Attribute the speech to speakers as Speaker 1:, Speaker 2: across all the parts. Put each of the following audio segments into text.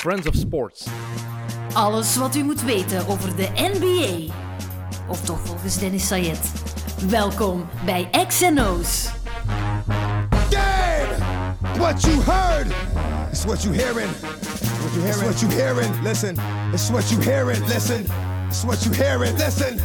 Speaker 1: Friends of Sports.
Speaker 2: Alles wat u moet weten over de NBA. Of toch volgens Dennis Sayed. Welkom bij XNO's.
Speaker 3: Dead! What you heard is what you hearing. What you hearing? It's what you hearing. Listen. It's what you hearing. Listen. It's what you hearing. Listen.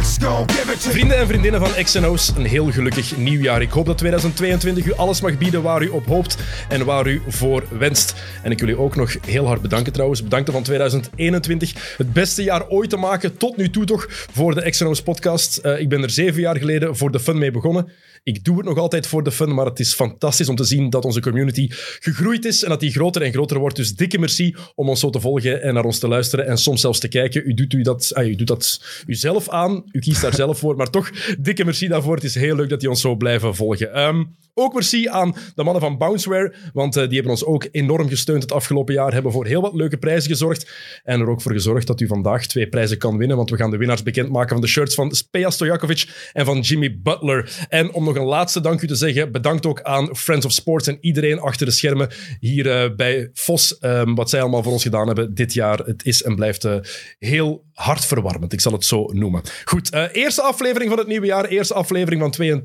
Speaker 3: X go give it to you.
Speaker 4: Vrienden en vriendinnen van XNO's, een heel gelukkig nieuwjaar. Ik hoop dat 2022 u alles mag bieden waar u op hoopt en waar u voor wenst. En ik wil u ook nog heel hard bedanken trouwens. Bedanken van 2021. Het beste jaar ooit te maken, tot nu toe toch, voor de XNO's podcast. Eh, ik ben er zeven jaar geleden voor de fun mee begonnen. Ik doe het nog altijd voor de fun, maar het is fantastisch om te zien dat onze community gegroeid is en dat die groter en groter wordt. Dus dikke merci om ons zo te volgen en naar ons te luisteren en soms zelfs te kijken. U doet, u dat, ah, u doet dat u zelf aan, u kiest daar zelf voor, maar toch dikke merci daarvoor. Het is heel leuk dat die ons zo blijven volgen. Ehm, ook merci aan de mannen van Bounceware, want eh, die hebben ons ook enorm gesteund het afgelopen jaar, hebben voor heel wat leuke prijzen gezorgd en er ook voor gezorgd dat u vandaag twee prijzen kan winnen, want we gaan de winnaars bekendmaken van de shirts van Speja Stojakovic en van Jimmy Butler. En om nog een laatste dank u te zeggen, bedankt ook aan Friends of Sports en iedereen achter de schermen hier eh, bij FOS, ehm, wat zij allemaal voor ons gedaan hebben dit jaar. Het is en blijft eh, heel hartverwarmend, ik zal het zo noemen. Goed, eh, eerste aflevering van het nieuwe jaar, eerste aflevering van 22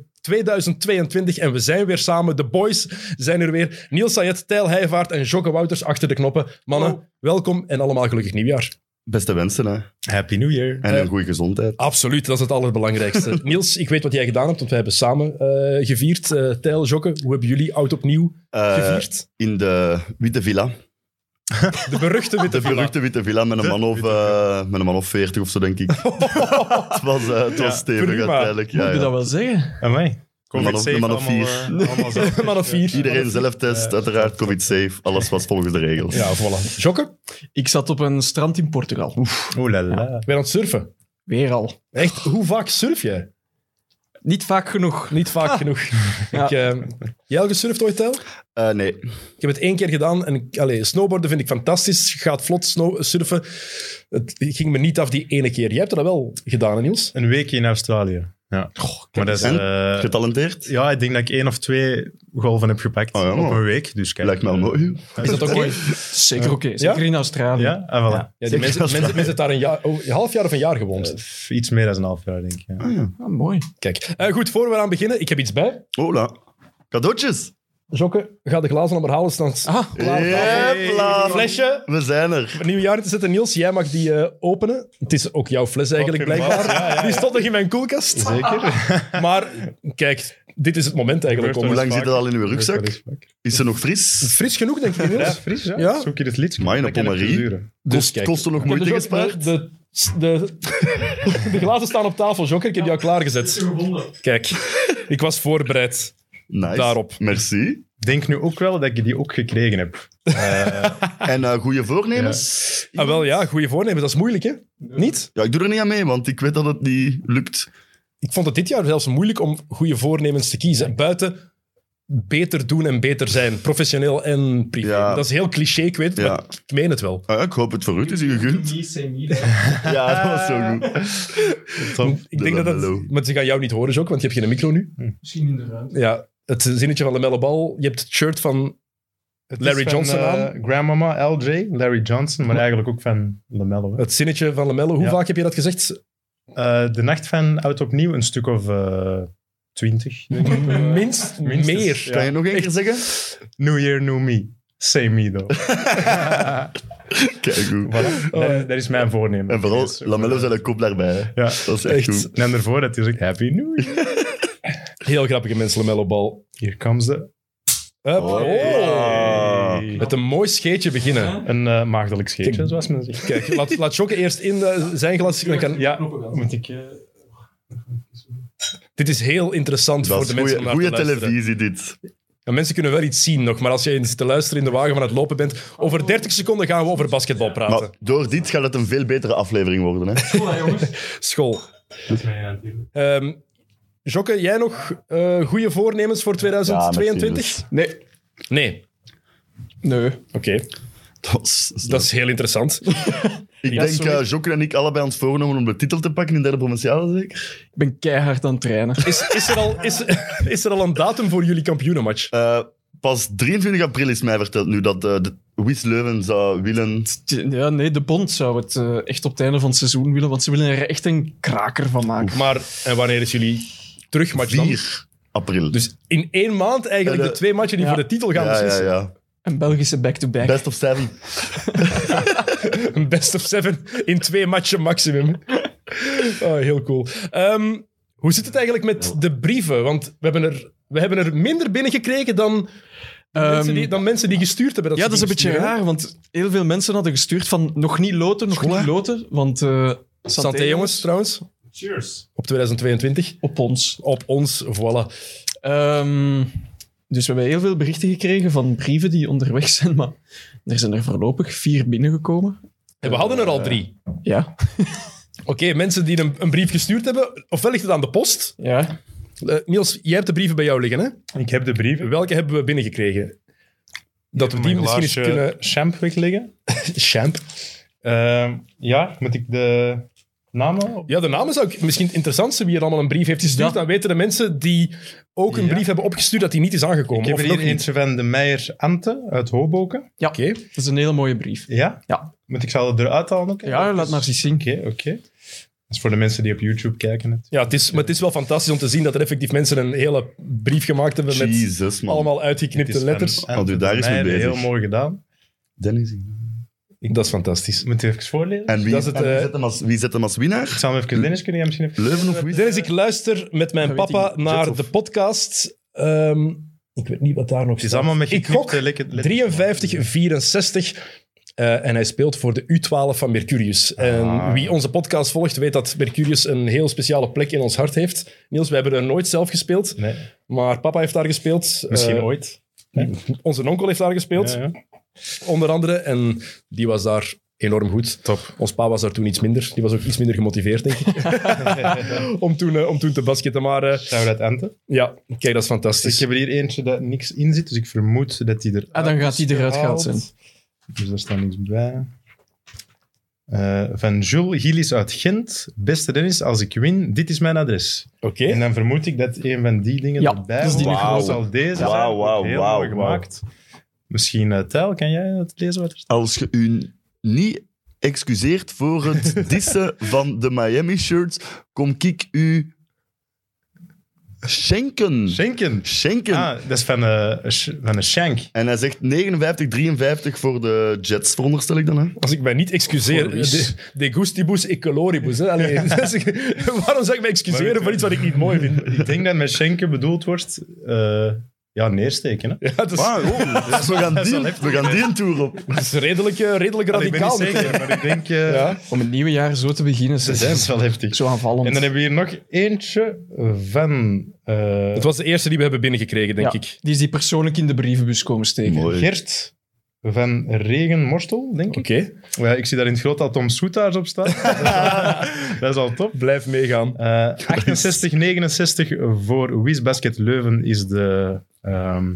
Speaker 4: 2022 en we zijn weer samen. De boys zijn er weer. Niels Sayet, Tijl Heijvaart en Jocke Wouters achter de knoppen. Mannen, welkom en allemaal gelukkig nieuwjaar.
Speaker 5: Beste wensen, hè.
Speaker 4: Happy New Year.
Speaker 5: En een goede gezondheid.
Speaker 4: Absoluut, dat is het allerbelangrijkste. Niels, ik weet wat jij gedaan hebt, want wij hebben samen eh, gevierd. Eh Tijl, Jokke, hoe hebben jullie oud opnieuw
Speaker 5: Eh,
Speaker 4: gevierd?
Speaker 5: In de Witte Villa.
Speaker 4: De beruchte witte
Speaker 5: De
Speaker 4: villa.
Speaker 5: beruchte Witte Villa met een, man of, eh, met een man of 40 of zo, denk ik. het was, eh, het was stevig
Speaker 4: prima.
Speaker 5: uiteindelijk. Ja,
Speaker 6: Moet je
Speaker 5: ja.
Speaker 6: dat wel zeggen?
Speaker 7: Amai.
Speaker 5: Een man of-
Speaker 7: Covid-safe
Speaker 5: een man of
Speaker 7: allemaal,
Speaker 5: vier.
Speaker 7: eh, allemaal zelf.
Speaker 4: Man of vier.
Speaker 5: Iedereen zelftest, uiteraard covid-safe. Alles was volgens de regels.
Speaker 4: Ja, voilà. Jokke,
Speaker 6: Ik zat op een strand in Portugal. Oef,
Speaker 7: Oeh la la.
Speaker 4: weer aan het surfen.
Speaker 6: weer al.
Speaker 4: Echt, hoe vaak surf jij?
Speaker 6: Niet vaak genoeg.
Speaker 4: Niet
Speaker 5: Ah.
Speaker 4: vaak genoeg.
Speaker 6: Ja.
Speaker 4: Ik, eh, jij al gesurfd ooit, Tijl?
Speaker 5: Eh, nee,
Speaker 4: Ik heb het één keer gedaan en ik- allee, snowboarden vind ik fantastisch. Gaat vlot snow, surfen. Het ging me niet af die ene keer. Jij hebt dat wel gedaan, hè, Niels.
Speaker 7: Een weekje in Australië. Ja. maar dat is,
Speaker 5: eens.
Speaker 7: eh,
Speaker 5: getalenteerd.
Speaker 7: ja, ik denk dat ik één of twee golven heb gepakt
Speaker 5: Oh, ja,
Speaker 7: op
Speaker 5: maar-
Speaker 7: een week. Dus kijk,
Speaker 5: Lijkt me wel mooi.
Speaker 4: Is dat ook mooi?
Speaker 6: Zeker oké. Zeker in Australië.
Speaker 7: Ja, en voilà.
Speaker 4: Ja, die mensen, mensen, mensen hebben daar een, jaar, oh, een half jaar of een jaar gewoond.
Speaker 7: Pff, Iets meer dan een half jaar, denk ik. Ja.
Speaker 6: Ah, mooi.
Speaker 4: Kijk, Eh, goed, voor we aan beginnen, ik heb iets bij.
Speaker 5: Hola. Cadeautjes.
Speaker 4: Jokke, ga de glazen allemaal halen. Staan
Speaker 6: Ah,
Speaker 5: Jepla.
Speaker 4: Flesje.
Speaker 5: We zijn er.
Speaker 4: Een nieuw jaar in te zetten, Niels. Jij mag die eh, openen. Het is ook jouw fles eigenlijk,
Speaker 7: Wat een
Speaker 4: blijkbaar. Die stond nog in mijn koelkast. Zeker. maar kijk, dit is het moment eigenlijk om...
Speaker 5: Hoe lang zit
Speaker 7: vaak.
Speaker 5: dat al in uw rugzak? Is ze nog fris?
Speaker 4: Fris genoeg, denk ik,
Speaker 7: Ja,
Speaker 4: Niels.
Speaker 7: fris, ja.
Speaker 4: Ja.
Speaker 7: Zoek je het liedje.
Speaker 5: Mijn
Speaker 7: Dat kan
Speaker 5: pommerie.
Speaker 7: even duren.
Speaker 4: Dus kijk,
Speaker 5: Kost er nog moeite
Speaker 4: Dus ook
Speaker 5: gespaard?
Speaker 4: De, de, de, de glazen staan op tafel, Jokker. Ik heb die al klaargezet. Kijk, ik was voorbereid.
Speaker 5: Nice.
Speaker 4: Daarop.
Speaker 5: Merci.
Speaker 7: Ik Denk nu ook wel dat ik die ook gekregen heb.
Speaker 5: En eh goede voornemens?
Speaker 4: Ah, wel ja, goede voornemens. Dat is moeilijk, hè? Niet?
Speaker 5: Ja, ik doe er niet aan mee, want ik weet dat het niet lukt.
Speaker 4: Ik vond het dit jaar zelfs moeilijk om goede voornemens te kiezen. Buiten beter doen en beter zijn. Professioneel en privé.
Speaker 5: Ja.
Speaker 4: Dat is heel cliché, ik weet het,
Speaker 5: Ja.
Speaker 4: maar ik meen het wel.
Speaker 5: Ah ja, ik hoop het voor u, het is u gegund. Ja, dat was zo goed.
Speaker 4: Ik denk dat dat...
Speaker 5: Lamello.
Speaker 4: Maar ze gaan jou niet horen, Jok, want je hebt geen micro nu.
Speaker 6: Hm. Misschien in de ruimte.
Speaker 4: Ja, het zinnetje van de Mellebal. Je hebt het shirt van...
Speaker 7: Het
Speaker 4: Larry
Speaker 7: is van,
Speaker 4: Johnson
Speaker 7: eh,
Speaker 4: aan.
Speaker 7: grandmama, LJ, Larry Johnson, maar eigenlijk ook van LaMelo. hè.
Speaker 4: Het zinnetje van Lamelle, hoe
Speaker 7: Ja.
Speaker 4: vaak heb je dat gezegd?
Speaker 7: Eh, de nacht van Oud Opnieuw, een stuk of eh, twintig.
Speaker 4: Minst,
Speaker 7: minstens.
Speaker 4: meer.
Speaker 5: Kan je nog één keer zeggen?
Speaker 7: New Year, New Me. Same me, though.
Speaker 5: Kijk goed.
Speaker 7: voilà. dat, dat is mijn voornemen.
Speaker 5: En vooral,
Speaker 7: Dus, eh,
Speaker 5: Lamello zijn de kop daarbij. hè.
Speaker 7: Ja,
Speaker 5: Dat is echt,
Speaker 4: Echt.
Speaker 5: goed.
Speaker 7: neem ervoor dat hij zegt Happy New Year.
Speaker 4: Heel grappige mensen, Lamello Bal.
Speaker 7: Hier comes de...
Speaker 4: Hup.
Speaker 5: Oh. Ah.
Speaker 4: Oh. Met een mooi scheetje beginnen.
Speaker 7: Een eh, maagdelijk scheetje, zoals men zegt.
Speaker 4: Kijk, laat, laat Jokke eerst in eh, zijn glas. Dan kan,
Speaker 7: Ja, moet ik... eh,
Speaker 4: Dit is heel interessant
Speaker 5: Dat
Speaker 4: voor
Speaker 5: is
Speaker 4: de mensen om
Speaker 5: goede,
Speaker 4: naar te
Speaker 5: goede
Speaker 4: luisteren.
Speaker 5: televisie dit.
Speaker 4: En mensen kunnen wel iets zien nog, maar als je zit te luisteren in de wagen van het lopen bent, over 30 seconden gaan we over basketbal praten.
Speaker 5: Maar door dit gaat het een veel betere aflevering worden. Hè?
Speaker 4: School. Ehm Jokke, jij nog eh, goede voornemens voor 2022?
Speaker 5: Ja,
Speaker 6: Nee.
Speaker 4: nee.
Speaker 6: Nee.
Speaker 4: Oké,
Speaker 5: Dat is, dat is-
Speaker 4: dat is heel interessant.
Speaker 5: ik
Speaker 4: ja,
Speaker 5: denk,
Speaker 4: sorry.
Speaker 5: eh Jokker en ik allebei ons voorgenomen om de titel te pakken in derde provinciale, zeker?
Speaker 6: Ik ben keihard aan het trainen.
Speaker 4: Is, is, er al, is, is er al een datum voor jullie kampioenenmatch?
Speaker 5: Eh, Pas 23 april is mij verteld nu dat eh, de Wies Leuven zou willen.
Speaker 6: Ja, nee, de bond zou het eh, echt op het einde van het seizoen willen, want ze willen er echt een kraker van maken.
Speaker 4: Maar en wanneer is jullie terugmatch dan?
Speaker 5: 4 april.
Speaker 4: Dus in één maand eigenlijk
Speaker 5: Eh,
Speaker 4: de,
Speaker 5: de-
Speaker 4: twee matchen die
Speaker 6: Ja.
Speaker 4: voor de titel gaan Dus
Speaker 5: ja, ja,
Speaker 4: beslissen.
Speaker 5: ja.
Speaker 6: Een Belgische back-to-back.
Speaker 5: Best of seven.
Speaker 4: Een best of seven in twee matchen maximum. Oh, heel cool. Ehm, hoe zit het eigenlijk met de brieven? Want we hebben er, we hebben er minder binnengekregen dan, dan
Speaker 6: Ehm,
Speaker 4: mensen die, dan mensen die gestuurd hebben.
Speaker 6: ja,
Speaker 4: ze
Speaker 6: dat is een
Speaker 4: die
Speaker 6: beetje
Speaker 4: sturen.
Speaker 6: raar, want heel veel mensen hadden gestuurd van nog niet loten, nog niet loten, want... eh
Speaker 4: Santé, jongens, trouwens. Cheers. Op 2022.
Speaker 6: Op ons.
Speaker 4: Op ons, voilà.
Speaker 6: Ehm, dus we hebben heel veel berichten gekregen van brieven die onderweg zijn, maar er zijn er voorlopig vier binnengekomen.
Speaker 4: En we hadden er al drie.
Speaker 6: Ja.
Speaker 4: Oké, mensen die een, een brief gestuurd hebben, ofwel ligt het aan de post.
Speaker 6: Ja.
Speaker 4: Eh, Niels, jij hebt de brieven bij jou liggen, hè?
Speaker 7: Ik heb de brieven.
Speaker 4: Welke hebben we binnengekregen? Dat we
Speaker 7: Mijn
Speaker 4: die misschien eens
Speaker 7: glaasje
Speaker 4: kunnen...
Speaker 7: champ wegleggen.
Speaker 4: Champ.
Speaker 7: Ehm, ja, moet ik de namen op?
Speaker 4: Ja, de namen zou ik misschien interessant zijn wie er allemaal een brief heeft gestuurd.
Speaker 6: Ja.
Speaker 4: Dan weten de mensen die ook een
Speaker 7: Ja.
Speaker 4: brief hebben opgestuurd dat die niet is aangekomen.
Speaker 7: Ik heb
Speaker 4: of
Speaker 7: er
Speaker 4: nog
Speaker 7: hier
Speaker 4: niet.
Speaker 7: eentje van de Meijer Ante uit Hoboken.
Speaker 6: ja.
Speaker 4: Oké.
Speaker 6: Dat is een hele mooie brief.
Speaker 7: Ja?
Speaker 6: Ja.
Speaker 7: Moet ik zal het eruit halen? ook?
Speaker 6: Ja, laat maar eens zien.
Speaker 7: Oké, oké. Dat is voor de mensen die op YouTube kijken. Het.
Speaker 4: Ja, het is, maar het is wel fantastisch om te zien dat er effectief mensen een hele brief gemaakt hebben met
Speaker 5: Jesus, man.
Speaker 4: allemaal
Speaker 7: Het is
Speaker 4: uitgeknipte letters.
Speaker 7: van Ante
Speaker 5: Oh, doe
Speaker 7: de
Speaker 5: daar eens mee
Speaker 7: Meijer,
Speaker 5: bezig.
Speaker 7: Heel mooi gedaan.
Speaker 5: Dennis.
Speaker 4: Dat is fantastisch.
Speaker 7: Moet je even voorlezen?
Speaker 5: En wie,
Speaker 4: Dat is het,
Speaker 5: en wie
Speaker 4: eh,
Speaker 5: zet hem als, wie zet hem als winnaar?
Speaker 7: Ik zal hem even Dennis kunnen jij misschien even...
Speaker 5: Leuven of Wies?
Speaker 4: Dennis, ik luister met mijn
Speaker 6: Dat weet
Speaker 4: papa
Speaker 6: ik niet.
Speaker 4: naar
Speaker 5: Jets
Speaker 4: de
Speaker 5: of-
Speaker 4: podcast. Ehm, ik weet niet wat daar nog
Speaker 7: Het is
Speaker 4: staat.
Speaker 7: allemaal met
Speaker 4: Ik gok
Speaker 7: geknipte lekker- letters.
Speaker 4: 53, 64. eh, en hij speelt voor de U12 van Mercurius.
Speaker 7: Ah.
Speaker 4: En wie onze podcast volgt, weet dat Mercurius een heel speciale plek in ons hart heeft. Niels, wij hebben er nooit zelf gespeeld,
Speaker 7: Nee,
Speaker 4: maar papa heeft daar gespeeld.
Speaker 7: misschien
Speaker 4: Eh,
Speaker 7: ooit.
Speaker 4: Onze onkel heeft daar gespeeld,
Speaker 7: Ja, ja.
Speaker 4: onder andere. En die was daar enorm goed.
Speaker 7: Top.
Speaker 4: Ons pa was daar toen iets minder. Die was ook iets minder gemotiveerd, denk ik, om, toen, eh, om toen te basketten. Maar eh,
Speaker 7: Zou dat Ante?
Speaker 4: ja, kijk, dat is fantastisch.
Speaker 7: Ik heb er hier eentje dat niks in zit, dus ik vermoed dat die er.
Speaker 6: Ah, dan gaat die eruit gehaald zijn.
Speaker 7: Dus daar staat niks bij. Eh, van Jules Gillis uit Gent. Beste Dennis, als ik win, dit is mijn adres.
Speaker 4: Oké.
Speaker 7: En dan vermoed ik dat een van die dingen
Speaker 6: Ja,
Speaker 7: erbij
Speaker 6: dus die
Speaker 7: hoort.
Speaker 5: Wauw.
Speaker 7: Dat zal deze zijn.
Speaker 5: Wauw, wauw,
Speaker 7: Heel
Speaker 5: wauw,
Speaker 7: mooi gemaakt. Misschien, eh Tijl, kan jij het lezen wat er staat?
Speaker 5: Als je u niet excuseert voor het dissen van de Miami shirts, kom ik u schenken.
Speaker 7: Schenken.
Speaker 5: Schenken.
Speaker 7: Ah, dat is van, eh, sh- van een Shank.
Speaker 5: En hij zegt 59-53 voor de Jets, veronderstel ik dan. Hè?
Speaker 4: Als ik mij niet excuseer,
Speaker 6: Voor Luis.
Speaker 4: de, de gustibus e coloribus. Hè? Allee, dat is- waarom zou ik mij excuseren voor iets wat ik niet mooi vind?
Speaker 7: Ik denk dat met schenken bedoeld wordt. eh, ja, neersteken. Hè?
Speaker 4: Ja, het is,
Speaker 5: Dus we gaan die,
Speaker 7: wel
Speaker 5: we gaan die een tour op.
Speaker 4: het is redelijk, eh, redelijk
Speaker 7: ik ben niet
Speaker 4: radicaal.
Speaker 7: zeker, maar ik denk. eh,
Speaker 4: Ja.
Speaker 6: Om het nieuwe jaar zo te beginnen, ze
Speaker 7: Dat
Speaker 6: zijn
Speaker 7: is wel heftig.
Speaker 6: zo aanvallend.
Speaker 7: En dan hebben we hier nog eentje van eh,
Speaker 4: Het was de eerste die we hebben binnengekregen, denk
Speaker 6: Ja,
Speaker 4: ik.
Speaker 6: Die is die persoonlijk in de brievenbus komen steken.
Speaker 5: Mooi.
Speaker 7: Gert van Regenmorstel, denk ik.
Speaker 4: Oké,
Speaker 7: Ja, ik zie daar in het groot al Tom Soetaars op staan. dat is al top.
Speaker 4: blijf meegaan.
Speaker 7: Eh 68-69 voor Wies Basket Leuven is de ehm,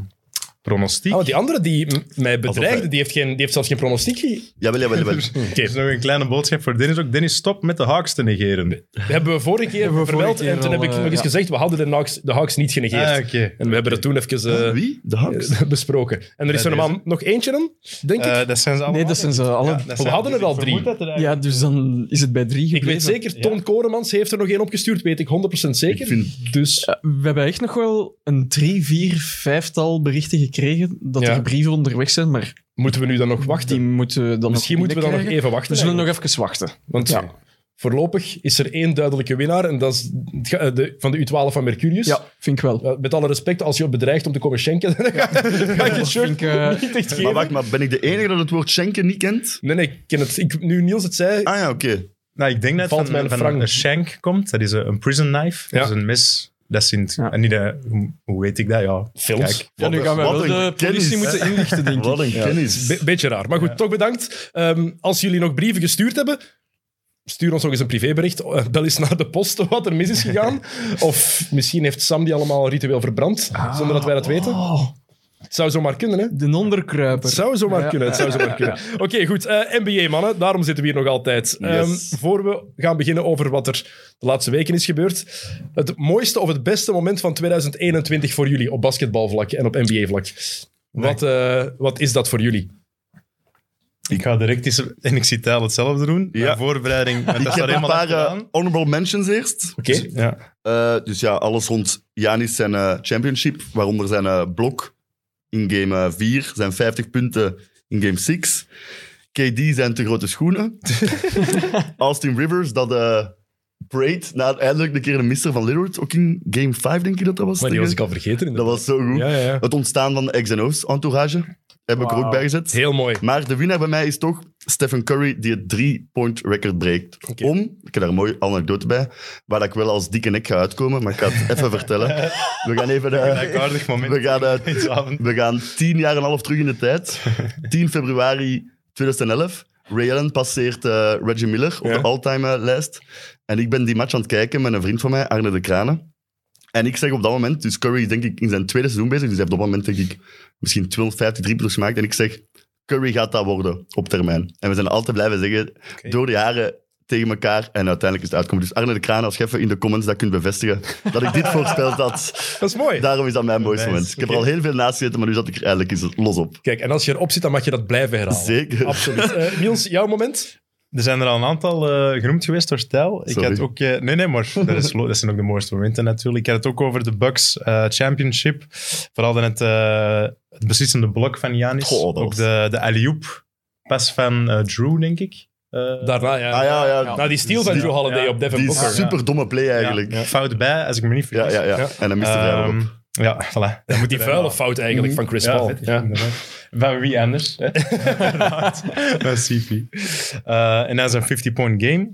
Speaker 7: pronostiek.
Speaker 4: Oh, die andere die m- mij bedreigde,
Speaker 5: hij-
Speaker 4: die heeft, geen, die heeft zelfs geen pronostiek. ge-
Speaker 5: Jawel, jawel, jawel.
Speaker 7: Er is nog een kleine boodschap voor Dennis ook. Dennis, stop met de Hawks te negeren.
Speaker 4: Dat hebben we vorige keer
Speaker 6: Hebben we vorige
Speaker 4: vermeld.
Speaker 6: keer
Speaker 4: en toen heb
Speaker 6: al,
Speaker 4: ik nog
Speaker 6: eh,
Speaker 4: eens
Speaker 6: ja.
Speaker 4: gezegd, we hadden de Hawks, de Hawks niet genegeerd.
Speaker 7: Ah, oké.
Speaker 4: En we hebben dat toen even eh,
Speaker 5: Oh, Wie? De Hawks?
Speaker 4: besproken. En er is
Speaker 7: Bij
Speaker 4: er normaal nog eentje dan, denk ik.
Speaker 7: Eh, dat zijn ze allemaal.
Speaker 6: Nee, dat zijn ze alle.
Speaker 7: Ja,
Speaker 6: Ja,
Speaker 7: dat zijn-
Speaker 4: hadden er
Speaker 7: ik
Speaker 4: al
Speaker 7: vermoed
Speaker 4: drie.
Speaker 7: dat er eigenlijk-
Speaker 6: Ja, dus dan is het bij drie
Speaker 4: Ik
Speaker 6: gebleven.
Speaker 4: weet zeker, Ton Koremans heeft er nog één opgestuurd, weet ik 100% zeker.
Speaker 5: Ik vind-
Speaker 4: Dus
Speaker 6: Ja, we hebben echt nog wel een drie, vier, vijftal berichten gekregen dat
Speaker 4: Ja.
Speaker 6: er brieven onderweg zijn, maar
Speaker 4: moeten we nu dan nog
Speaker 6: die
Speaker 4: wachten?
Speaker 6: moeten dan
Speaker 4: Misschien
Speaker 6: nog
Speaker 4: moeten we dan nog
Speaker 6: binnenkrijgen.
Speaker 4: even wachten.
Speaker 6: We zullen nog
Speaker 4: eigenlijk.
Speaker 6: even wachten.
Speaker 4: Want
Speaker 6: Ja.
Speaker 4: voorlopig is er één duidelijke winnaar en dat is het ge- eh, de, van de U12 van Mercurius.
Speaker 6: Ja, vind ik wel.
Speaker 4: Eh, Met alle respect, als je wordt bedreigt om te komen schenken, dan ga, ga ik het shirt
Speaker 6: Vind ik, eh,
Speaker 4: niet echt
Speaker 5: Maar
Speaker 4: geven.
Speaker 5: wacht, maar ben ik de enige dat het woord schenken niet kent?
Speaker 4: Nee, nee, ik ken het. Ik, nu Niels het zei,
Speaker 5: Ah ja, oké.
Speaker 7: Nou, ik denk dat
Speaker 4: Valt
Speaker 7: het
Speaker 4: mij
Speaker 7: van,
Speaker 4: een
Speaker 7: van
Speaker 4: frank.
Speaker 7: een shank komt. Dat is een, een prison knife.
Speaker 4: Ja.
Speaker 7: Dat is een mes. Dat is in het-
Speaker 6: Ja.
Speaker 7: en niet de, hoe, hoe weet ik dat? Ja,
Speaker 4: films.
Speaker 7: Kijk.
Speaker 6: Ja, nu gaan we
Speaker 5: Wat
Speaker 6: wel
Speaker 5: een
Speaker 6: de politie
Speaker 5: kennis.
Speaker 6: moeten inlichten, denk ik.
Speaker 5: Wat een kennis.
Speaker 4: Be- beetje raar. Maar goed, toch bedankt. Ehm, als jullie nog brieven gestuurd hebben, stuur ons nog eens een privébericht. Eh, Bel eens naar de post wat er mis is gegaan. of misschien heeft Sam die allemaal ritueel verbrand, zonder dat wij dat weten.
Speaker 6: Oh,
Speaker 4: Het zou zomaar kunnen, hè?
Speaker 6: de onderkruiper.
Speaker 4: Het Ah. zou zomaar
Speaker 6: Ja.
Speaker 4: kunnen. Het zou zomaar kunnen. Oké, goed. Eh, NBA-mannen, daarom zitten we hier nog altijd. Ehm,
Speaker 5: Yes.
Speaker 4: voor we gaan beginnen over wat er de laatste weken is gebeurd. Het mooiste of het beste moment van 2021 voor jullie op basketbalvlak en op NBA-vlak. Wat, eh, wat is dat voor jullie?
Speaker 7: Ik ga direct eens, en ik zie Tijl hetzelfde doen.
Speaker 5: Ja.
Speaker 7: Ja. Voorbereiding, want
Speaker 5: Ik
Speaker 7: dat
Speaker 5: heb
Speaker 7: staat
Speaker 5: een
Speaker 7: helemaal
Speaker 5: paar eh,
Speaker 7: achteraan.
Speaker 5: honorable mentions eerst.
Speaker 4: Oké.
Speaker 7: Ja.
Speaker 5: Eh, dus ja, alles rond Janis zijn eh, championship, waaronder zijn eh, blok in game eh, 4, zijn 50 punten in game 6. KD zijn te grote schoenen. Austin Rivers, dat eh parade, na eindelijk een keer een misser van Lillard, ook in game 5 denk ik dat dat was.
Speaker 4: Maar die was ik al vergeten.
Speaker 5: Dat was zo goed.
Speaker 4: Ja, ja, ja.
Speaker 5: Het ontstaan van de X's en O's entourage heb ik er ook bij gezet.
Speaker 4: Heel mooi.
Speaker 5: Maar de winnaar bij mij is toch Stephen Curry, die het drie-point record breekt. Om, ik heb daar een mooie anekdote bij, waar ik wel als dikke nek ga uitkomen, maar ik ga het even vertellen. We gaan even... eh,
Speaker 7: Gelijkaardig moment.
Speaker 5: we gaan, eh,
Speaker 7: Iets avond.
Speaker 5: we gaan tien jaar en een half terug in de tijd. 10 februari 2011. Ray Allen passeert eh, Reggie Miller op
Speaker 4: Ja.
Speaker 5: de all-time eh, lijst. En ik ben die match aan het kijken met een vriend van mij, Arne de Kranen. En ik zeg op dat moment, dus Curry is denk ik in zijn tweede seizoen bezig, dus hij heeft op dat moment denk ik misschien 250 driepunters gemaakt. En ik zeg, Curry gaat dat worden op termijn. En we zijn altijd blijven zeggen, door de jaren tegen elkaar en uiteindelijk is het uitkomen. Dus Arne de Kranen, als je even in de comments dat kunt bevestigen, dat ik dit voorspeld had.
Speaker 4: Dat is mooi.
Speaker 5: Daarom is dat mijn mooiste
Speaker 7: Nice.
Speaker 5: moment. Ik heb er
Speaker 7: Oké.
Speaker 5: al heel veel naast gezeten, maar nu zat ik er eigenlijk eens los op.
Speaker 4: Kijk, en als je erop zit, dan mag je dat blijven herhalen.
Speaker 5: Zeker.
Speaker 4: Absoluut. Eh, Niels, jouw moment?
Speaker 7: Er zijn er al een aantal eh, genoemd geweest door Stijl. Ik
Speaker 5: Sorry.
Speaker 7: had ook... eh, nee, nee, maar dat, is, lo- dat zijn ook de mooiste momenten natuurlijk. Ik had het ook over de Bucks eh, Championship. Vooral dan het, eh, het beslissende blok van Janis.
Speaker 5: Goh, dat
Speaker 7: ook
Speaker 5: was-
Speaker 7: de, de alley-oop pas van eh, Drew, denk ik. Eh,
Speaker 4: Daarna, ja.
Speaker 5: Ah ja, ja.
Speaker 4: Na die steal van
Speaker 7: Ja.
Speaker 4: Joe Holiday
Speaker 7: Ja.
Speaker 4: op Devin
Speaker 5: Die
Speaker 4: Booker.
Speaker 5: super domme play eigenlijk.
Speaker 7: Ja,
Speaker 5: Ja,
Speaker 7: fout bij, als ik me niet
Speaker 5: ja,
Speaker 7: vergis.
Speaker 5: ja. En dan miste hij
Speaker 7: Ehm,
Speaker 5: wel op.
Speaker 7: ja, voilà. Dat moet
Speaker 4: Die vuile fout eigenlijk
Speaker 5: Mhm.
Speaker 4: van Chris Paul.
Speaker 7: vet, inderdaad. Van wie anders? hè? Inderdaad. Van CP. Eh, En dan zijn 50-point game.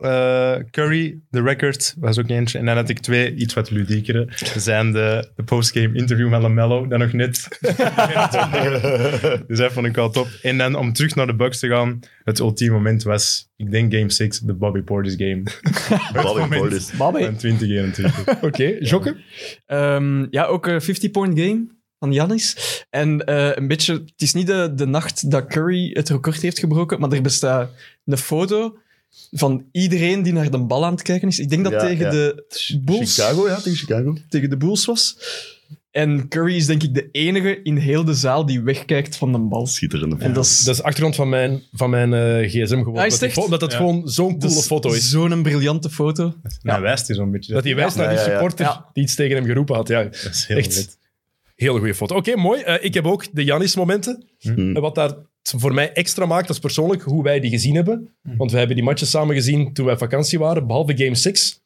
Speaker 7: Eh, Curry, de record, was ook eentje. En dan had ik twee iets wat ludiekere. zijn de, de postgame interview met LaMelo, dan nog net. dus dat vond ik wel top. En dan om terug naar de Bucks te gaan, het ultieme moment was, ik denk game 6, de Bobby Portis game.
Speaker 5: Bobby
Speaker 7: moment.
Speaker 5: Portis.
Speaker 6: Babbe.
Speaker 7: Van 2021.
Speaker 4: Oké, Jokke?
Speaker 6: Ehm, ja, ook een 50-point game van Janis. En eh, een beetje, het is niet de, de nacht dat Curry het record heeft gebroken, maar er bestaat een foto van iedereen die naar de bal aan het kijken is. Ik denk dat
Speaker 5: Ja,
Speaker 6: tegen
Speaker 5: ja.
Speaker 6: de Bulls,
Speaker 5: Chicago, ja, tegen Chicago.
Speaker 6: tegen de Bulls was. En Curry is denk ik de enige in heel de zaal die wegkijkt van de bal.
Speaker 5: Schitterende
Speaker 6: En dat is,
Speaker 4: Dat is de achtergrond van mijn, van mijn eh, gsm geworden.
Speaker 6: Ah, is
Speaker 4: Dat
Speaker 6: het
Speaker 4: die
Speaker 6: echt?
Speaker 4: fo- Omdat dat
Speaker 7: Ja.
Speaker 4: gewoon zo'n
Speaker 6: dat
Speaker 4: coole
Speaker 6: is
Speaker 4: foto is.
Speaker 6: zo'n briljante foto.
Speaker 7: Nou, wijst hij zo'n beetje.
Speaker 4: Dat hij wijst naar die
Speaker 5: Ja, ja, ja.
Speaker 4: supporter
Speaker 6: Ja.
Speaker 4: die iets tegen hem geroepen had. Ja,
Speaker 7: Dat is heel
Speaker 4: Echt.
Speaker 7: vet.
Speaker 4: Heel goede foto. Oké, mooi. Eh, ik heb ook de Janis-momenten.
Speaker 5: Mhm.
Speaker 4: En Wat daar t- voor mij extra maakt, dat is persoonlijk hoe wij die gezien hebben. Want we hebben die matches samen gezien toen wij op vakantie waren, behalve Game 6.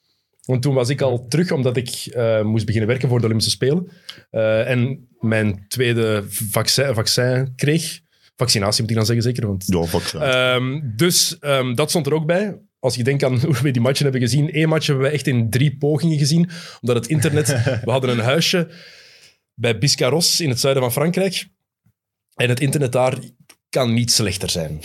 Speaker 4: Want toen was ik al terug, omdat ik eh, moest beginnen werken voor de Olympische Spelen. Eh, en mijn tweede vaccin, vaccin kreeg. Vaccinatie moet ik dan zeggen, zeker. Want
Speaker 5: Ja, fuck ja.
Speaker 4: Ehm, dus ehm, dat stond er ook bij. Als je denkt aan hoe we die matchen hebben gezien. Eén match hebben we echt in drie pogingen gezien. Omdat het internet... we hadden een huisje bij Biscarros in het zuiden van Frankrijk. En het internet daar kan niet slechter zijn.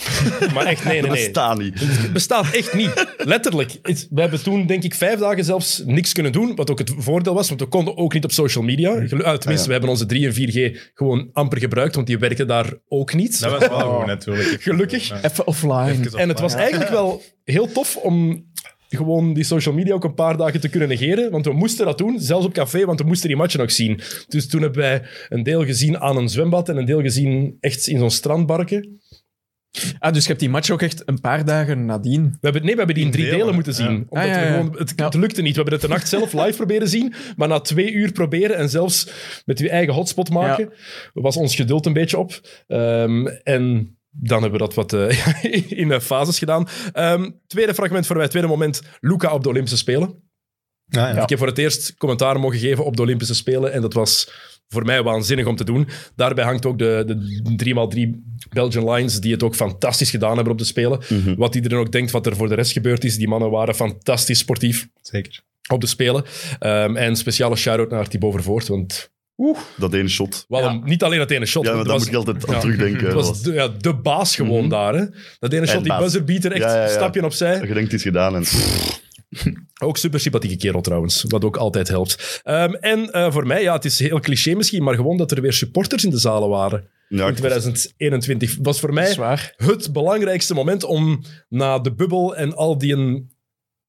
Speaker 4: maar echt, nee, nee,
Speaker 5: Dat
Speaker 4: nee.
Speaker 5: staat niet.
Speaker 4: Het bestaat echt niet. Letterlijk. Het- we hebben toen, denk ik, vijf dagen zelfs niks kunnen doen. Wat ook het voordeel was, want we konden ook niet op social media.
Speaker 7: Mm-hmm.
Speaker 4: Gelu- ah, tenminste,
Speaker 5: Ah, ja.
Speaker 4: we hebben onze 3 en 4G gewoon amper gebruikt, want die werkten daar ook niet.
Speaker 7: Dat was wel goed, natuurlijk.
Speaker 4: Oh. Gelukkig.
Speaker 7: Ja.
Speaker 6: Even offline.
Speaker 4: En het was eigenlijk wel heel tof om gewoon die social media ook een paar dagen te kunnen negeren. Want we moesten dat doen, zelfs op café, want we moesten die matchen ook zien. Dus toen hebben wij een deel gezien aan een zwembad en een deel gezien echt in zo'n strandbarken.
Speaker 6: Ah, dus je hebt die match ook echt een paar dagen nadien.
Speaker 4: We hebben, nee, we hebben die in drie
Speaker 7: delen,
Speaker 4: delen, moeten zien.
Speaker 7: ja.
Speaker 4: Omdat
Speaker 6: Ah, ja,
Speaker 4: we
Speaker 6: ja.
Speaker 4: gewoon, het,
Speaker 6: Ja.
Speaker 4: het lukte niet. We hebben het de nacht zelf live proberen zien, maar na twee uur proberen en zelfs met je eigen hotspot maken, was ons geduld een beetje op. Ehm, en dan hebben we dat wat eh, in eh, fases gedaan. Ehm, tweede fragment voor mij, tweede moment, Luca op de Olympische Spelen.
Speaker 7: Ja, ja.
Speaker 4: Ik heb voor het eerst commentaar mogen geven op de Olympische Spelen. En dat was voor mij waanzinnig om te doen. Daarbij hangt ook de, de 3x3 Belgian Lions, die het ook fantastisch gedaan hebben op de Spelen.
Speaker 5: Mhm.
Speaker 4: Wat iedereen ook denkt wat er voor de rest gebeurd is. Die mannen waren fantastisch sportief
Speaker 7: Zeker.
Speaker 4: op de Spelen. Ehm, en speciale shout-out naar Thibaut Vervoort, want
Speaker 5: Dat ene shot.
Speaker 4: wel, een- niet alleen dat ene shot.
Speaker 5: Ja,
Speaker 4: het
Speaker 5: maar daar
Speaker 4: was-
Speaker 5: moet ik altijd aan
Speaker 4: ja.
Speaker 5: terugdenken.
Speaker 4: het
Speaker 5: Dat
Speaker 4: was de, ja, de baas gewoon daar. Hè. Dat ene shot, die
Speaker 5: baas.
Speaker 4: buzzerbeater, echt
Speaker 5: Ja, ja, ja.
Speaker 4: stapje opzij.
Speaker 5: Je denkt, het is gedaan. En...
Speaker 4: Ook super sympathieke kerel trouwens, wat ook altijd helpt. Ehm, en eh, voor mij, ja, het is heel cliché misschien, maar gewoon dat er weer supporters in de zalen waren
Speaker 5: Ja,
Speaker 4: in
Speaker 5: ik-
Speaker 4: 2021 was voor
Speaker 6: Dat is
Speaker 4: mij
Speaker 6: waar.
Speaker 4: het belangrijkste moment om na de bubbel en al die een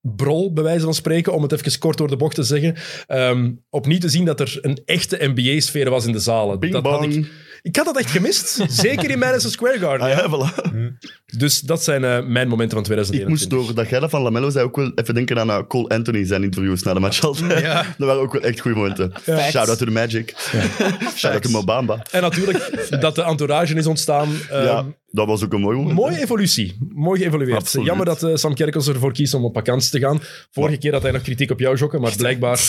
Speaker 4: brol, bij wijze van spreken, om het even kort door de bocht te zeggen, ehm, opnieuw te zien dat er een echte NBA-sfeer was in de zalen.
Speaker 5: Bing
Speaker 4: dat had ik
Speaker 5: bong.
Speaker 4: Ik had dat echt gemist. Zeker in Madison Square Garden.
Speaker 5: Ah
Speaker 4: ja.
Speaker 5: ja, voilà.
Speaker 4: Dus dat zijn eh, mijn momenten van
Speaker 5: Ik moest
Speaker 4: 2021.
Speaker 5: door dat jij dat van Lamello zei ook wel even denken aan eh, Cole Anthony zijn interviews na de match altijd. Dat waren ook wel echt goede momenten. Shout out to the Magic. Shout out to Mobamba.
Speaker 4: En natuurlijk dat de entourage is ontstaan. eh,
Speaker 5: ja, dat was ook een mooi moment.
Speaker 4: Mooie evolutie. Mooi geëvolueerd.
Speaker 5: Absoluut.
Speaker 4: Jammer dat eh, Sam Kerkels ervoor kiest om op vakantie te gaan. Vorige keer had hij nog kritiek op jou, Jokke, maar blijkbaar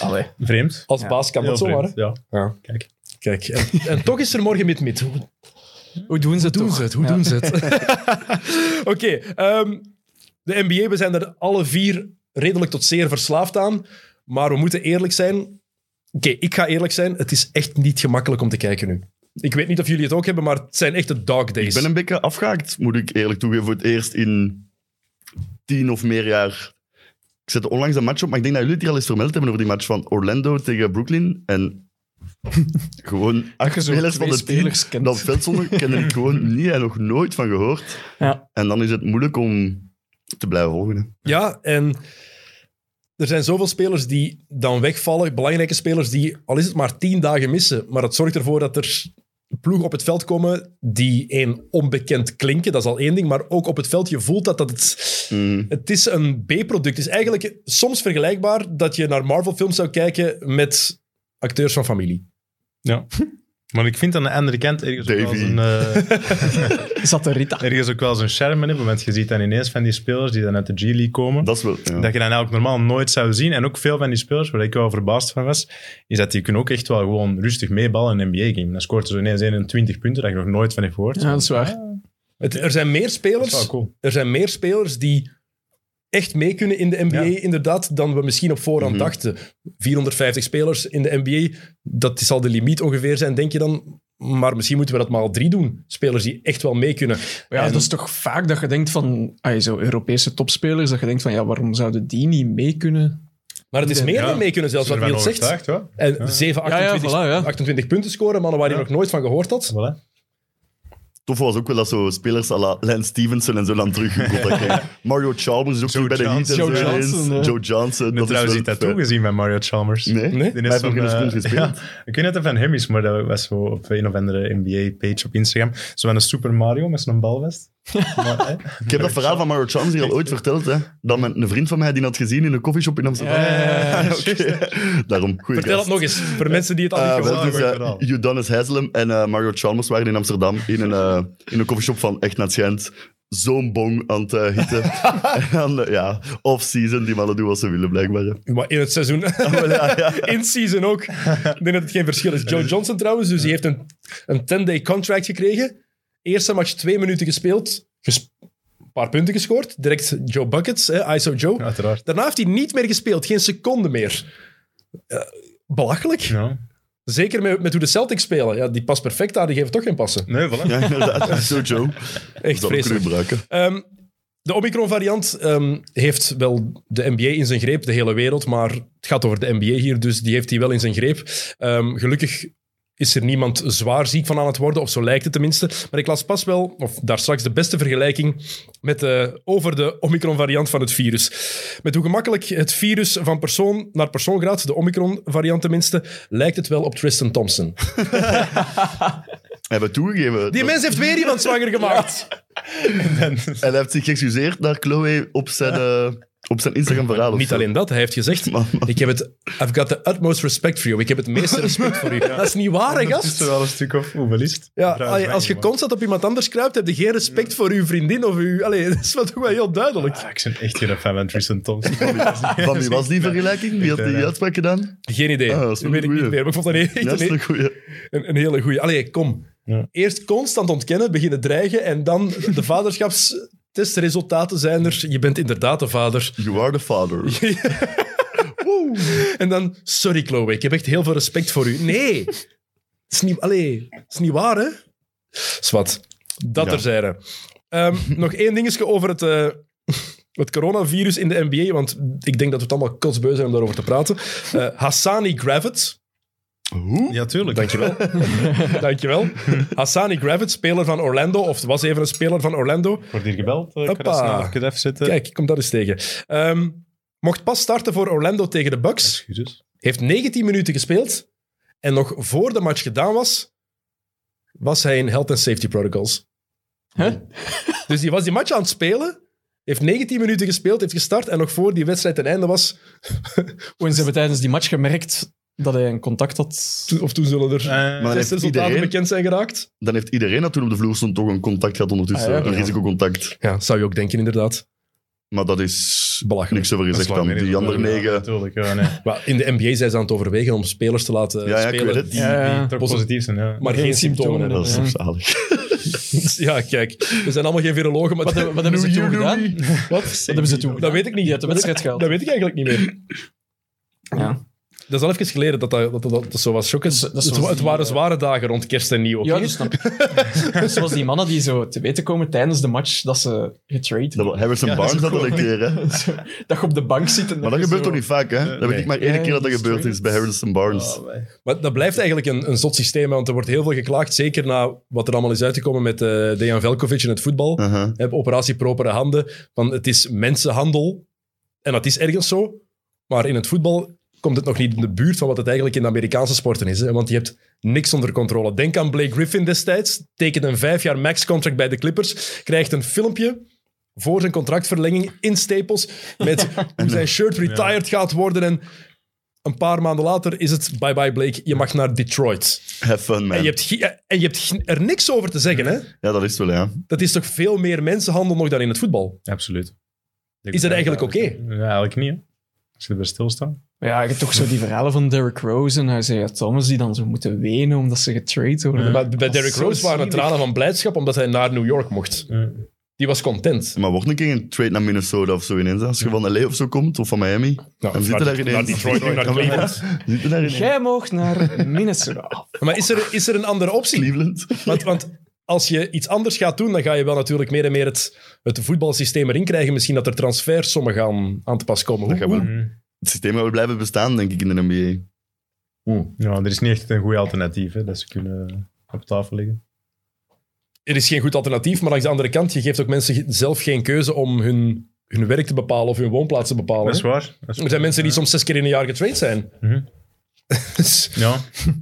Speaker 7: Allee. Vreemd.
Speaker 4: als baas kan dat
Speaker 7: Heel
Speaker 4: zomaar. hè?
Speaker 7: vreemd, Ja.
Speaker 4: Ja. Kijk. Kijk. En, en toch is er morgen mid-mid. Hoe
Speaker 6: Hoe doen ze het
Speaker 4: doen
Speaker 6: toch?
Speaker 4: ze het? Hoe
Speaker 6: Ja.
Speaker 4: doen ze het? Oké. ehm, de NBA, we zijn er alle vier redelijk tot zeer verslaafd aan. Maar we moeten eerlijk zijn. Oké, ik ga eerlijk zijn. Het is echt niet gemakkelijk om te kijken nu. Ik weet niet of jullie het ook hebben, maar het zijn echt de dog days.
Speaker 5: Ik ben een beetje afgehaakt, moet ik eerlijk toegeven, voor het eerst in tien of meer jaar. Ik zette onlangs een match op, maar ik denk dat jullie het hier al eens vermeld hebben over die match van Orlando tegen Brooklyn. En gewoon acht
Speaker 6: zo
Speaker 5: spelers van
Speaker 6: twee
Speaker 5: de tien
Speaker 6: spelers kent.
Speaker 5: dat op het veld stonden, kende ik gewoon niet en nog nooit van gehoord.
Speaker 6: Ja.
Speaker 5: En dan is het moeilijk om te blijven volgen. hè.
Speaker 4: Ja, en er zijn zoveel spelers die dan wegvallen. Belangrijke spelers die, al is het maar tien dagen missen. Maar dat zorgt ervoor dat er ploegen op het veld komen die één onbekend klinken. Dat is al één ding. Maar ook op het veld, je voelt dat, dat het...
Speaker 5: Mm.
Speaker 4: Het is een B-product. Het is eigenlijk soms vergelijkbaar dat je naar Marvel-films zou kijken met acteurs van familie.
Speaker 7: ja. Maar ik vind aan de andere kant ergens ook wel
Speaker 5: Davy.
Speaker 7: zijn, eh,
Speaker 6: Zat de Rita?
Speaker 7: ergens ook wel zijn charme in. Want je ziet dan ineens van die spelers die dan uit de G-League komen.
Speaker 5: Dat is wel... ja.
Speaker 7: Dat je dan eigenlijk normaal nooit zou zien. En ook veel van die spelers, waar ik wel verbaasd van was, is dat die kunnen ook echt wel gewoon rustig meeballen in een NBA-game. Dan scoort er zo ineens 21 punten, dat je nog nooit van heeft gehoord.
Speaker 6: Ja, dat is waar.
Speaker 4: Het, er zijn meer
Speaker 7: Dat is wel
Speaker 4: spelers...
Speaker 7: cool.
Speaker 4: er zijn meer spelers die echt mee kunnen in de NBA,
Speaker 7: Ja.
Speaker 4: inderdaad, dan we misschien op voorhand
Speaker 5: Mhm.
Speaker 4: dachten. 450 spelers in de NBA, dat zal de limiet ongeveer zijn, denk je dan. Maar misschien moeten we dat maal drie doen. Spelers die echt wel mee kunnen.
Speaker 6: Maar ja,
Speaker 4: En-
Speaker 6: dat is toch vaak dat je denkt van, ah, zo Europese topspelers, dat je denkt van, ja, waarom zouden die niet mee kunnen?
Speaker 4: Maar het is meer
Speaker 7: Ja.
Speaker 4: dan mee kunnen, zelfs wat Niels zegt.
Speaker 7: Overtuigd, hoor.
Speaker 4: En 7,
Speaker 6: Ja, ja,
Speaker 4: 28,
Speaker 6: voilà, ja.
Speaker 4: 28 punten scoren, mannen waar je
Speaker 7: Ja.
Speaker 4: nog nooit van gehoord had.
Speaker 7: Voilà.
Speaker 5: Tof was ook wel dat zo spelers à la Lance Stevenson en zo dan terug in contact kregen. Mario Chalmers is ook
Speaker 7: Joe
Speaker 5: terug bij de Heat. en
Speaker 7: Johnson.
Speaker 5: zo
Speaker 6: Joe
Speaker 5: ineens.
Speaker 6: Johnson, hè.
Speaker 5: Joe Johnson.
Speaker 7: Dat
Speaker 5: is
Speaker 7: trouwens
Speaker 5: wel
Speaker 7: die tattoo
Speaker 5: fair.
Speaker 7: gezien bij Mario Chalmers.
Speaker 5: Nee?
Speaker 4: Nee?
Speaker 7: Die
Speaker 5: Hij heeft nog
Speaker 7: van,
Speaker 5: geen
Speaker 7: eh,
Speaker 5: seconde gespeeld.
Speaker 7: ja, ik weet niet of van hem is, maar dat was zo op een of andere NBA-page op Instagram. Zo van een Super Mario met zo'n balvest. Maar, hè,
Speaker 5: Ik heb dat verhaal van Mario Chalmers hier al ooit verteld. Hè? Dat mijn, een vriend van mij die had gezien in een coffeeshop in Amsterdam.
Speaker 6: ja,
Speaker 5: Ah, oké. Daarom, goeie
Speaker 4: Vertel
Speaker 5: gast.
Speaker 4: het nog eens, voor mensen die het al niet
Speaker 5: Eh,
Speaker 4: gehoord
Speaker 5: wel,
Speaker 4: hebben.
Speaker 5: dus, eh,
Speaker 7: verhaal.
Speaker 5: Udonis Haslem en eh, Mario Chalmers waren in Amsterdam in een, eh, in een coffeeshop van Echt Natiënt. Zo'n bong aan het eh, hitten. en dan, eh, ja, off-season, die mannen doen wat ze willen, blijkbaar. hè.
Speaker 4: Maar in het seizoen.
Speaker 7: Oh,
Speaker 4: In season ook. Ik denk dat het geen verschil is. Joe Johnson trouwens, dus die heeft een, een 10-day contract gekregen. Eerste match twee minuten gespeeld. Ges- een paar punten gescoord. Direct Joe Buckets, hè, ISO Joe.
Speaker 7: Uiteraard.
Speaker 4: Daarna heeft hij niet meer gespeeld. Geen seconde meer. Eh, belachelijk.
Speaker 7: Ja.
Speaker 4: Zeker met, met hoe de Celtics spelen. Ja, die past perfect aan. Die geven toch geen passen.
Speaker 7: Nee, voilà.
Speaker 5: Ja, inderdaad. Zo, Joe.
Speaker 4: Echt
Speaker 5: Dat we kunnen
Speaker 4: vreselijk.
Speaker 5: gebruiken.
Speaker 4: Ehm, de Omicron-variant ehm, heeft wel de NBA in zijn greep, de hele wereld, maar het gaat over de NBA hier, dus die heeft hij wel in zijn greep. Ehm, gelukkig is er niemand zwaar ziek van aan het worden, of zo lijkt het tenminste. Maar ik las pas wel, of daar straks, de beste vergelijking met de, over de Omicron-variant van het virus. Met hoe gemakkelijk het virus van persoon naar persoon gaat, de Omicron-variant tenminste, lijkt het wel op Tristan Thompson.
Speaker 5: Hebben we toegegeven.
Speaker 4: Die
Speaker 5: dat-
Speaker 4: mens heeft weer iemand zwanger gemaakt.
Speaker 5: En hij heeft zich geëxcuseerd naar Chloe op zijn, eh, op zijn Instagram-verhaal. of
Speaker 4: Niet
Speaker 5: zo.
Speaker 4: alleen dat, hij heeft gezegd:
Speaker 5: Man, man.
Speaker 4: Ik heb het, I've got the utmost respect for you. Ik heb het meeste respect voor u. Dat is niet waar, hè,
Speaker 7: Dat is
Speaker 4: gast?
Speaker 7: wel een stuk of hoeveel is het?
Speaker 4: Ja,
Speaker 7: Trouwens,
Speaker 4: allee, als je
Speaker 7: weinig, maar-
Speaker 4: constant op iemand anders kruipt, heb je geen respect voor uw vriendin of uw. Allee, dat is wel toch wel heel duidelijk.
Speaker 7: Ah, ik ben echt geen fan van Tristan Thompson.
Speaker 5: Van wie was die vergelijking? Wie had die uitspraak gedaan?
Speaker 4: Geen idee.
Speaker 5: Ah, dat
Speaker 4: dat
Speaker 5: is wel
Speaker 4: weet ik
Speaker 5: een
Speaker 4: niet
Speaker 5: goeie.
Speaker 4: meer. Maar ik vond dat echt
Speaker 5: Ja, dat is
Speaker 4: een,
Speaker 5: een goeie.
Speaker 4: een, een hele goeie. Allee, kom.
Speaker 7: Ja.
Speaker 4: Eerst constant ontkennen, beginnen dreigen en dan de vaderschapstestresultaten zijn er. Je bent inderdaad de vader.
Speaker 5: You are the father.
Speaker 4: En dan, sorry Chloe, ik heb echt heel veel respect voor u. Nee, het is niet, allee, het is niet waar, hè? Zwat, dat
Speaker 5: Ja.
Speaker 4: terzijde. Ehm, nog één dingetje over het, eh, het coronavirus in de NBA, want ik denk dat we het allemaal kotsbeu zijn om daarover te praten. Eh, Hassani Gravitz, Hm?
Speaker 5: Hoe?
Speaker 7: Ja, tuurlijk.
Speaker 4: dankjewel. dankjewel. Hassani Gravitz, speler van Orlando, of was even een speler van Orlando.
Speaker 7: Wordt hier gebeld? eh, Ik
Speaker 4: Hoppa.
Speaker 7: kan dat snel even even zitten.
Speaker 4: Kijk, ik kom dat eens tegen. Ehm, mocht pas starten voor Orlando tegen de Bucks.
Speaker 7: Excuses.
Speaker 4: heeft 19 minuten gespeeld en nog voor de match gedaan was, was hij in health and safety protocols. Dus die was die match aan het spelen, heeft 19 minuten gespeeld, heeft gestart en nog voor die wedstrijd ten einde was,
Speaker 6: En
Speaker 4: Dus-
Speaker 6: ze hebben tijdens die match gemerkt dat hij een contact had.
Speaker 4: to- of toen zullen
Speaker 7: Eh,
Speaker 4: er
Speaker 5: dan
Speaker 4: zes
Speaker 5: heeft
Speaker 4: resultaten
Speaker 5: iedereen-
Speaker 4: bekend zijn geraakt.
Speaker 5: Dan heeft iedereen dat toen op de vloer stond toch een contact gehad ondertussen.
Speaker 6: Ah, ja.
Speaker 5: een
Speaker 6: Ja.
Speaker 5: risicocontact.
Speaker 4: Ja, zou je ook denken inderdaad.
Speaker 5: Maar dat is
Speaker 4: Belachelijk.
Speaker 5: niks over gezegd dan. Die andere negen...
Speaker 7: Natuurlijk, ja, nee.
Speaker 4: Maar in de NBA zijn ze aan het overwegen om spelers te laten
Speaker 5: Ja, ja, ik
Speaker 4: spelen
Speaker 5: weet het.
Speaker 4: die
Speaker 6: Ja, ja.
Speaker 7: Die toch positief zijn, ja.
Speaker 4: maar geen,
Speaker 6: Geen
Speaker 4: symptomen
Speaker 6: symptomen
Speaker 4: hebben.
Speaker 5: Dat is
Speaker 6: Ja.
Speaker 5: toch zalig.
Speaker 4: Ja, kijk, we zijn allemaal geen virologen, maar
Speaker 6: Wat, hebben- wat hebben ze
Speaker 4: Doe
Speaker 6: toen
Speaker 4: you,
Speaker 6: gedaan?
Speaker 4: doe me.
Speaker 6: Wat hebben ze toen
Speaker 4: Dat
Speaker 6: gedaan?
Speaker 4: weet ik niet.
Speaker 6: Die had de wedstrijd gehaald.
Speaker 4: Dat weet ik eigenlijk niet meer.
Speaker 6: Ja.
Speaker 4: Dat is al even geleden dat dat, dat, dat, dat zo was. Shockend.
Speaker 6: Dat is- dat is
Speaker 4: het, wa-
Speaker 6: zoals
Speaker 4: het waren
Speaker 6: die, eh,
Speaker 4: zware dagen rond kerst en nieuw. oké?
Speaker 6: Ja, dus dat snap ik. Zoals die mannen die zo te weten komen tijdens de match dat ze getrade
Speaker 5: Dat wel- Harrison
Speaker 7: Ja, dat is
Speaker 5: Barnes had dat
Speaker 7: ook
Speaker 5: een keer, hè.
Speaker 6: Dat je op de bank zit. En
Speaker 5: Maar dat gebeurt
Speaker 6: zo-
Speaker 5: toch niet vaak, hè? Dat weet
Speaker 4: nee.
Speaker 5: ik maar één
Speaker 6: Ja,
Speaker 5: keer dat dat
Speaker 6: dat is
Speaker 5: gebeurd
Speaker 6: true.
Speaker 5: is bij Harrison Barnes.
Speaker 4: Maar dat blijft eigenlijk een, een zot systeem, hè, want er wordt heel veel geklaagd. Zeker na wat er allemaal is uitgekomen met eh, Dejan Velkovic in het voetbal.
Speaker 5: Uh-huh.
Speaker 4: Hè, Operatie Propere Handen. Van het is mensenhandel. En dat is ergens zo. Maar in het voetbal komt het nog niet in de buurt van wat het eigenlijk in de Amerikaanse sporten is. Hè? Want je hebt niks onder controle. Denk aan Blake Griffin destijds. Tekent een vijf jaar max-contract bij de Clippers. Krijgt een filmpje voor zijn contractverlenging in Staples. Met hoe zijn shirt retired gaat worden. En een paar maanden later is het bye-bye Blake. Je mag naar Detroit.
Speaker 5: Have fun, man.
Speaker 4: En je hebt, gi- en je hebt gi- er niks over te zeggen. Hè?
Speaker 5: Ja, dat is wel, ja.
Speaker 4: Dat is toch veel meer mensenhandel nog dan in het voetbal?
Speaker 7: Absoluut.
Speaker 4: Is dat eigenlijk oké?
Speaker 7: Ja, eigenlijk niet, hè. Als je erbij stilstaat.
Speaker 6: Ja, je hebt toch zo die verhalen van Derrick Rose en Isaiah Thomas die dan zo moeten wenen omdat ze getrade worden.
Speaker 4: Maar bij
Speaker 6: Dat is
Speaker 4: Derrick
Speaker 6: zo
Speaker 4: Rose waren het
Speaker 6: zielig.
Speaker 4: tranen van blijdschap omdat hij naar New York mocht.
Speaker 7: Ja.
Speaker 4: Die was content.
Speaker 5: Maar wordt een keer een trade naar Minnesota of zo ineens? hè? Als je van LA of zo komt, of van Miami, dan
Speaker 4: naar-
Speaker 5: zitten daar
Speaker 4: naar
Speaker 5: ineens...
Speaker 4: Detroit, nu naar
Speaker 5: Dan
Speaker 4: Cleveland.
Speaker 5: zitten daar ineens...
Speaker 6: Jij mocht naar Minnesota.
Speaker 4: Maar is er, is er een andere optie?
Speaker 5: Cleveland.
Speaker 4: Want, want als je iets anders gaat doen, dan ga je wel natuurlijk meer en meer het, het voetbalsysteem erin krijgen. Misschien dat er transfersommen gaan aan te pas komen. Hoe-
Speaker 5: Dat gaat wel-
Speaker 4: hoe-
Speaker 7: mm.
Speaker 5: Het systeem gaat wel blijven bestaan, denk ik, in de NBA.
Speaker 7: Ja, er is niet echt een goed alternatief, hè, dat ze kunnen eh, op tafel liggen.
Speaker 4: er is geen goed alternatief, maar langs de andere kant, je geeft ook mensen ge- zelf geen keuze om hun, hun werk te bepalen of hun woonplaats te bepalen.
Speaker 7: Dat is
Speaker 4: hè?
Speaker 7: waar. Dat is
Speaker 4: Er zijn mensen die soms zes keer in een jaar getraind zijn.
Speaker 7: Mhm.
Speaker 4: Dus-
Speaker 7: Ja,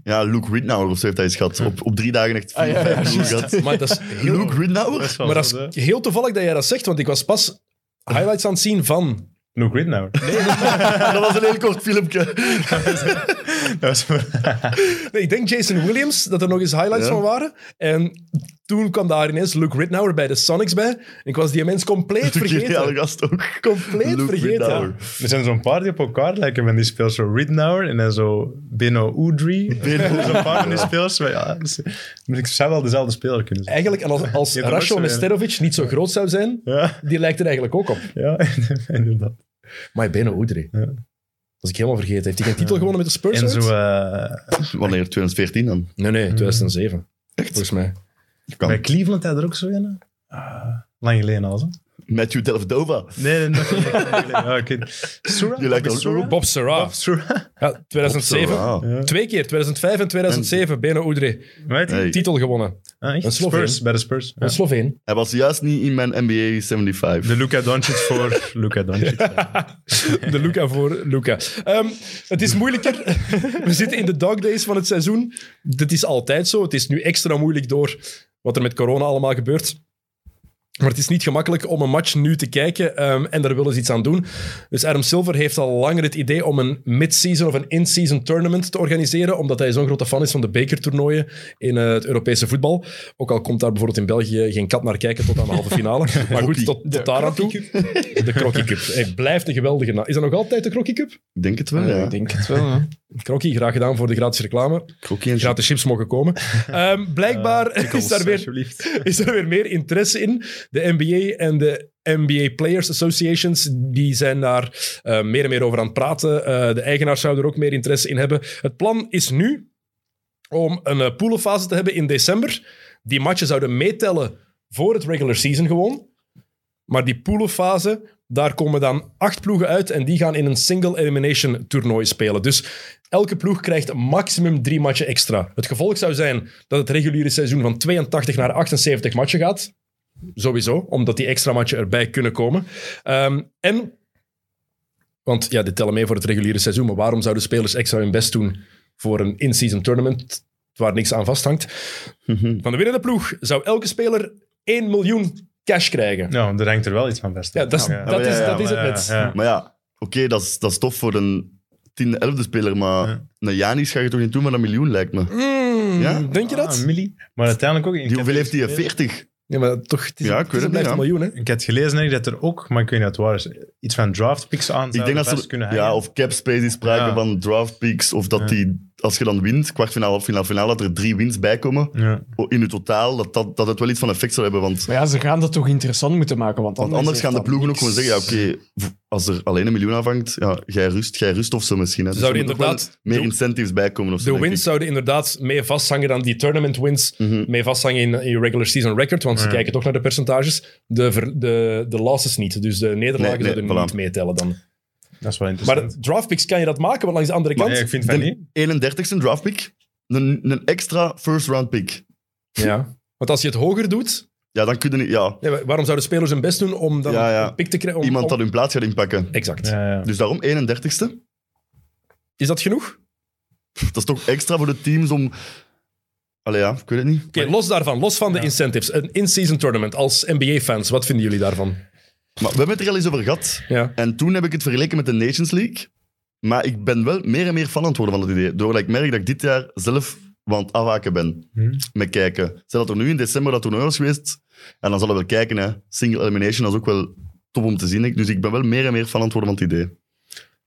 Speaker 5: Ja, Luke Ridnour of zo heeft hij iets gehad. Op, op drie dagen echt vier,
Speaker 6: Ah, ja, ja,
Speaker 5: vijf doelen
Speaker 6: juist.
Speaker 5: gehad.
Speaker 4: maar dat is heel
Speaker 5: Luke Ridnour?
Speaker 4: Maar dat
Speaker 7: eh,
Speaker 4: is heel toevallig dat jij dat zegt, want ik was pas highlights aan het zien van.
Speaker 7: No grid now.
Speaker 5: dat was een heel kort filmpje.
Speaker 7: Dat was
Speaker 4: Nee, ik denk Jason Williams, dat er nog eens highlights
Speaker 5: Ja.
Speaker 4: van waren. En toen kwam daar ineens Luke Ritnauer bij de Sonics bij. En ik was die mens compleet
Speaker 5: De geniale
Speaker 4: vergeten.
Speaker 5: gast ook.
Speaker 4: Compleet
Speaker 5: Luke
Speaker 4: vergeten.
Speaker 5: Ridnour.
Speaker 4: Ja.
Speaker 7: Er zijn zo'n paar die op elkaar lijken, van die speelt zo Ridnour en dan zo Beno Udri.
Speaker 5: Beno.
Speaker 7: Zo'n paar van die speels. maar Ja, dus- maar ik zou wel dezelfde speler kunnen zijn.
Speaker 4: Eigenlijk, en als, als
Speaker 7: Je hebt er
Speaker 4: Ratio
Speaker 7: ook zo
Speaker 4: Nesterovic niet zo groot zou zijn,
Speaker 7: eh, Ja,
Speaker 4: die lijkt er eigenlijk ook op.
Speaker 7: ja inderdaad.
Speaker 4: Maar Beno Oudry.
Speaker 7: Ja.
Speaker 4: Dat was ik helemaal vergeten. Heeft hij geen titel gewonnen met de Spurs?
Speaker 7: En zo...
Speaker 4: ooit?
Speaker 7: eh,
Speaker 5: Wanneer? 2014 dan?
Speaker 4: Nee, nee, 2007. Echt? Volgens mij.
Speaker 5: Kan.
Speaker 7: bij Cleveland had er ook zo in. lang geleden al, zo.
Speaker 5: Matthew Delvedova.
Speaker 7: Nee, nee, nog niet. Ja, oké. Sura?
Speaker 5: Je lijkt ook
Speaker 7: Sura?
Speaker 5: nog op.
Speaker 4: Bob Serra.
Speaker 7: Sura?
Speaker 4: Ja, 2007.
Speaker 5: Wow.
Speaker 7: Ja.
Speaker 4: Twee keer, 2005 en 2007. Beno Oudry.
Speaker 7: Weet je?
Speaker 5: Hey.
Speaker 4: Titel gewonnen.
Speaker 7: Ah, echt?
Speaker 4: Een Sloveen.
Speaker 7: Spurs, bij de Spurs. Ja.
Speaker 4: Een Sloveen.
Speaker 5: Hij was juist niet in mijn NBA 75.
Speaker 7: De Luka Doncic voor Luka Doncic.
Speaker 4: De Luca voor Luca. Ehm, het is moeilijker. We zitten in de dog days van het seizoen. Dit is altijd zo. Het is nu extra moeilijk door wat er met corona allemaal gebeurt. Maar het is niet gemakkelijk om een match nu te kijken ehm, en daar willen ze iets aan doen. Dus Adam Silver heeft al langer het idee om een mid-season of een in-season tournament te organiseren, omdat hij zo'n grote fan is van de bekertoernooien in eh, het Europese voetbal. Ook al komt daar bijvoorbeeld in België geen kat naar kijken tot aan de halve finale. Maar goed, tot, tot daar aan toe. De Crocky Cup. Het blijft een geweldige naam. Is dat nog altijd de Crocky Cup?
Speaker 5: Ik denk het wel, ja.
Speaker 6: Ik denk het wel. hè.
Speaker 4: Crocky, graag gedaan voor de gratis reclame.
Speaker 5: Krokkie en
Speaker 4: Gratis chips mogen komen. Ehm, blijkbaar is, daar weer,
Speaker 7: Eh, Alsjeblieft.
Speaker 4: is daar weer meer interesse in. De NBA en de NBA Players Associations die zijn daar eh, meer en meer over aan het praten. Eh, de eigenaars zouden er ook meer interesse in hebben. Het plan is nu om een eh, poolenfase te hebben in december. Die matchen zouden meetellen voor het regular season gewoon. Maar die poolenfase, daar komen dan acht ploegen uit en die gaan in een single elimination toernooi spelen. Dus elke ploeg krijgt maximum drie matchen extra. Het gevolg zou zijn dat het reguliere seizoen van 82 naar 78 matchen gaat. Sowieso, omdat die extra matchen erbij kunnen komen. Ehm, en, want ja, dit tellen mee voor het reguliere seizoen, maar waarom zouden spelers extra hun best doen voor een in-season tournament? waar niks aan vasthangt. Van de winnende ploeg zou elke speler 1 miljoen cash krijgen.
Speaker 7: Nou, er hangt er wel iets van vast.
Speaker 4: Ja, dat is,
Speaker 7: Ja.
Speaker 4: dat is,
Speaker 5: Ja, ja,
Speaker 4: dat is het
Speaker 7: Ja,
Speaker 4: net.
Speaker 7: ja.
Speaker 5: Maar ja, oké, dat, is, dat is tof voor een 10 11e speler, maar
Speaker 7: Ja.
Speaker 5: een Janis ga je toch niet doen met een miljoen, lijkt me.
Speaker 4: Mm,
Speaker 5: Ja?
Speaker 4: Denk je dat?
Speaker 7: Ah, Millie. Maar uiteindelijk ook... ik
Speaker 5: Die,
Speaker 7: heb-
Speaker 5: hoeveel heeft hij? 40?
Speaker 4: Ja, maar toch, het, is,
Speaker 5: Ja,
Speaker 4: het,
Speaker 5: ik
Speaker 4: is-
Speaker 5: weet het
Speaker 4: blijft
Speaker 5: niet,
Speaker 4: een miljoen, hè?
Speaker 7: Ik had gelezen hè, dat er ook, maar ik weet niet wat het waar is, iets van draft picks aan
Speaker 5: Ik denk dat
Speaker 7: vast
Speaker 5: ze...
Speaker 7: kunnen hangen.
Speaker 5: Ja, of cap space is sprake
Speaker 7: Ja.
Speaker 5: van draft picks, of dat
Speaker 7: Ja.
Speaker 5: die, als je dan wint, kwartfinale, halffinale, finale, dat er drie wins bij komen Oh,
Speaker 7: Ja.
Speaker 5: in het totaal, dat, dat, dat het wel iets van effect zou hebben, want...
Speaker 6: Maar ja, ze gaan dat toch interessant moeten maken. Want
Speaker 5: Want
Speaker 6: anders,
Speaker 5: anders gaan de
Speaker 6: heeft dat
Speaker 5: ploegen ook
Speaker 6: niks.
Speaker 5: gewoon zeggen, ja, oké, v- als er alleen een miljoen aanvangt, ja, jij rust, jij rust of zo misschien. Hè. Dus
Speaker 4: Zouden
Speaker 5: er moeten ook wel
Speaker 4: inderdaad-
Speaker 5: meer
Speaker 4: de-
Speaker 5: incentives bij komen of zo,
Speaker 4: De
Speaker 5: denk
Speaker 4: wins
Speaker 5: ik. Mhm.
Speaker 4: zouden inderdaad mee vasthangen dan die tournament wins. Mee vasthangen in, in je regular season record, want ze
Speaker 7: Ja.
Speaker 4: kijken toch naar de percentages. De, ver- de, de losses niet, dus de nederlagen
Speaker 5: Nee, nee,
Speaker 4: zouden
Speaker 5: voilà.
Speaker 4: niet meetellen dan.
Speaker 7: Dat is wel interessant.
Speaker 4: Maar draftpicks kan je dat maken, maar langs de andere
Speaker 7: Maar
Speaker 4: kant...
Speaker 7: ja, ik vind van
Speaker 5: de-
Speaker 7: niet.
Speaker 5: 31ste draft pick, een, een extra first round pick.
Speaker 4: Ja. Want als je het hoger doet,
Speaker 5: Ja, dan kunnen ja,
Speaker 4: ja, waarom zouden spelers hun best doen om dan
Speaker 5: Ja, ja.
Speaker 4: een pick te krijgen? om-
Speaker 5: iemand
Speaker 4: om-
Speaker 5: dat hun plaats gaat inpakken.
Speaker 4: Exact.
Speaker 7: Ja, ja.
Speaker 5: Dus daarom 31ste.
Speaker 4: Is dat genoeg? Oké,
Speaker 5: Dat is toch extra voor de teams om... Allee ja, ik weet het niet.
Speaker 4: los daarvan, los van de incentives. Een in-season tournament als NBA-fans, wat vinden jullie daarvan?
Speaker 5: Maar we hebben het er al eens over gehad.
Speaker 4: Ja.
Speaker 5: En toen heb ik het vergeleken met de Nations League. Maar ik ben wel meer en meer fan aan het worden van dat idee. Doordat ik merk dat ik dit jaar zelf wel aan het afhaken ben.
Speaker 7: Hm.
Speaker 5: Met kijken. Stel dat er nu in december dat toernooi was geweest. En dan zullen we wel kijken. Hè. Single elimination, dat is ook wel top om te zien. denk ik. Dus ik ben wel meer en meer fan aan het worden van het idee.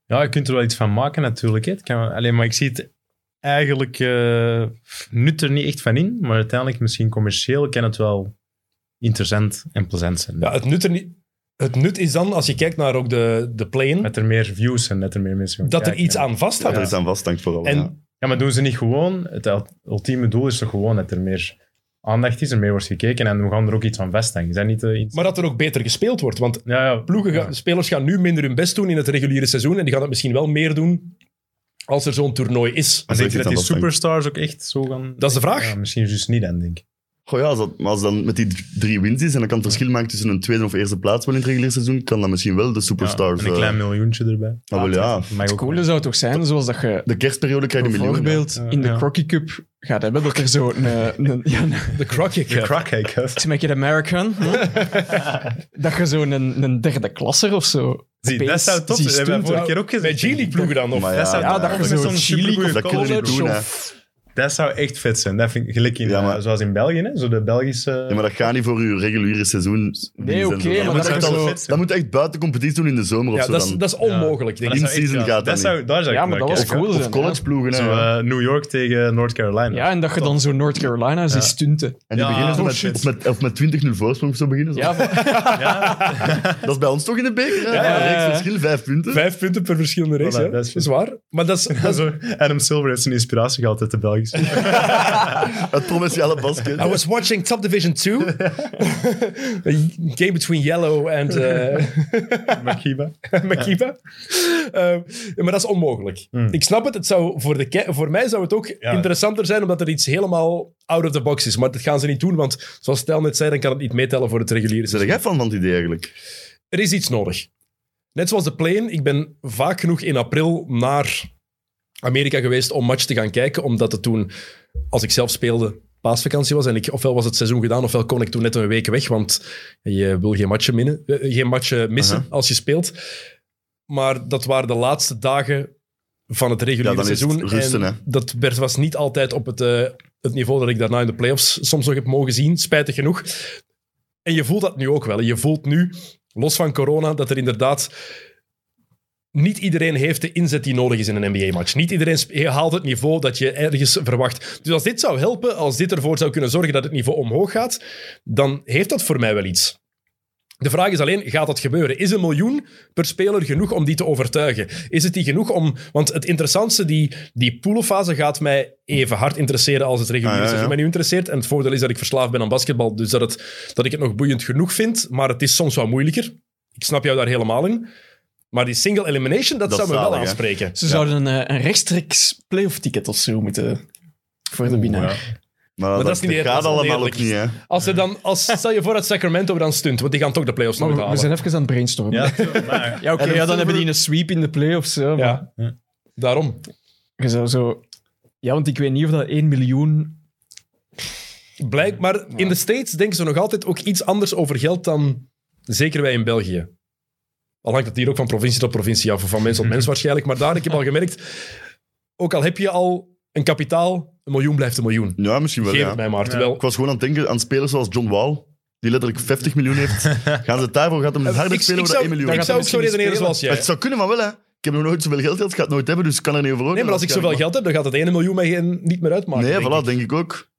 Speaker 7: Ja, je kunt er wel iets van maken natuurlijk. Hè. Het kan, alleen, maar ik zie het eigenlijk eh, nut er niet echt van in. Maar uiteindelijk misschien commercieel kan het wel interessant en plezant zijn.
Speaker 4: Ja, het, nut er niet, het nut is dan, als je kijkt naar ook de, de play-in,
Speaker 7: Dat er meer views en dat er meer mensen gaan
Speaker 4: dat er
Speaker 7: kijken.
Speaker 4: iets aan
Speaker 5: Dat
Speaker 4: vasthangt.
Speaker 5: er is aan vast, denk ik vooral.
Speaker 4: En-
Speaker 5: ja.
Speaker 7: Ja, maar doen ze niet gewoon... Het ul- ultieme doel is toch gewoon dat er meer aandacht is, er meer wordt gekeken en we gaan er ook iets aan vasthangen. Is dat niet eh, iets...
Speaker 4: Maar dat er ook beter gespeeld wordt, want
Speaker 7: ja, ja,
Speaker 4: ploegen gaan-
Speaker 7: ja.
Speaker 4: spelers gaan nu minder hun best doen in het reguliere seizoen en die gaan dat misschien wel meer doen als er zo'n toernooi is.
Speaker 7: Maar denk
Speaker 5: Zoiets
Speaker 7: je dat die
Speaker 5: aan vasthangen.
Speaker 7: superstars ook echt zo gaan...
Speaker 4: Dat is de vraag.
Speaker 7: Ja, misschien juist niet, dan denk ik.
Speaker 5: Goh ja, als, dat, maar als dan met die d- drie wins is en dan kan het verschil maken tussen een tweede of eerste plaats wel in het reguliere seizoen, kan dan misschien wel de superstars...
Speaker 7: Ja, en een
Speaker 5: eh,
Speaker 7: klein miljoentje erbij.
Speaker 5: Ah, wel, ja.
Speaker 7: Dat mag
Speaker 6: Het
Speaker 7: ook
Speaker 6: coole zou toch zijn, zoals dat je
Speaker 5: de kerstperiode krijg je een miljoen. ja.
Speaker 6: bijvoorbeeld
Speaker 7: ja.
Speaker 6: in de
Speaker 7: Ja.
Speaker 6: Crocky Cup gaat hebben, dat er zo een... een, een- ja, een-
Speaker 4: De Crockett
Speaker 7: De
Speaker 4: Cup.
Speaker 7: crack, ik
Speaker 6: to make it American. hè? dat je zo'n een, een derde klasser of zo...
Speaker 7: Zie, dat
Speaker 6: opeens
Speaker 7: zou top
Speaker 6: ziet
Speaker 7: zijn. We hebben
Speaker 6: doen.
Speaker 7: vorige keer ook gezien.
Speaker 4: Met G-League ploegen dan nog.
Speaker 5: Maar ja,
Speaker 7: Dat zou,
Speaker 6: Ja, dat je
Speaker 7: met
Speaker 6: zo'n
Speaker 7: zo'n supergoeie
Speaker 5: dat kunnen we niet
Speaker 7: college
Speaker 5: doen, hè.
Speaker 7: of- dat zou echt vet zijn. Dat vind ik gelijk in,
Speaker 5: Ja, maar-
Speaker 7: eh, zoals in België, hè? zo de Belgische...
Speaker 5: Ja, maar dat gaat niet voor je reguliere seizoen.
Speaker 6: Nee, oké,
Speaker 5: dat,
Speaker 6: maar dat
Speaker 5: moet
Speaker 6: is
Speaker 5: echt
Speaker 6: zo-
Speaker 5: al- dat moet echt buiten competitie doen in de zomer of
Speaker 4: Ja,
Speaker 5: zo.
Speaker 4: dat, is,
Speaker 5: dan.
Speaker 4: dat is onmogelijk, denk
Speaker 7: Maar
Speaker 4: ik.
Speaker 7: dat zou echt
Speaker 5: in-season
Speaker 7: wel-
Speaker 5: gaat dat
Speaker 7: dat zou, Daar zou ik
Speaker 6: Ja, maar
Speaker 7: naar
Speaker 6: dat was
Speaker 7: kijken.
Speaker 6: cool.
Speaker 5: of,
Speaker 6: zijn,
Speaker 5: of
Speaker 6: hè.
Speaker 5: collegeploegen. hè.
Speaker 7: Zo, eh, New York tegen North Carolina.
Speaker 6: Ja, en dat je dan zo North Carolina ziet stunten.
Speaker 5: en die
Speaker 7: ja,
Speaker 5: beginnen zo
Speaker 7: oh
Speaker 5: met,
Speaker 7: shit.
Speaker 5: of met, of met 20-0 voorsprong of zo beginnen. zo.
Speaker 6: Ja, maar-
Speaker 5: Dat is bij ons toch in de beker. Hè? Ja,
Speaker 6: ja, ja.
Speaker 5: verschil, vijf punten.
Speaker 4: Vijf punten per verschillende race, hè?
Speaker 7: Voilà, dat
Speaker 4: dat
Speaker 7: is
Speaker 4: is, waar. Maar dat is, dat is-
Speaker 7: Zo, Adam Silver heeft zijn inspiratie gehad uit de Belgische.
Speaker 5: Het provinciale basket.
Speaker 4: I was watching Top Division 2. A game between Yellow and eh,
Speaker 7: Makiba.
Speaker 4: Makiba. Eh, maar dat is onmogelijk. Ik snap het. het zou voor, de, ke- voor mij zou het ook interessanter zijn omdat er iets helemaal out of the box is. Maar dat gaan ze niet doen, want zoals Stel net zei, dan kan het niet meetellen voor het reguliere
Speaker 5: Zeg
Speaker 4: seizoen.
Speaker 5: jij van van het idee eigenlijk?
Speaker 4: Er is iets nodig. Net zoals de plane, ik ben vaak genoeg in april naar Amerika geweest om match te gaan kijken, omdat het toen, als ik zelf speelde, paasvakantie was en ik, ofwel was het seizoen gedaan, ofwel kon ik toen net een week weg, want je wil geen matchen, minnen, eh, geen matchen missen
Speaker 5: Aha.
Speaker 4: als je speelt. Maar dat waren de laatste dagen van het reguliere
Speaker 5: Ja, dan is het
Speaker 4: seizoen.
Speaker 5: rusten, hè.
Speaker 4: en dat werd- was niet altijd op het, eh, het niveau dat ik daarna in de playoffs soms nog heb mogen zien, spijtig genoeg. En je voelt dat nu ook wel. Je voelt nu, los van corona, dat er inderdaad niet iedereen heeft de inzet die nodig is in een NBA-match. Niet iedereen sp- haalt het niveau dat je ergens verwacht. Dus als dit zou helpen, als dit ervoor zou kunnen zorgen dat het niveau omhoog gaat, dan heeft dat voor mij wel iets. De vraag is alleen, gaat dat gebeuren? Is een miljoen per speler genoeg om die te overtuigen? Is het die genoeg om... Want het interessantste, die, die poolenfase gaat mij even hard interesseren als het reguliere
Speaker 5: Ah, ja, ja.
Speaker 4: seizoen mij nu interesseert. En het voordeel is dat ik verslaafd ben aan basketbal, dus dat, het, dat ik het nog boeiend genoeg vind. Maar het is soms wat moeilijker. Ik snap jou daar helemaal in. Maar die single elimination, dat,
Speaker 5: Dat
Speaker 4: zou me
Speaker 5: is
Speaker 4: wel
Speaker 5: zalig, hè?
Speaker 4: aanspreken.
Speaker 6: ze zouden een, eh, een rechtstreeks playoff ticket of zo moeten voor de winnaar.
Speaker 5: Maar, dat,
Speaker 4: dat is niet eerlijk,
Speaker 5: gaat
Speaker 4: dat is
Speaker 5: allemaal ook
Speaker 4: oneerlijk.
Speaker 5: niet. Hè?
Speaker 4: Als er dan, als, stel je voor dat Sacramento dan stunt, want die gaan toch de playoffs
Speaker 6: Maar
Speaker 4: nog
Speaker 6: we, we
Speaker 4: halen.
Speaker 6: zijn even aan het brainstormen.
Speaker 7: Ja,
Speaker 6: Ja,
Speaker 7: maar,
Speaker 5: Adam
Speaker 6: oké, ja, dan
Speaker 5: Silver-
Speaker 6: hebben die een sweep in de playoffs. Ja, maar
Speaker 4: Ja, daarom.
Speaker 6: Je zou zo Ja, want ik weet niet of dat 1 miljoen...
Speaker 4: Blijk, maar in de States denken ze nog altijd ook iets anders over geld dan zeker wij in België. Al hangt het hier ook van provincie tot provincie af, of van mens tot mens waarschijnlijk. Maar daar, ik heb al gemerkt, ook al heb je al een kapitaal, een miljoen blijft een miljoen.
Speaker 5: Ja, misschien wel.
Speaker 4: Geef
Speaker 5: Ja.
Speaker 4: het mij maar.
Speaker 7: Ja.
Speaker 4: Terwijl,
Speaker 5: Ik was gewoon aan het denken aan spelers zoals John Wall, die letterlijk 50 miljoen heeft. Gaan ze daarvoor, gaat hem het harder
Speaker 4: Eh, ik,
Speaker 5: spelen
Speaker 4: ik
Speaker 5: voor
Speaker 4: zou,
Speaker 5: dat 1 miljoen.
Speaker 4: ik zou ook zo
Speaker 6: misschien niet
Speaker 4: redeneren
Speaker 6: spelen.
Speaker 4: zoals jij.
Speaker 5: Het zou kunnen, maar wel hè. Ik heb nog nooit zoveel geld gehad, ik ga het nooit hebben, dus ik kan er niet over oordelen.
Speaker 4: Nee, maar als ik zoveel geld heb, dan gaat het 1 miljoen mij geen- niet meer uitmaken.
Speaker 5: Nee,
Speaker 4: denk
Speaker 5: voilà,
Speaker 4: ik.
Speaker 5: denk ik ook.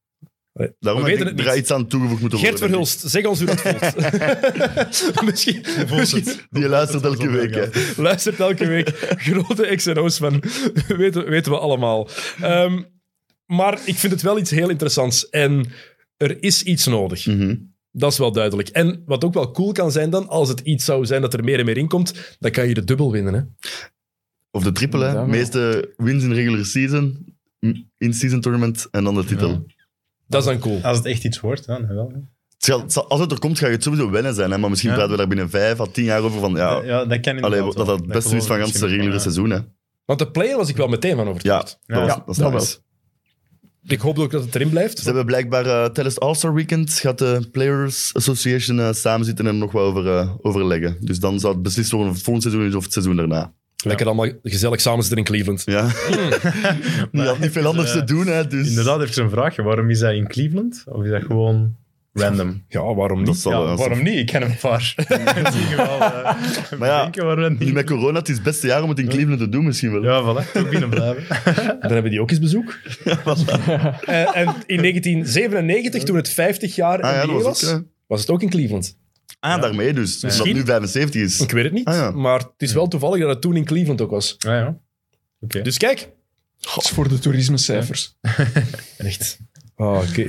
Speaker 4: Nee.
Speaker 5: Daarom
Speaker 4: We
Speaker 5: heb
Speaker 4: weten
Speaker 5: ik
Speaker 4: het
Speaker 5: er
Speaker 4: niet.
Speaker 5: iets aan toegevoegd moeten
Speaker 4: Gert
Speaker 5: worden.
Speaker 4: Verhulst, zeg ons hoe dat voelt. misschien, misschien
Speaker 5: Die luistert elke week. hè.
Speaker 4: luistert elke week grote XNO's van, weten, weten we allemaal. Ehm, maar ik vind het wel iets heel interessants. En er is iets nodig.
Speaker 5: Mhm.
Speaker 4: Dat is wel duidelijk. En wat ook wel cool kan zijn dan, als het iets zou zijn dat er meer en meer in komt, dan kan je de dubbel winnen. Hè?
Speaker 5: Of de triple, hè.
Speaker 6: Ja, maar-
Speaker 5: Meeste wins in regular season, in-season tournament en dan de titel.
Speaker 7: Ja.
Speaker 4: Dat is dan cool.
Speaker 7: Als het echt iets wordt, dan wel. hè.
Speaker 5: Het zal- het zal- als het er komt, ga je het sowieso wennen zijn. Hè? Maar misschien
Speaker 7: Ja.
Speaker 5: praten we daar binnen vijf à tien jaar over van... Ja,
Speaker 7: Ja, dat kan
Speaker 5: allee,
Speaker 7: inderdaad
Speaker 5: dat
Speaker 7: wel.
Speaker 5: dat het beste
Speaker 7: geloof
Speaker 5: is van
Speaker 7: ik
Speaker 5: het
Speaker 7: misschien
Speaker 5: reguliere
Speaker 7: wel, ja.
Speaker 5: seizoen. Hè? Ja,
Speaker 4: Want de player was ik wel meteen van overtuigd.
Speaker 5: dat, was-
Speaker 7: Ja,
Speaker 5: dat is
Speaker 6: dat
Speaker 5: nice.
Speaker 4: Ik hoop ook dat het erin blijft.
Speaker 5: Ze hebben blijkbaar eh, tijdens het All-Star Weekend gaat de Players Association eh, samen zitten en er nog wat over eh, overleggen. Dus dan zou het beslist worden of het volgend seizoen is of het seizoen daarna.
Speaker 4: Lekker allemaal gezellig samen zitten in Cleveland.
Speaker 5: Ja. Je had niet veel anders
Speaker 7: eh,
Speaker 5: te doen, hè, dus...
Speaker 7: Inderdaad, heeft ze een vraagje. Waarom is dat in Cleveland? Of is dat gewoon random?
Speaker 4: Ja, waarom
Speaker 5: Dat
Speaker 4: niet?
Speaker 5: zal,
Speaker 7: ja,
Speaker 5: dat zal-
Speaker 7: waarom niet? Ik ken een paar. Dat zie je wel, eh,
Speaker 5: Maar ja,
Speaker 7: bedenken waarom
Speaker 5: Nu
Speaker 7: niet.
Speaker 5: met corona, het is het beste jaar om het in Cleveland te doen misschien wel.
Speaker 7: Ja, voilà. Toch binnen blijven.
Speaker 4: Dan hebben die ook eens bezoek. Eh, en in 1997, toen het 50 jaar
Speaker 5: Ah ja,
Speaker 4: NBA
Speaker 5: dat was
Speaker 4: was,
Speaker 5: ook,
Speaker 4: was,
Speaker 5: ja.
Speaker 4: het ook in Cleveland.
Speaker 5: Ah, daarmee dus. Omdat
Speaker 4: Misschien.
Speaker 5: het nu 75 is.
Speaker 4: Ik weet het niet,
Speaker 5: Ah ja.
Speaker 4: maar het is wel toevallig dat het toen in Cleveland ook was.
Speaker 7: Ja, ja. Oké.
Speaker 4: Dus kijk.
Speaker 6: Dat is voor de toerismecijfers.
Speaker 4: Echt. Oh, oké.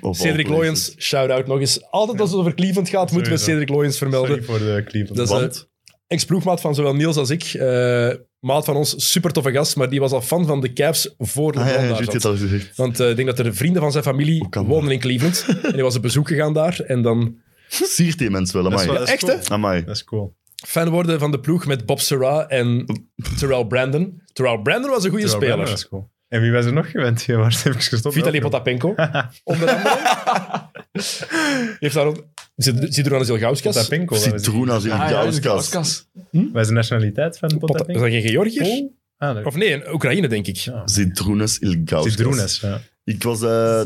Speaker 5: Of
Speaker 4: Cedric
Speaker 5: all places.
Speaker 4: Loyens, shout-out nog eens. Altijd als het over Cleveland gaat, moeten we
Speaker 7: Sowieso.
Speaker 4: Cedric Loyens vermelden.
Speaker 7: Sorry voor de Cleveland.
Speaker 4: Dat is
Speaker 5: Want?
Speaker 4: een ex-ploegmaat van zowel Niels als ik. Eh, maat van ons, super toffe gast, maar die was al fan van de Cavs voor
Speaker 5: Ah,
Speaker 4: LeBron daar
Speaker 5: ja, ja, Juut
Speaker 4: zat.
Speaker 5: heeft al gezegd.
Speaker 4: Want eh, ik denk dat er vrienden van zijn familie
Speaker 5: kan dat?
Speaker 4: woonden in Cleveland. en die was op bezoek gegaan daar. En dan
Speaker 5: Siert die mens wel,
Speaker 7: Dat is
Speaker 5: amai.
Speaker 7: wel- dat is
Speaker 4: echt,
Speaker 7: cool.
Speaker 4: hè?
Speaker 5: Amai.
Speaker 7: Dat is cool.
Speaker 4: fan worden van de ploeg met Bob Serra en Terrell Brandon. Terrell Brandon was een goede
Speaker 7: Terwijl
Speaker 4: speler.
Speaker 7: Brandon, Dat is cool. En wie was er nog gewend? Ja, waar heb ik gestopt?
Speaker 4: Vitaly Potapenko. Onder andere. Die heeft daar ook... Zit, zit er aan de Zilgauskas?
Speaker 7: Potapenko. wat was die?
Speaker 5: Citroen als in
Speaker 6: Ah,
Speaker 5: een
Speaker 6: ja, in de
Speaker 5: kouskast.
Speaker 6: kast.
Speaker 7: Wat is de nationaliteit van
Speaker 4: Pota- Is
Speaker 7: Potapenko?
Speaker 4: dat geen Georgiër?
Speaker 7: Ah, dat-
Speaker 4: Of nee, een Oekraïne, denk ik.
Speaker 7: Ja.
Speaker 5: Citroenas il Gauskas.
Speaker 7: Citroenes, ja.
Speaker 5: Ik was eh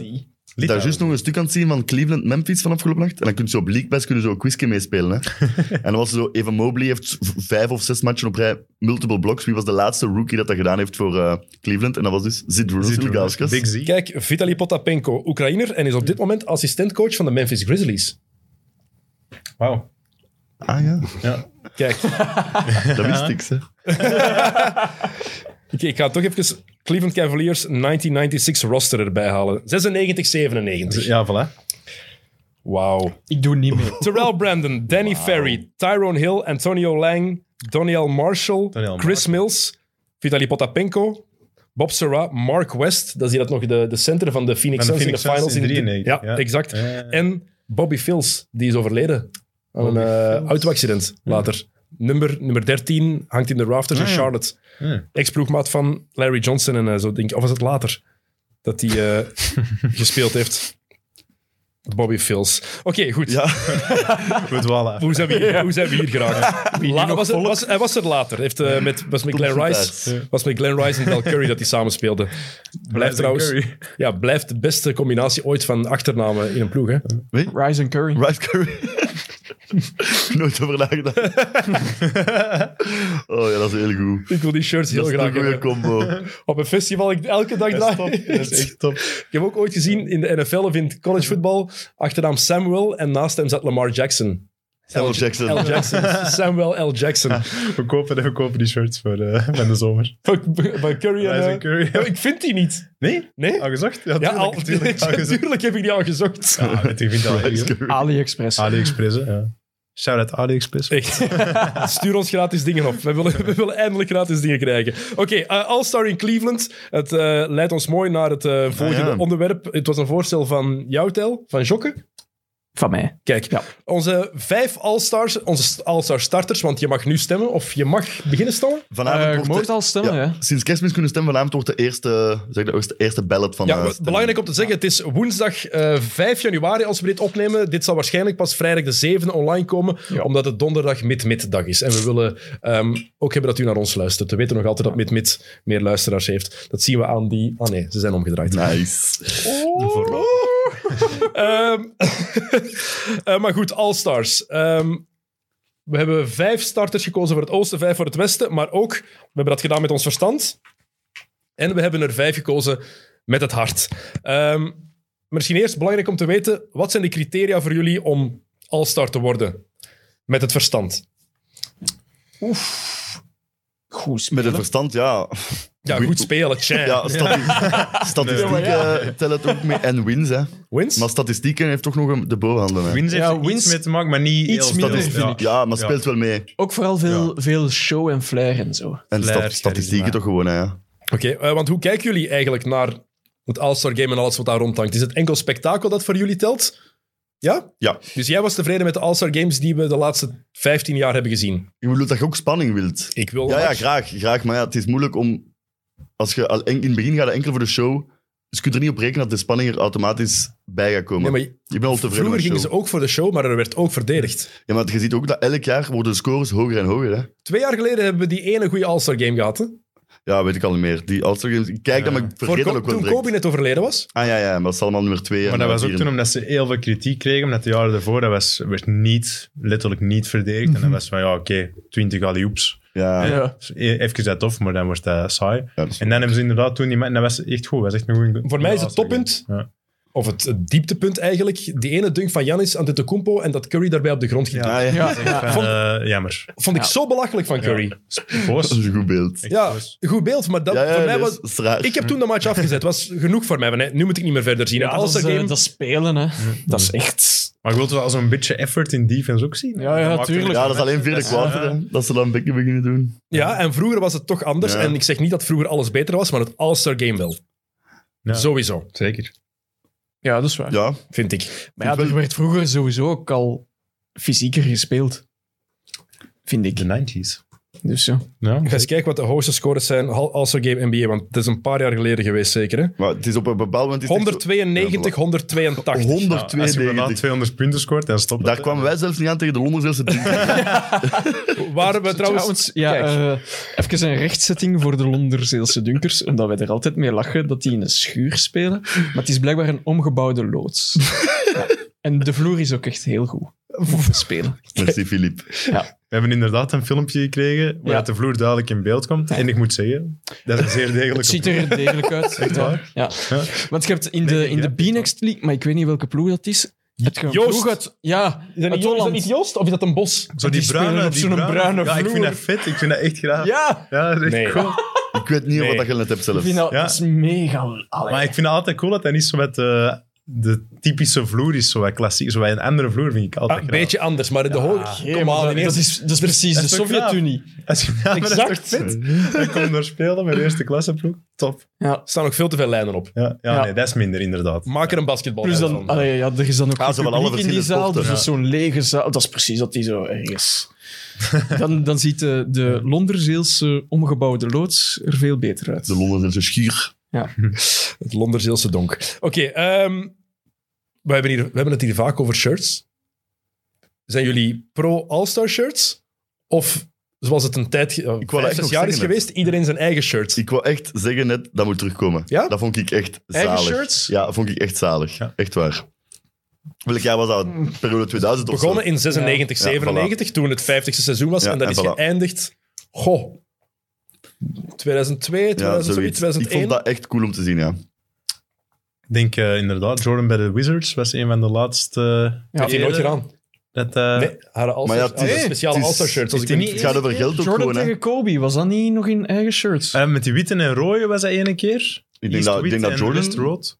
Speaker 5: daar juist nog een stuk aan het zien van Cleveland-Memphis van afgelopen nacht. En dan kun je zo op League Pass kun je zo een quizje meespelen. Hè. en dan was er zo, Evan Mobley heeft v- vijf of zes matchen op rij, multiple blocks. Wie was de laatste rookie dat dat gedaan heeft voor eh, Cleveland? En dat was dus Citroenas il
Speaker 7: Citroenes.
Speaker 5: Gauskas.
Speaker 7: Big Z.
Speaker 4: Kijk, Vitaly Potapenko, Oekraïner, en is op dit moment assistentcoach van de Memphis Grizzlies.
Speaker 7: Wauw.
Speaker 5: Ah ja,
Speaker 7: Ja.
Speaker 4: Kijk,
Speaker 5: dat wist ik, zeg.
Speaker 4: ik, ik ga toch even Cleveland Cavaliers 1996 roster erbij halen. 96-97.
Speaker 7: ja, voilà.
Speaker 4: Wauw.
Speaker 6: Ik doe niet mee.
Speaker 4: Terrell Brandon, Danny Ferry, Tyrone Hill, Antonio Lang, Doniel Marshall,
Speaker 7: Doniel
Speaker 4: Chris Mills, Vitaly Potapenko, Bob Serra, Mark West, dat is hier dat nog de, de center van de Phoenix
Speaker 7: Van de
Speaker 4: Suns in de
Speaker 7: Phoenix Suns
Speaker 4: finals.
Speaker 7: in
Speaker 4: de-
Speaker 7: 93,
Speaker 4: ja,
Speaker 7: ja.
Speaker 4: exact.
Speaker 7: Ja, ja, ja.
Speaker 4: En Bobby Fils, die is overleden aan een eh, auto-accident later. Nummer, nummer 13 hangt in de rafters in Charlotte.
Speaker 7: Ah, Ja.
Speaker 4: Ex-ploegmaat van Larry Johnson en eh, zo, denk ik. Of was het later dat hij eh, gespeeld heeft? Bobby Fils. Oké, goed.
Speaker 7: We dwalen af.
Speaker 4: Hoe zijn we hier, hoe zijn we hier geraakt? La- was het, was, hij was er later. Heeft, eh, met, was, met Glenn
Speaker 5: Toppertijd.
Speaker 4: Rice, was met Glenn Rice en Del Curry dat die samen speelden. Blijft trouwens
Speaker 7: Curry.
Speaker 4: ja, blijft de beste combinatie ooit van achternamen in een ploeg. Hè?
Speaker 6: Rice and Curry.
Speaker 5: Rice Curry. Nooit over nagedacht. oh ja, dat is heel goed.
Speaker 4: Ik wil die shirts heel
Speaker 5: dat is
Speaker 4: graag
Speaker 5: een goede
Speaker 4: hebben.
Speaker 5: combo.
Speaker 4: Op een festival, ik elke dag
Speaker 7: Dat is
Speaker 4: draai.
Speaker 7: top. Dat is echt top.
Speaker 4: Ik heb ook ooit gezien in de NFL of in collegevoetbal, achternaam Samuel en naast hem zat Lamar Jackson.
Speaker 5: L. Jackson.
Speaker 4: L. Jackson. Samuel L. Jackson.
Speaker 7: We kopen, we kopen die shirts voor eh, van de zomer.
Speaker 4: Van- Van Curry en...
Speaker 7: Rice
Speaker 4: eh,
Speaker 7: and Curry.
Speaker 4: oh, ik vind die niet.
Speaker 7: Nee?
Speaker 4: Nee?
Speaker 7: Al gezocht? Ja,
Speaker 4: Ja,
Speaker 7: tuurlijk,
Speaker 4: al,
Speaker 7: tuurlijk, al gezocht.
Speaker 4: natuurlijk heb ik die al gezocht.
Speaker 7: Ja, weet je, ik vind dat wel
Speaker 5: Rice
Speaker 7: erg, hè.
Speaker 5: Curry.
Speaker 6: AliExpress.
Speaker 7: AliExpress, hè, ja. Eh, Shout-out AliExpress.
Speaker 4: Echt. Stuur ons gratis dingen op. We willen, we willen eindelijk gratis dingen krijgen. Oké, eh, All-Star in Cleveland. Het eh, leidt ons mooi naar het eh, volgende
Speaker 5: Ah, ja.
Speaker 4: onderwerp. Het was een voorstel van jou, Tel, van Jokke.
Speaker 6: Van mij.
Speaker 4: Kijk,
Speaker 6: Ja.
Speaker 4: onze vijf All-Stars, onze All-Star starters, want je mag nu stemmen of je mag beginnen stemmen.
Speaker 5: Vanavond
Speaker 6: Eh, je
Speaker 5: wordt
Speaker 6: mocht
Speaker 5: de-
Speaker 6: al stemmen, hè?
Speaker 5: Sinds kerstmis kunnen stemmen. Vanavond wordt de eerste, zeg de eerste, eerste ballot van
Speaker 4: Ja,
Speaker 5: eh,
Speaker 4: maar
Speaker 5: stemmen.
Speaker 4: belangrijk om te zeggen, het is woensdag eh, 5 januari als we dit opnemen. Dit zal waarschijnlijk pas vrijdag de 7e online komen, omdat het donderdag mid-middag is. En we willen ehm, ook hebben dat u naar ons luistert. We weten nog altijd dat mid-mid meer luisteraars heeft. Dat zien we aan die... Ah nee, ze zijn omgedraaid.
Speaker 5: Nice.
Speaker 4: Ehm, eh, maar goed, All-Stars. Ehm, we hebben vijf starters gekozen voor het oosten, vijf voor het westen. Maar ook, we hebben dat gedaan met ons verstand. En we hebben er vijf gekozen met het hart. Ehm, misschien eerst belangrijk om te weten, wat zijn de criteria voor jullie om All-Star te worden? Met het verstand.
Speaker 6: Goed.
Speaker 5: Met het verstand, ja.
Speaker 4: Ja,
Speaker 5: Goed-
Speaker 4: goed spelen, tja.
Speaker 5: Ja, stati- statistieken tellen het ook mee. En wins, hè.
Speaker 4: Wins?
Speaker 5: Maar statistieken heeft toch nog een, de bovenhanden, hè.
Speaker 7: Wins heeft
Speaker 6: Ja,
Speaker 7: er
Speaker 6: Wins-
Speaker 7: iets mee te maken, maar niet
Speaker 6: iets
Speaker 7: heel
Speaker 6: minder,
Speaker 7: veel.
Speaker 6: vind ik.
Speaker 5: Ja, maar speelt wel mee.
Speaker 6: Ook vooral veel, veel show en flair en zo.
Speaker 5: En
Speaker 7: Flair,
Speaker 5: stat- statistieken
Speaker 7: charisma.
Speaker 5: toch gewoon, hè. ja.
Speaker 4: Oké, eh, want hoe kijken jullie eigenlijk naar het All-Star Game en alles wat daar rondhangt? Is het enkel spektakel dat voor jullie telt? Ja?
Speaker 5: Ja.
Speaker 4: Dus jij was tevreden met de All-Star Games die we de laatste 15 jaar hebben gezien?
Speaker 5: Je bedoelt dat je ook spanning wilt.
Speaker 4: Ik wil
Speaker 5: Ja,
Speaker 4: een
Speaker 5: ja,
Speaker 4: match.
Speaker 5: graag, graag. Maar ja, het is moeilijk om... Als je, al- en- in het begin gaat het enkel voor de show. Dus je kunt er niet op rekenen dat de spanning er automatisch bij gaat komen.
Speaker 4: Nee, maar
Speaker 5: je, bent al tevreden
Speaker 4: Vroeger
Speaker 5: met de
Speaker 4: gingen
Speaker 5: show.
Speaker 4: ze ook voor de show, maar er werd ook verdedigd.
Speaker 5: Ja, maar je ziet ook dat elk jaar worden de scores hoger en hoger, hè.
Speaker 4: Twee jaar geleden hebben we die ene goede All-Star Game gehad. Hè?
Speaker 5: Ja, weet ik al niet meer. Die All-Star Games, ik kijk dat, maar ik
Speaker 4: Voor
Speaker 5: vergeet
Speaker 4: Ko-
Speaker 5: dat ook wel
Speaker 4: toen
Speaker 5: direct.
Speaker 4: Kobe net overleden was.
Speaker 5: Ah ja, ja, maar dat is allemaal nummer twee.
Speaker 7: Maar
Speaker 5: en
Speaker 7: dat was
Speaker 5: vier
Speaker 7: ook
Speaker 5: en-
Speaker 7: toen omdat ze heel veel kritiek kregen, omdat de jaren daarvoor dat was, werd niet, letterlijk niet verdedigd. En dan was het van, ja, oké, 20 alley-oops.
Speaker 5: Ja, ja.
Speaker 6: Ja.
Speaker 7: Dus e- Even dat tof, maar dan wordt dat saai.
Speaker 5: dat is-
Speaker 7: En dan hebben ze inderdaad toen die ma- en dat was echt goed. Dat was echt een goeie-
Speaker 4: Voor mij is het
Speaker 7: goeie
Speaker 4: toppunt,
Speaker 7: Ja.
Speaker 4: of het, het dieptepunt eigenlijk, die ene dunk van Giannis aan Kumpo en dat Curry daarbij op de grond ging.
Speaker 7: Ja.
Speaker 5: Ah, ja.
Speaker 6: Ja,
Speaker 7: aflevering.
Speaker 4: Vond-
Speaker 7: Eh, jammer.
Speaker 4: Vond ik
Speaker 6: Ja.
Speaker 4: zo belachelijk van Curry.
Speaker 7: Boos.
Speaker 5: Dat is een goed beeld.
Speaker 7: Echt
Speaker 4: Ja,
Speaker 7: boos.
Speaker 4: goed beeld, maar dat,
Speaker 5: ja, dus- ja,
Speaker 4: voor mij
Speaker 5: nee,
Speaker 4: was...
Speaker 5: dat is raar.
Speaker 4: Ik heb toen de match afgezet. was genoeg voor mij. want, hè, Nu moet ik niet meer verder zien.
Speaker 6: Ja,
Speaker 4: het
Speaker 6: dat, is,
Speaker 4: All-Star
Speaker 6: eh,
Speaker 4: Game...
Speaker 6: dat spelen, hè. Dat is echt...
Speaker 7: Maar ik wil wel zo'n beetje effort in defense ook zien.
Speaker 6: Ja, ja,
Speaker 7: Dat maakt
Speaker 6: tuurlijk.
Speaker 7: een-
Speaker 5: Ja, dat is alleen vierde
Speaker 7: Dat is-
Speaker 5: kwartier,
Speaker 7: ja.
Speaker 5: hè, dat ze dan een beetje beginnen doen.
Speaker 4: ja, en vroeger was het toch anders.
Speaker 5: Ja.
Speaker 4: En ik zeg niet dat vroeger alles beter was, maar het All-Star Game wel.
Speaker 7: Ja.
Speaker 4: Sowieso,
Speaker 7: Zeker.
Speaker 6: Ja, dat is waar.
Speaker 5: Ja,
Speaker 4: vind ik.
Speaker 6: Maar ja, er werd vroeger sowieso ook al fysieker gespeeld. Vind ik.
Speaker 7: De 90s.
Speaker 6: Dus ja.
Speaker 7: Ja.
Speaker 4: Ga eens kijken wat de hoogste scores zijn. Hal- All-Star Game NBA, want het is een paar jaar geleden geweest zeker. Hè?
Speaker 5: maar het is op een bepaald moment... is het echt zo-
Speaker 4: 192, 182.
Speaker 5: 192.
Speaker 7: Als je dan 200 punten scoort, dan stopt
Speaker 5: Daar kwamen wij zelfs niet aan tegen de Londense
Speaker 4: Waren we trouwens...
Speaker 6: ja,
Speaker 4: kijk.
Speaker 6: eh, even een rechtzetting voor de Londerzeelse dunkers, omdat wij er altijd mee lachen dat die in een schuur spelen. Maar het is blijkbaar een omgebouwde loods. Ja. En de vloer is ook echt heel goed om te spelen.
Speaker 5: Merci, Philippe.
Speaker 7: We hebben inderdaad een filmpje gekregen waar
Speaker 6: Ja.
Speaker 7: dat de vloer duidelijk in beeld komt. En ik moet zeggen, dat is een zeer degelijk.
Speaker 6: Het ziet er degelijk uit. Echt waar? Ja.
Speaker 7: Ja.
Speaker 6: Want je hebt in de, in de B-Next League, maar ik weet niet welke ploeg dat is. Heb je een
Speaker 4: Joost.
Speaker 6: ploeg uit... Ja,
Speaker 4: Is dat,
Speaker 6: uit
Speaker 4: niet, is dat
Speaker 6: Holland.
Speaker 4: niet Joost of is dat een bos?
Speaker 7: Zo die,
Speaker 6: spelen
Speaker 7: bruine,
Speaker 6: op
Speaker 7: die
Speaker 6: zo'n
Speaker 7: bruine,
Speaker 6: bruine
Speaker 7: Ja, ik vind
Speaker 6: vloer.
Speaker 7: dat vet. Ik vind dat echt graag.
Speaker 6: Ja!
Speaker 7: Ja, dat is echt
Speaker 4: Nee.
Speaker 7: cool.
Speaker 5: Ik weet niet
Speaker 4: Nee.
Speaker 5: of wat je net hebt
Speaker 6: Ik
Speaker 5: zelf.
Speaker 6: vind dat,
Speaker 7: Ja.
Speaker 6: dat is mega... Allee.
Speaker 7: Maar ik vind het altijd cool dat dat niet zo met eh, de typische vloer is, zo wat klassiek. Zo wat een andere vloer vind ik altijd
Speaker 4: Ah, een
Speaker 7: graag.
Speaker 4: beetje anders, maar in de hoog...
Speaker 6: Jee,
Speaker 4: Kom
Speaker 6: maar
Speaker 4: aan,
Speaker 6: dat, dat
Speaker 4: ineens...
Speaker 6: is, dat is precies
Speaker 7: dat is
Speaker 6: de
Speaker 7: toch graaf?
Speaker 6: Sovjet-Unie.
Speaker 7: Als je ja, maar dat is toch
Speaker 6: Exact.
Speaker 7: vet? Ik kom daar spelen met de eerste klasse ploeg. Top.
Speaker 6: Ja.
Speaker 4: Er staan nog veel te veel lijnen op.
Speaker 7: Ja, ja,
Speaker 6: Ja.
Speaker 7: nee, dat is minder inderdaad.
Speaker 4: Maak er een basketbal
Speaker 6: Plus
Speaker 4: uit
Speaker 6: dan,
Speaker 4: van.
Speaker 6: allee, ja, er is dan ook
Speaker 5: Ah,
Speaker 6: geen
Speaker 5: ze hebben alle
Speaker 6: publiek in die
Speaker 5: verschillende
Speaker 6: zaal, dus
Speaker 5: sporten,
Speaker 6: dat is zo'n lege zaal. Dat is precies dat die zo ergens... dan, dan ziet de, de Londerzeelse omgebouwde loods er veel beter uit.
Speaker 5: De Londense schier.
Speaker 4: Het Londerzeelse donk. Oké, ehm, we, hebben hier- we hebben het hier vaak over shirts. Zijn jullie pro-All-Star shirts? Of zoals het een tijd, eh,
Speaker 5: echt
Speaker 4: vijf,
Speaker 5: nog
Speaker 4: zes jaar is
Speaker 5: zeggen,
Speaker 4: geweest, iedereen zijn eigen shirt?
Speaker 5: Ik wou echt zeggen net, dat moet terugkomen.
Speaker 4: Ja?
Speaker 5: Dat vond ik echt zalig.
Speaker 4: Eigen shirts?
Speaker 5: Ja, vond ik echt zalig.
Speaker 7: Ja.
Speaker 5: Echt waar. Welk jaar was dat? Periode 2000 of zo?
Speaker 4: Begonnen in 96,
Speaker 5: Ja,
Speaker 4: 97, toen het 50ste seizoen was.
Speaker 5: Ja,
Speaker 4: en dat
Speaker 5: en
Speaker 4: is
Speaker 5: voilà.
Speaker 4: geëindigd, goh, 2002, 2002
Speaker 5: Ik vond
Speaker 4: 2001.
Speaker 5: dat echt cool om te zien, ja.
Speaker 7: Ik denk eh, inderdaad, Jordan bij de Wizards was een van de laatste...
Speaker 6: Ja.
Speaker 4: Heeft hij nooit
Speaker 7: eerder
Speaker 4: gedaan.
Speaker 7: Dat, eh,
Speaker 4: Nee, haar all
Speaker 5: Maar ja, het is-
Speaker 4: ah, speciale
Speaker 5: het is-
Speaker 4: All-Star shirts. Als ik
Speaker 7: het is
Speaker 4: me
Speaker 7: niet-
Speaker 5: Het gaat over geld ook
Speaker 6: Jordan
Speaker 5: gewoon, hè.
Speaker 6: tegen Kobe, was dat niet nog in eigen shirts?
Speaker 7: eh, met die witte en rode was dat ene keer.
Speaker 5: Ik denk dat, ik denk dat Jordan...
Speaker 7: West
Speaker 5: In
Speaker 7: Road.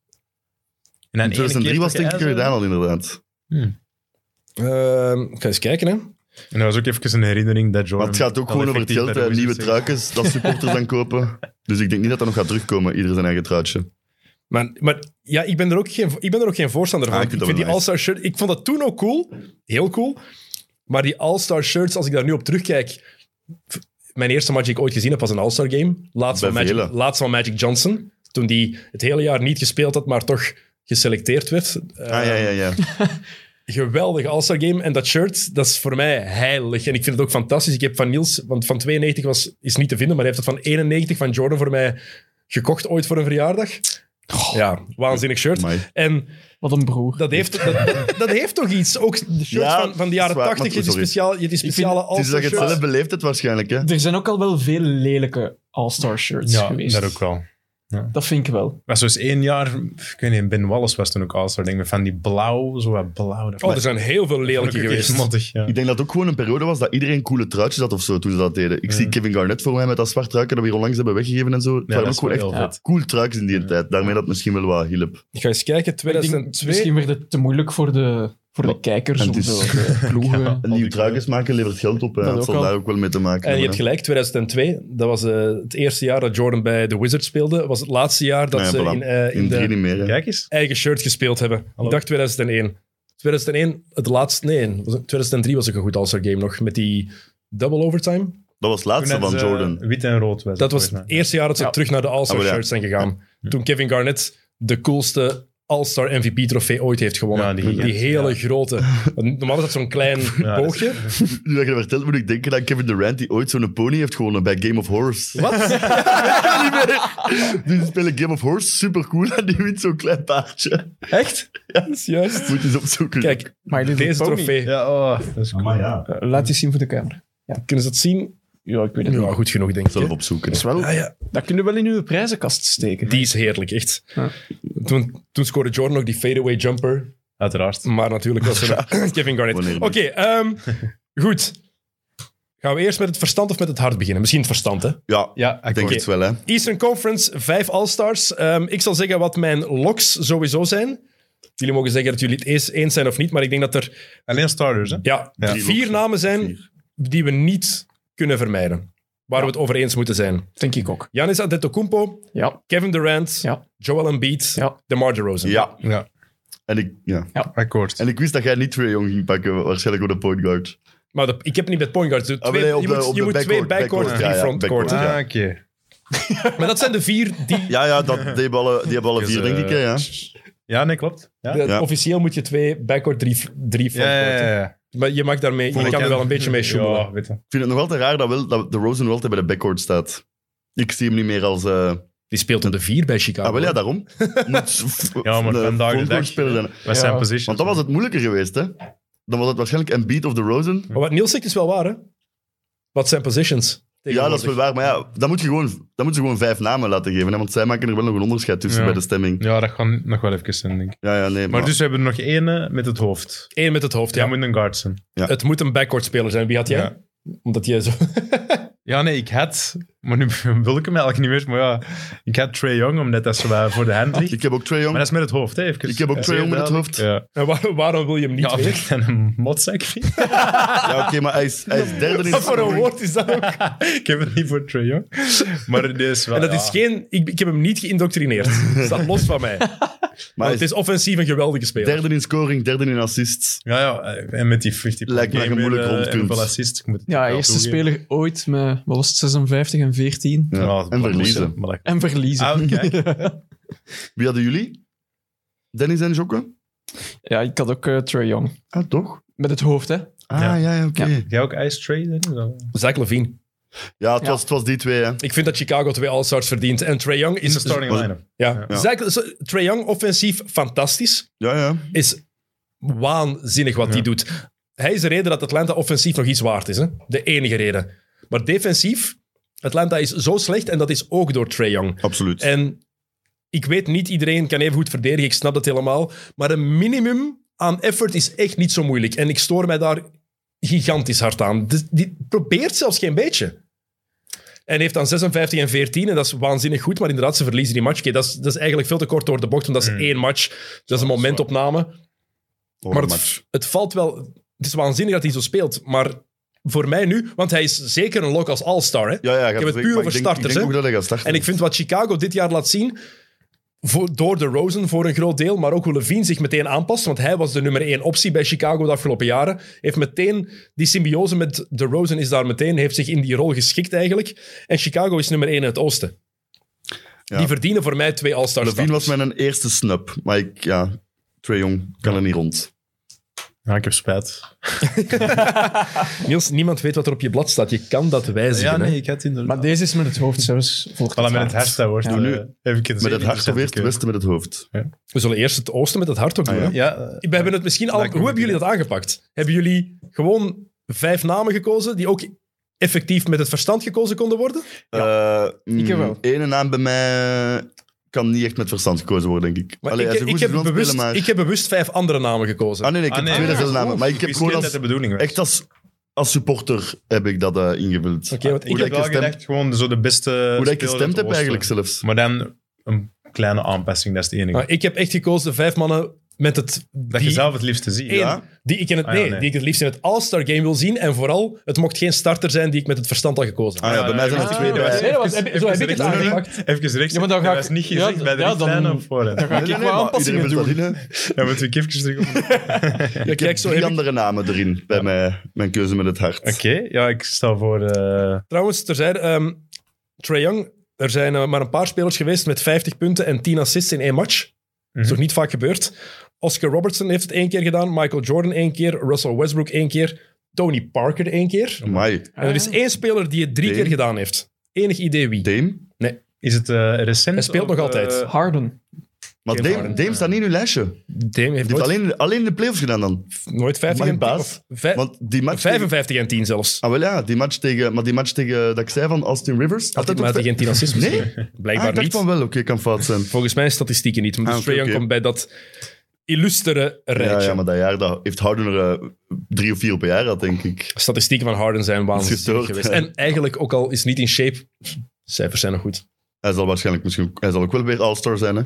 Speaker 7: En dan ene keer
Speaker 5: 2003 was het denk ik
Speaker 7: tegen
Speaker 5: er gedaan
Speaker 7: IJzer.
Speaker 5: al, inderdaad.
Speaker 4: Ehm, ik ga eens kijken, hè.
Speaker 7: En dat was ook even een herinnering dat Jordan...
Speaker 5: Maar het gaat ook
Speaker 7: al
Speaker 5: gewoon over het
Speaker 7: effectief
Speaker 5: geld,
Speaker 7: bij de
Speaker 5: hè. nieuwe
Speaker 7: Wizards heeft.
Speaker 5: truikens, dat supporters dan kopen. Dus ik denk niet dat dat nog gaat terugkomen, ieder zijn eigen truitje.
Speaker 4: Maar, maar ja, ik ben, er ook geen, ik ben er ook geen voorstander van.
Speaker 5: Ah,
Speaker 4: ik
Speaker 5: ik vind
Speaker 4: vind
Speaker 5: dat
Speaker 4: die
Speaker 5: wel nice.
Speaker 4: All-Star shirt... Ik vond dat toen ook cool. Heel cool. Maar die All-Star shirts, als ik daar nu op terugkijk... f- Mijn eerste match die ik ooit gezien heb was een All-Star game. Laatst
Speaker 5: Bij
Speaker 4: van, Magic,
Speaker 5: velen.
Speaker 4: laatst van Magic Johnson. Toen die het hele jaar niet gespeeld had, maar toch geselecteerd werd. Eh,
Speaker 5: Ah, ja, ja, ja.
Speaker 4: geweldige All-Star Game. En dat shirt, dat is voor mij heilig. En ik vind het ook fantastisch. Ik heb van Niels, want van 92 was, is niet te vinden, maar hij heeft het van 91 van Jordan voor mij gekocht ooit voor een verjaardag. Ja, waanzinnig shirt.
Speaker 5: Amai.
Speaker 4: En
Speaker 6: Wat een broer.
Speaker 4: dat heeft, dat, dat heeft toch iets. Ook de shirts
Speaker 5: Ja,
Speaker 4: van, van de
Speaker 5: dat
Speaker 4: jaren
Speaker 5: is waar,
Speaker 4: 80, je hebt die
Speaker 5: sorry.
Speaker 4: speciale, je hebt die speciale
Speaker 5: Het is
Speaker 4: All-Star
Speaker 5: dat je het
Speaker 4: shirts.
Speaker 5: zelf beleefd hebt waarschijnlijk, hè?
Speaker 6: Er zijn ook al wel veel lelijke All-Star shirts
Speaker 7: Ja,
Speaker 6: geweest.
Speaker 7: dat ook wel.
Speaker 6: Dat vind ik wel.
Speaker 7: Maar zoals één jaar, ik weet niet, Ben Wallace was toen ook All-Star, denk ik, van die blauw, zo wat blauw. Dat
Speaker 4: Oh, er zijn heel veel lelijke geweest.
Speaker 7: Mottig, ja.
Speaker 5: Ik denk dat het ook gewoon een periode was dat iedereen coole truitjes had of zo toen ze dat deden. Ik zie Kevin Garnett voor mij met dat zwart truikje dat we hier onlangs hebben weggegeven en zo. Het waren
Speaker 7: dat
Speaker 5: ook
Speaker 7: is
Speaker 5: gewoon echt
Speaker 7: wel heel vet.
Speaker 5: cool truikjes in die tijd. Daarmee dat misschien wel wat hielp.
Speaker 4: Ik ga eens kijken,
Speaker 6: Ik denk,
Speaker 4: 2002.
Speaker 6: misschien werd het te moeilijk voor de, voor de
Speaker 5: Maar-
Speaker 6: kijkers
Speaker 5: en
Speaker 6: of
Speaker 5: het is-
Speaker 6: de ploegen.
Speaker 5: En nieuwe truikjes maken levert geld op. hè.
Speaker 6: Dat
Speaker 5: Dat
Speaker 6: ook
Speaker 5: zal
Speaker 6: al.
Speaker 5: daar ook wel mee te maken
Speaker 4: En Eh, je hebt
Speaker 5: hebben.
Speaker 4: gelijk, 2002, dat was eh, het eerste jaar dat Jordan bij de Wizards speelde. Dat was het laatste jaar dat
Speaker 5: Nou Ja,
Speaker 4: ze
Speaker 5: voilà.
Speaker 4: in, eh, in
Speaker 5: In
Speaker 4: de
Speaker 5: drie niet meer. hè.
Speaker 7: Kijk eens.
Speaker 4: eigen shirt gespeeld hebben.
Speaker 7: Hallo.
Speaker 4: Ik dacht 2001. 2001, het laatste... Nee, was het- 2003 was ook een goed All-Star game nog, met die double overtime.
Speaker 5: Dat was het laatste
Speaker 7: Toen
Speaker 5: van
Speaker 7: hadden ze
Speaker 4: eh,
Speaker 5: Jordan.
Speaker 7: Wit en rood. was
Speaker 4: Dat was het
Speaker 7: volgens mij.
Speaker 4: eerste jaar dat ze
Speaker 6: Ja.
Speaker 4: terug naar de All-Star
Speaker 5: Ah, wel, ja.
Speaker 4: shirts zijn gegaan. Toen Kevin Garnett de coolste All-Star MVP-trofee ooit heeft gewonnen.
Speaker 7: Ja,
Speaker 4: die
Speaker 7: die-
Speaker 4: hele
Speaker 7: ja.
Speaker 4: grote. Want Normaal is dat zo'n klein
Speaker 7: Ja, dat is-
Speaker 4: boogje.
Speaker 5: Nu dat je dat vertelt, moet ik denken aan Kevin Durant die ooit zo'n pony heeft gewonnen bij Game of Horse.
Speaker 4: Wat?
Speaker 5: Die spelen Game of Horse super cool en die wint zo'n klein paardje.
Speaker 4: Echt? Ja, dat is juist.
Speaker 5: Moet je eens opzoeken.
Speaker 4: Kijk,
Speaker 6: Maar dit is
Speaker 4: deze
Speaker 6: een pony.
Speaker 4: trofee.
Speaker 7: Ja, oh, dat is cool.
Speaker 5: ja.
Speaker 6: Eh, Laat die zien voor de camera.
Speaker 4: Kunnen ze dat zien?
Speaker 6: Ja, ik weet het
Speaker 4: Ja,
Speaker 6: niet.
Speaker 4: goed genoeg, denk ik.
Speaker 5: Zelf
Speaker 4: hè.
Speaker 5: opzoeken.
Speaker 4: Ja, ja.
Speaker 6: Dat kunnen we wel in uw prijzenkast steken.
Speaker 4: Die is heerlijk, echt.
Speaker 6: Ja.
Speaker 4: Toen, toen scoorde Jordan ook die fadeaway jumper.
Speaker 7: Uiteraard.
Speaker 4: Maar natuurlijk was er Kevin Garnett.
Speaker 5: Wanneer
Speaker 4: Oké,
Speaker 5: niet?
Speaker 4: ehm, goed. Gaan we eerst met het verstand of met het hart beginnen? Misschien het verstand, hè?
Speaker 5: Ja,
Speaker 7: Ja,
Speaker 5: ik denk
Speaker 7: akkoord.
Speaker 5: het wel, hè.
Speaker 4: Eastern Conference, vijf All-Stars. Ehm, ik zal zeggen wat mijn locks sowieso zijn. Jullie mogen zeggen dat jullie het eens, eens zijn of niet, maar ik denk dat er
Speaker 7: Alleen starters, hè?
Speaker 4: ja,
Speaker 7: Ja.
Speaker 4: vier namen zijn
Speaker 5: Vier.
Speaker 4: die we niet kunnen vermijden. Waar we het over eens moeten zijn.
Speaker 6: Denk ik ook.
Speaker 4: Giannis Antetokounmpo,
Speaker 6: Ja,
Speaker 4: Kevin Durant,
Speaker 6: Ja.
Speaker 4: Joel Embiid,
Speaker 6: Ja.
Speaker 4: DeMar DeRozan.
Speaker 5: Ja.
Speaker 7: Ja,
Speaker 5: En ik, ja.
Speaker 7: akkoord.
Speaker 5: en ik wist dat jij niet Trae Young ging pakken, waarschijnlijk op de point guard.
Speaker 4: Maar dat- ik heb niet met point guards. dus Twee,
Speaker 5: Ah, maar nee, op
Speaker 4: je
Speaker 5: de-
Speaker 4: moet,
Speaker 5: op
Speaker 4: je
Speaker 5: de
Speaker 4: moet twee
Speaker 5: backcourt,
Speaker 4: backcourt,
Speaker 5: backcourt,
Speaker 4: drie
Speaker 5: ja, ja,
Speaker 4: frontcourt.
Speaker 5: backcourt.
Speaker 7: Ah, oké.
Speaker 4: Maar dat zijn de vier die
Speaker 5: Ja, ja, dat, die hebben alle, die hebben alle
Speaker 7: Dus,
Speaker 5: vier, denk
Speaker 7: eh,
Speaker 5: ik. Hè, ja.
Speaker 7: Ja, nee, klopt. Ja,
Speaker 4: De-
Speaker 5: Ja.
Speaker 4: Officieel moet je twee backcourt, drie, drie
Speaker 7: ja,
Speaker 4: frontcourt.
Speaker 7: ja, ja, ja.
Speaker 4: Maar je mag daarmee, je kan er wel een beetje mee sjoemelen.
Speaker 7: Ja, weet je.
Speaker 5: Ik vind het nog altijd raar dat, wel, dat de Rosen wel altijd bij de backcourt staat. Ik zie hem niet meer als... eh,
Speaker 4: Die speelt op de vier bij Chicago.
Speaker 5: ah, wel ja, daarom. Moet v-
Speaker 7: Ja, maar
Speaker 5: de
Speaker 7: vandaag de
Speaker 5: frontcourt
Speaker 7: dag.
Speaker 5: spelen dan.
Speaker 7: Wat
Speaker 6: Ja.
Speaker 7: zijn positions?
Speaker 5: Want dan was het moeilijker geweest, hè. Dan was het waarschijnlijk een beat of de Rosen.
Speaker 4: Maar wat Niels zegt is wel waar, hè? Wat zijn positions?
Speaker 5: Ja, dat is wel waar. Maar ja, dan moet je gewoon, dan moet je gewoon vijf namen laten geven. Hè, want zij maken er wel nog een onderscheid tussen
Speaker 7: Ja.
Speaker 5: bij de stemming.
Speaker 7: Ja, dat gaat nog wel even zijn, denk ik.
Speaker 5: Ja, ja, nee.
Speaker 7: Maar
Speaker 5: Maar,
Speaker 7: dus we hebben er nog één eh, met het hoofd.
Speaker 4: Eén met het hoofd, ja.
Speaker 7: Ja, moet een guard zijn.
Speaker 5: Ja.
Speaker 4: Het moet een backcourt speler zijn. Wie had jij?
Speaker 7: Ja.
Speaker 4: Omdat jij zo...
Speaker 7: Ja, nee, ik had... Maar nu wil ik hem eigenlijk niet meer. Maar ja, ik had Trae Young, omdat dat zo wel voor de hand ligt.
Speaker 5: ik heb ook Trae Young.
Speaker 7: Maar dat is met het hoofd, hè. Even,
Speaker 5: Ik heb ook
Speaker 7: Ja,
Speaker 5: Trae Young met het hoofd. Ja,
Speaker 7: Ja.
Speaker 4: En waar- waarom wil je hem niet
Speaker 7: Ja,
Speaker 4: ja,
Speaker 7: of ik dan een motzak vind.
Speaker 5: oké, maar hij is, hij is derde in
Speaker 4: Wat voor een
Speaker 5: scoring.
Speaker 4: woord is dat ook?
Speaker 7: ik heb het niet voor Trae Young. Maar dit is wel...
Speaker 4: En dat
Speaker 7: ja.
Speaker 4: is geen... Ik, ik heb hem niet geïndoctrineerd. Dat staat los van mij.
Speaker 5: Maar hij
Speaker 4: het
Speaker 5: is
Speaker 4: is offensief een geweldige speler.
Speaker 5: derde in scoring, derde in assists.
Speaker 7: Ja, ja, en met die 50
Speaker 5: Lijkt me
Speaker 7: game
Speaker 5: een moeilijk
Speaker 7: en, eh,
Speaker 5: rondpunt.
Speaker 7: en veel assists, ik moet het
Speaker 6: ja
Speaker 7: wel
Speaker 6: eerste
Speaker 7: toegeven.
Speaker 6: speler ooit met wat was het, 56 en 14.
Speaker 5: Ja.
Speaker 7: Ja,
Speaker 5: en verliezen.
Speaker 7: Maar dat-
Speaker 6: En verliezen.
Speaker 7: Ah, oké.
Speaker 5: Wie hadden jullie? Dennis en Jokke?
Speaker 6: Ja, ik had ook eh, Trae Young.
Speaker 5: Ah, toch?
Speaker 6: Met het hoofd, hè.
Speaker 5: Ah,
Speaker 7: Ja.
Speaker 5: ja, ja oké. Ja,
Speaker 7: Jij ook Ice Trade?
Speaker 4: Zach Levine.
Speaker 5: het,
Speaker 6: Ja.
Speaker 5: Was, het was die twee, hè.
Speaker 4: Ik vind dat Chicago twee All-Stars verdient. En Trae Young is...
Speaker 7: In de starting
Speaker 5: was-
Speaker 7: line-up.
Speaker 4: Ja.
Speaker 5: Ja.
Speaker 4: Zach- zo- Trae Young offensief fantastisch.
Speaker 5: Ja, ja.
Speaker 4: is waanzinnig wat hij doet. Hij is de reden dat Atlanta offensief nog iets waard is. Hè? De enige reden. Maar defensief, Atlanta is zo slecht en dat is ook door Trae Young.
Speaker 5: Absoluut.
Speaker 4: En ik weet niet, iedereen kan even goed verdedigen, ik snap dat helemaal. Maar een minimum aan effort is echt niet zo moeilijk. En ik stoor mij daar gigantisch hard aan. Dus die probeert zelfs geen beetje. En heeft dan 56 en 14, en dat is waanzinnig goed. Maar inderdaad, ze verliezen die match. Oké, dat, is, dat is eigenlijk veel te kort door de bocht, want dat is één match. Hmm. Dat is een momentopname.
Speaker 5: Oh,
Speaker 4: Maar
Speaker 5: match.
Speaker 4: het, het valt wel... Het is waanzinnig dat hij zo speelt, maar voor mij nu... Want hij is zeker een lock als all-star, hè?
Speaker 5: Ja, ja, ik
Speaker 4: het puur over
Speaker 5: ik denk,
Speaker 4: starters,
Speaker 5: ik denk
Speaker 4: hè.
Speaker 5: ook dat hij gaat starten.
Speaker 4: En ik vind wat Chicago dit jaar laat zien... voor, door de Rosen voor een groot deel, maar ook hoe Levine zich meteen aanpast, want hij was de nummer één optie bij Chicago de afgelopen jaren. Heeft meteen die symbiose met de Rosen is daar meteen, heeft zich in die rol geschikt eigenlijk. En Chicago is nummer één in het oosten.
Speaker 5: Ja.
Speaker 4: Die verdienen voor mij twee All-Star
Speaker 5: Levine was
Speaker 4: status.
Speaker 5: mijn eerste snub, maar ik, ja, Trae Young kan er niet rond.
Speaker 7: Ja, ik heb spijt.
Speaker 4: Niels, niemand weet wat er op je blad staat. Je kan dat wijzigen.
Speaker 7: Ja,
Speaker 4: hè.
Speaker 7: nee, ik had inderdaad...
Speaker 6: Maar deze is met het hoofd, zelfs. Volgt
Speaker 7: Voilà,
Speaker 6: het
Speaker 7: met
Speaker 6: hart.
Speaker 7: het hart, dat wordt...
Speaker 5: Doe
Speaker 7: eh,
Speaker 5: nu.
Speaker 7: Even een
Speaker 5: Met het
Speaker 4: dus
Speaker 5: hart
Speaker 7: intercepte
Speaker 5: probeert,
Speaker 4: eh,
Speaker 5: het
Speaker 7: keuze.
Speaker 5: beste met het hoofd.
Speaker 4: We zullen eerst het oosten met het hart ook doen.
Speaker 5: Ah,
Speaker 4: hè?
Speaker 7: Ja, eh,
Speaker 4: We hebben het misschien al.
Speaker 7: Dat kan
Speaker 4: Hoe
Speaker 7: ik
Speaker 4: hebben jullie dat aangepakt? Hebben jullie gewoon vijf namen gekozen die ook effectief met het verstand gekozen konden worden?
Speaker 5: Eh, mm,
Speaker 6: Ik heb wel.
Speaker 5: Ene naam bij mij kan niet echt met verstand gekozen worden, denk ik.
Speaker 4: Maar
Speaker 5: Allee,
Speaker 4: ik,
Speaker 5: hij is een
Speaker 4: ik,
Speaker 5: goede
Speaker 4: heb
Speaker 5: speler,
Speaker 4: bewust,
Speaker 5: maar...
Speaker 4: ik heb bewust vijf andere namen gekozen.
Speaker 5: Ah nee, nee, ik
Speaker 7: Ah,
Speaker 5: heb
Speaker 7: nee,
Speaker 5: tweede
Speaker 7: nee,
Speaker 5: veel
Speaker 7: nee.
Speaker 5: namen. Maar ik heb
Speaker 7: wist
Speaker 5: gewoon
Speaker 7: niet
Speaker 5: als,
Speaker 7: dat de bedoeling was.
Speaker 5: echt als, als supporter heb ik dat eh, ingevuld.
Speaker 4: Oké, want
Speaker 5: hoe
Speaker 4: ik,
Speaker 5: dat
Speaker 7: ik heb
Speaker 5: ik
Speaker 7: wel
Speaker 5: gestemd-
Speaker 7: gedacht, gewoon zo de beste
Speaker 5: Hoe dat ik
Speaker 7: speler
Speaker 5: gestemd
Speaker 7: uit
Speaker 5: heb
Speaker 7: het
Speaker 5: eigenlijk
Speaker 7: oosten.
Speaker 5: zelfs.
Speaker 7: Maar dan een kleine aanpassing, dat is het enige.
Speaker 4: Ah, ik heb echt gekozen vijf mannen met het.
Speaker 7: dat
Speaker 4: die-
Speaker 7: je zelf het liefste ziet.
Speaker 4: één,
Speaker 5: Ja.
Speaker 4: die ik in het
Speaker 7: Ah, ja,
Speaker 4: nee,
Speaker 7: nee.
Speaker 4: die ik het liefst in het All-Star game wil zien. En vooral, het mocht geen starter zijn die ik met het verstand had gekozen.
Speaker 5: Ah ja, bij mij zijn
Speaker 7: Ah,
Speaker 5: er twee.
Speaker 7: ja,
Speaker 5: bij-
Speaker 7: ja,
Speaker 6: Nee, dat was-
Speaker 7: Even-
Speaker 6: heb- zo heb
Speaker 7: even
Speaker 6: ik het
Speaker 7: rechts-
Speaker 6: aangepakt.
Speaker 7: Even rechts.
Speaker 6: Ja, maar dan ga
Speaker 7: dat
Speaker 6: ik-
Speaker 7: was niet gezegd
Speaker 6: ja,
Speaker 7: bij de
Speaker 6: ja,
Speaker 7: richtlijn
Speaker 6: dan-
Speaker 7: of voorhand.
Speaker 6: Dan ga ik
Speaker 5: Nee, nee, nee,
Speaker 6: wel
Speaker 5: maar
Speaker 6: aanpassingen
Speaker 5: iedereen
Speaker 6: doen.
Speaker 5: heeft dat in, hè.
Speaker 7: Ja, moet ik even terug op... Oké,
Speaker 4: Ja,
Speaker 5: Ik heb
Speaker 4: kijk, zo
Speaker 5: drie
Speaker 4: heb ik-
Speaker 5: andere namen erin bij mij, mijn keuze met het hart.
Speaker 7: ja, ik stel voor... eh,
Speaker 4: Trouwens, terzijde, ehm Trae Young, er zijn eh, maar een paar spelers geweest met 50 punten en 10 assists in één match.
Speaker 5: Mhm.
Speaker 4: Dat is nog niet vaak gebeurd. Oscar Robertson heeft het één keer gedaan, Michael Jordan één keer, Russell Westbrook één keer, Tony Parker één keer.
Speaker 5: Amai.
Speaker 4: En er is één speler die het drie
Speaker 5: Dame.
Speaker 4: keer gedaan heeft. Enig idee wie.
Speaker 5: Dame?
Speaker 7: Is het eh, recent?
Speaker 4: Hij speelt
Speaker 7: of,
Speaker 4: nog
Speaker 7: eh,
Speaker 4: altijd.
Speaker 6: Harden.
Speaker 5: Maar
Speaker 4: James
Speaker 5: Dame,
Speaker 4: Harden.
Speaker 5: Dame staat niet in uw lijstje.
Speaker 4: Dame heeft
Speaker 5: Die heeft
Speaker 4: nooit,
Speaker 5: alleen, alleen de playoffs gedaan dan.
Speaker 4: nooit 50
Speaker 5: Mag
Speaker 4: en
Speaker 5: ik
Speaker 4: 10.
Speaker 5: baas?
Speaker 4: of vij-
Speaker 5: Want die match... tegen-
Speaker 4: 55 en 10 zelfs.
Speaker 5: Ah, wel ja, die match tegen... Maar die match tegen, dat ik zei, van Austin Rivers...
Speaker 4: Had hij maar had
Speaker 5: ook
Speaker 4: hij geen 10 assists
Speaker 5: Nee?
Speaker 4: misschien?
Speaker 5: Ah,
Speaker 4: Blijkbaar
Speaker 5: ik dacht
Speaker 4: niet.
Speaker 5: van wel, oké, kan fout zijn.
Speaker 4: Volgens mijn statistieken niet. Maar dus
Speaker 5: Ah, oké,
Speaker 4: Trae Young
Speaker 5: oké.
Speaker 4: komt bij dat illustere rijtje.
Speaker 5: Ja, ja, maar dat jaar dat heeft Harden er eh, drie of vier op een jaar had, denk ik.
Speaker 4: statistieken van Harden zijn waanzinnig
Speaker 5: gestoord,
Speaker 4: geweest.
Speaker 5: hè.
Speaker 4: En eigenlijk, ook al is niet in shape, cijfers zijn nog goed.
Speaker 5: Hij zal waarschijnlijk misschien... Hij zal ook wel weer All-Star zijn, hè.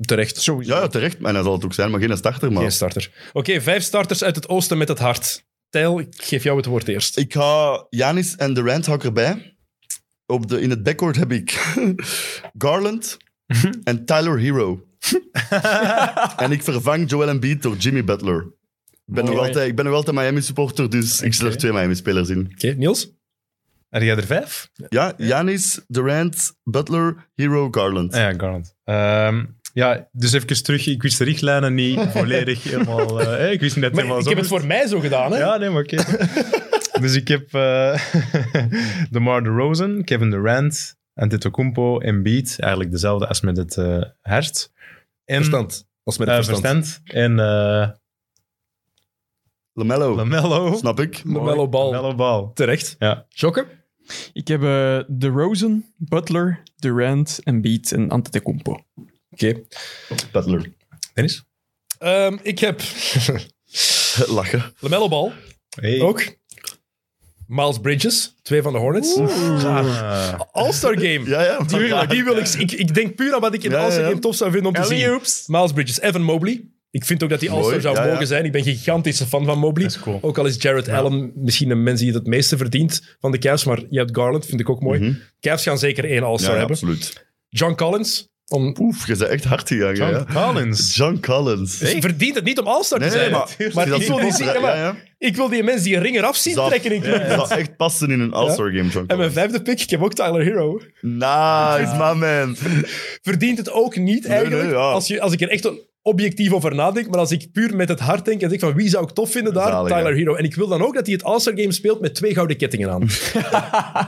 Speaker 4: Terecht.
Speaker 6: Sowieso.
Speaker 5: Ja, ja, terecht. En hij zal het ook zijn, maar geen starter, maar...
Speaker 4: Geen starter. Oké, vijf starters uit het oosten met het hart. Tijl, ik geef jou het woord eerst.
Speaker 5: Ik ga Janis en Durant hou ik erbij. Op de, in het backcourt heb ik Garland
Speaker 4: Mhm.
Speaker 5: en Tyler Hero. en ik vervang Joel Embiid door Jimmy Butler. Ik ben, nog
Speaker 6: Mooi.
Speaker 5: altijd, ik ben nog altijd Miami supporter, dus ik zet er twee Miami spelers in.
Speaker 4: Oké, Niels?
Speaker 7: Had jij er vijf?
Speaker 5: Ja, Janis, Durant, Butler, Hero, Garland.
Speaker 7: Ah, ja, Garland. Ehm, ja, dus even terug. Ik wist de richtlijnen niet volledig helemaal... eh, hè, ik wist niet dat het helemaal
Speaker 4: ik
Speaker 7: zo
Speaker 4: heb het
Speaker 7: moest.
Speaker 4: voor mij zo gedaan, hè?
Speaker 7: Ja, nee, maar oké. dus ik heb eh DeMar DeRozan, Kevin Durant, Antetokounmpo, Embiid. Eigenlijk dezelfde als met het eh hart. En,
Speaker 4: Verstand. Als met
Speaker 7: eh,
Speaker 4: het verstand.
Speaker 7: verstand. En eh
Speaker 5: Lamello,
Speaker 7: Lamello.
Speaker 5: snap ik.
Speaker 4: Mellow bal.
Speaker 7: Lamello Ball.
Speaker 4: Terecht.
Speaker 7: Ja.
Speaker 4: Jokken?
Speaker 6: Ik heb eh DeRozan, Butler, Durant, Embiid en Antetokounmpo.
Speaker 4: Oké.
Speaker 5: Butler.
Speaker 7: Dennis?
Speaker 4: Ehm, ik heb
Speaker 5: Lachen.
Speaker 4: Lamello Ball,
Speaker 7: Hey.
Speaker 4: ook. Miles Bridges, twee van de Hornets.
Speaker 7: Ah.
Speaker 4: All-Star Game.
Speaker 5: Ja, ja.
Speaker 4: Die wil, die wil ik, ik. Ik denk puur aan wat ik in de
Speaker 5: Ja, ja,
Speaker 4: All-Star
Speaker 5: ja.
Speaker 4: Game tof zou vinden om te zien.
Speaker 6: Alley-oops.
Speaker 4: Miles Bridges, Evan Mobley. Ik vind ook dat hij
Speaker 5: Mooi,
Speaker 4: All-Star zou
Speaker 5: ja, ja.
Speaker 4: mogen zijn. Ik ben een gigantische fan van Mobley.
Speaker 7: Dat is cool.
Speaker 4: Ook al is Jared Allen misschien de mens die het het meeste verdient van de Cavs. Maar je hebt Garland, vind ik ook mooi. Cavs gaan zeker één All-Star
Speaker 5: Mhm. Ja, ja,
Speaker 4: hebben.
Speaker 5: absoluut.
Speaker 4: John Collins. Om,
Speaker 5: Oef, je bent echt hard gegaan,
Speaker 7: John
Speaker 5: ja.
Speaker 7: Collins.
Speaker 5: John Collins.
Speaker 4: Verdient het niet om All-Star
Speaker 5: Nee,
Speaker 4: te
Speaker 5: nee,
Speaker 4: zijn.
Speaker 5: nee, maar,
Speaker 4: maar,
Speaker 5: dat
Speaker 4: ik, wil die
Speaker 5: supporter,
Speaker 4: zien, ja, maar
Speaker 5: ja, ja.
Speaker 4: ik wil die mensen die een ring eraf zien
Speaker 5: Zou-
Speaker 4: trekken in club.
Speaker 5: Dat zou echt passen in een All-Star game, John
Speaker 4: En mijn
Speaker 5: Collins.
Speaker 4: vijfde pick, ik heb ook Tyler Hero.
Speaker 5: Nice, my man.
Speaker 4: Verdient het ook niet eigenlijk.
Speaker 5: nee, ja.
Speaker 4: als, je, als ik er echt objectief over nadenk, maar als ik puur met het hart denk en denk van wie zou ik tof vinden daar,
Speaker 5: Zalig,
Speaker 4: Tyler
Speaker 5: ja.
Speaker 4: Hero. En ik wil dan ook dat hij het All-Star Game speelt met twee gouden kettingen aan.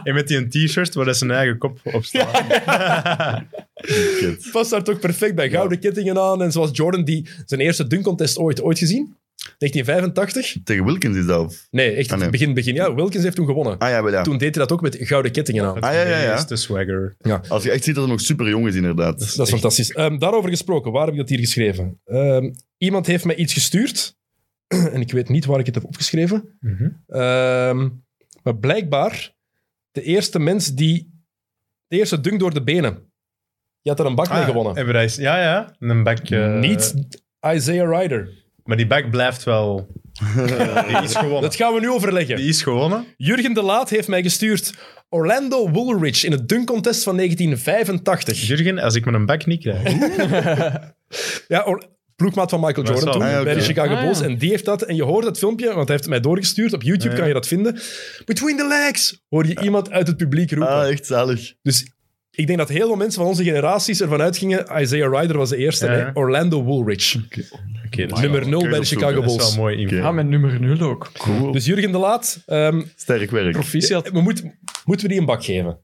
Speaker 7: En met die een t-shirt waar dat zijn eigen kop op staat.
Speaker 5: Kid.
Speaker 4: past daar toch perfect bij. Gouden kettingen aan. En zoals Jordan, die zijn eerste dunkcontest ooit, ooit gezien. 1985?
Speaker 5: Tegen Wilkins is dat. of?
Speaker 4: Nee, echt
Speaker 5: Ah, nee.
Speaker 4: begin, begin. Ja, Wilkins heeft toen gewonnen.
Speaker 5: Ah ja, wel ja.
Speaker 4: Toen deed hij dat ook met gouden kettingen aan.
Speaker 5: Ah, ja, ja, ja.
Speaker 7: is de swagger.
Speaker 5: Als je echt ziet dat hij nog super jong is, inderdaad.
Speaker 4: Dat is fantastisch. Ehm, daarover gesproken, waar heb ik dat hier geschreven? Ehm, iemand heeft mij iets gestuurd. en ik weet niet waar ik het heb opgeschreven.
Speaker 7: Mhm.
Speaker 4: Ehm, maar blijkbaar, de eerste mens die... De eerste dunk door de benen. Die had er een bak mee
Speaker 7: Ah,
Speaker 4: gewonnen.
Speaker 7: en Bryce- Ja, ja. Een back... eh,
Speaker 4: Niet Isaiah Ryder.
Speaker 7: Maar die back blijft wel Die is gewonnen.
Speaker 4: Dat gaan we nu overleggen.
Speaker 7: Die is gewonnen.
Speaker 4: Jurgen de Laat heeft mij gestuurd Orlando Woolridge in het dunk contest van 1985.
Speaker 7: Jurgen, als ik me een bek niet krijg.
Speaker 4: Ja, Or- ploegmaat van Michael
Speaker 7: Maar
Speaker 4: Jordan
Speaker 7: zo,
Speaker 4: toen,
Speaker 5: ah, ja,
Speaker 4: bij de
Speaker 5: oké.
Speaker 4: Chicago
Speaker 6: Ah,
Speaker 4: Bulls.
Speaker 6: ja.
Speaker 4: En die heeft dat, en je hoort dat filmpje, want hij heeft het mij doorgestuurd. Op YouTube kan je dat vinden. Between the legs hoor je iemand uit het publiek roepen.
Speaker 5: Ah, echt zalig.
Speaker 4: Dus ik denk dat heel veel mensen van onze generaties ervan uitgingen. Isaiah Ryder was de eerste,
Speaker 7: Ja.
Speaker 4: hè? Orlando Woolridge.
Speaker 7: Oké, dat is wel-
Speaker 4: nummer 0 bij de
Speaker 5: Keuze
Speaker 4: Chicago
Speaker 7: dat is wel
Speaker 4: Bulls.
Speaker 7: mooi info.
Speaker 5: Oké.
Speaker 6: Ah, met nummer 0 ook. Cool.
Speaker 4: Dus Jurgen de Laat, ehm,
Speaker 5: Sterk werk.
Speaker 6: Proficiat.
Speaker 4: we moeten, moeten we die een bak geven?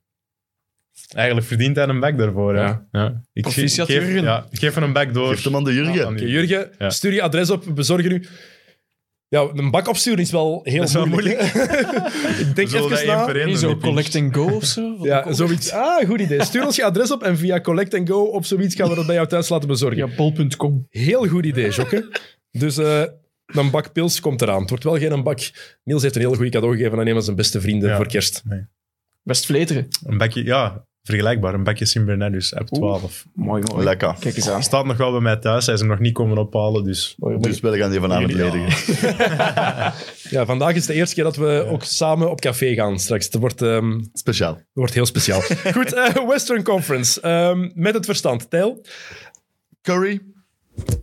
Speaker 7: Eigenlijk verdient hij een bek daarvoor. hè.
Speaker 4: Ja.
Speaker 7: Ja. Ik, ge-
Speaker 6: Proficiat,
Speaker 7: ik geef,
Speaker 6: Jurgen.
Speaker 7: ja, ik geef hem een bek door.
Speaker 5: Geef hem aan de Jurgen.
Speaker 7: Aan
Speaker 4: Oké,
Speaker 7: die-
Speaker 4: Jurgen,
Speaker 7: Ja.
Speaker 4: stuur je adres op, we bezorgen u. Ja, een bak opsturen is wel heel
Speaker 7: Dat is wel
Speaker 4: moeilijk. ik denk
Speaker 7: We zullen
Speaker 4: even
Speaker 7: dat één
Speaker 4: na.
Speaker 7: per één
Speaker 6: Is
Speaker 7: doen,
Speaker 6: zo
Speaker 7: die pintjes.
Speaker 6: collect and go of zo? Wat ook
Speaker 4: Ja,
Speaker 6: echt-
Speaker 4: zoiets. Ah, goed idee. Stuur ons je adres op en via Collect Go op zoiets gaan we dat bij jou thuis laten bezorgen.
Speaker 6: Ja, bol.com.
Speaker 4: Heel goed idee, Jokke. Dus eh, een bak pils komt eraan. Het wordt wel geen een bak. Niels heeft een heel goed cadeau gegeven aan een van zijn beste vrienden
Speaker 7: Ja.
Speaker 4: voor kerst.
Speaker 6: Best vleteren.
Speaker 7: Een bekje, ja, vergelijkbaar. Een bekje Simbernadus, app 12.
Speaker 6: Mooi, mooi.
Speaker 5: Lekker.
Speaker 6: Kijk eens aan.
Speaker 7: Staat nog wel bij mij thuis. Hij is hem nog niet komen ophalen, dus...
Speaker 6: Mooi, mooi.
Speaker 5: Dus we gaan die vanavond
Speaker 7: Ja.
Speaker 5: ledigen.
Speaker 4: Ja, vandaag is de eerste keer dat we ook samen op café gaan straks. Het wordt, ehm, het
Speaker 5: Speciaal.
Speaker 4: wordt heel speciaal. goed, eh, Western Conference. Ehm, met het verstand. Tijl?
Speaker 5: Curry,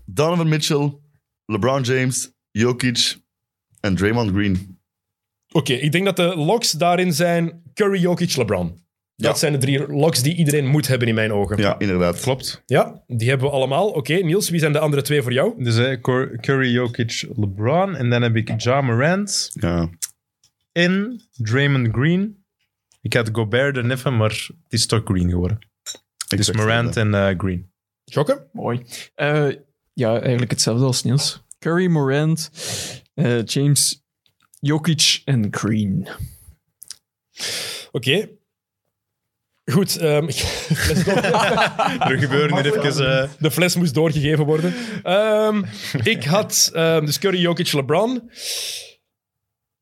Speaker 5: Donovan Mitchell, LeBron James, Jokic en Draymond Green.
Speaker 4: Oké, ik denk dat de locks daarin zijn Curry, Jokic, LeBron. Dat
Speaker 5: Ja.
Speaker 4: zijn de drie locks die iedereen moet hebben in mijn ogen.
Speaker 5: Ja, inderdaad.
Speaker 7: Klopt.
Speaker 4: Ja, die hebben we allemaal. Oké, Niels, wie zijn de andere twee voor jou?
Speaker 7: Dus hè, Cor- Curry, Jokic, LeBron. En dan heb ik Ja Morant
Speaker 5: Ja.
Speaker 4: Dus
Speaker 7: en Draymond Green. Ik had Gobert er neffen, maar het is toch Green geworden. Dus
Speaker 5: Exact.
Speaker 7: Morant en eh, Green.
Speaker 4: Jokke?
Speaker 6: Mooi. Eh, ja, eigenlijk hetzelfde als Niels. Curry, Morant, eh, James, Jokic en Green.
Speaker 4: Oké. Goed, ehm, let's go.
Speaker 7: Er gebeuren hier even... eh,
Speaker 4: De fles moest doorgegeven worden. Ehm, ik had ehm, dus Curry, Jokic, LeBron.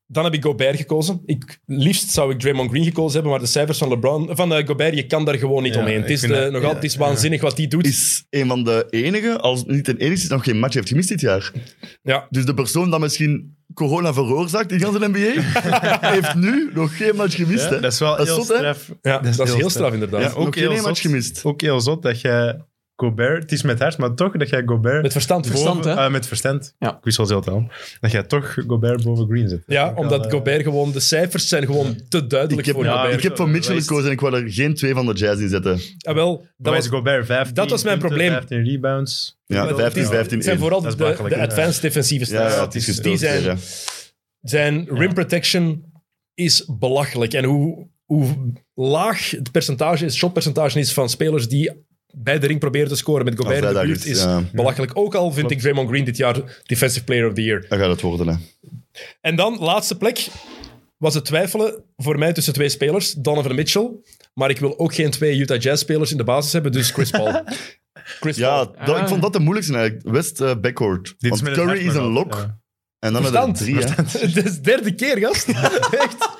Speaker 4: Dan heb ik Gobert gekozen. Ik, liefst zou ik Draymond Green gekozen hebben, maar de cijfers van, LeBron, van eh, Gobert, je kan daar gewoon niet
Speaker 7: Ja,
Speaker 4: omheen. Het
Speaker 7: ik
Speaker 4: is,
Speaker 7: vind
Speaker 4: de-
Speaker 7: dat-
Speaker 4: nog altijd, het is waanzinnig wat hij doet.
Speaker 5: Is een van de enige, als niet de enige, die nog geen match heeft gemist dit jaar.
Speaker 4: Ja.
Speaker 5: Dus de persoon dat misschien corona veroorzaakt in de hele NBA, heeft nu nog geen match gemist.
Speaker 7: ja,
Speaker 5: hè?
Speaker 7: dat is wel heel
Speaker 5: zot, hè?
Speaker 7: straf.
Speaker 4: ja, dat is, heel straf,
Speaker 5: Ja,
Speaker 4: inderdaad.
Speaker 7: ook
Speaker 5: nog
Speaker 7: heel
Speaker 5: geen één match
Speaker 7: zot.
Speaker 5: gemist.
Speaker 7: Ook heel zot dat jij Gobert... Het is met hart, maar toch dat jij Gobert...
Speaker 4: Met verstand.
Speaker 7: boven-
Speaker 6: verstand, hè?
Speaker 7: eh, met verstand.
Speaker 6: Ja.
Speaker 7: Ik wist al heel aan. Dat jij toch Gobert boven Green zet.
Speaker 4: Ja,
Speaker 7: Ook al,
Speaker 4: omdat
Speaker 7: eh,
Speaker 4: Gobert gewoon... De cijfers zijn gewoon te duidelijk
Speaker 5: Ik heb,
Speaker 4: voor
Speaker 7: ja,
Speaker 4: Gobert.
Speaker 5: ik heb voor Mitchell
Speaker 7: Wijst.
Speaker 5: gekozen en ik wou er geen twee van de Jazz in zetten.
Speaker 4: Ah, wel,
Speaker 7: Dat
Speaker 4: dat
Speaker 7: was
Speaker 4: was,
Speaker 7: Gobert 15
Speaker 4: dat was mijn
Speaker 7: punten,
Speaker 4: probleem.
Speaker 7: 15 rebounds.
Speaker 5: Ja,
Speaker 4: Wel,
Speaker 5: 15,
Speaker 4: het is-
Speaker 5: 15,
Speaker 4: het zijn vooral
Speaker 7: Dat
Speaker 4: de,
Speaker 7: is
Speaker 4: de,
Speaker 7: makkelijk, hè?
Speaker 4: advanced defensieve
Speaker 5: Ja,
Speaker 4: stats.
Speaker 5: ja, het is
Speaker 4: Dus die
Speaker 5: gestoord,
Speaker 4: zijn,
Speaker 5: ja.
Speaker 4: zijn rim protection is belachelijk. En hoe, hoe laag het percentage is, shotpercentage is van spelers die bij de ring proberen te scoren met Gobert
Speaker 5: Als
Speaker 4: in de
Speaker 5: hij
Speaker 4: buurt,
Speaker 5: daar
Speaker 4: is
Speaker 5: is, ja. Hm.
Speaker 4: belachelijk. Ook al vind ik Draymond Green dit jaar Defensive Player of the Year.
Speaker 5: Dat gaat het worden, hè.
Speaker 4: En dan, laatste plek, was het twijfelen voor mij tussen twee spelers. Donovan Mitchell. Maar ik wil ook geen twee Utah Jazz-spelers in de basis hebben, dus Chris Paul. Chris
Speaker 5: Ja,
Speaker 4: Paul.
Speaker 5: dat, ik vond dat de moeilijkste eigenlijk. West eh, backcourt.
Speaker 7: Dit
Speaker 5: Want
Speaker 7: met het
Speaker 5: Curry
Speaker 7: hart
Speaker 5: is
Speaker 7: nog
Speaker 5: een
Speaker 7: wel.
Speaker 5: lock.
Speaker 7: Ja.
Speaker 5: En dan hebben we
Speaker 4: Verstand.
Speaker 5: er drie, hè.
Speaker 4: Het is de derde keer, gast. Echt.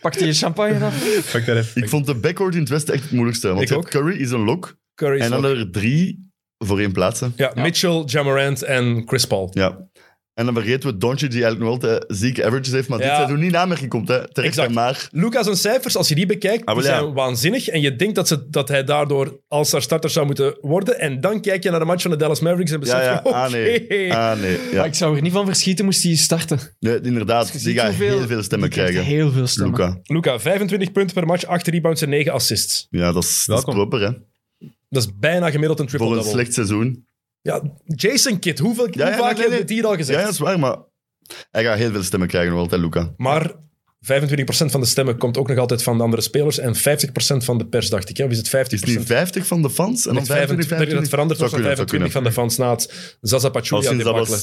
Speaker 6: Pak die je champagne af?
Speaker 7: Fuck dat even.
Speaker 5: Ik vond de backcourt in het Westen echt het moeilijkste. Want
Speaker 4: Ik
Speaker 5: je
Speaker 4: ook.
Speaker 5: hebt Curry is een lock.
Speaker 4: Curry is
Speaker 5: en dan
Speaker 4: ook-
Speaker 5: hebben we er drie voor één plaatsen.
Speaker 4: ja, Mitchell, Jamorant en Chris Paul.
Speaker 5: Ja. En dan vergeten we Doncic, die eigenlijk nog altijd eh, zieke averages heeft, maar
Speaker 4: Ja.
Speaker 5: dit seizoen niet in aanmerking komt. Hè. Terecht
Speaker 4: Exact.
Speaker 5: en maar.
Speaker 4: Lucas en cijfers, als je die bekijkt,
Speaker 5: Ah,
Speaker 4: die
Speaker 5: wel ja.
Speaker 4: zijn waanzinnig. En je denkt dat, ze, dat hij daardoor als haar starter zou moeten worden. En dan kijk je naar de match van de Dallas Mavericks en besef
Speaker 5: Ja,
Speaker 4: je,
Speaker 5: ja.
Speaker 4: oké.
Speaker 5: Ah, nee. Ah, nee.
Speaker 6: Maar
Speaker 5: Ja.
Speaker 6: ik zou er niet van verschieten moest hij starten.
Speaker 5: Nee, inderdaad,
Speaker 6: Je
Speaker 5: Dus die
Speaker 6: ziet
Speaker 5: gaat
Speaker 6: hoeveel-
Speaker 5: heel veel stemmen
Speaker 6: die krijgt
Speaker 5: krijgen.
Speaker 6: Heel veel stemmen.
Speaker 5: Luca.
Speaker 4: Luca, 25 punten per match, 8 rebounds en 9 assists.
Speaker 5: Ja, dat is, dat is
Speaker 7: Welkom.
Speaker 5: proper, hè.
Speaker 4: Dat is bijna gemiddeld een
Speaker 5: Voor een
Speaker 4: triple-double.
Speaker 5: slecht seizoen.
Speaker 4: Ja, Jason Kidd, hoeveel,
Speaker 5: ja,
Speaker 4: hoe
Speaker 5: nee,
Speaker 4: vaak
Speaker 5: nee,
Speaker 4: heb je
Speaker 5: nee.
Speaker 4: het hier al gezegd?
Speaker 5: Ja, dat is waar, maar hij gaat heel veel stemmen krijgen nog altijd, Luca.
Speaker 4: Maar 25% van de stemmen komt ook nog altijd van de andere spelers. En 50% van de pers, dacht ik. Hè? Of is het 50%?
Speaker 5: Is het nu 50 van de fans en dan
Speaker 4: Met
Speaker 5: 25,
Speaker 4: 25, dat verandert tot
Speaker 5: Zou kunnen, zou
Speaker 4: 25 van de fans na het Zaza
Speaker 5: Al
Speaker 4: Pachulia
Speaker 5: sinds dat
Speaker 4: debakkelen.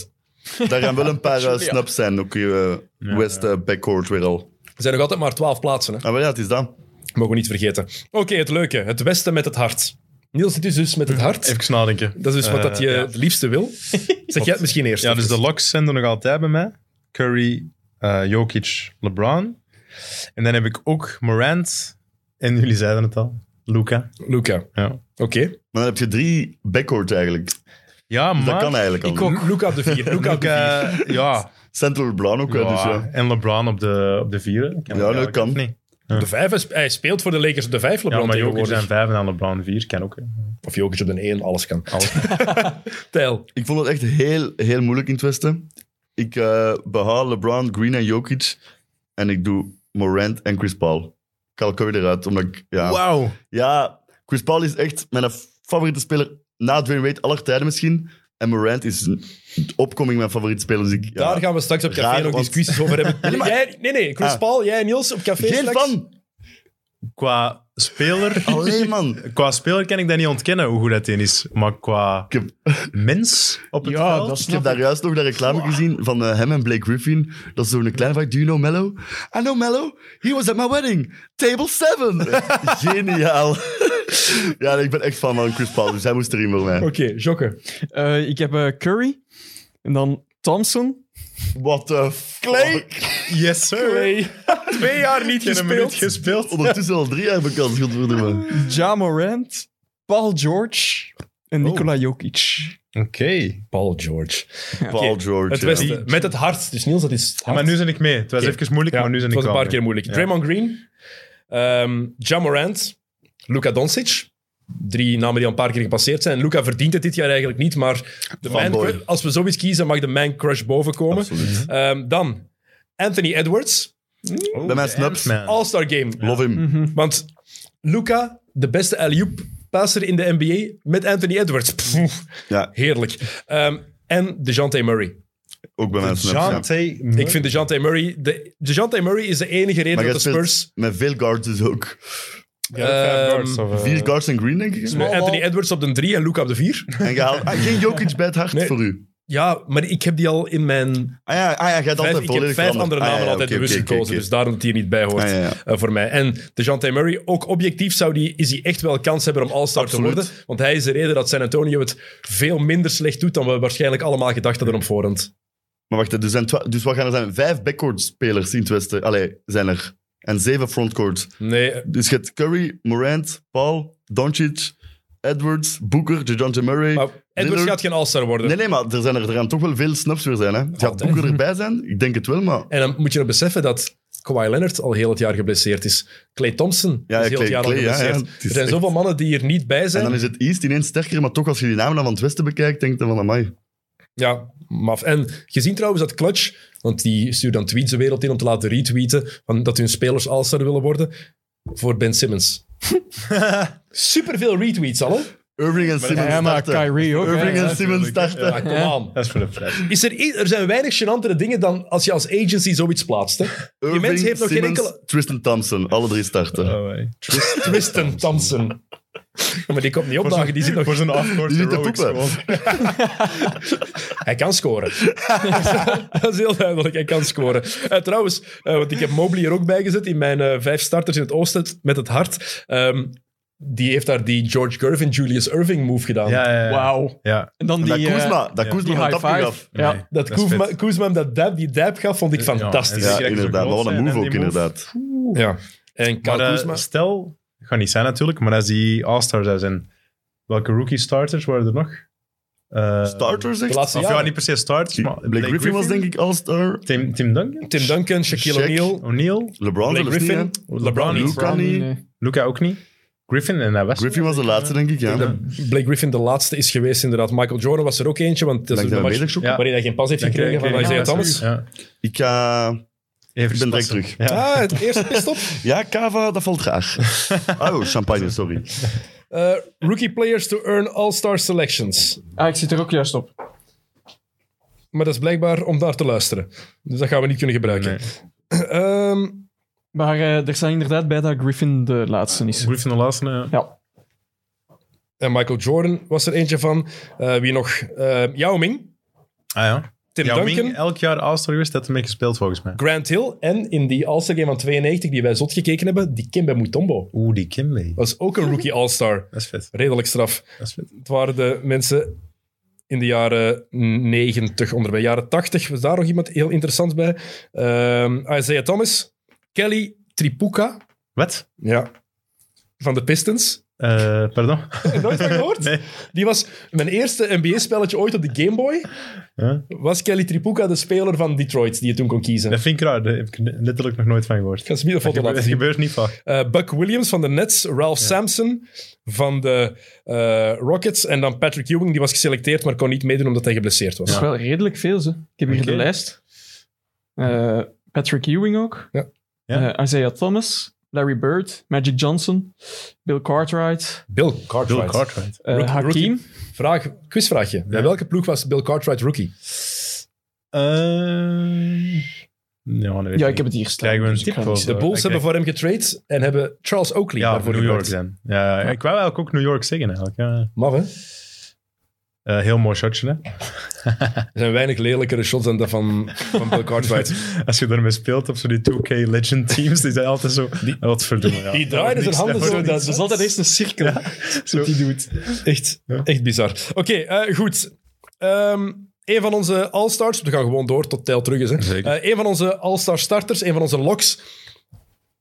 Speaker 5: was... Daar gaan wel een paar eh,
Speaker 6: Ja.
Speaker 5: snaps zijn, ook eh, West eh, backcourt weer al.
Speaker 4: Er zijn nog altijd maar 12 plaatsen, hè?
Speaker 5: Ah, maar ja, het is dat.
Speaker 4: mogen we niet vergeten. Oké, het leuke, het Westen met het hart. Niels, dit is dus met het hart.
Speaker 7: Even nadenken.
Speaker 4: Dat is dus wat
Speaker 7: Eh,
Speaker 4: dat je
Speaker 7: ja.
Speaker 4: het liefste wil. Zeg jij het misschien eerst?
Speaker 7: Ja, dus de locks zijn er nog altijd bij mij. Curry, eh, Jokic, LeBron. En dan heb ik ook Morant. En jullie zeiden het al. Luca.
Speaker 4: Luca.
Speaker 7: Ja,
Speaker 4: Oké.
Speaker 5: Maar dan heb je drie backcourt eigenlijk.
Speaker 7: ja maar...
Speaker 5: Dat Dus kan eigenlijk al.
Speaker 6: Ik ook.
Speaker 4: Luca de vier. Luca de
Speaker 7: Luca, ja,
Speaker 5: Central LeBron ook, hè, dus ja.
Speaker 7: En LeBron op de, op de vieren.
Speaker 5: Ja, dat
Speaker 7: eigenlijk
Speaker 5: kan.
Speaker 7: of niet?
Speaker 4: De vijf is- hij speelt voor de Lakers op de vijf, LeBron
Speaker 7: Ja, maar Jokic
Speaker 4: tegenwoordig.
Speaker 7: zijn vijf en dan LeBron vier. Kan ook. hè.
Speaker 4: Of Jokic op de één, alles kan. Tijl.
Speaker 5: Ik vond het echt heel, heel moeilijk in het Westen. Ik eh, behaal LeBron, Green en Jokic. En ik doe Morant en Chris Paul. Ik haal Curry eruit, omdat ik... Ja,
Speaker 4: Wauw.
Speaker 5: ja Chris Paul is echt mijn favoriete speler na Dwayne Wade aller tijden misschien. En Morant is een- de opkoming mijn favoriete speler. Dus ik, ja.
Speaker 4: Daar gaan we straks op café
Speaker 5: Raar,
Speaker 4: nog
Speaker 5: want-
Speaker 4: discussies over hebben. Jij, nee, nee, Chris
Speaker 5: Ah.
Speaker 4: Paul, jij en Niels op café
Speaker 5: Geen
Speaker 4: straks.
Speaker 5: fan!
Speaker 7: Qua speler...
Speaker 5: Alleen man!
Speaker 7: Qua speler kan ik dat niet ontkennen, hoe goed dat in is. Maar qua
Speaker 5: Ik heb,
Speaker 7: mens op het
Speaker 6: Ja,
Speaker 7: veld...
Speaker 6: dat
Speaker 5: ik heb daar juist nog de reclame gezien van eh, hem en Blake Griffin. Dat is zo'n kleine vraag. Do you know Mello? I know Mello. He was at my wedding. Table 7. Geniaal. ja, nee, ik ben echt fan van Chris Paul, dus hij moest erin voor mij.
Speaker 4: Oké, Jokke.
Speaker 6: Eh, ik heb eh, Curry. En dan Thompson.
Speaker 5: What the
Speaker 4: Clay.
Speaker 5: fuck?
Speaker 7: Yes, sir.
Speaker 4: Twee jaar niet
Speaker 7: Geen minuut
Speaker 4: gespeeld.
Speaker 7: gespeeld.
Speaker 5: Ondertussen al drie jaar bekend, schildverdomme.
Speaker 6: Ja Morant. Paul George. En
Speaker 5: Oh.
Speaker 6: Nikola Jokic.
Speaker 7: Oké.
Speaker 4: Paul George.
Speaker 5: Paul George.
Speaker 4: Het
Speaker 5: ja.
Speaker 4: Westen, met het hart. Dus Niels, dat is het hart.
Speaker 7: Maar nu ben ik mee. Het was
Speaker 4: Oké.
Speaker 7: even moeilijk,
Speaker 4: Ja,
Speaker 7: maar nu ben
Speaker 4: het was
Speaker 7: ik
Speaker 4: een
Speaker 7: wel
Speaker 4: paar
Speaker 7: mee.
Speaker 4: keer moeilijk.
Speaker 7: Ja.
Speaker 4: Draymond Green, ehm Ja Morant, Luka Doncic. Drie namen die al een paar keer gepasseerd zijn. Luka verdient het dit jaar eigenlijk niet, maar de man,
Speaker 5: Fanboy.
Speaker 4: cru- als we zoiets kiezen, mag de man crush bovenkomen.
Speaker 5: Absoluut.
Speaker 4: Ehm, dan Anthony Edwards,
Speaker 5: Bij mij
Speaker 7: de
Speaker 5: snaps.
Speaker 7: Ant-Man.
Speaker 4: All-Star Game.
Speaker 5: Love him.
Speaker 4: Want Luca, de beste alley-oop passer in de NBA met Anthony Edwards. Pff,
Speaker 5: Ja,
Speaker 4: heerlijk. Ehm, en DeJounte Murray.
Speaker 5: ook bij mij snaps. ja.
Speaker 7: Jante Murray.
Speaker 4: Ik vind DeJounte Murray... De, DeJounte Murray is de enige reden
Speaker 5: Maar
Speaker 4: dat
Speaker 5: jij
Speaker 4: de
Speaker 5: speelt
Speaker 4: Spurs...
Speaker 5: met veel guards dus ook.
Speaker 7: Ja, vijf
Speaker 4: Ehm,
Speaker 7: guards, of, eh,
Speaker 5: Vier guards en green, denk ik.
Speaker 4: met Anthony Edwards op de drie en Luca op de vier.
Speaker 5: En gehaald. Ah, geen Jokic bij het hart
Speaker 4: Nee.
Speaker 5: voor u.
Speaker 4: Ja, maar ik heb die al in mijn...
Speaker 5: Ah ja, ah, ja jij hebt altijd
Speaker 4: Vijf, ik heb vijf
Speaker 5: volledig veranderd.
Speaker 4: andere namen
Speaker 5: Ah, ja, ja,
Speaker 4: altijd
Speaker 5: oké,
Speaker 4: bewust
Speaker 5: oké, oké,
Speaker 4: gekozen,
Speaker 5: oké.
Speaker 4: dus daarom dat die hier niet bij hoort
Speaker 5: Ah, ja, ja.
Speaker 4: eh, voor mij. En DeJounte Murray, ook objectief zou die, is hij echt wel kans hebben om All-Star te
Speaker 5: Absoluut.
Speaker 4: worden. Want hij is de reden dat San Antonio het veel minder slecht doet dan we waarschijnlijk allemaal gedacht hadden op voorhand.
Speaker 5: Maar wacht, er zijn twa- dus wat gaan er zijn? Vijf backcourt-spelers in het Westen. Allee, zijn er. En zeven frontcourt.
Speaker 4: Nee, eh,
Speaker 5: Dus je hebt Curry, Morant, Paul, Doncic, Edwards, Booker, DeJounte Murray.
Speaker 4: Maar Edwards
Speaker 5: Lillard.
Speaker 4: gaat geen All-Star worden.
Speaker 5: Nee, nee, maar er, zijn er, er gaan toch wel veel snaps weer zijn. Hè? Gaat
Speaker 4: Altijd.
Speaker 5: Booker erbij zijn? Ik denk het wel, maar...
Speaker 4: En dan moet je nog beseffen dat Kawhi Leonard al heel het jaar geblesseerd is. Clay Thompson
Speaker 5: Ja,
Speaker 4: is heel
Speaker 5: ja, Klay-
Speaker 4: het jaar al
Speaker 5: Klay, ja,
Speaker 4: geblesseerd.
Speaker 5: ja, het is
Speaker 4: er zijn
Speaker 5: echt-
Speaker 4: zoveel mannen die hier niet bij
Speaker 5: En
Speaker 4: zijn.
Speaker 5: dan is het East ineens sterker, maar toch als je die namen dan van het Westen bekijkt, denk je van, amai.
Speaker 4: Ja, maf. En gezien trouwens dat Clutch, want die stuurt dan tweets de wereld in om te laten retweeten van dat hun spelers All-Star willen worden, voor Ben Simmons. Superveel retweets al, hè?
Speaker 5: Irving en Simmons
Speaker 6: Ja, maar
Speaker 5: starten.
Speaker 6: Kyrie ook. hè.
Speaker 5: Irving en Simmons
Speaker 7: natuurlijk,
Speaker 5: starten.
Speaker 4: Ah, come on.
Speaker 7: Dat is voor de prijs. Oh,
Speaker 4: Is er, i- er zijn weinig gênantere dingen dan als je als agency zoiets plaatst. Hè? Die
Speaker 5: Irving,
Speaker 4: mens heeft nog geen
Speaker 5: Simmons,
Speaker 4: enkele...
Speaker 5: Tristan Thompson, alle drie starten.
Speaker 7: Oh, hey.
Speaker 4: Tristan Thompson. Ja, Maar die komt niet opdagen, die zit nog...
Speaker 7: Voor zijn afkort
Speaker 5: Die zit te
Speaker 7: heroics
Speaker 5: poepen.
Speaker 7: gewoon.
Speaker 4: Hij kan scoren. dat is heel duidelijk, hij kan scoren. Eh, trouwens, eh, want ik heb Mobley er ook bij gezet in mijn eh, vijf starters in het oosten met het hart. Ehm, die heeft daar die George Gervin, Julius Irving move gedaan.
Speaker 7: Ja, ja, ja.
Speaker 6: Wauw.
Speaker 7: Ja.
Speaker 6: En dan
Speaker 5: En dat
Speaker 6: die, eh,
Speaker 5: Kuzma, dat
Speaker 7: ja.
Speaker 5: Kuzma
Speaker 6: die
Speaker 5: van het
Speaker 6: high
Speaker 5: afgegaan.
Speaker 6: five. Ja.
Speaker 7: Nee,
Speaker 4: Dat
Speaker 7: is vet.
Speaker 4: Koesma Koesma hem dat dab, die dab gaf, vond ik
Speaker 7: Ja,
Speaker 4: fantastisch. Ja.
Speaker 7: en
Speaker 5: Ja,
Speaker 7: zeker dat ze
Speaker 5: inderdaad.
Speaker 7: groot
Speaker 5: Wat een
Speaker 7: zijn,
Speaker 5: move
Speaker 7: hè,
Speaker 5: ook,
Speaker 7: die moves.
Speaker 5: inderdaad.
Speaker 4: En Kyle
Speaker 7: Maar eh,
Speaker 4: Kuzma-
Speaker 7: stel, dat gaat niet zijn natuurlijk, maar als die All-Star zou zijn, welke rookie starters waren er nog? Eh,
Speaker 5: Starter,
Speaker 4: de
Speaker 5: zegt
Speaker 4: laatste
Speaker 7: Of ja,
Speaker 4: jaren.
Speaker 7: niet per se starters, maar
Speaker 5: Blake, Griffin, was denk ik all-star.
Speaker 7: Tim, Tim Duncan?
Speaker 4: Tim Duncan, Shaquille
Speaker 5: Shaq,
Speaker 4: O'Neal,
Speaker 7: O'Neal?
Speaker 5: LeBron
Speaker 4: Blake
Speaker 5: zelfs niet, hè.
Speaker 4: Griffin, LeBron niet.
Speaker 5: Luka niet.
Speaker 6: eh.
Speaker 7: Luca ook niet? Griffin en hij was
Speaker 5: Griffin was de laatste, denk ik, ja.
Speaker 4: Dat Blake Griffin de laatste is geweest, inderdaad. Michael Jordan was er ook eentje, want dat is
Speaker 5: Dankzij
Speaker 4: de match
Speaker 5: een wederzoek.
Speaker 7: Ja.
Speaker 4: waarin hij geen pas heeft
Speaker 7: Dan
Speaker 4: gekregen
Speaker 7: krijg
Speaker 4: van
Speaker 7: ik-
Speaker 4: Isaiah Thomas.
Speaker 7: Ja.
Speaker 5: Ik ga...
Speaker 7: Even
Speaker 5: Ik ben direct terug.
Speaker 7: passen. Ja.
Speaker 4: Ah, het eerste pistop.
Speaker 5: Ja, Kava, dat valt graag. Oh, champagne, sorry.
Speaker 4: Eh, rookie players to earn all-star selections.
Speaker 6: Ah, ik zit er ook juist op.
Speaker 4: Maar dat is blijkbaar om daar te luisteren. Dus dat gaan we niet kunnen gebruiken. Ehm,
Speaker 6: Maar eh, er staat inderdaad bij dat Griffin de laatste is.
Speaker 7: Griffin de laatste. eh, ja.
Speaker 6: Ja.
Speaker 4: en Michael Jordan was er eentje van. Eh, wie nog? Eh Yao Ming,
Speaker 7: Ah ja.
Speaker 4: Tim
Speaker 7: Ja,
Speaker 4: Duncan,
Speaker 7: Ming, elk jaar All-Star geweest, dat ermee gespeeld volgens mij.
Speaker 4: Grant Hill. En in die All-Star Game van 92 die wij zot gekeken hebben, die Kimbe Mutombo.
Speaker 7: Oeh, die Kimley.
Speaker 4: Was ook een rookie All-Star.
Speaker 7: Dat is vet.
Speaker 4: Redelijk straf.
Speaker 7: Dat is vet.
Speaker 4: Het waren de mensen in de jaren 90 onderbij. Jaren 80 was daar nog iemand heel interessant bij. Ehm, Isaiah Thomas, Kelly Tripuka.
Speaker 7: Wat?
Speaker 4: Ja. Van de Pistons.
Speaker 7: Eh, pardon?
Speaker 4: Nooit van gehoord?
Speaker 7: Nee.
Speaker 4: Die was mijn eerste NBA-spelletje ooit op de Game Boy.
Speaker 7: Ja.
Speaker 4: Was Kelly Tripuka de speler van Detroit die je toen kon kiezen?
Speaker 7: Dat vind ik raar. Daar heb ik letterlijk nog nooit van gehoord.
Speaker 4: Ik ga ze niet de
Speaker 7: Dat
Speaker 4: foto
Speaker 7: gebeurt,
Speaker 4: laten
Speaker 7: dat
Speaker 4: zien.
Speaker 7: gebeurt niet vaak.
Speaker 4: Eh, Buck Williams van de Nets, Ralph Sampson van de eh, Rockets en dan Patrick Ewing, die was geselecteerd, maar kon niet meedoen omdat hij geblesseerd was.
Speaker 6: Dat is wel redelijk veel, ze. Ik heb hier
Speaker 7: Oké.
Speaker 6: de lijst. Eh, Patrick Ewing ook.
Speaker 4: Ja.
Speaker 7: Ja.
Speaker 6: Eh, Isaiah Thomas. Larry Bird. Magic Johnson. Bill Cartwright.
Speaker 4: Bill
Speaker 7: Bill
Speaker 4: Cartwright.
Speaker 7: Cartwright.
Speaker 6: eh,
Speaker 4: Rookie-
Speaker 6: Hakim.
Speaker 4: rookie. Vraag, quizvraagje. Bij
Speaker 7: Ja.
Speaker 4: welke ploeg was Bill Cartwright rookie?
Speaker 7: Eh, ja, dat weet
Speaker 6: Ja, ik heb het hier staan.
Speaker 7: Krijgen we een
Speaker 6: Ik heb
Speaker 7: scoop
Speaker 6: het niet
Speaker 7: voor.
Speaker 4: De
Speaker 7: Zo,
Speaker 4: Bulls
Speaker 7: oké.
Speaker 4: hebben voor hem getrade en hebben Charles Oakley
Speaker 7: Ja,
Speaker 4: daarvoor
Speaker 7: voor New York
Speaker 4: gebruikt.
Speaker 7: zijn. Ja, ik wou eigenlijk ook New York zeggen eigenlijk. Ja.
Speaker 4: Maf, hè?
Speaker 7: Eh, heel mooi shotje, hè?
Speaker 4: Er zijn weinig lelijkere shots dan dat van, van Bill Cartwright.
Speaker 7: Als je daarmee speelt op zo die 2K Legend teams, die zijn altijd zo... wat verdomme, ja.
Speaker 4: die draaiden zijn handen zo,
Speaker 6: staan.
Speaker 4: Ah, dat-
Speaker 6: Dat is altijd eerst een cirkel.
Speaker 7: zo.
Speaker 6: Die doet.
Speaker 4: Echt, echt bizar. Oké, eh, goed. Ehm een van onze All-Stars, we gaan gewoon door tot Tijl terug is. Hè.
Speaker 7: Zeker.
Speaker 4: Eh, een van onze All-Star starters, een van onze locks,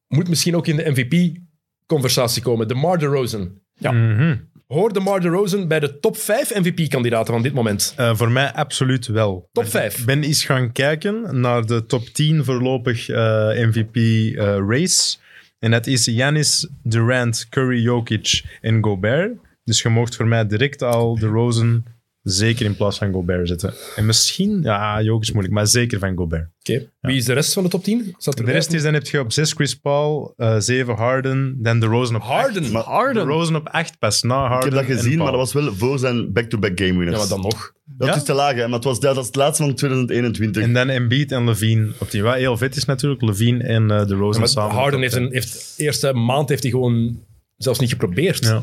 Speaker 4: moet misschien ook in de MVP-conversatie komen. De Mar DeRozan.
Speaker 7: Mhm.
Speaker 4: Hoor de Mar DeRozan bij de top 5 MVP-kandidaten van dit moment.
Speaker 7: Eh, voor mij absoluut wel.
Speaker 4: Top
Speaker 7: Maar
Speaker 4: vijf.
Speaker 7: Ik ben eens gaan kijken naar de top 10 voorlopig eh, MVP-race. eh, en dat is Giannis, Durant, Curry, Jokic en Gobert. Dus je mocht voor mij direct al de Rosen zeker in plaats van Gobert zetten. En misschien, ja, Jokic moeilijk, maar zeker van Gobert.
Speaker 4: Oké. Wie is de rest van de top 10? Zat er
Speaker 7: De rest is, dan heb je op 6 Chris Paul, 7 Harden, dan de Rosen op 8.
Speaker 4: Harden.
Speaker 5: Maar
Speaker 7: De Rosen op 8 pas na Harden.
Speaker 5: Ik heb dat
Speaker 7: en
Speaker 5: gezien, maar
Speaker 7: Paul.
Speaker 5: dat was wel voor zijn back-to-back game
Speaker 4: Ja,
Speaker 5: winners.
Speaker 4: maar dan nog.
Speaker 5: Dat
Speaker 7: Ja?
Speaker 5: is te laag, hè, maar het was, dat was het laatste van 2021.
Speaker 7: En dan Embiid en Levine op die. Wat heel vet is natuurlijk, Levine en eh, de Rosen
Speaker 4: Maar
Speaker 7: samen.
Speaker 4: Harden heeft, een, heeft de eerste maand heeft hij gewoon zelfs niet geprobeerd.
Speaker 7: Ja.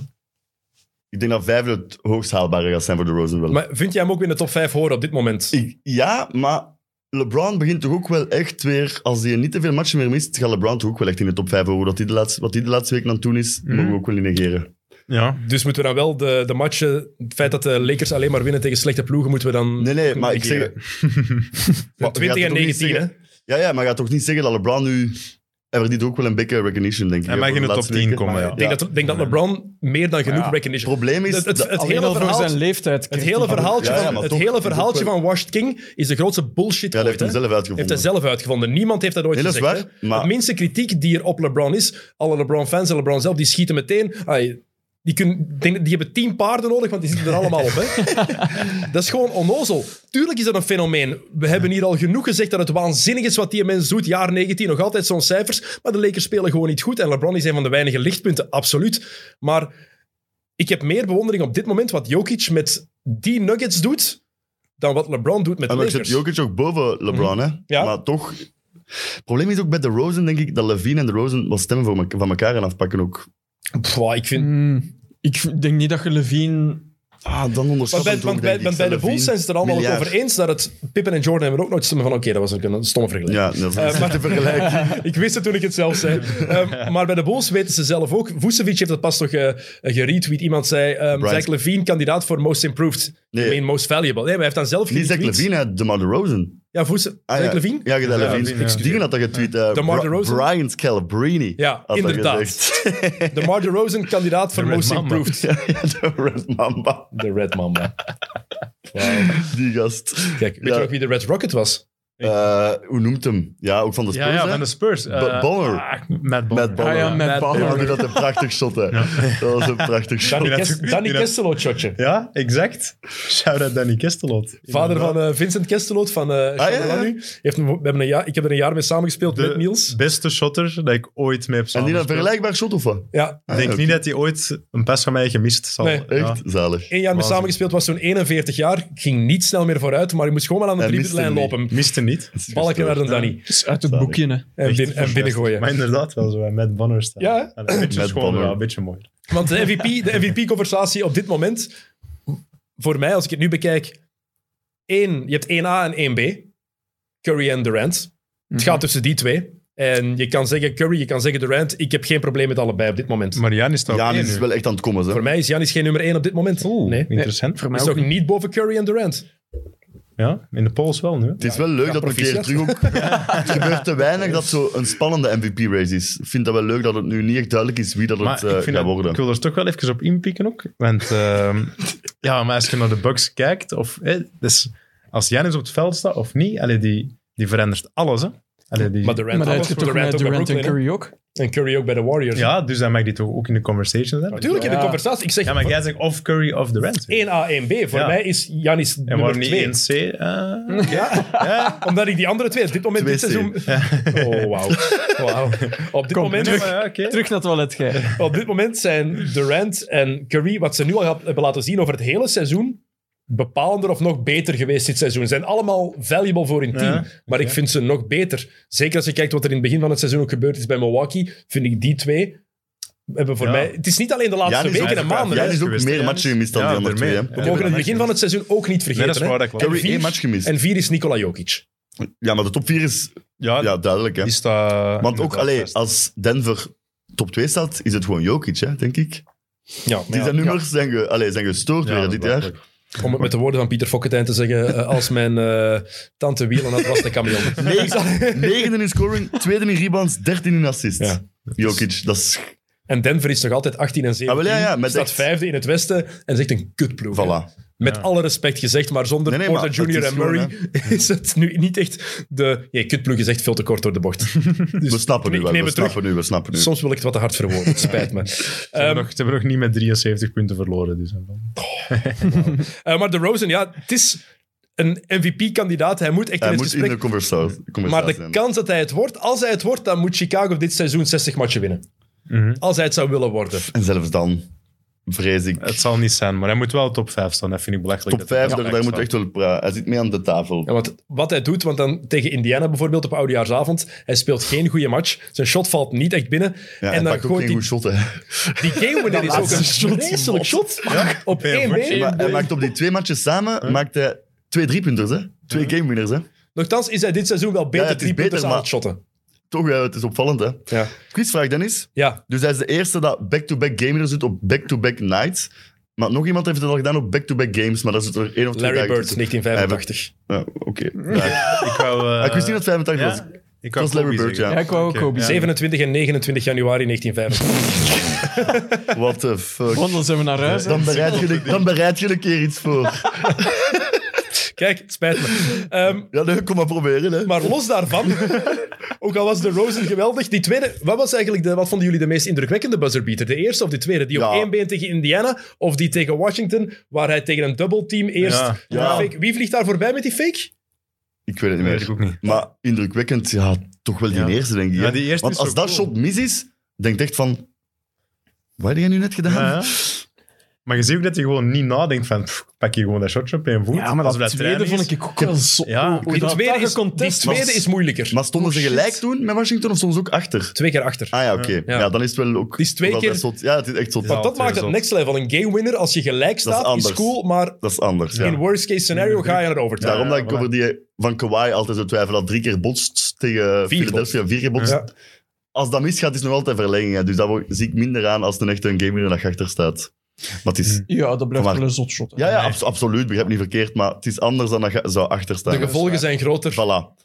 Speaker 5: Ik denk dat vijfde het hoogst haalbare gaat zijn voor de Rosen wel.
Speaker 4: Maar vind jij hem ook in de top 5 horen op dit moment?
Speaker 5: Ik- ja, maar LeBron begint toch ook wel echt weer... Als hij niet te veel matchen meer mist, gaat LeBron toch ook wel echt in de top 5 horen. Dat hij de laatste, wat hij de laatste week aan het doen is,
Speaker 4: Mhm.
Speaker 5: mogen we ook wel niet negeren.
Speaker 7: ja.
Speaker 4: Dus moeten we dan wel de, de matchen, het feit dat de Lakers alleen maar winnen tegen slechte ploegen, moeten we dan...
Speaker 5: Nee, nee, maar ik
Speaker 4: negeren?
Speaker 5: zeg...
Speaker 4: Van 20 en 19, hè?
Speaker 5: Ja, ja, maar ga toch niet zeggen dat LeBron nu... Hij verdient ook wel een beetje recognition, denk ik.
Speaker 7: Hij
Speaker 5: hè,
Speaker 7: mag
Speaker 5: voor
Speaker 7: in de top
Speaker 5: laatste
Speaker 7: 10
Speaker 5: weken.
Speaker 7: komen,
Speaker 5: Maar
Speaker 7: ja.
Speaker 4: Ik denk, dat, ik denk dat LeBron meer dan genoeg
Speaker 5: Het
Speaker 4: recognition...
Speaker 5: probleem is...
Speaker 4: Het, het,
Speaker 5: dat-
Speaker 4: het
Speaker 6: Alleen
Speaker 4: hele
Speaker 6: al voor
Speaker 4: verhaal-
Speaker 6: zijn leeftijd.
Speaker 4: het
Speaker 6: krijgt
Speaker 4: hele
Speaker 6: hij-
Speaker 4: verhaaltje,
Speaker 5: Ja, ja,
Speaker 4: van,
Speaker 5: maar
Speaker 4: het
Speaker 5: toch-
Speaker 4: hele
Speaker 5: het is
Speaker 4: verhaaltje
Speaker 5: ook wel-
Speaker 4: van Washed King is de grootste bullshit
Speaker 5: ja, dat
Speaker 4: ooit.
Speaker 5: heeft hem
Speaker 4: hè.
Speaker 5: zelf
Speaker 4: heeft
Speaker 5: uitgevonden.
Speaker 4: hij zelf uitgevonden. Niemand heeft dat ooit
Speaker 5: Nee, dat is
Speaker 4: gezegd.
Speaker 5: waar,
Speaker 4: hè.
Speaker 5: maar-
Speaker 4: De minste kritiek die er op LeBron is, alle LeBron-fans en LeBron zelf, die schieten meteen... ai, die, kunnen, denk- die hebben tien paarden nodig, want die zitten er allemaal op. Hè? dat is gewoon onnozel. Tuurlijk is dat een fenomeen. We hebben hier al genoeg gezegd dat het waanzinnig is wat die mens doet. Jaar 19, nog altijd zo'n cijfers. Maar de Lakers spelen gewoon niet goed. En LeBron is een van de weinige lichtpunten, absoluut. Maar ik heb meer bewondering op dit moment wat Jokic met die Nuggets doet, dan wat LeBron doet met de
Speaker 5: En maar ik zet
Speaker 4: Lakers.
Speaker 5: Jokic ook boven LeBron, hè?
Speaker 4: Ja.
Speaker 5: Maar toch... Het probleem is ook bij de Rosen, denk ik, dat Levine en de Rosen wat stemmen voor me- van elkaar gaan afpakken ook.
Speaker 4: Pff, ik vind...
Speaker 6: Mm, ik denk niet dat je Levine...
Speaker 5: Ah, dan
Speaker 4: Want
Speaker 5: onderschat
Speaker 4: bij,
Speaker 5: het ook,
Speaker 4: want bij,
Speaker 5: denk ik.
Speaker 4: want bij de Bulls zijn ze het er allemaal ook
Speaker 5: miljard.
Speaker 4: over eens dat het... Pippen en Jordan hebben er ook nooit stemmen van oké, dat was ook een stomme vergelijking.
Speaker 5: Ja, dat is
Speaker 4: Eh, maar-
Speaker 5: te vergelijken.
Speaker 4: ik wist het toen ik het zelf zei. Ehm, maar bij de Bulls weten ze zelf ook. Vucevic heeft dat pas toch eh, geretweet. Iemand zei, ehm
Speaker 5: Bryant.
Speaker 4: Zach Levine, kandidaat voor Most Improved.
Speaker 5: Nee.
Speaker 4: I mean, Most Valuable. Nee, maar hij heeft dan zelf
Speaker 5: Niet Zach
Speaker 4: geretweet.
Speaker 5: Levine, hè, de Mother Rosen.
Speaker 4: Ja, Vuce,
Speaker 5: Ah,
Speaker 4: Zach
Speaker 5: ja.
Speaker 4: Levine?
Speaker 5: Ja, de Levine.
Speaker 7: Levine,
Speaker 5: Ik
Speaker 7: ja.
Speaker 5: dingen dat hij getweet. eh,
Speaker 4: De Mother
Speaker 5: Bra-
Speaker 4: Rosen?
Speaker 5: Brian Scalabrine.
Speaker 4: Ja,
Speaker 5: had dat
Speaker 4: inderdaad.
Speaker 5: gezegd.
Speaker 4: De Mar DeRozan, kandidaat voor
Speaker 7: De Red
Speaker 4: Most
Speaker 7: Mamba.
Speaker 4: Improved.
Speaker 5: ja, ja, de Red Mamba.
Speaker 4: De Red Mamba.
Speaker 5: Die gast.
Speaker 4: Kijk, weet
Speaker 5: Ja.
Speaker 4: je ook wie de Red Rocket was?
Speaker 5: Eh, hoe noemt hem? Ja, ook van de Spurs,
Speaker 7: Ja, ja,
Speaker 5: hè?
Speaker 7: van de Spurs. eh,
Speaker 5: Ba- Bonner.
Speaker 7: ah, Matt Bonner.
Speaker 5: Met Baller.
Speaker 6: Ah ja, Matt Bonner.
Speaker 5: Hey, maar die had een prachtig shot, hè. Dat was een prachtig shot.
Speaker 4: Danny,
Speaker 7: dat-
Speaker 4: Kes- Danny
Speaker 7: die dat-
Speaker 4: Kesselot shotje.
Speaker 7: Ja, exact. Shout-out Danny Kestelot.
Speaker 4: Vader van eh, Vincent Kestelot van eh
Speaker 5: Ah, ja, ja.
Speaker 4: Charleroi. Heeft hem- we hebben een jaar, ik heb er een jaar mee samengespeeld
Speaker 7: de
Speaker 4: met Niels.
Speaker 7: beste shotter dat ik ooit mee
Speaker 5: En die had
Speaker 7: heb
Speaker 5: een
Speaker 7: samengespeeld.
Speaker 5: vergelijkbaar shot, of wat?
Speaker 4: Ja,
Speaker 7: Ik denk niet dat hij ooit een pas van mij gemist zal.
Speaker 4: Nee.
Speaker 7: Ja.
Speaker 5: Echt
Speaker 4: één
Speaker 5: zalig.
Speaker 4: jaar mee
Speaker 7: Waanzin.
Speaker 4: samengespeeld, was zo'n 41 jaar. Ik ging niet snel meer vooruit, maar ik moest gewoon maar aan de
Speaker 5: Hij
Speaker 4: driepuntlijn
Speaker 5: miste hem
Speaker 4: lopen.
Speaker 7: Miste niet.
Speaker 4: Balken naar de Danny.
Speaker 6: Het is uit het boekje, hè.
Speaker 4: En,
Speaker 7: Echt
Speaker 4: bin- en binnengooien.
Speaker 7: Maar inderdaad wel zo, hè, met Bonner staan.
Speaker 4: Ja,
Speaker 7: En Een beetje
Speaker 5: Matt
Speaker 7: schoon,
Speaker 5: Bonner.
Speaker 7: ja, een beetje mooi.
Speaker 4: Want de MVP, de MVP-conversatie op dit moment, voor mij, als ik het nu bekijk, één, je hebt 1A en 1B. Curry en Durant. Het gaat tussen die twee. En je kan zeggen Curry, je kan zeggen Durant. Ik heb geen probleem met allebei op dit moment.
Speaker 7: Maar Jan is toch
Speaker 5: Ja,
Speaker 7: één
Speaker 5: dit is
Speaker 7: nu?
Speaker 5: wel echt aan het komen, hè.
Speaker 4: voor mij is Janis geen nummer 1 op dit moment. nee.
Speaker 7: Interessant.
Speaker 6: Voor
Speaker 4: Is
Speaker 6: mij
Speaker 4: ook
Speaker 6: ook niet.
Speaker 4: niet boven Curry en Durant.
Speaker 7: Ja, in de polls wel nu. hè.
Speaker 5: Het is wel leuk
Speaker 4: ja,
Speaker 5: dat we een keer
Speaker 4: proficiat.
Speaker 5: terug ook... Het gebeurt te weinig dat zo een spannende MVP-race is. Ik vind dat wel leuk dat het nu niet echt duidelijk is wie dat het eh,
Speaker 7: Maar ik, vind
Speaker 5: gaat
Speaker 7: dat-
Speaker 5: worden.
Speaker 7: ik wil er toch wel even op inpikken ook. Want ehm, ja, maar als je naar de Bucks kijkt, of, hè, dus als Janis op het veld staat of niet, allee, die, die verandert alles. Hè. Allee, die,
Speaker 4: Maar Durant,
Speaker 6: maar dat
Speaker 4: alles,
Speaker 6: heb je
Speaker 4: Durant,
Speaker 6: toch met
Speaker 4: ook bij
Speaker 6: Durant en
Speaker 4: Brooklyn, hè?
Speaker 6: Curry ook?
Speaker 4: En Curry ook bij de Warriors.
Speaker 7: ja, dus dan mag die toch ook in de conversation zijn.
Speaker 4: Natuurlijk, in de
Speaker 6: Ja.
Speaker 4: conversatie. Ik zeg
Speaker 7: Ja, maar jij zegt of Curry of Durant.
Speaker 4: 1A, 1B. Voor
Speaker 7: Ja.
Speaker 4: mij is Janis
Speaker 7: En
Speaker 4: nummer
Speaker 7: waarom niet
Speaker 4: 2.
Speaker 7: 1C? eh?
Speaker 4: Ja. Omdat ik die andere twee op dit moment dit
Speaker 5: 2C.
Speaker 4: seizoen... Oh, wauw. Wauw. Op, dit moment-
Speaker 7: Ja, maar ja, oké.
Speaker 6: Terug naar het toilet, gij.
Speaker 4: op dit moment zijn Durant en Curry, wat ze nu al hebben laten zien over het hele seizoen, bepalender of nog beter geweest dit seizoen. Ze zijn allemaal valuable voor hun team.
Speaker 7: Ja.
Speaker 4: Maar ik vind ze nog beter. Zeker als je kijkt wat er in het begin van het seizoen ook gebeurd is bij Milwaukee, vind ik die twee... Hebben voor
Speaker 7: Ja.
Speaker 4: mij, het is niet alleen de laatste
Speaker 5: Janis ook-
Speaker 4: weken en maanden.
Speaker 5: Janis
Speaker 4: hè.
Speaker 5: is ook
Speaker 7: geweest,
Speaker 5: meer
Speaker 7: hè,
Speaker 5: matchen
Speaker 7: Janis?
Speaker 5: gemist dan
Speaker 7: Ja,
Speaker 5: die andere
Speaker 7: ermee,
Speaker 5: twee.
Speaker 7: hè.
Speaker 5: hè.
Speaker 4: We
Speaker 7: Ja,
Speaker 4: mogen in het
Speaker 7: dat
Speaker 4: begin
Speaker 7: is
Speaker 4: van het seizoen ook niet vergeten.
Speaker 7: Nee, dat is
Speaker 4: hè.
Speaker 7: waar, dat klopt.
Speaker 4: En
Speaker 5: Curry
Speaker 4: vier-
Speaker 5: één match gemist.
Speaker 4: En vier is Nikola Jokic.
Speaker 5: Ja, maar de top 4 is
Speaker 4: Ah,
Speaker 7: Ja,
Speaker 5: ja, duidelijk. Hè.
Speaker 7: die staat...
Speaker 5: Want ook
Speaker 7: inderdaad
Speaker 5: alleen
Speaker 7: vast.
Speaker 5: als Denver top 2 staat, is het gewoon Jokic, hè, denk ik.
Speaker 4: Ja,
Speaker 5: Die zijn nummers zijn, ge, allee, zijn gestoord
Speaker 7: Ja,
Speaker 5: weer
Speaker 7: dat
Speaker 5: dit
Speaker 7: is
Speaker 5: jaar.
Speaker 7: belachelijk.
Speaker 4: Om het met de woorden van Pieter Fokkentijn te zeggen, eh, als mijn eh, tante wielen had, was de camion.
Speaker 5: Negende in scoring, tweede in rebounds, dertiende in assists.
Speaker 4: Ja.
Speaker 5: Jokic, dat is...
Speaker 4: En Denver is toch altijd 18 en 17.
Speaker 5: Ah, wel, ja, ja, met
Speaker 4: staat
Speaker 5: echt-
Speaker 4: vijfde in het westen en zegt een kutploeg. hè.
Speaker 5: Voilà.
Speaker 4: Met alle respect gezegd, maar zonder
Speaker 5: Nee, nee, maar
Speaker 4: Porter Jr.
Speaker 5: het
Speaker 4: en
Speaker 5: is
Speaker 4: Murray
Speaker 5: gewoon,
Speaker 4: is het nu niet echt de... Ja, kutploeg is echt veel te kort door de bocht. Dus
Speaker 5: We snappen nu
Speaker 4: ik
Speaker 5: wel,
Speaker 4: neem
Speaker 5: we
Speaker 4: het terug.
Speaker 5: snappen nu, we snappen nu.
Speaker 4: Soms wil ik het wat te hard verwoorden, het spijt me.
Speaker 7: Ze hebben
Speaker 4: Ehm,
Speaker 7: nog- ze hebben nog niet met 73 punten verloren. Dus.
Speaker 4: eh, maar de Rosen, ja, het is een MVP-kandidaat. Hij moet echt
Speaker 5: Hij
Speaker 4: in het
Speaker 5: moet in
Speaker 4: gesprek
Speaker 5: de conversatie
Speaker 4: Maar
Speaker 5: conversatie
Speaker 4: de
Speaker 5: zijn.
Speaker 4: kans dat hij het wordt, als hij het wordt, dan moet Chicago dit seizoen 60 matchen winnen. Als hij het zou willen worden.
Speaker 5: En zelfs dan, vrees ik,
Speaker 7: Het zal niet zijn, maar hij moet wel top 5 staan. Dat vind ik belachelijk.
Speaker 5: top
Speaker 7: dat hij
Speaker 5: 5,
Speaker 7: niet
Speaker 5: daar,
Speaker 7: top
Speaker 5: daar moet
Speaker 7: staat.
Speaker 5: echt wel praten. Hij zit mee aan de tafel.
Speaker 4: En wat, wat hij doet, want dan tegen Indiana bijvoorbeeld op oudejaarsavond, hij speelt geen goede match, zijn shot valt niet echt binnen.
Speaker 5: Ja,
Speaker 4: en
Speaker 5: hij
Speaker 4: dan
Speaker 5: pakt ook
Speaker 4: gooit
Speaker 5: geen
Speaker 4: die,
Speaker 5: goed shot, hè.
Speaker 4: die game winner is ook een vreselijk shot op één been.
Speaker 5: Maar hij maakt op die twee matches samen maakt hij twee driepunters, hè. Twee gamewinners, hè.
Speaker 4: Nogthans is hij dit seizoen wel beter
Speaker 5: Ja, het is
Speaker 4: drie punten
Speaker 5: beter,
Speaker 4: aan
Speaker 5: maar-
Speaker 4: het shotten.
Speaker 5: Toch, ja, het is opvallend, hè.
Speaker 4: Ja.
Speaker 5: Quizvraag, Dennis.
Speaker 4: Ja,
Speaker 5: Dus hij is de eerste dat back-to-back gamers doet op back-to-back nights. Maar nog iemand heeft het al gedaan op back-to-back games, maar dat is er één of twee
Speaker 4: Larry
Speaker 5: dagen
Speaker 4: Bird,
Speaker 5: tussen.
Speaker 4: 1985.
Speaker 5: Ja, Oké. Ja.
Speaker 7: Ik wou... eh,
Speaker 5: Ah, Ik wist niet dat 85
Speaker 7: ja,
Speaker 5: was.
Speaker 7: ik
Speaker 5: was
Speaker 7: Kobe
Speaker 5: Larry Bird,
Speaker 7: zeggen.
Speaker 5: ja.
Speaker 6: Ja, ik wou ook
Speaker 7: Oké,
Speaker 6: Kobe
Speaker 7: ja.
Speaker 6: zeggen.
Speaker 4: 27 en 29 januari 1985.
Speaker 5: What the fuck.
Speaker 6: Want dan zijn we naar huis. hè.
Speaker 5: Dan bereid, je, de- dan bereid je een keer iets voor.
Speaker 4: Kijk, het spijt me. Ehm,
Speaker 5: Ja, nee, kom maar proberen. Hè.
Speaker 4: Maar los daarvan, ook al was de Rosen geweldig, die tweede, wat, was eigenlijk de, wat vonden jullie de meest indrukwekkende buzzerbeater? De eerste of die tweede? Die op
Speaker 5: Ja.
Speaker 4: één been tegen Indiana of die tegen Washington, waar hij tegen een dubbelteam eerst...
Speaker 7: Ja.
Speaker 4: een
Speaker 5: Ja.
Speaker 4: Fake, wie vliegt daar voorbij met die fake?
Speaker 5: Ik weet het niet
Speaker 7: Weet ik
Speaker 5: meer.
Speaker 7: ook niet.
Speaker 5: Maar indrukwekkend, ja, toch wel die
Speaker 7: Ja.
Speaker 5: eerste, denk ik.
Speaker 7: Ja,
Speaker 5: hè.
Speaker 7: die eerste
Speaker 5: Want
Speaker 7: is
Speaker 5: als
Speaker 7: zo
Speaker 5: dat
Speaker 7: cool.
Speaker 5: shot mis is, denk ik echt van... Wat heb jij nu net gedaan?
Speaker 7: Ja, ja. Maar je ziet ook dat hij gewoon niet nadenkt van... pff, pak hier gewoon dat shotje op één voet.
Speaker 6: Ja, maar
Speaker 7: Als
Speaker 6: dat,
Speaker 7: we
Speaker 6: tweede
Speaker 7: trainen
Speaker 6: vond
Speaker 7: is-
Speaker 6: ik ook wel zo...
Speaker 7: Ja.
Speaker 6: hoe- hoe
Speaker 4: Die
Speaker 6: dat
Speaker 4: tweede,
Speaker 6: daar
Speaker 4: is, die
Speaker 6: gecontest was.
Speaker 4: tweede is moeilijker.
Speaker 5: Maar stonden ze
Speaker 6: Oh, shit.
Speaker 5: gelijk toen met Washington of stonden ze ook achter?
Speaker 4: Twee keer achter.
Speaker 5: Ah ja, oké.
Speaker 4: Ja.
Speaker 5: Ja. dan is het wel ook...
Speaker 4: Het is twee
Speaker 5: dat
Speaker 4: keer-
Speaker 5: is zot. Ja, het is echt zot.
Speaker 7: Ja.
Speaker 4: Want dat
Speaker 7: twee
Speaker 4: maakt het
Speaker 7: zot.
Speaker 4: next level. Een game winner, als je gelijk
Speaker 5: is
Speaker 4: staat, is,
Speaker 5: anders.
Speaker 4: cool, maar
Speaker 5: Dat is anders, ja. Dus
Speaker 4: in worst case scenario ga je naar de overtime.
Speaker 5: Daarom dat ik
Speaker 7: voilà.
Speaker 5: over die van Kawhi altijd zo twijfel. Dat drie keer botst tegen Philadelphia, vier keer botst.
Speaker 4: Ja.
Speaker 5: Als dat misgaat, is het nog altijd verlenging. hè. Dus daar wo- zie ik minder aan als een echte gamer in dat je achter staat. Maar het is...
Speaker 6: Ja, dat blijft
Speaker 5: Maar-
Speaker 6: wel een zot shot. hè.
Speaker 5: Ja, ja, abso- absoluut. Begrijp niet verkeerd. Maar het is anders dan dat je zou achter
Speaker 4: De
Speaker 5: staan.
Speaker 4: gevolgen zijn groter.
Speaker 5: Voilà.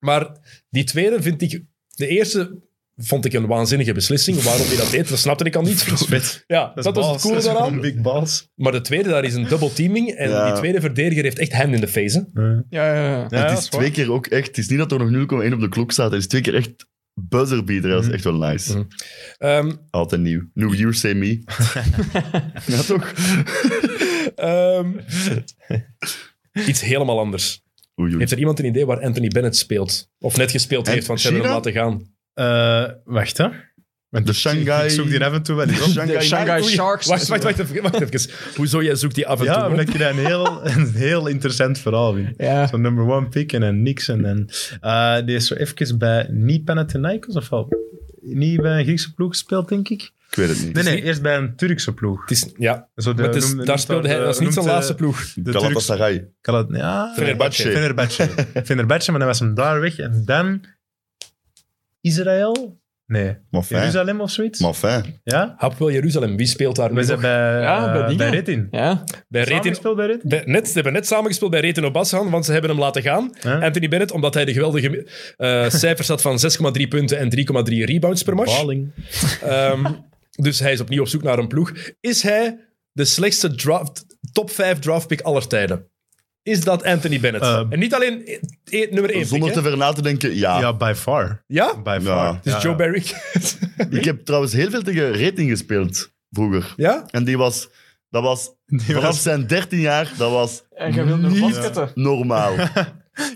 Speaker 4: Maar die tweede vind ik... De eerste vond ik een waanzinnige beslissing. Waarom hij dat deed, dat snapte ik al niet.
Speaker 7: Dat is vet.
Speaker 4: Ja, dat,
Speaker 7: is
Speaker 4: was
Speaker 7: balls.
Speaker 4: het coole
Speaker 7: Dat is gewoon
Speaker 4: daaraan.
Speaker 7: Big balls.
Speaker 4: Maar de tweede, daar is een dubbelteaming. En
Speaker 5: Ja.
Speaker 4: die tweede verdediger heeft echt hem in de face. hè.
Speaker 6: Ja, ja, ja.
Speaker 7: Ja,
Speaker 5: het
Speaker 7: dat
Speaker 5: is
Speaker 7: is waar.
Speaker 5: twee keer ook echt... Het is niet dat er nog 0,1 op de klok staat. Het is twee keer echt buzzerbeater. Dat is echt wel nice.
Speaker 4: Ehm,
Speaker 5: Altijd nieuw. New year, same me. ja, toch?
Speaker 4: ehm, iets helemaal anders.
Speaker 5: Oei, oei.
Speaker 4: Heeft er iemand een idee waar Anthony Bennett speelt? Of net gespeeld
Speaker 5: En
Speaker 4: heeft, want ze hebben hem laten gaan.
Speaker 7: Eh, Wacht, hè. Want
Speaker 5: De
Speaker 7: ik-
Speaker 5: Shanghai-
Speaker 7: Ik zoek die af en toe wel eens op.
Speaker 5: Shanghai,
Speaker 6: De Shanghai
Speaker 5: Oei.
Speaker 6: Sharks. dus-
Speaker 4: Wacht, wacht, wacht, even, wacht even. Hoezo jij zoekt die af en
Speaker 7: Ja,
Speaker 4: toe op?
Speaker 7: omdat je dat een heel, een heel interessant verhaal vindt.
Speaker 6: Ja.
Speaker 7: Zo'n number one pick en dan niks. En dan, eh, die is zo even bij, niet Panathinaikos of wel? Niet bij een Griekse ploeg gespeeld, denk ik.
Speaker 5: Ik weet het niet.
Speaker 7: Nee, nee, eerst bij een Turkse ploeg.
Speaker 4: Het is, ja,
Speaker 7: Zo de,
Speaker 4: maar het is-
Speaker 7: noemde-
Speaker 4: daar
Speaker 7: noemt
Speaker 4: speelde hij...
Speaker 7: de-
Speaker 4: Dat is niet
Speaker 7: noemt eh,
Speaker 4: zijn
Speaker 7: de-
Speaker 4: laatste ploeg.
Speaker 7: De Turks-
Speaker 5: Galatasaray.
Speaker 7: Kalat- ja,
Speaker 5: Fenerbahce.
Speaker 7: Fenerbahce. Fenerbahce, maar dan was hem daar weg. En dan Israël. Nee.
Speaker 5: Maar fijn.
Speaker 7: Jeruzalem of zoiets?
Speaker 5: Maar fijn.
Speaker 7: Ja?
Speaker 4: Hapwel Jeruzalem, wie speelt daar nu
Speaker 7: We
Speaker 4: nog?
Speaker 7: zijn bij,
Speaker 6: Ja, bij
Speaker 7: eh,
Speaker 6: die,
Speaker 7: bij
Speaker 6: ja.
Speaker 7: Retin.
Speaker 6: Ja.
Speaker 4: Bij Retin,
Speaker 7: Samengespeeld bij Retin?
Speaker 4: bij- net, ze hebben net samengespeeld bij Reten Obassan, want ze hebben hem laten gaan.
Speaker 7: Ja.
Speaker 4: Anthony Bennett, omdat hij de geweldige eh, cijfers had van 6,3 punten en 3,3 rebounds per match.
Speaker 7: Baling.
Speaker 4: Ehm, dus hij is opnieuw op zoek naar een ploeg. Is hij de slechtste draft, top 5 draftpick aller tijden? Is dat Anthony Bennett?
Speaker 7: Eh,
Speaker 4: en niet alleen e- e- nummer 1
Speaker 5: Zonder te ver na te denken, ja.
Speaker 7: Ja, by far.
Speaker 4: Ja?
Speaker 7: By
Speaker 5: Ja.
Speaker 7: far.
Speaker 4: Dus
Speaker 7: Ja,
Speaker 4: Joe
Speaker 7: ja.
Speaker 4: Barry.
Speaker 5: Ik heb trouwens heel veel tegen Rating gespeeld vroeger.
Speaker 4: ja?
Speaker 5: En die was... Dat was...
Speaker 7: Die
Speaker 5: Vanaf
Speaker 7: was...
Speaker 5: zijn 13 jaar, dat was
Speaker 6: En jij wilt nog vastketten.
Speaker 5: normaal. Dat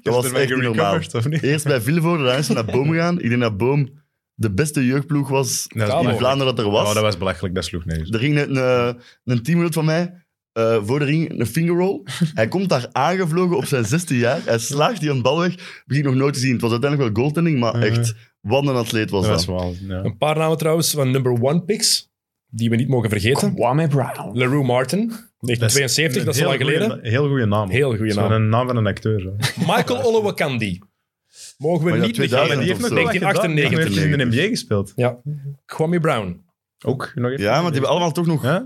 Speaker 5: was
Speaker 7: ervan
Speaker 5: echt niet normaal.
Speaker 7: gerecoverd, of niet?
Speaker 5: Eerst bij Vilvoorde, dan is ze naar Boom gegaan. Ik denk dat Boom de beste jeugdploeg was
Speaker 7: Dat is
Speaker 4: Ja,
Speaker 5: in
Speaker 4: mogelijk.
Speaker 5: Vlaanderen dat er was.
Speaker 7: Oh, dat was belachelijk, dat sloeg nergens.
Speaker 5: Er ging een, een, een teamgenoot van mij eh, voor de ring een finger roll. Hij komt daar aangevlogen op zijn 16 jaar. Hij slaagt die aan de bal weg. Begint nog nooit te zien. Het was uiteindelijk wel goaltending, maar
Speaker 7: Ja.
Speaker 5: echt, wat een atleet was
Speaker 7: Dat
Speaker 5: dat.
Speaker 7: was wel... Ja.
Speaker 4: Een paar namen trouwens van number 1 picks, die we niet mogen vergeten.
Speaker 6: Kwame Brown.
Speaker 4: LaRue Martin, 1972, dat is
Speaker 7: een
Speaker 4: al lang
Speaker 7: heel
Speaker 4: geleden.
Speaker 7: goeie- heel goede naam.
Speaker 4: Heel goeie
Speaker 7: Zo'n
Speaker 4: naam.
Speaker 7: een naam van een acteur. hè.
Speaker 4: Michael Olowokandi. Mogen we
Speaker 5: Maar ja,
Speaker 4: niet beginnen.
Speaker 5: 2000
Speaker 7: Die heeft nog wel wat gedaan. Die
Speaker 4: 1998.
Speaker 7: heeft in de NBA gespeeld.
Speaker 4: Ja. Kwame Brown.
Speaker 7: Ook nog even.
Speaker 5: Ja, want die hebben allemaal toch nog...
Speaker 7: Ja?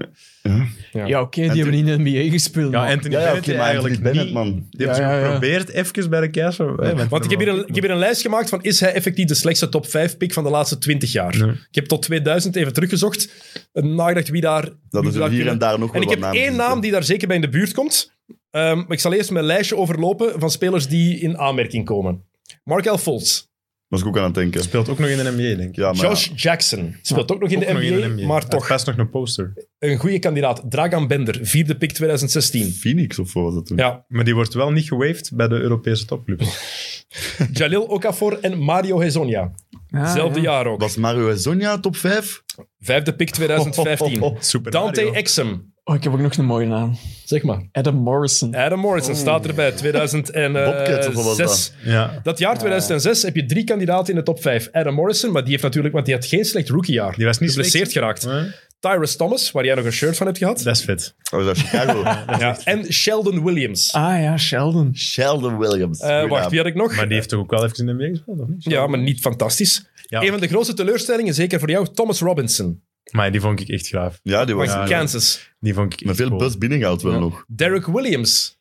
Speaker 6: Ja, oké, die hebben in de NBA gespeeld.
Speaker 7: Ja,
Speaker 6: man.
Speaker 7: Anthony
Speaker 5: Ja, ja,
Speaker 7: Bennett
Speaker 5: oké, maar
Speaker 7: eigenlijk
Speaker 5: Anthony Bennett,
Speaker 7: niet.
Speaker 5: man.
Speaker 7: Die heeft
Speaker 6: Ja, ja, ja.
Speaker 7: geprobeerd even bij de Cavs. hè, met
Speaker 4: Want ik heb, hier een, ik heb hier een lijst gemaakt van is hij effectief de slechtste top 5 pick van de laatste 20 jaar.
Speaker 7: Nee.
Speaker 4: Ik heb tot 2000 even teruggezocht en nagedacht wie daar...
Speaker 5: Dat
Speaker 4: wie
Speaker 5: is
Speaker 4: daar
Speaker 5: hier
Speaker 4: kunnen-
Speaker 5: en daar nog
Speaker 4: En
Speaker 5: wel
Speaker 4: ik
Speaker 5: wat
Speaker 4: heb
Speaker 5: namen
Speaker 4: één
Speaker 5: zitten.
Speaker 4: naam die daar zeker bij in de buurt komt. Ehm, maar ik zal eerst mijn lijstje overlopen van spelers die in aanmerking komen. Markel Fultz,
Speaker 5: Was ik ook aan het denken.
Speaker 7: Speelt ook nog in de NBA, denk ik.
Speaker 5: Ja, maar
Speaker 4: Josh Jackson, speelt ook nog in de,
Speaker 7: Ook nog
Speaker 4: NBA, maar
Speaker 7: Hij
Speaker 4: toch
Speaker 7: past nog een poster.
Speaker 4: een goede kandidaat. Dragan Bender, vierde pick 2016.
Speaker 5: Phoenix of wat was dat toen?
Speaker 4: Ja,
Speaker 7: Maar die wordt wel niet gewaved bij de Europese topclubs.
Speaker 4: Jalil Okafor en Mario
Speaker 7: Ah,
Speaker 4: Hezonja.
Speaker 6: Ja,
Speaker 4: Zelfde
Speaker 6: ja.
Speaker 4: jaar ook.
Speaker 5: Was Mario en Sonja top 5?
Speaker 4: Vijfde pick 2015.
Speaker 7: Oh, Super
Speaker 4: Dante
Speaker 7: Mario.
Speaker 4: Exum.
Speaker 6: Oh, ik heb ook nog een mooie naam.
Speaker 4: Zeg maar.
Speaker 6: Adam Morrison.
Speaker 4: Adam
Speaker 7: Oh.
Speaker 4: Morrison staat erbij.
Speaker 5: Bobcat, of wat was
Speaker 4: 2006.
Speaker 5: dat?
Speaker 7: Ja.
Speaker 4: Dat jaar 2006 heb je drie kandidaten in de top 5. Adam Morrison, maar die heeft natuurlijk, want die had geen slecht rookiejaar.
Speaker 7: Die was niet
Speaker 4: geblesseerd
Speaker 7: slecht,
Speaker 4: geraakt.
Speaker 7: hè?
Speaker 4: Tyrus Thomas, waar jij nog een shirt van hebt gehad.
Speaker 7: Dat is vet.
Speaker 5: Oh, dat is Chicago.
Speaker 4: Ja. En Sheldon Williams.
Speaker 6: Ah ja, Sheldon.
Speaker 5: Sheldon Williams.
Speaker 4: Eh, wacht, wie had ik nog?
Speaker 7: Maar die heeft toch ook wel even in de NBA gespeeld, of niet?
Speaker 4: Ja, maar niet fantastisch.
Speaker 7: Ja.
Speaker 4: Een van de grootste teleurstellingen, zeker voor jou, Thomas Robinson
Speaker 7: Maar die vond ik echt graaf.
Speaker 5: Ja, die
Speaker 4: van
Speaker 5: was...
Speaker 7: ja.
Speaker 4: Kansas.
Speaker 7: Die vond ik echt
Speaker 5: Met veel
Speaker 7: cool.
Speaker 5: bus binnengehaald wel nog.
Speaker 4: Derek Williams,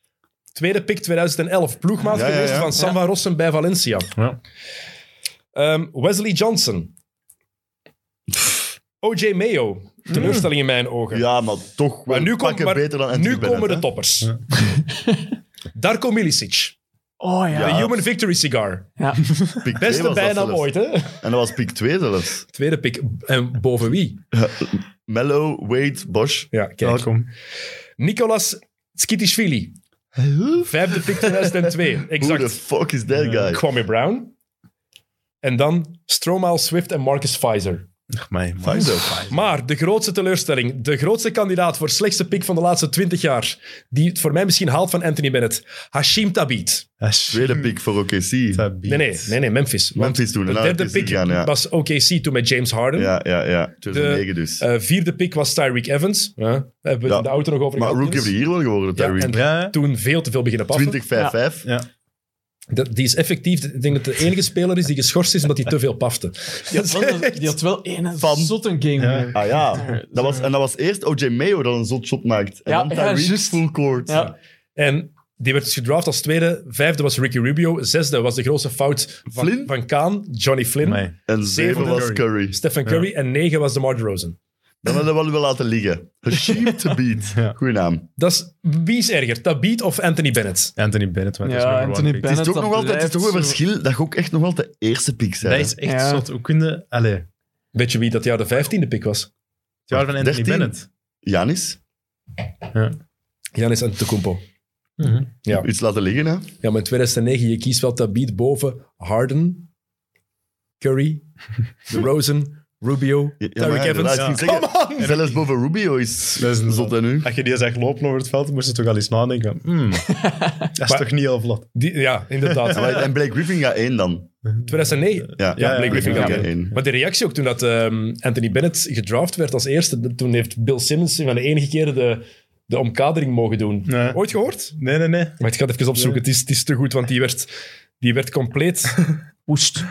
Speaker 4: tweede pick 2011, ploegmaat
Speaker 5: Ja, ja,
Speaker 4: geweest
Speaker 5: ja.
Speaker 4: van Sam van Rossum bij Valencia.
Speaker 7: Ja.
Speaker 4: Ehm, Wesley Johnson. OJ Mayo. Teleurstelling in mijn ogen.
Speaker 5: Ja, maar toch wel
Speaker 4: maar nu,
Speaker 5: pakken
Speaker 4: komt maar
Speaker 5: beter dan Anthony
Speaker 4: nu
Speaker 5: Bennett,
Speaker 4: komen de
Speaker 5: hè?
Speaker 4: toppers. Darko Milicic.
Speaker 6: Oh ja.
Speaker 4: De
Speaker 5: Ja.
Speaker 4: Human Victory Cigar.
Speaker 6: ja.
Speaker 5: Pick twee
Speaker 4: Beste
Speaker 5: was dat
Speaker 4: bijnaam
Speaker 5: zelfs.
Speaker 4: ooit, hè?
Speaker 5: En dat was pick 2 zelfs.
Speaker 4: Tweede pick. En boven wie?
Speaker 5: Mello, Wade, Bosch.
Speaker 4: Ja, kijk.
Speaker 7: Welkom.
Speaker 4: Nicolas Skitishvili. Vijfde pick 2002.
Speaker 5: Who the
Speaker 4: Exact.
Speaker 5: fuck is that guy?
Speaker 4: Kwame Brown. En dan Stromaal Swift en Marcus Pfizer.
Speaker 7: Amai, man.
Speaker 5: Fijn zo.
Speaker 4: Maar de grootste teleurstelling, de grootste kandidaat voor slechtste pick van de laatste 20 jaar, die het voor mij misschien haalt van Anthony Bennett, Hashim Tabit.
Speaker 7: Dat is
Speaker 5: Tweede pick voor OKC.
Speaker 7: Tabiet.
Speaker 4: Nee, nee, nee, nee Memphis. Want
Speaker 5: Memphis toen.
Speaker 4: De
Speaker 5: nou,
Speaker 4: derde
Speaker 5: het is
Speaker 4: pick
Speaker 5: gegaan, ja.
Speaker 4: was OKC toen met James Harden.
Speaker 5: Ja, ja, ja.
Speaker 4: De
Speaker 5: 2009 dus.
Speaker 4: eh, vierde pick was Tyreek Evans. Ja, daar hebben we het
Speaker 5: Ja.
Speaker 4: in de auto nog over
Speaker 5: maar
Speaker 4: gehad.
Speaker 5: Rookie of
Speaker 4: Niels.
Speaker 5: the Year wel geworden,
Speaker 4: Ja,
Speaker 5: Tyreek.
Speaker 4: en
Speaker 7: Ja,
Speaker 4: Toen veel te veel beginnen passen.
Speaker 5: 20-5-5.
Speaker 7: ja.
Speaker 4: Dat- die is effectief, ik denk dat de enige speler is die geschorst is omdat hij te veel pafte.
Speaker 6: Die, had wel, die had wel één
Speaker 5: Van-
Speaker 6: zotte game.
Speaker 7: Ja.
Speaker 6: man.
Speaker 5: Ah ja, dat was, en dat was eerst OJ Mayo dat een zot shot maakt. En
Speaker 6: Ja,
Speaker 5: dan
Speaker 6: ja,
Speaker 5: Tyreek
Speaker 6: juist.
Speaker 5: full court.
Speaker 6: Ja.
Speaker 4: En die werd dus gedraft als tweede. Vijfde was Ricky Rubio. Zesde was de grootste fout van,
Speaker 5: Flynn?
Speaker 4: van Kaan, Johnny Flynn.
Speaker 7: Amai.
Speaker 5: En zeven
Speaker 4: Zevende
Speaker 5: was Curry.
Speaker 4: Stephen Curry. En negen was DeMar DeRozan.
Speaker 5: Dan hadden we wel laten liggen. Hashim te beat. Goeie naam.
Speaker 4: Dat is, wie is erger, Tabit of Anthony Bennett?
Speaker 7: Anthony Bennett. want
Speaker 6: Ja,
Speaker 7: dat is number one
Speaker 6: Anthony
Speaker 7: pick.
Speaker 5: Het is
Speaker 6: Bennett,
Speaker 5: toch nog
Speaker 6: dat
Speaker 5: altijd het is toch
Speaker 6: blijft
Speaker 5: een
Speaker 6: zo-
Speaker 5: verschil dat je ook echt nog wel de eerste pick bent.
Speaker 7: Dat
Speaker 5: hè?
Speaker 7: is echt
Speaker 6: Ja.
Speaker 7: zot. Hoe kunnen... Allee, het
Speaker 4: Weet je wie dat jaar de vijftiende pick was?
Speaker 7: jaar van Anthony
Speaker 5: 13.
Speaker 7: Bennett.
Speaker 5: Janis,
Speaker 4: Janis Antetokounmpo. Ja.
Speaker 5: iets laten liggen hè.
Speaker 4: Ja, maar in 2009, je kiest wel Tabit boven Harden, Curry, DeRozan, Rubio,
Speaker 5: Ja, maar
Speaker 4: Tyreek
Speaker 5: ja,
Speaker 4: Evans.
Speaker 5: inderdaad, ik ging zeggen, Zelfs boven Rubio is
Speaker 7: Dat is een
Speaker 5: zot en nu.
Speaker 7: Als je die zag lopen over het veld, moest je toch al eens nadenken. hmm, dat is
Speaker 4: Maar-
Speaker 7: toch niet heel vlot.
Speaker 4: Die, ja, inderdaad.
Speaker 5: Maar- Ah, En Blake Griffin gaat één dan.
Speaker 4: 2009.
Speaker 5: Ja,
Speaker 4: Ja, Blake Griffin
Speaker 5: gaat
Speaker 4: gaat
Speaker 5: één. één.
Speaker 4: Maar de reactie ook toen dat ehm, Anthony Bennett gedraft werd als eerste, toen heeft Bill Simmons van de enige keren de, de omkadering mogen doen.
Speaker 7: Nee.
Speaker 4: Ooit gehoord?
Speaker 7: Nee, nee, nee.
Speaker 4: Maar ik ga het even opzoeken, het, is, het is te goed, want die werd, die werd compleet...
Speaker 6: Woest.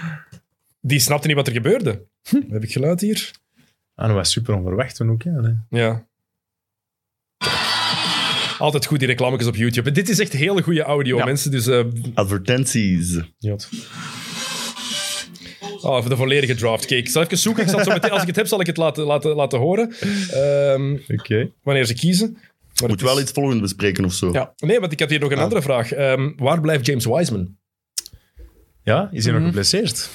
Speaker 4: Die snapte niet wat er gebeurde. Heb ik geluid hier?
Speaker 7: Ah, dat was super onverwacht toen ook. Ja, nee.
Speaker 4: Ja. Altijd goed die reclametjes op YouTube. En dit is echt hele goede audio,
Speaker 7: Ja.
Speaker 4: mensen. Dus eh,
Speaker 5: Advertenties.
Speaker 7: Jot.
Speaker 4: Oh, voor de volledige draft cake. Ik zal even zoeken. Ik zal het zo meteen, als ik het heb, zal ik het laten, laten, laten horen. Ehm,
Speaker 7: Oké.
Speaker 4: wanneer ze kiezen. Maar het
Speaker 5: Moet
Speaker 4: is-
Speaker 5: wel iets volgend bespreken of zo.
Speaker 6: Ja.
Speaker 4: Nee, want ik heb hier
Speaker 7: Ah.
Speaker 4: nog een andere vraag. Ehm, waar blijft James Wiseman?
Speaker 7: Ja, is hij nog geblesseerd?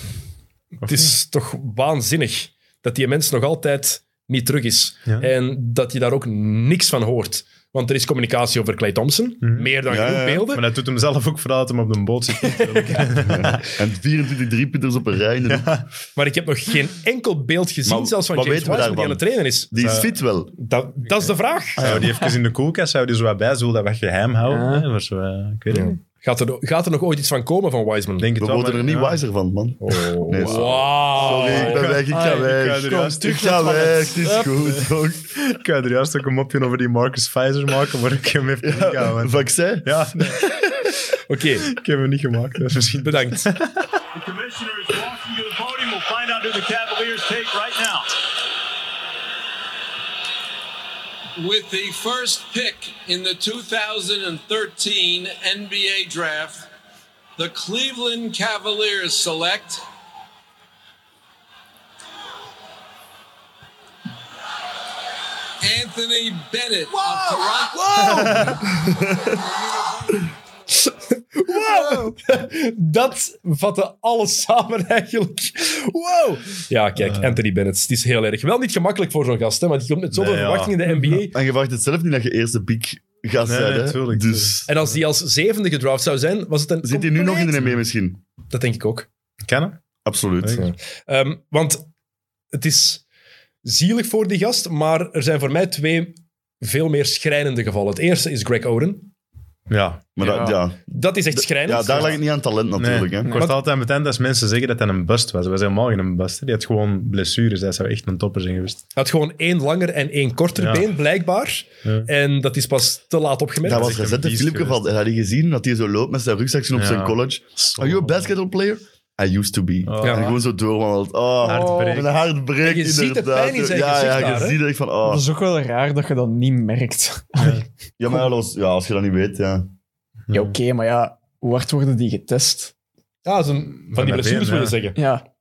Speaker 4: Het is toch waanzinnig dat die mens nog altijd niet terug is.
Speaker 7: Ja.
Speaker 4: En dat je daar ook niks van hoort. Want er is communicatie over Clay Thompson.
Speaker 7: Mhm.
Speaker 4: Meer dan
Speaker 5: Ja,
Speaker 4: genoeg
Speaker 5: ja, ja.
Speaker 4: beelden.
Speaker 7: Maar dat doet hem zelf ook vooral dat hem op de boot zit. natuurlijk.
Speaker 5: En 24 driepunters op een rij. in de hoek.
Speaker 4: Maar ik heb nog geen enkel beeld gezien,
Speaker 5: Maar
Speaker 4: zelfs van
Speaker 5: wat
Speaker 4: James
Speaker 5: weten we
Speaker 4: Wiseman die aan
Speaker 5: daarvan?
Speaker 4: het trainen is.
Speaker 5: Die is fit wel.
Speaker 4: Dat, dat is de vraag.
Speaker 7: Zou die even in de koelkast, zou die zo wat bij, zo dat wat geheim houden?
Speaker 6: Ja.
Speaker 7: hè, voor zo, eh, ik weet het niet.
Speaker 4: Gaat er, gaat er nog ooit iets van komen van Wiseman?
Speaker 7: Denk
Speaker 5: We
Speaker 7: het wel,
Speaker 5: worden
Speaker 7: maar-
Speaker 5: er niet
Speaker 7: ja.
Speaker 5: wijzer van, man.
Speaker 4: Oh,
Speaker 5: Nee, sorry.
Speaker 7: Oh,
Speaker 4: wow.
Speaker 5: Sorry, ik ben weg, ik
Speaker 6: Ah,
Speaker 5: ga
Speaker 6: ik
Speaker 5: weg.
Speaker 7: ga er juist
Speaker 5: Ik
Speaker 7: terug
Speaker 5: ga
Speaker 7: naar het
Speaker 5: weg, het is goed. ook.
Speaker 7: Ik ga er juist ook een mopje over die Marcus Pfizer maken, maar ik heb hem even niet gehouden.
Speaker 5: Vaccin?
Speaker 7: Ja, nee,
Speaker 4: Oké,
Speaker 7: ik heb hem niet gemaakt. dus. Dat is misschien
Speaker 4: bedankt.
Speaker 1: The commissioner is walking to the podium. We'll find out who the Cavaliers take right now.
Speaker 8: With the first pick in the 2013 NBA draft, the Cleveland Cavaliers select Anthony Bennett of Toronto.
Speaker 4: Wow! Dat vatte alles samen eigenlijk. Wow! Ja,
Speaker 5: Eh.
Speaker 4: kijk, Anthony Bennett. Het is heel erg. Wel niet gemakkelijk voor zo'n gast, hè, want je komt met zoveel
Speaker 7: Nee, ja.
Speaker 4: verwachtingen in de NBA.
Speaker 5: En je wacht het zelf niet dat je eerste piek gaat
Speaker 7: Nee,
Speaker 5: zijn.
Speaker 7: nee,
Speaker 5: hè?
Speaker 7: tuurlijk,
Speaker 5: dus
Speaker 4: En als die als zevende gedraft zou zijn, was het een.
Speaker 5: zit hij nu nog in de
Speaker 4: compleet-
Speaker 5: NBA misschien?
Speaker 4: Dat denk ik ook.
Speaker 7: kennen.
Speaker 5: Absoluut.
Speaker 7: Ja.
Speaker 4: Ehm, want het is zielig voor die gast, maar er zijn voor mij twee veel meer schrijnende gevallen. Het eerste is Greg Oden.
Speaker 7: Ja.
Speaker 5: Maar dat- ja.
Speaker 4: Dat is echt schrijnend.
Speaker 5: ja, daar lag het niet aan talent natuurlijk.
Speaker 7: Nee,
Speaker 5: Hè.
Speaker 7: Ik word altijd meteen als mensen zeggen dat hij een bust was. Hij was helemaal geen bust. hè. Die had gewoon blessures. Hij zou echt een topper zijn geweest.
Speaker 4: Hij had gewoon één langer en één korter
Speaker 7: Ja.
Speaker 4: been, blijkbaar.
Speaker 7: Ja.
Speaker 4: En dat is pas te laat opgemerkt.
Speaker 5: Dat was
Speaker 7: echt een
Speaker 5: recent een
Speaker 7: beest
Speaker 5: filmpje
Speaker 7: geweest.
Speaker 5: van. Had hij gezien dat hij zo loopt met zijn rugzakje op
Speaker 7: Ja.
Speaker 5: zijn college? Are you a basketball player? I used to be.
Speaker 7: Ja.
Speaker 5: En gewoon zo doorwandelt. Oh,
Speaker 7: Hartbreek.
Speaker 5: Een hartbreek,
Speaker 4: En je ziet de
Speaker 5: inderdaad.
Speaker 4: pijn in zijn
Speaker 5: ja,
Speaker 4: gezicht
Speaker 5: Ja,
Speaker 4: daar, hè?
Speaker 5: je ziet echt van... Oh.
Speaker 6: Dat is ook wel raar dat je dat niet merkt.
Speaker 5: Ja, maar als, ja, als je dat niet weet, ja.
Speaker 6: Ja, oké, maar ja, hoe hard worden die getest?
Speaker 4: Ja, dat is een- van
Speaker 7: Van
Speaker 4: die
Speaker 7: dat
Speaker 4: blessures
Speaker 7: been,
Speaker 4: willen
Speaker 7: ja.
Speaker 4: zeggen.
Speaker 6: Ja,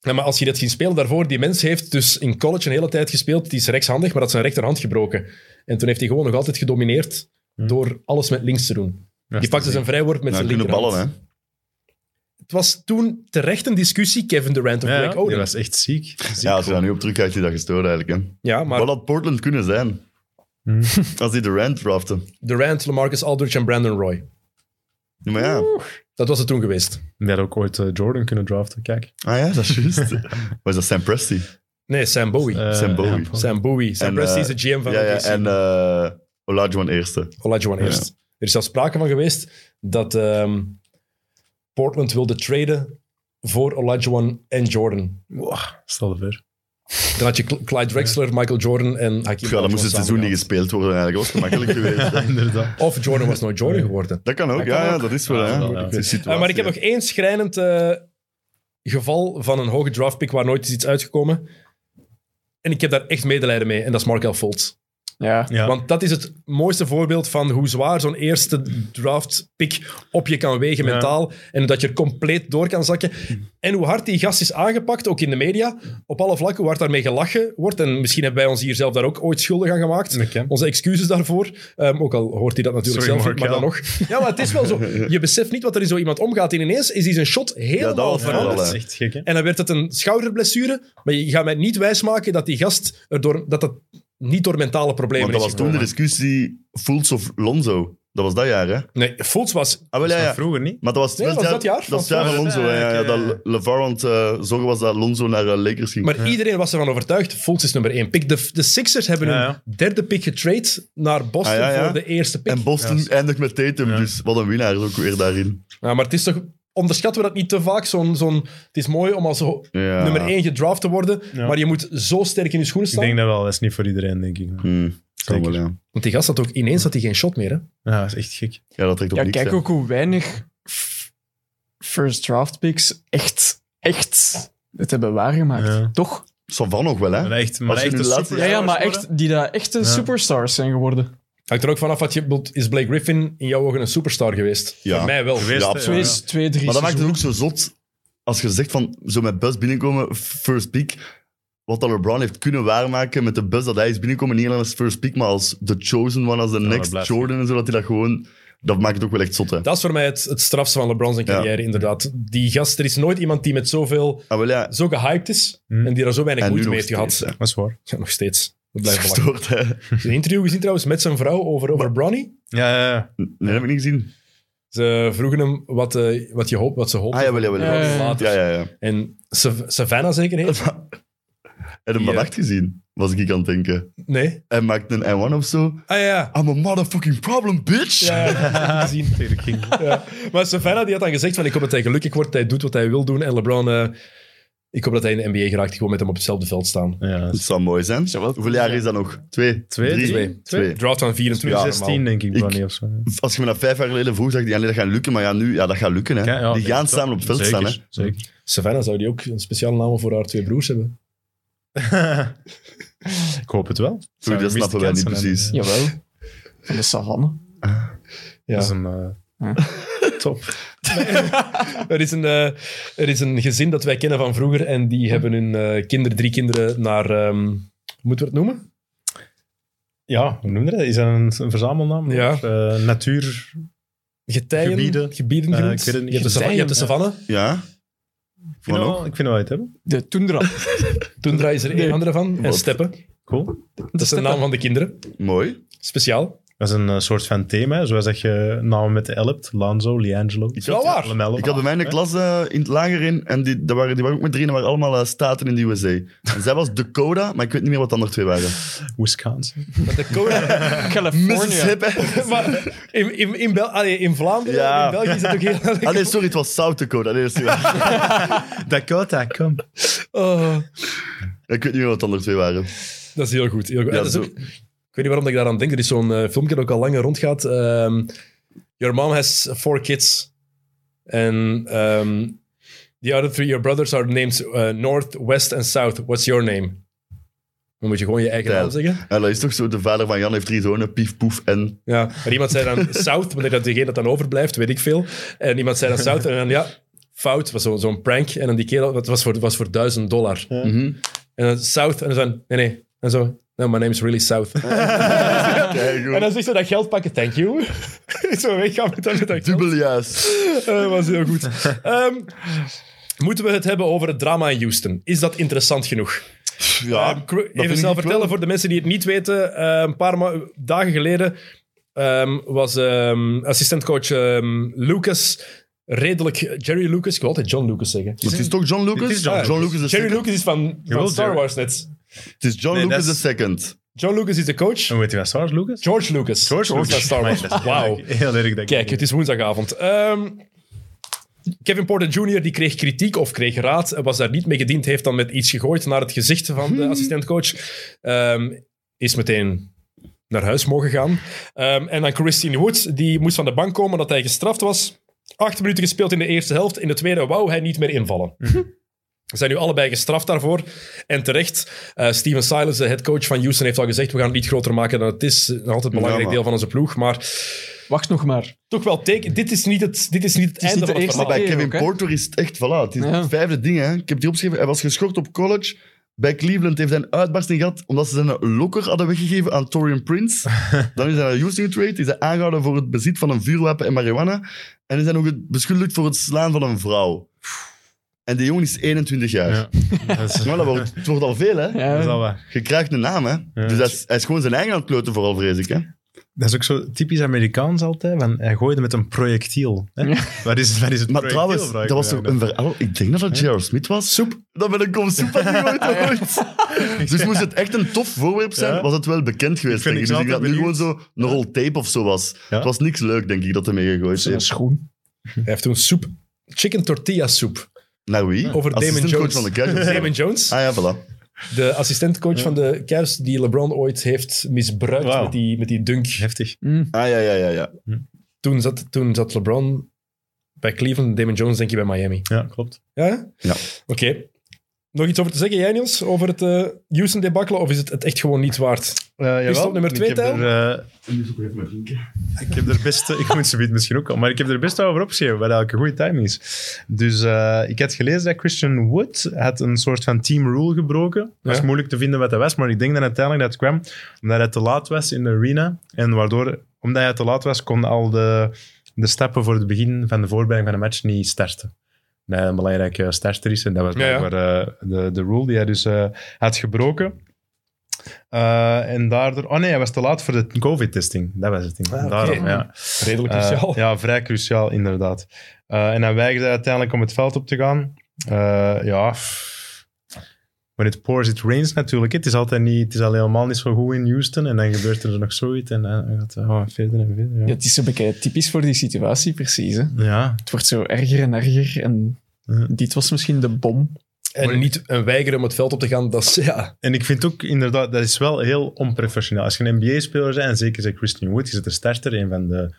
Speaker 4: Ja, maar als je dat ging spelen daarvoor, die mens heeft dus in college een hele tijd gespeeld. Die is rechtshandig, maar dat zijn rechterhand gebroken. En toen heeft hij gewoon nog altijd gedomineerd door alles met links te doen. Die pakte zijn vrijwoord met
Speaker 5: ja
Speaker 4: zijn
Speaker 5: Nou, kunnen
Speaker 4: linkerhand.
Speaker 5: ballen, hè.
Speaker 4: Het was toen terecht een discussie, Kevin Durant of
Speaker 7: Ja,
Speaker 6: Oh,
Speaker 4: Blake Oden.
Speaker 7: die was echt ziek.
Speaker 5: Ja, als je daar nu op terugkijkt, je dat gestoord eigenlijk. Hè.
Speaker 4: Ja, maar
Speaker 5: Wat had Portland kunnen zijn? Als die Durant draften.
Speaker 4: Durant, LaMarcus Aldridge en Brandon Roy.
Speaker 5: Maar ja,
Speaker 4: Dat was het toen geweest.
Speaker 7: Die had ook ooit eh, Jordan kunnen draften. Kijk.
Speaker 5: ah ja, dat is juist. Was dat Sam Presti?
Speaker 4: Nee, Sam Bowie.
Speaker 7: Eh,
Speaker 5: Sam Bowie.
Speaker 7: ja,
Speaker 4: Sam Bowie. Sam
Speaker 5: en,
Speaker 4: Presti is
Speaker 5: eh,
Speaker 4: de GM van
Speaker 5: Ja, ja,
Speaker 4: OKC.
Speaker 5: en eh Olajuwon eerste.
Speaker 4: Olajuwon
Speaker 5: Ja.
Speaker 4: eerst. Er is zelfs sprake van geweest dat ehm, Portland wilde traden voor Olajuwon en Jordan.
Speaker 7: Stel je voor.
Speaker 4: Dan had je Cl- Clyde Drexler, Michael Jordan en Hakim
Speaker 5: Ja, dan
Speaker 4: Olajuwon
Speaker 5: moest het seizoen
Speaker 4: samengehaald.
Speaker 5: niet gespeeld worden eigenlijk. Dat was gemakkelijk geweest.
Speaker 7: Inderdaad.
Speaker 4: Of Jordan was nooit Jordan geworden.
Speaker 5: Dat kan ook,
Speaker 4: Dat
Speaker 5: ja,
Speaker 4: kan
Speaker 5: ja,
Speaker 4: ook.
Speaker 5: dat is wel.
Speaker 7: Ja,
Speaker 5: hè.
Speaker 7: dat wel, ja.
Speaker 5: Het is situatie,
Speaker 4: Eh, maar ik heb
Speaker 5: hè.
Speaker 4: nog één schrijnend eh, geval van een hoge draftpick waar nooit is iets uitgekomen. En ik heb daar echt medelijden mee. En dat is Markel Fultz.
Speaker 6: ja.
Speaker 7: Ja.
Speaker 4: Want dat is het mooiste voorbeeld van hoe zwaar zo'n eerste draftpick op je kan wegen
Speaker 7: Ja.
Speaker 4: mentaal. En dat je er compleet door kan zakken. En hoe hard die gast is aangepakt, ook in de media. Op alle vlakken, waar het daarmee gelachen wordt. En misschien hebben wij ons hier zelf daar ook ooit schuldig aan gemaakt.
Speaker 7: Dat kan.
Speaker 4: Onze excuses daarvoor. Ehm, ook al hoort hij dat natuurlijk
Speaker 7: Sorry,
Speaker 4: zelf niet, maar dan
Speaker 7: Markel.
Speaker 4: nog. Ja, maar het is wel zo. Je beseft niet wat er in zo iemand omgaat. En ineens is die zijn shot helemaal
Speaker 5: was
Speaker 4: veranderd.
Speaker 5: wel,
Speaker 7: dat
Speaker 5: hè.
Speaker 7: is echt gek, hè?
Speaker 4: En dan werd het een schouderblessure. Maar je gaat mij niet wijsmaken dat die gast er door, dat dat niet door mentale problemen
Speaker 5: Want dat
Speaker 4: is
Speaker 5: was toen de
Speaker 4: gekomen.
Speaker 5: discussie Fultz of Lonzo. Dat was dat jaar, hè?
Speaker 4: Nee, Fultz was
Speaker 5: Ah, wel, ja, ja.
Speaker 7: Vroeger niet.
Speaker 5: Maar dat was,
Speaker 4: Nee,
Speaker 5: het
Speaker 4: was dat jaar?
Speaker 5: Dat is het jaar van
Speaker 7: Van
Speaker 5: Lonzo.
Speaker 7: Fultz,
Speaker 5: Ja, ja,
Speaker 7: ja,
Speaker 5: dat
Speaker 7: ja, ja.
Speaker 5: Le- LeVarant eh, zorgen was dat Lonzo naar eh, Lakers ging.
Speaker 4: Maar iedereen was ervan overtuigd, Fultz is nummer één pick. De, de Sixers hebben
Speaker 7: Ja,
Speaker 4: hun
Speaker 7: ja.
Speaker 4: derde pick getrade naar Boston
Speaker 5: Ah, ja, ja.
Speaker 4: voor de eerste pick.
Speaker 5: en Boston eindigt met Tatum, dus wat een winnaar is ook weer daarin.
Speaker 4: Ja, maar het is toch... Onderschatten we dat niet te vaak? Zo'n, zo'n, het is mooi om als ho-
Speaker 5: Ja.
Speaker 4: nummer één gedraft te worden,
Speaker 7: Ja.
Speaker 4: maar je moet zo sterk in je schoenen
Speaker 7: Ik
Speaker 4: staan.
Speaker 7: denk dat wel. Dat is niet voor iedereen, denk ik.
Speaker 5: Hmm, kan wel,
Speaker 7: Zeker.
Speaker 5: ja.
Speaker 4: Want die gast had ook ineens had hij geen shot meer. Hè?
Speaker 7: Ja, dat is echt gek.
Speaker 5: ja, dat trekt op
Speaker 6: ja
Speaker 5: niks.
Speaker 6: kijk
Speaker 5: hè.
Speaker 6: ook hoe weinig f- first draft picks echt, echt het hebben waargemaakt.
Speaker 7: Ja.
Speaker 6: Toch?
Speaker 5: Savan nog wel, hè?
Speaker 7: Maar echt, maar
Speaker 5: Als je
Speaker 7: echt
Speaker 5: nu
Speaker 7: een
Speaker 5: laat-
Speaker 7: super-
Speaker 6: Ja, ja maar echt, die daar echte superstars zijn geworden.
Speaker 4: Hangt er ook vanaf wat je bedoelt. Is Blake Griffin in jouw ogen een superstar geweest?
Speaker 5: Ja.
Speaker 4: Voor mij wel.
Speaker 7: Geweest,
Speaker 5: Ja,
Speaker 7: hè,
Speaker 5: absoluut.
Speaker 6: Twee, twee drie
Speaker 5: Maar dat maakt het ook
Speaker 6: seizoenen.
Speaker 5: zo zot als je zegt van zo met bus binnenkomen, first pick. Wat dat LeBron heeft kunnen waarmaken met de bus dat hij is binnenkomen, niet alleen als first pick, maar als the chosen one, als the
Speaker 7: dat
Speaker 5: next
Speaker 7: blijft-
Speaker 5: Jordan en zo, dat hij dat gewoon... Dat maakt het ook wel echt zot, hè.
Speaker 4: Dat is voor mij het, het strafste van LeBron zijn
Speaker 5: Ja.
Speaker 4: carrière, inderdaad. Die gast, er is nooit iemand die met zoveel,
Speaker 5: Ah, wel ja.
Speaker 4: zo gehyped is en die daar zo weinig
Speaker 5: Hm. En nu
Speaker 4: moeite mee heeft
Speaker 5: nog
Speaker 4: gehad.
Speaker 5: steeds, hè.
Speaker 7: Dat is waar.
Speaker 4: Ja, nog steeds. Dat
Speaker 5: Dat is
Speaker 4: blijft belangrijk.
Speaker 5: gestoord, hè.
Speaker 4: Een interview gezien trouwens met zijn vrouw over, over Bronny.
Speaker 7: Ja, ja, ja.
Speaker 5: Nee, dat heb ik niet gezien.
Speaker 4: Ze vroegen hem wat, eh, wat, je hoopt, wat ze hoopt.
Speaker 5: Ah, jawel, jawel.
Speaker 6: Ja,
Speaker 5: jawel. Ja,
Speaker 6: ja,
Speaker 5: ja, ja.
Speaker 4: En Sav- Savannah zeker heet?
Speaker 5: Heb je hem
Speaker 4: Ja.
Speaker 5: vannacht gezien? Was ik aan het denken.
Speaker 4: Nee.
Speaker 5: Hij maakt een N1 of zo.
Speaker 4: Ah ja.
Speaker 5: I'm a motherfucking problem, bitch!
Speaker 4: ja. ja. Ja. Maar Savannah die had dan gezegd van ik hoop dat hij gelukkig wordt, dat hij doet wat hij wil doen. En LeBron, eh, ik hoop dat hij in de NBA geraakt, die gewoon met hem op hetzelfde veld staan.
Speaker 7: ja.
Speaker 5: Dat zou mooi zijn.
Speaker 6: Zou wel-
Speaker 5: Hoeveel jaar is dat nog? Twee?
Speaker 7: Twee,
Speaker 5: Drie?
Speaker 7: drie.
Speaker 5: Twee.
Speaker 4: Draft van 24. normaal.
Speaker 7: 2016 denk ik,
Speaker 5: Ik-
Speaker 7: Bronny of zo.
Speaker 5: Als je me dat vijf jaar geleden vroeg, dacht ik, ja, nee, dat gaat lukken. Maar ja, nu, ja, dat gaat lukken. Hè.
Speaker 7: Ja, ja,
Speaker 5: die
Speaker 7: denk
Speaker 5: gaan
Speaker 7: ik
Speaker 5: samen
Speaker 7: wel.
Speaker 5: op het veld
Speaker 7: Zeker,
Speaker 5: staan. Hè.
Speaker 7: Zeker.
Speaker 4: Savannah zou die ook een speciale naam voor haar twee broers hebben.
Speaker 7: ik hoop het wel.
Speaker 5: Sorry, dat snappen wij niet precies.
Speaker 7: eh,
Speaker 6: Jawel. Van de savanne.
Speaker 4: Ja.
Speaker 7: Dat is een... eh, Top.
Speaker 4: Er is, een, eh, er is een gezin dat wij kennen van vroeger en die hebben hun eh, kinderen, drie kinderen, naar... ehm, moeten we het noemen?
Speaker 7: Ja, hoe noem je dat? Is dat een, een verzamelnaam?
Speaker 4: Ja.
Speaker 7: Of, eh, natuur...
Speaker 4: Getijen?
Speaker 7: Gebieden.
Speaker 4: Gebieden
Speaker 7: Eh,
Speaker 4: genoemd.
Speaker 7: ik weet het niet.
Speaker 4: Je hebt de, savan- je hebt de
Speaker 7: Getijen,
Speaker 4: savanne.
Speaker 5: Ja?
Speaker 7: Ik vind,
Speaker 5: Van
Speaker 7: wel, ik vind wel het hebben.
Speaker 6: De Tundra.
Speaker 4: Tundra is er een
Speaker 6: Nee.
Speaker 4: andere van. En
Speaker 5: Wat?
Speaker 4: steppen.
Speaker 7: Cool.
Speaker 4: Dat is de naam van de kinderen.
Speaker 5: Mooi.
Speaker 4: Speciaal.
Speaker 7: Dat is een eh, soort van thema, hè, zoals dat je namen met de L hebt. Lanzo, Liangelo.
Speaker 5: Ik
Speaker 4: Wel
Speaker 5: had,
Speaker 4: waar.
Speaker 7: Lamello.
Speaker 5: ik had bij mij in de klas eh, in het lager in. En die, dat waren, die waren ook met drie. En dat waren allemaal eh, staten in de USA. En zij was Dakota, maar ik weet niet meer wat de andere twee waren.
Speaker 7: Wisconsin.
Speaker 4: Want de code-
Speaker 5: Mrs.
Speaker 6: California.
Speaker 5: Hip. hè.
Speaker 4: maar in, in, in, Bel allee, in Vlaanderen,
Speaker 5: Ja.
Speaker 4: in België is dat ook heel...
Speaker 5: Ah, nee, sorry, het was South Dakota. Nee, dat is niet waar.
Speaker 7: Dakota, kom.
Speaker 4: Oh,
Speaker 5: ik weet niet meer wat de andere twee waren.
Speaker 4: dat is heel goed. Heel goed.
Speaker 5: Ja,
Speaker 4: Eh, dat is
Speaker 5: zo.
Speaker 4: ook- ik weet niet waarom ik daaraan denk. Er is zo'n eh, filmpje dat ook al langer rondgaat. Ehm your mom has four kids. And ehm, the other three, your brothers are named eh, North, West en South. What's your name? Dan moet je gewoon je eigen
Speaker 5: Ja.
Speaker 4: naam zeggen.
Speaker 5: En dat is toch zo, de vader van Jan heeft drie zonen, Pief, Poef en...
Speaker 4: Ja, maar iemand zei dan South, want ik dat degene dat dan overblijft, weet ik veel. En iemand zei dan South en dan ja, fout, was zo- zo'n prank. En dan die kerel, dat was voor, was voor 1000 dollar.
Speaker 5: Mhm.
Speaker 4: En dan South en dan zo, nee, nee. En zo, no, my name is really South. en
Speaker 5: Kijk, goed.
Speaker 4: dan zegt ze dat geld pakken, thank you. zo weggaan met dat, met dat geld.
Speaker 5: Dubbel juist.
Speaker 4: Eh, Dat was heel goed. Ehm, moeten we het hebben over het drama in Houston? Is dat interessant genoeg?
Speaker 5: Ja,
Speaker 4: Ehm, Cru-
Speaker 5: dat vind
Speaker 4: even
Speaker 5: ik
Speaker 4: snel
Speaker 5: wel.
Speaker 4: vertellen voor de mensen die het niet weten. Eh, een paar ma- dagen geleden ehm, was ehm, assistentcoach ehm, Lucas redelijk... Jerry Lucas, ik wil altijd John Lucas zeggen.
Speaker 5: Maar het is toch John Lucas?
Speaker 7: Dit is John
Speaker 5: John
Speaker 7: Lucas.
Speaker 5: Lucas de
Speaker 4: Jerry
Speaker 5: second.
Speaker 4: Lucas is van, van
Speaker 7: Jawel,
Speaker 4: Star
Speaker 7: Jerry.
Speaker 4: Wars net.
Speaker 5: Het is John
Speaker 7: Nee,
Speaker 5: Lucas
Speaker 7: dat
Speaker 5: the
Speaker 7: is-
Speaker 5: second.
Speaker 4: John Lucas is de coach.
Speaker 7: En weet je wat Star Wars, Lucas?
Speaker 4: Oh. George Lucas. is van Star Wars. Wauw.
Speaker 7: Heel erg, denk ik.
Speaker 4: Kijk, het is woensdagavond. Ehm, Kevin Porter Jr. die kreeg kritiek of kreeg raad, eh, was daar niet mee gediend, heeft dan met iets gegooid naar het gezicht van de assistentcoach. Ehm, is meteen naar huis mogen gaan. Ehm, en dan Christine Woods, die moest van de bank komen omdat hij gestraft was. Acht minuten gespeeld in de eerste helft. In de tweede wou hij niet meer invallen.
Speaker 7: Mhm.
Speaker 4: Ze zijn nu allebei gestraft daarvoor. En terecht. Eh, Steven Silas, de headcoach van Houston, heeft al gezegd... we gaan het niet groter maken dan het is. Nog altijd een belangrijk
Speaker 5: maar-
Speaker 4: deel van onze ploeg. Maar
Speaker 6: Wacht nog maar.
Speaker 4: toch wel teken. Dit is niet het, dit is niet het,
Speaker 6: is
Speaker 4: einde
Speaker 6: niet de
Speaker 4: van het
Speaker 6: eerste
Speaker 5: Maar
Speaker 4: verhaal.
Speaker 5: bij
Speaker 6: Oké,
Speaker 5: Kevin
Speaker 6: oké.
Speaker 5: Porter is het echt, voilà, het is
Speaker 6: Ja.
Speaker 5: het vijfde ding. Hè. Ik heb die opgeschreven. Hij was geschort op college. Bij Cleveland heeft hij een uitbarsting gehad omdat ze zijn lokker hadden weggegeven aan Torian Prince. Dan is hij naar Houston getraind, is hij aangehouden voor het bezit van een vuurwapen en marihuana. En is hij nog beschuldigd voor het slaan van een vrouw. En die jongen is 21 jaar.
Speaker 7: Ja. Dat is,
Speaker 5: Maar dat wordt, het wordt al veel, hè?
Speaker 7: dat is
Speaker 6: Ja,
Speaker 7: al waar.
Speaker 5: Je krijgt een naam, hè? Dus hij is, hij is gewoon zijn eigen aan het kleuter, vooral vrees ik. Hè?
Speaker 7: Dat is ook zo typisch Amerikaans altijd. Van, hij gooide met een projectiel. Hè? Waar, is, waar is het
Speaker 5: Maar
Speaker 7: projectiel?
Speaker 5: trouwens,
Speaker 7: vraag ik
Speaker 5: dat was
Speaker 7: me
Speaker 5: toch
Speaker 7: dan
Speaker 5: een
Speaker 7: af.
Speaker 5: verhaal. Ik denk dat dat J.R. Smith was. Soep. Dat ben ik kom soep aan gegooid ooit. Dus moest het echt een tof voorwerp zijn,
Speaker 7: Ja.
Speaker 5: was het wel bekend geweest.
Speaker 7: Ik
Speaker 5: Denk
Speaker 7: vind-
Speaker 5: ik. Dus ik
Speaker 7: ik ben
Speaker 5: dat nu gewoon
Speaker 7: altijd
Speaker 5: zo een rol tape of zo was.
Speaker 7: Ja.
Speaker 5: Het was niks leuk, denk ik, dat hij meegegooid
Speaker 6: Zo'n
Speaker 5: heeft.
Speaker 6: schoen.
Speaker 4: Hij heeft toen soep. Chicken tortilla soep.
Speaker 5: Naar wie?
Speaker 4: Over Damon
Speaker 5: Assistant
Speaker 4: Jones.
Speaker 5: coach van de Cavs.
Speaker 4: Damon Jones,
Speaker 5: Ah ja, voilà.
Speaker 4: de assistentcoach van de Cavs, die LeBron ooit heeft misbruikt
Speaker 7: Wauw.
Speaker 4: met, die, met die dunk.
Speaker 7: Heftig.
Speaker 5: Ah ja, ja, ja. ja.
Speaker 4: Toen zat, toen zat LeBron bij Cleveland, Damon Jones denk je bij Miami.
Speaker 7: Ja, klopt.
Speaker 4: Ja?
Speaker 5: Ja.
Speaker 4: Oké. Nog iets over te zeggen, jij Niels, over het eh Houston debakkelen? Of is het het echt gewoon niet waard?
Speaker 7: Uh,
Speaker 4: op nummer twee,
Speaker 7: ik heb,
Speaker 4: Tijl?
Speaker 7: er, eh, ik heb er best... Ik moet ze misschien ook al, maar ik heb er best wel over opgeschreven, wat eigenlijk een goede timing is. Dus eh, ik had gelezen dat Christian Wood had een soort van team rule gebroken. Het was
Speaker 4: Ja.
Speaker 7: moeilijk te vinden wat dat was, maar ik denk dat uiteindelijk dat het kwam omdat hij te laat was in de arena. En waardoor, omdat hij te laat was, kon al de, de stappen voor het begin van de voorbereiding van de match niet starten. Dat hij een belangrijke starter is en dat was
Speaker 4: Ja, ja.
Speaker 7: blijkbaar eh, de, de rule die hij dus eh, had gebroken. Eh, en daardoor... Oh nee, hij was te laat voor de COVID-testing. Dat was het ding. Daarom, ja.
Speaker 4: Ah, Redelijk
Speaker 7: Eh,
Speaker 4: cruciaal.
Speaker 7: ja, vrij cruciaal, inderdaad. Eh, en hij weigerde uiteindelijk om het veld op te gaan. Eh, ja... pff. When it pours, it rains natuurlijk. Het is altijd niet... Het is al helemaal niet zo goed in Houston. En dan gebeurt er nog zoiets. En dan gaat het gewoon verder en verder.
Speaker 6: Ja,
Speaker 7: Ja.
Speaker 6: het is een beetje typisch voor die situatie, precies. Hè.
Speaker 7: ja.
Speaker 6: Het wordt zo erger en erger. En
Speaker 7: Ja.
Speaker 6: dit was misschien de bom.
Speaker 4: En niet een weigeren om het veld op te gaan, dat is... Ja,
Speaker 7: En ik vind ook inderdaad... Dat is wel heel onprofessioneel. Als je een NBA-speler bent, en zeker zijn Christian Wood, je zit de starter, een van de...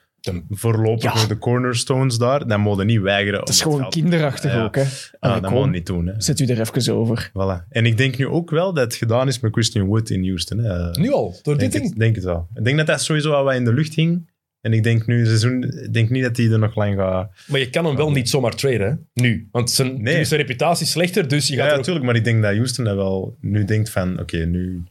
Speaker 7: voorlopig nog de cornerstones daar, dan mogen niet weigeren.
Speaker 6: Dat is gewoon kinderachtig
Speaker 7: Ja, ja.
Speaker 6: ook. Hè. Allee,
Speaker 7: Ah, dat
Speaker 6: kom,
Speaker 7: moet niet doen. Hè.
Speaker 6: Zet u er even over.
Speaker 7: Voilà. En ik denk nu ook wel dat het gedaan is met Christian Wood in Houston. Hè.
Speaker 4: nu al, door dit
Speaker 7: denk,
Speaker 4: ding.
Speaker 7: het, denk het wel. Ik denk dat dat sowieso al wat in de lucht hing. En ik denk nu, het seizoen, ik denk niet dat hij er nog lang gaat.
Speaker 4: Maar je kan hem wel niet zomaar traden, hè? Nu. Want zijn,
Speaker 7: Ah, Nee.
Speaker 4: nu is zijn reputatie slechter, dus je gaat
Speaker 7: Ja,
Speaker 4: er ook-
Speaker 7: natuurlijk, maar ik denk dat Houston dat wel nu denkt van, oké, nu...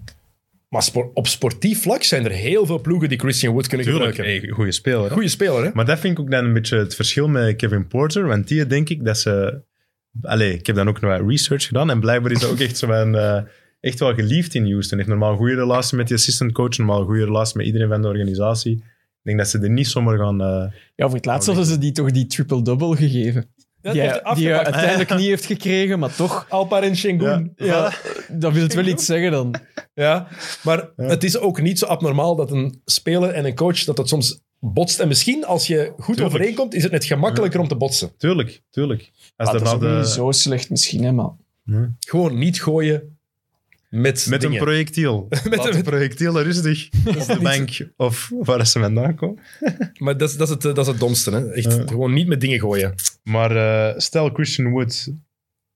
Speaker 4: Maar spor- op sportief vlak zijn er heel veel ploegen die Christian Wood kunnen gebruiken.
Speaker 7: hey, goede speler. hè.
Speaker 4: Goeie speler, hè?
Speaker 7: Maar dat vind ik ook dan een beetje het verschil met Kevin Porter. Want die denk ik dat ze... Allee, ik heb dan ook nog wat research gedaan. En blijkbaar is dat ook echt zo van... eh, echt wel geliefd in Houston. Heeft normaal een goede relatie met die assistant coach. Normaal een goede relatie met iedereen van de organisatie. Ik denk dat ze er niet zomaar gaan... eh,
Speaker 6: Ja, voor het laatst hadden ze die toch die triple-double gegeven. die
Speaker 4: heeft
Speaker 6: hij,
Speaker 4: hij
Speaker 6: die hij
Speaker 4: afgepakt.
Speaker 6: uiteindelijk niet heeft gekregen, maar toch.
Speaker 4: Alpar en Shengun.
Speaker 7: Ja.
Speaker 6: Ja, dat wil het wel iets zeggen dan.
Speaker 4: Ja, maar het is ook niet zo abnormaal dat een speler en een coach dat dat soms botst. En misschien als je goed overeenkomt, is het net gemakkelijker om te botsen.
Speaker 7: tuurlijk, tuurlijk. Als
Speaker 6: Maar
Speaker 7: er
Speaker 6: dat is
Speaker 7: nou
Speaker 6: ook
Speaker 7: de-
Speaker 6: niet zo slecht misschien, hè, maar...
Speaker 4: Gewoon niet gooien met,
Speaker 7: Met een
Speaker 4: dingen.
Speaker 7: projectiel. Met een projectiel rustig op de bank of waar ze vandaan komen.
Speaker 4: Maar dat, is- dat, is het, eh, dat is het domste. Hè? Echt, Gewoon niet met dingen gooien.
Speaker 7: Maar eh, stel Christian Wood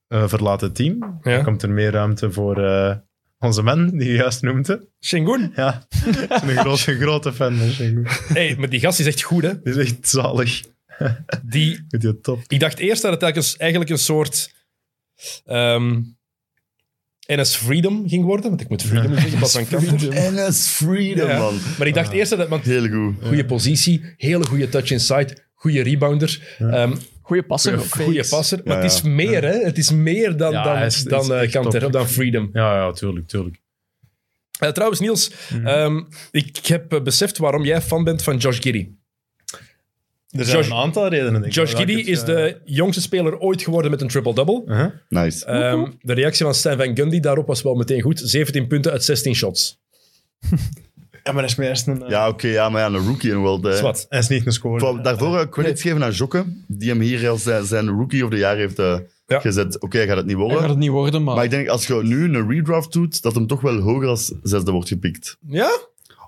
Speaker 7: eh, verlaat het team. Dan komt er meer ruimte voor eh, onze man, die je juist noemde.
Speaker 4: Shengun.
Speaker 7: Ja, ik ben een grote, grote fan van Shengun.
Speaker 4: hey, maar die gast is echt goed, hè?
Speaker 7: Die is echt zalig.
Speaker 4: Die,
Speaker 7: Doet je top.
Speaker 4: ik dacht eerst dat het telkens eigenlijk een soort... ehm, NS Freedom ging worden, want ik moet Freedom zeggen, in plaats van Kampen.
Speaker 5: NS Freedom,
Speaker 4: Ja.
Speaker 5: man.
Speaker 4: Maar ik dacht eerst dat het... Want
Speaker 5: Heel goed.
Speaker 4: goede positie, hele goede touch inside, goede rebounder. ehm,
Speaker 6: Goeie passen. ook.
Speaker 4: goede passer. maar
Speaker 5: Ja,
Speaker 4: het is meer, hè? Het is meer dan,
Speaker 7: Ja,
Speaker 4: dan,
Speaker 7: hij is-
Speaker 4: dan,
Speaker 7: is
Speaker 4: eh,
Speaker 7: echt
Speaker 4: Kanter,
Speaker 7: top.
Speaker 4: dan Freedom.
Speaker 7: Ja, ja, tuurlijk, tuurlijk.
Speaker 4: Eh, trouwens, Niels,
Speaker 7: Mhm.
Speaker 4: ehm, ik heb eh, beseft waarom jij fan bent van Josh Giddy.
Speaker 7: Er zijn
Speaker 4: Josh-
Speaker 7: een aantal redenen. denk ik.
Speaker 4: Josh
Speaker 7: Maar ik
Speaker 4: Giddy
Speaker 7: heb,
Speaker 4: is
Speaker 7: eh,
Speaker 4: de jongste speler ooit geworden met een triple-double.
Speaker 7: uh-huh.
Speaker 5: Nice.
Speaker 4: Ehm, de reactie van Stan Van Gundy daarop was wel meteen goed. 17 punten uit 16 shots.
Speaker 7: Ja, maar dat is meer eerst een... eh,
Speaker 5: Ja, oké, ja, maar ja, een rookie in World. eh.
Speaker 4: Zwat.
Speaker 7: Hij is niet een
Speaker 5: Ik
Speaker 7: scorer.
Speaker 5: wou daarvoor eh, credits geven aan Jokke, die hem hier als zijn, zijn rookie of de jaar heeft eh,
Speaker 4: Ja.
Speaker 5: gezet. Oké, hij gaat het niet
Speaker 6: Hij gaat
Speaker 5: worden.
Speaker 6: het niet worden, maar...
Speaker 5: Maar ik denk, als je nu een redraft doet, dat hem toch wel hoger als zesde wordt gepikt.
Speaker 4: Ja?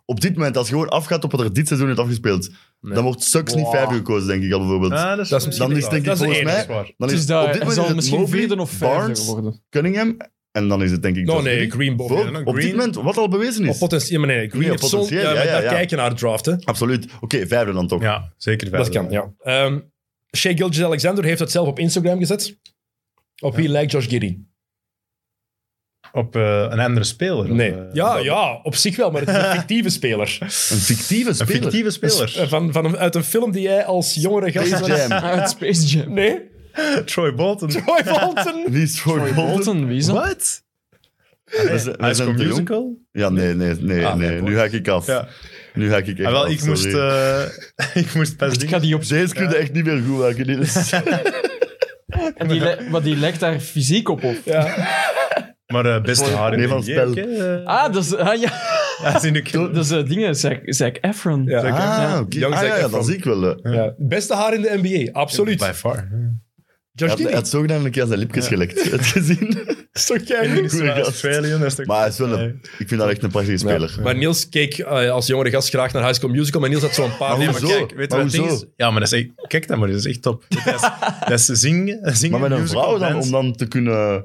Speaker 5: Op dit moment, als je gewoon afgaat op wat er dit seizoen heeft afgespeeld, dan wordt Sucks niet vijfde gekozen, denk ik al bijvoorbeeld.
Speaker 7: Ah, dat is,
Speaker 4: Dat is misschien
Speaker 5: dan is
Speaker 4: waar.
Speaker 5: denk ik
Speaker 4: Dat is de
Speaker 5: volgens
Speaker 4: enige.
Speaker 5: mij...
Speaker 7: waar.
Speaker 5: Dan
Speaker 6: het is
Speaker 5: is,
Speaker 6: dat,
Speaker 5: op dit
Speaker 6: hij
Speaker 5: moment is
Speaker 6: zal
Speaker 5: het
Speaker 6: misschien
Speaker 5: Mobley,
Speaker 6: vierde of vijfde
Speaker 5: Barnes,
Speaker 6: worden.
Speaker 5: Cunningham, en dan is het denk ik...
Speaker 4: No,
Speaker 5: Josh
Speaker 4: nee,
Speaker 5: Giddey.
Speaker 4: Green Bob.
Speaker 5: Voor-
Speaker 7: ja, dan
Speaker 5: op dit
Speaker 7: Green.
Speaker 5: moment, wat al bewezen
Speaker 4: Op
Speaker 5: is.
Speaker 4: potentieel, maar nee, Green
Speaker 5: Ja,
Speaker 4: op zon,
Speaker 5: potentieel,
Speaker 4: ja,
Speaker 5: ja,
Speaker 4: maar
Speaker 5: ja,
Speaker 4: daar
Speaker 5: ja.
Speaker 4: kijken naar de draft, hè.
Speaker 5: Absoluut. Oké, vijfde dan toch.
Speaker 7: Ja, zeker
Speaker 4: Dat kan,
Speaker 7: vijfde.
Speaker 4: ja. Ehm Shea Gilgis Alexander heeft dat zelf op Instagram gezet. Op wie lijkt Josh Giddy?
Speaker 7: Op eh, een andere speler?
Speaker 4: Nee.
Speaker 7: Of, eh,
Speaker 4: ja,
Speaker 7: dat-
Speaker 4: ja, op zich wel, maar het is een fictieve speler.
Speaker 5: Een fictieve
Speaker 7: Een
Speaker 5: speler.
Speaker 7: fictieve
Speaker 4: Eh,
Speaker 7: speler.
Speaker 4: Van, van een- uit een film die jij als jongere gast...
Speaker 5: Space Jam.
Speaker 6: Ah, het Space Jam.
Speaker 4: Nee?
Speaker 7: Troy Bolton.
Speaker 4: Roy Bolton?
Speaker 5: Wie is Troy Bolton?
Speaker 6: Bolton, wie is dat?
Speaker 7: Wat?
Speaker 5: We zijn- we
Speaker 7: High School
Speaker 5: zijn te jong.
Speaker 7: Musical?
Speaker 5: Ja, nee, nee, nee.
Speaker 4: Ah,
Speaker 5: nee.
Speaker 4: nee,
Speaker 5: nu hak ik af.
Speaker 7: Ja.
Speaker 5: Nu hak ik echt
Speaker 7: Ah, wel,
Speaker 5: af,
Speaker 7: ik, moest,
Speaker 5: sorry.
Speaker 7: eh, ik moest pas
Speaker 6: Ik ga die op...
Speaker 5: Deze kun je echt niet meer goed maken. Dit is-
Speaker 6: En die, le- maar die lijkt daar fysiek op, op.
Speaker 7: Maar eh, beste haar in
Speaker 5: Nee,
Speaker 7: de
Speaker 5: van
Speaker 7: NBA,
Speaker 5: spel.
Speaker 7: oké, eh,
Speaker 6: Ah, dat is... Ah, ja.
Speaker 7: dat is in de kill.
Speaker 6: Dat is eh, dingen, Zac, Zac Efron.
Speaker 4: Ja.
Speaker 5: Ah, oké.
Speaker 4: Young
Speaker 5: Ah,
Speaker 4: Zac
Speaker 5: ja, ja,
Speaker 4: Efron.
Speaker 5: dat zie ik wel. eh.
Speaker 4: Ja. Beste haar in de NBA, absoluut.
Speaker 7: By far.
Speaker 5: Hij
Speaker 4: Josh
Speaker 5: had, hij
Speaker 4: Giddy.
Speaker 5: had zogenaamd een keer zijn lipjes gelekt. Heb je gezien?
Speaker 4: is toch
Speaker 7: En
Speaker 4: keihard?
Speaker 7: is
Speaker 5: Goeie
Speaker 7: een
Speaker 5: gast.
Speaker 7: Australian. dat is toch-
Speaker 5: Maar hij is wel een, ik vind dat echt een prachtige speler.
Speaker 4: Maar Niels keek eh, als jongere gast graag naar High School Musical, maar Niels had zo'n paar...
Speaker 5: Maar
Speaker 7: Nee,
Speaker 4: dingen.
Speaker 7: maar
Speaker 5: hoezo?
Speaker 7: kijk, weet je
Speaker 5: Maar
Speaker 7: wat het ding
Speaker 5: hoezo?
Speaker 7: is? Ja, maar dat is echt, kijk dan maar, dat is echt top. Dat is, dat is zingen, zingen
Speaker 5: Maar met een
Speaker 7: musical
Speaker 5: vrouw dan,
Speaker 7: bands.
Speaker 5: om dan te kunnen... eh,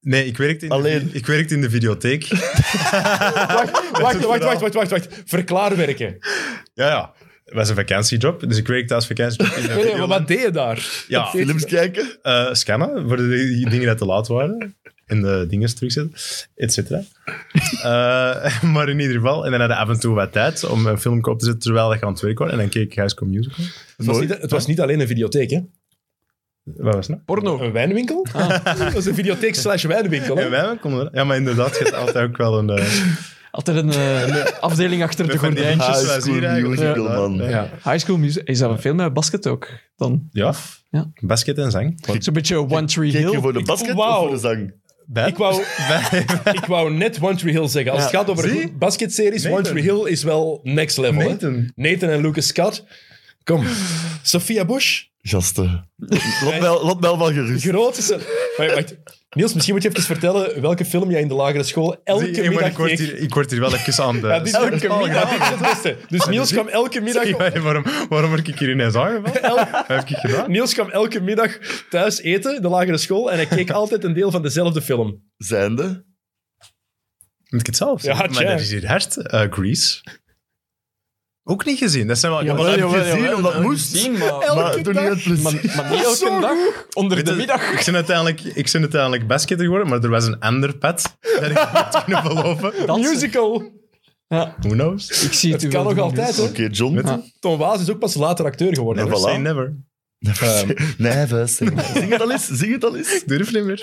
Speaker 7: Nee, ik werkte in,
Speaker 5: Alleen.
Speaker 7: De, ik werkte in de videotheek.
Speaker 4: Wacht, wacht, wacht, wacht, wacht, wacht. Verklaarwerken.
Speaker 7: Ja, ja. Het was een vakantiejob, dus ik werkte als vakantiejob in de
Speaker 4: Nee, nee, maar
Speaker 7: videoland.
Speaker 4: wat deed je daar?
Speaker 7: Ja,
Speaker 5: Films kijken.
Speaker 7: eh, scannen voor de die dingen die te laat waren. In de dingen terugzetten, et cetera. Eh, maar in ieder geval, en dan hadden we af en toe wat tijd om een filmpje op te zetten terwijl ik aan het werk was. En dan keek ik High School Musical.
Speaker 4: Het was, niet, het was niet alleen een videotheek, hè?
Speaker 7: Wat was nou? dat?
Speaker 6: Porno.
Speaker 4: Een wijnwinkel? Dat was een videotheek slash wijnwinkel.
Speaker 7: Ja,
Speaker 4: hè?
Speaker 7: wij konden er- ja, maar inderdaad, je hebt altijd ook wel een... eh,
Speaker 6: Altijd een, eh, een afdeling achter de
Speaker 7: Met van die
Speaker 6: gordijntjes.
Speaker 7: eindjes
Speaker 5: High
Speaker 7: zoals
Speaker 5: School
Speaker 7: hier eigenlijk.
Speaker 5: Musical,
Speaker 7: Ja.
Speaker 5: man.
Speaker 7: Ja.
Speaker 6: High School Music. Is dat een film met basket ook? Dan
Speaker 7: Ja.
Speaker 6: Ja.
Speaker 7: basket en zang.
Speaker 6: zo'n beetje One Tree
Speaker 5: Kijk je
Speaker 6: Hill.
Speaker 5: voor de basket
Speaker 4: wauw.
Speaker 5: of voor de zang?
Speaker 7: Bij-
Speaker 4: Ik wou,
Speaker 7: bij-
Speaker 4: ik wou net One Tree Hill zeggen. Als
Speaker 6: Ja.
Speaker 4: het gaat over
Speaker 7: Zie?
Speaker 4: goed basketseries, One
Speaker 7: Nathan.
Speaker 4: Tree Hill is wel next level. hè?
Speaker 7: Nathan.
Speaker 4: Nathan en Lucas Scott. Kom. Sophia Bush.
Speaker 5: Gasten. Laat mij, laat mij wel gerust.
Speaker 4: Groot is er. Wacht, wacht. Niels, misschien moet je even vertellen welke film jij in de lagere school elke
Speaker 7: Zie, hey, maar
Speaker 4: middag
Speaker 7: ik, word
Speaker 4: keek.
Speaker 7: hier, ik word hier wel even aan de...
Speaker 4: Ja, dit, is
Speaker 5: Elke
Speaker 4: elke middag, dit is het beste. Dus Niels kwam elke middag...
Speaker 7: Sorry, maar waarom, waarom word ik hier ineens aangevallen? Wat heb ik gedaan?
Speaker 4: Niels kwam elke middag thuis eten in de lagere school en hij keek altijd een deel van dezelfde film.
Speaker 5: Zijnde.
Speaker 7: Moet ik het zelf
Speaker 4: Ja,
Speaker 7: zeggen?
Speaker 4: tja.
Speaker 7: maar er is hier hert. eh, Grease. Ook niet gezien. Dat zijn wel...
Speaker 5: maar dat heb je gezien, omdat het moest.
Speaker 6: Zien, maar,
Speaker 5: Maar doe niet het plezier.
Speaker 6: maar niet elke dag. Onder
Speaker 7: Weet
Speaker 6: de
Speaker 7: je,
Speaker 6: middag.
Speaker 7: Ik ben, uiteindelijk, ik ben uiteindelijk basketter geworden, maar er was een ander pad dat ik had kunnen beloven.
Speaker 6: Dansen.
Speaker 4: Musical.
Speaker 7: Who knows?
Speaker 6: Ik zie het,
Speaker 4: Het
Speaker 6: u
Speaker 4: kan
Speaker 6: wel
Speaker 4: nog
Speaker 6: doen,
Speaker 4: altijd,
Speaker 6: dus.
Speaker 4: hoor.
Speaker 5: Oké, John.
Speaker 7: Met-
Speaker 4: Tom Waas is ook pas later acteur geworden.
Speaker 5: Ja,
Speaker 4: hè?
Speaker 5: voilà.
Speaker 7: Say never.
Speaker 5: Never say never. Zing het al eens. Zing het al eens.
Speaker 7: Ik durf niet meer.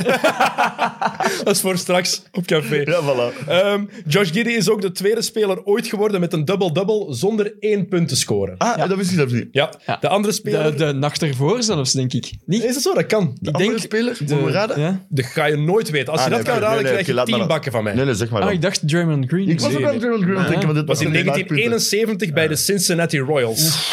Speaker 4: Dat is voor straks op café.
Speaker 5: Ja, voilà.
Speaker 4: Ehm, Josh Giddy is ook de tweede speler ooit geworden met een double-double zonder één punt te scoren.
Speaker 5: Ah, dat wist ik zelfs niet.
Speaker 4: Ja,
Speaker 6: Ja.
Speaker 4: de andere speler...
Speaker 6: De, de nacht ervoor zelfs, denk ik. Niet?
Speaker 4: Is dat zo? Dat kan.
Speaker 5: De
Speaker 6: ik
Speaker 5: andere
Speaker 6: denk
Speaker 5: speler?
Speaker 6: de-
Speaker 5: Moeten we raden?
Speaker 6: ja.
Speaker 4: Dat ga je nooit weten. Als je
Speaker 5: Ah,
Speaker 4: dat
Speaker 5: nee,
Speaker 4: kan raden,
Speaker 5: nee, nee,
Speaker 4: krijg je
Speaker 5: oké, laat maar
Speaker 4: tien
Speaker 5: dan.
Speaker 4: bakken van mij.
Speaker 5: Nee, nee, zeg maar
Speaker 6: Ah,
Speaker 5: dan.
Speaker 6: ik dacht Draymond Green.
Speaker 5: Ik was ook
Speaker 4: Nee,
Speaker 5: aan
Speaker 4: nee.
Speaker 5: Gerald Green aan het denken, maar dit was
Speaker 4: was in
Speaker 5: een laag punt.
Speaker 4: 1971 bij de Cincinnati Royals.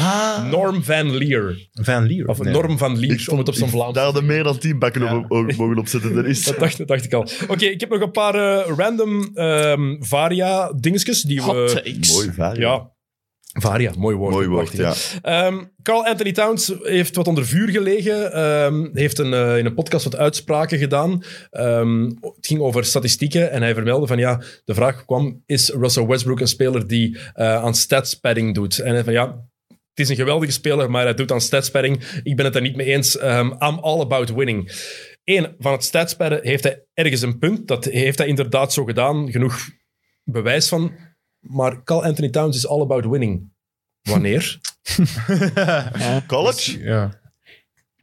Speaker 4: Norm Van Leer.
Speaker 7: Van Leer.
Speaker 4: Of Norm Van
Speaker 5: Ik
Speaker 4: Leer, om het op zijn
Speaker 5: ik-
Speaker 4: Vlaams.
Speaker 5: Daar hadden meer dan tien bakken op, op- mogen opzetten. Dat is...
Speaker 4: Dat dacht, dat dacht ik al. Oké, ik heb nog een paar eh, random ehm, varia-dingetjes die
Speaker 6: Hot
Speaker 4: we...
Speaker 6: takes.
Speaker 5: Mooi vaar.
Speaker 4: Ja. Varia, mooi woord.
Speaker 5: Mooi woord,
Speaker 4: Prachtig, hè?
Speaker 5: ja.
Speaker 4: Ehm, Carl Anthony Towns heeft wat onder vuur gelegen. Ehm, heeft een, eh, in een podcast wat uitspraken gedaan. Ehm, het ging over statistieken. En hij vermeldde van ja, de vraag kwam: is Russell Westbrook een speler die eh, aan statspadding doet? En hij van ja. Het is een geweldige speler, maar hij doet aan statspadding. Ik ben het daar niet mee eens. Ehm, I'm all about winning. Eén, van het statspadden heeft hij ergens een punt. Dat heeft hij inderdaad zo gedaan. Genoeg bewijs van. Maar Carl Anthony Towns is all about winning. Wanneer?
Speaker 5: College?
Speaker 7: Ja.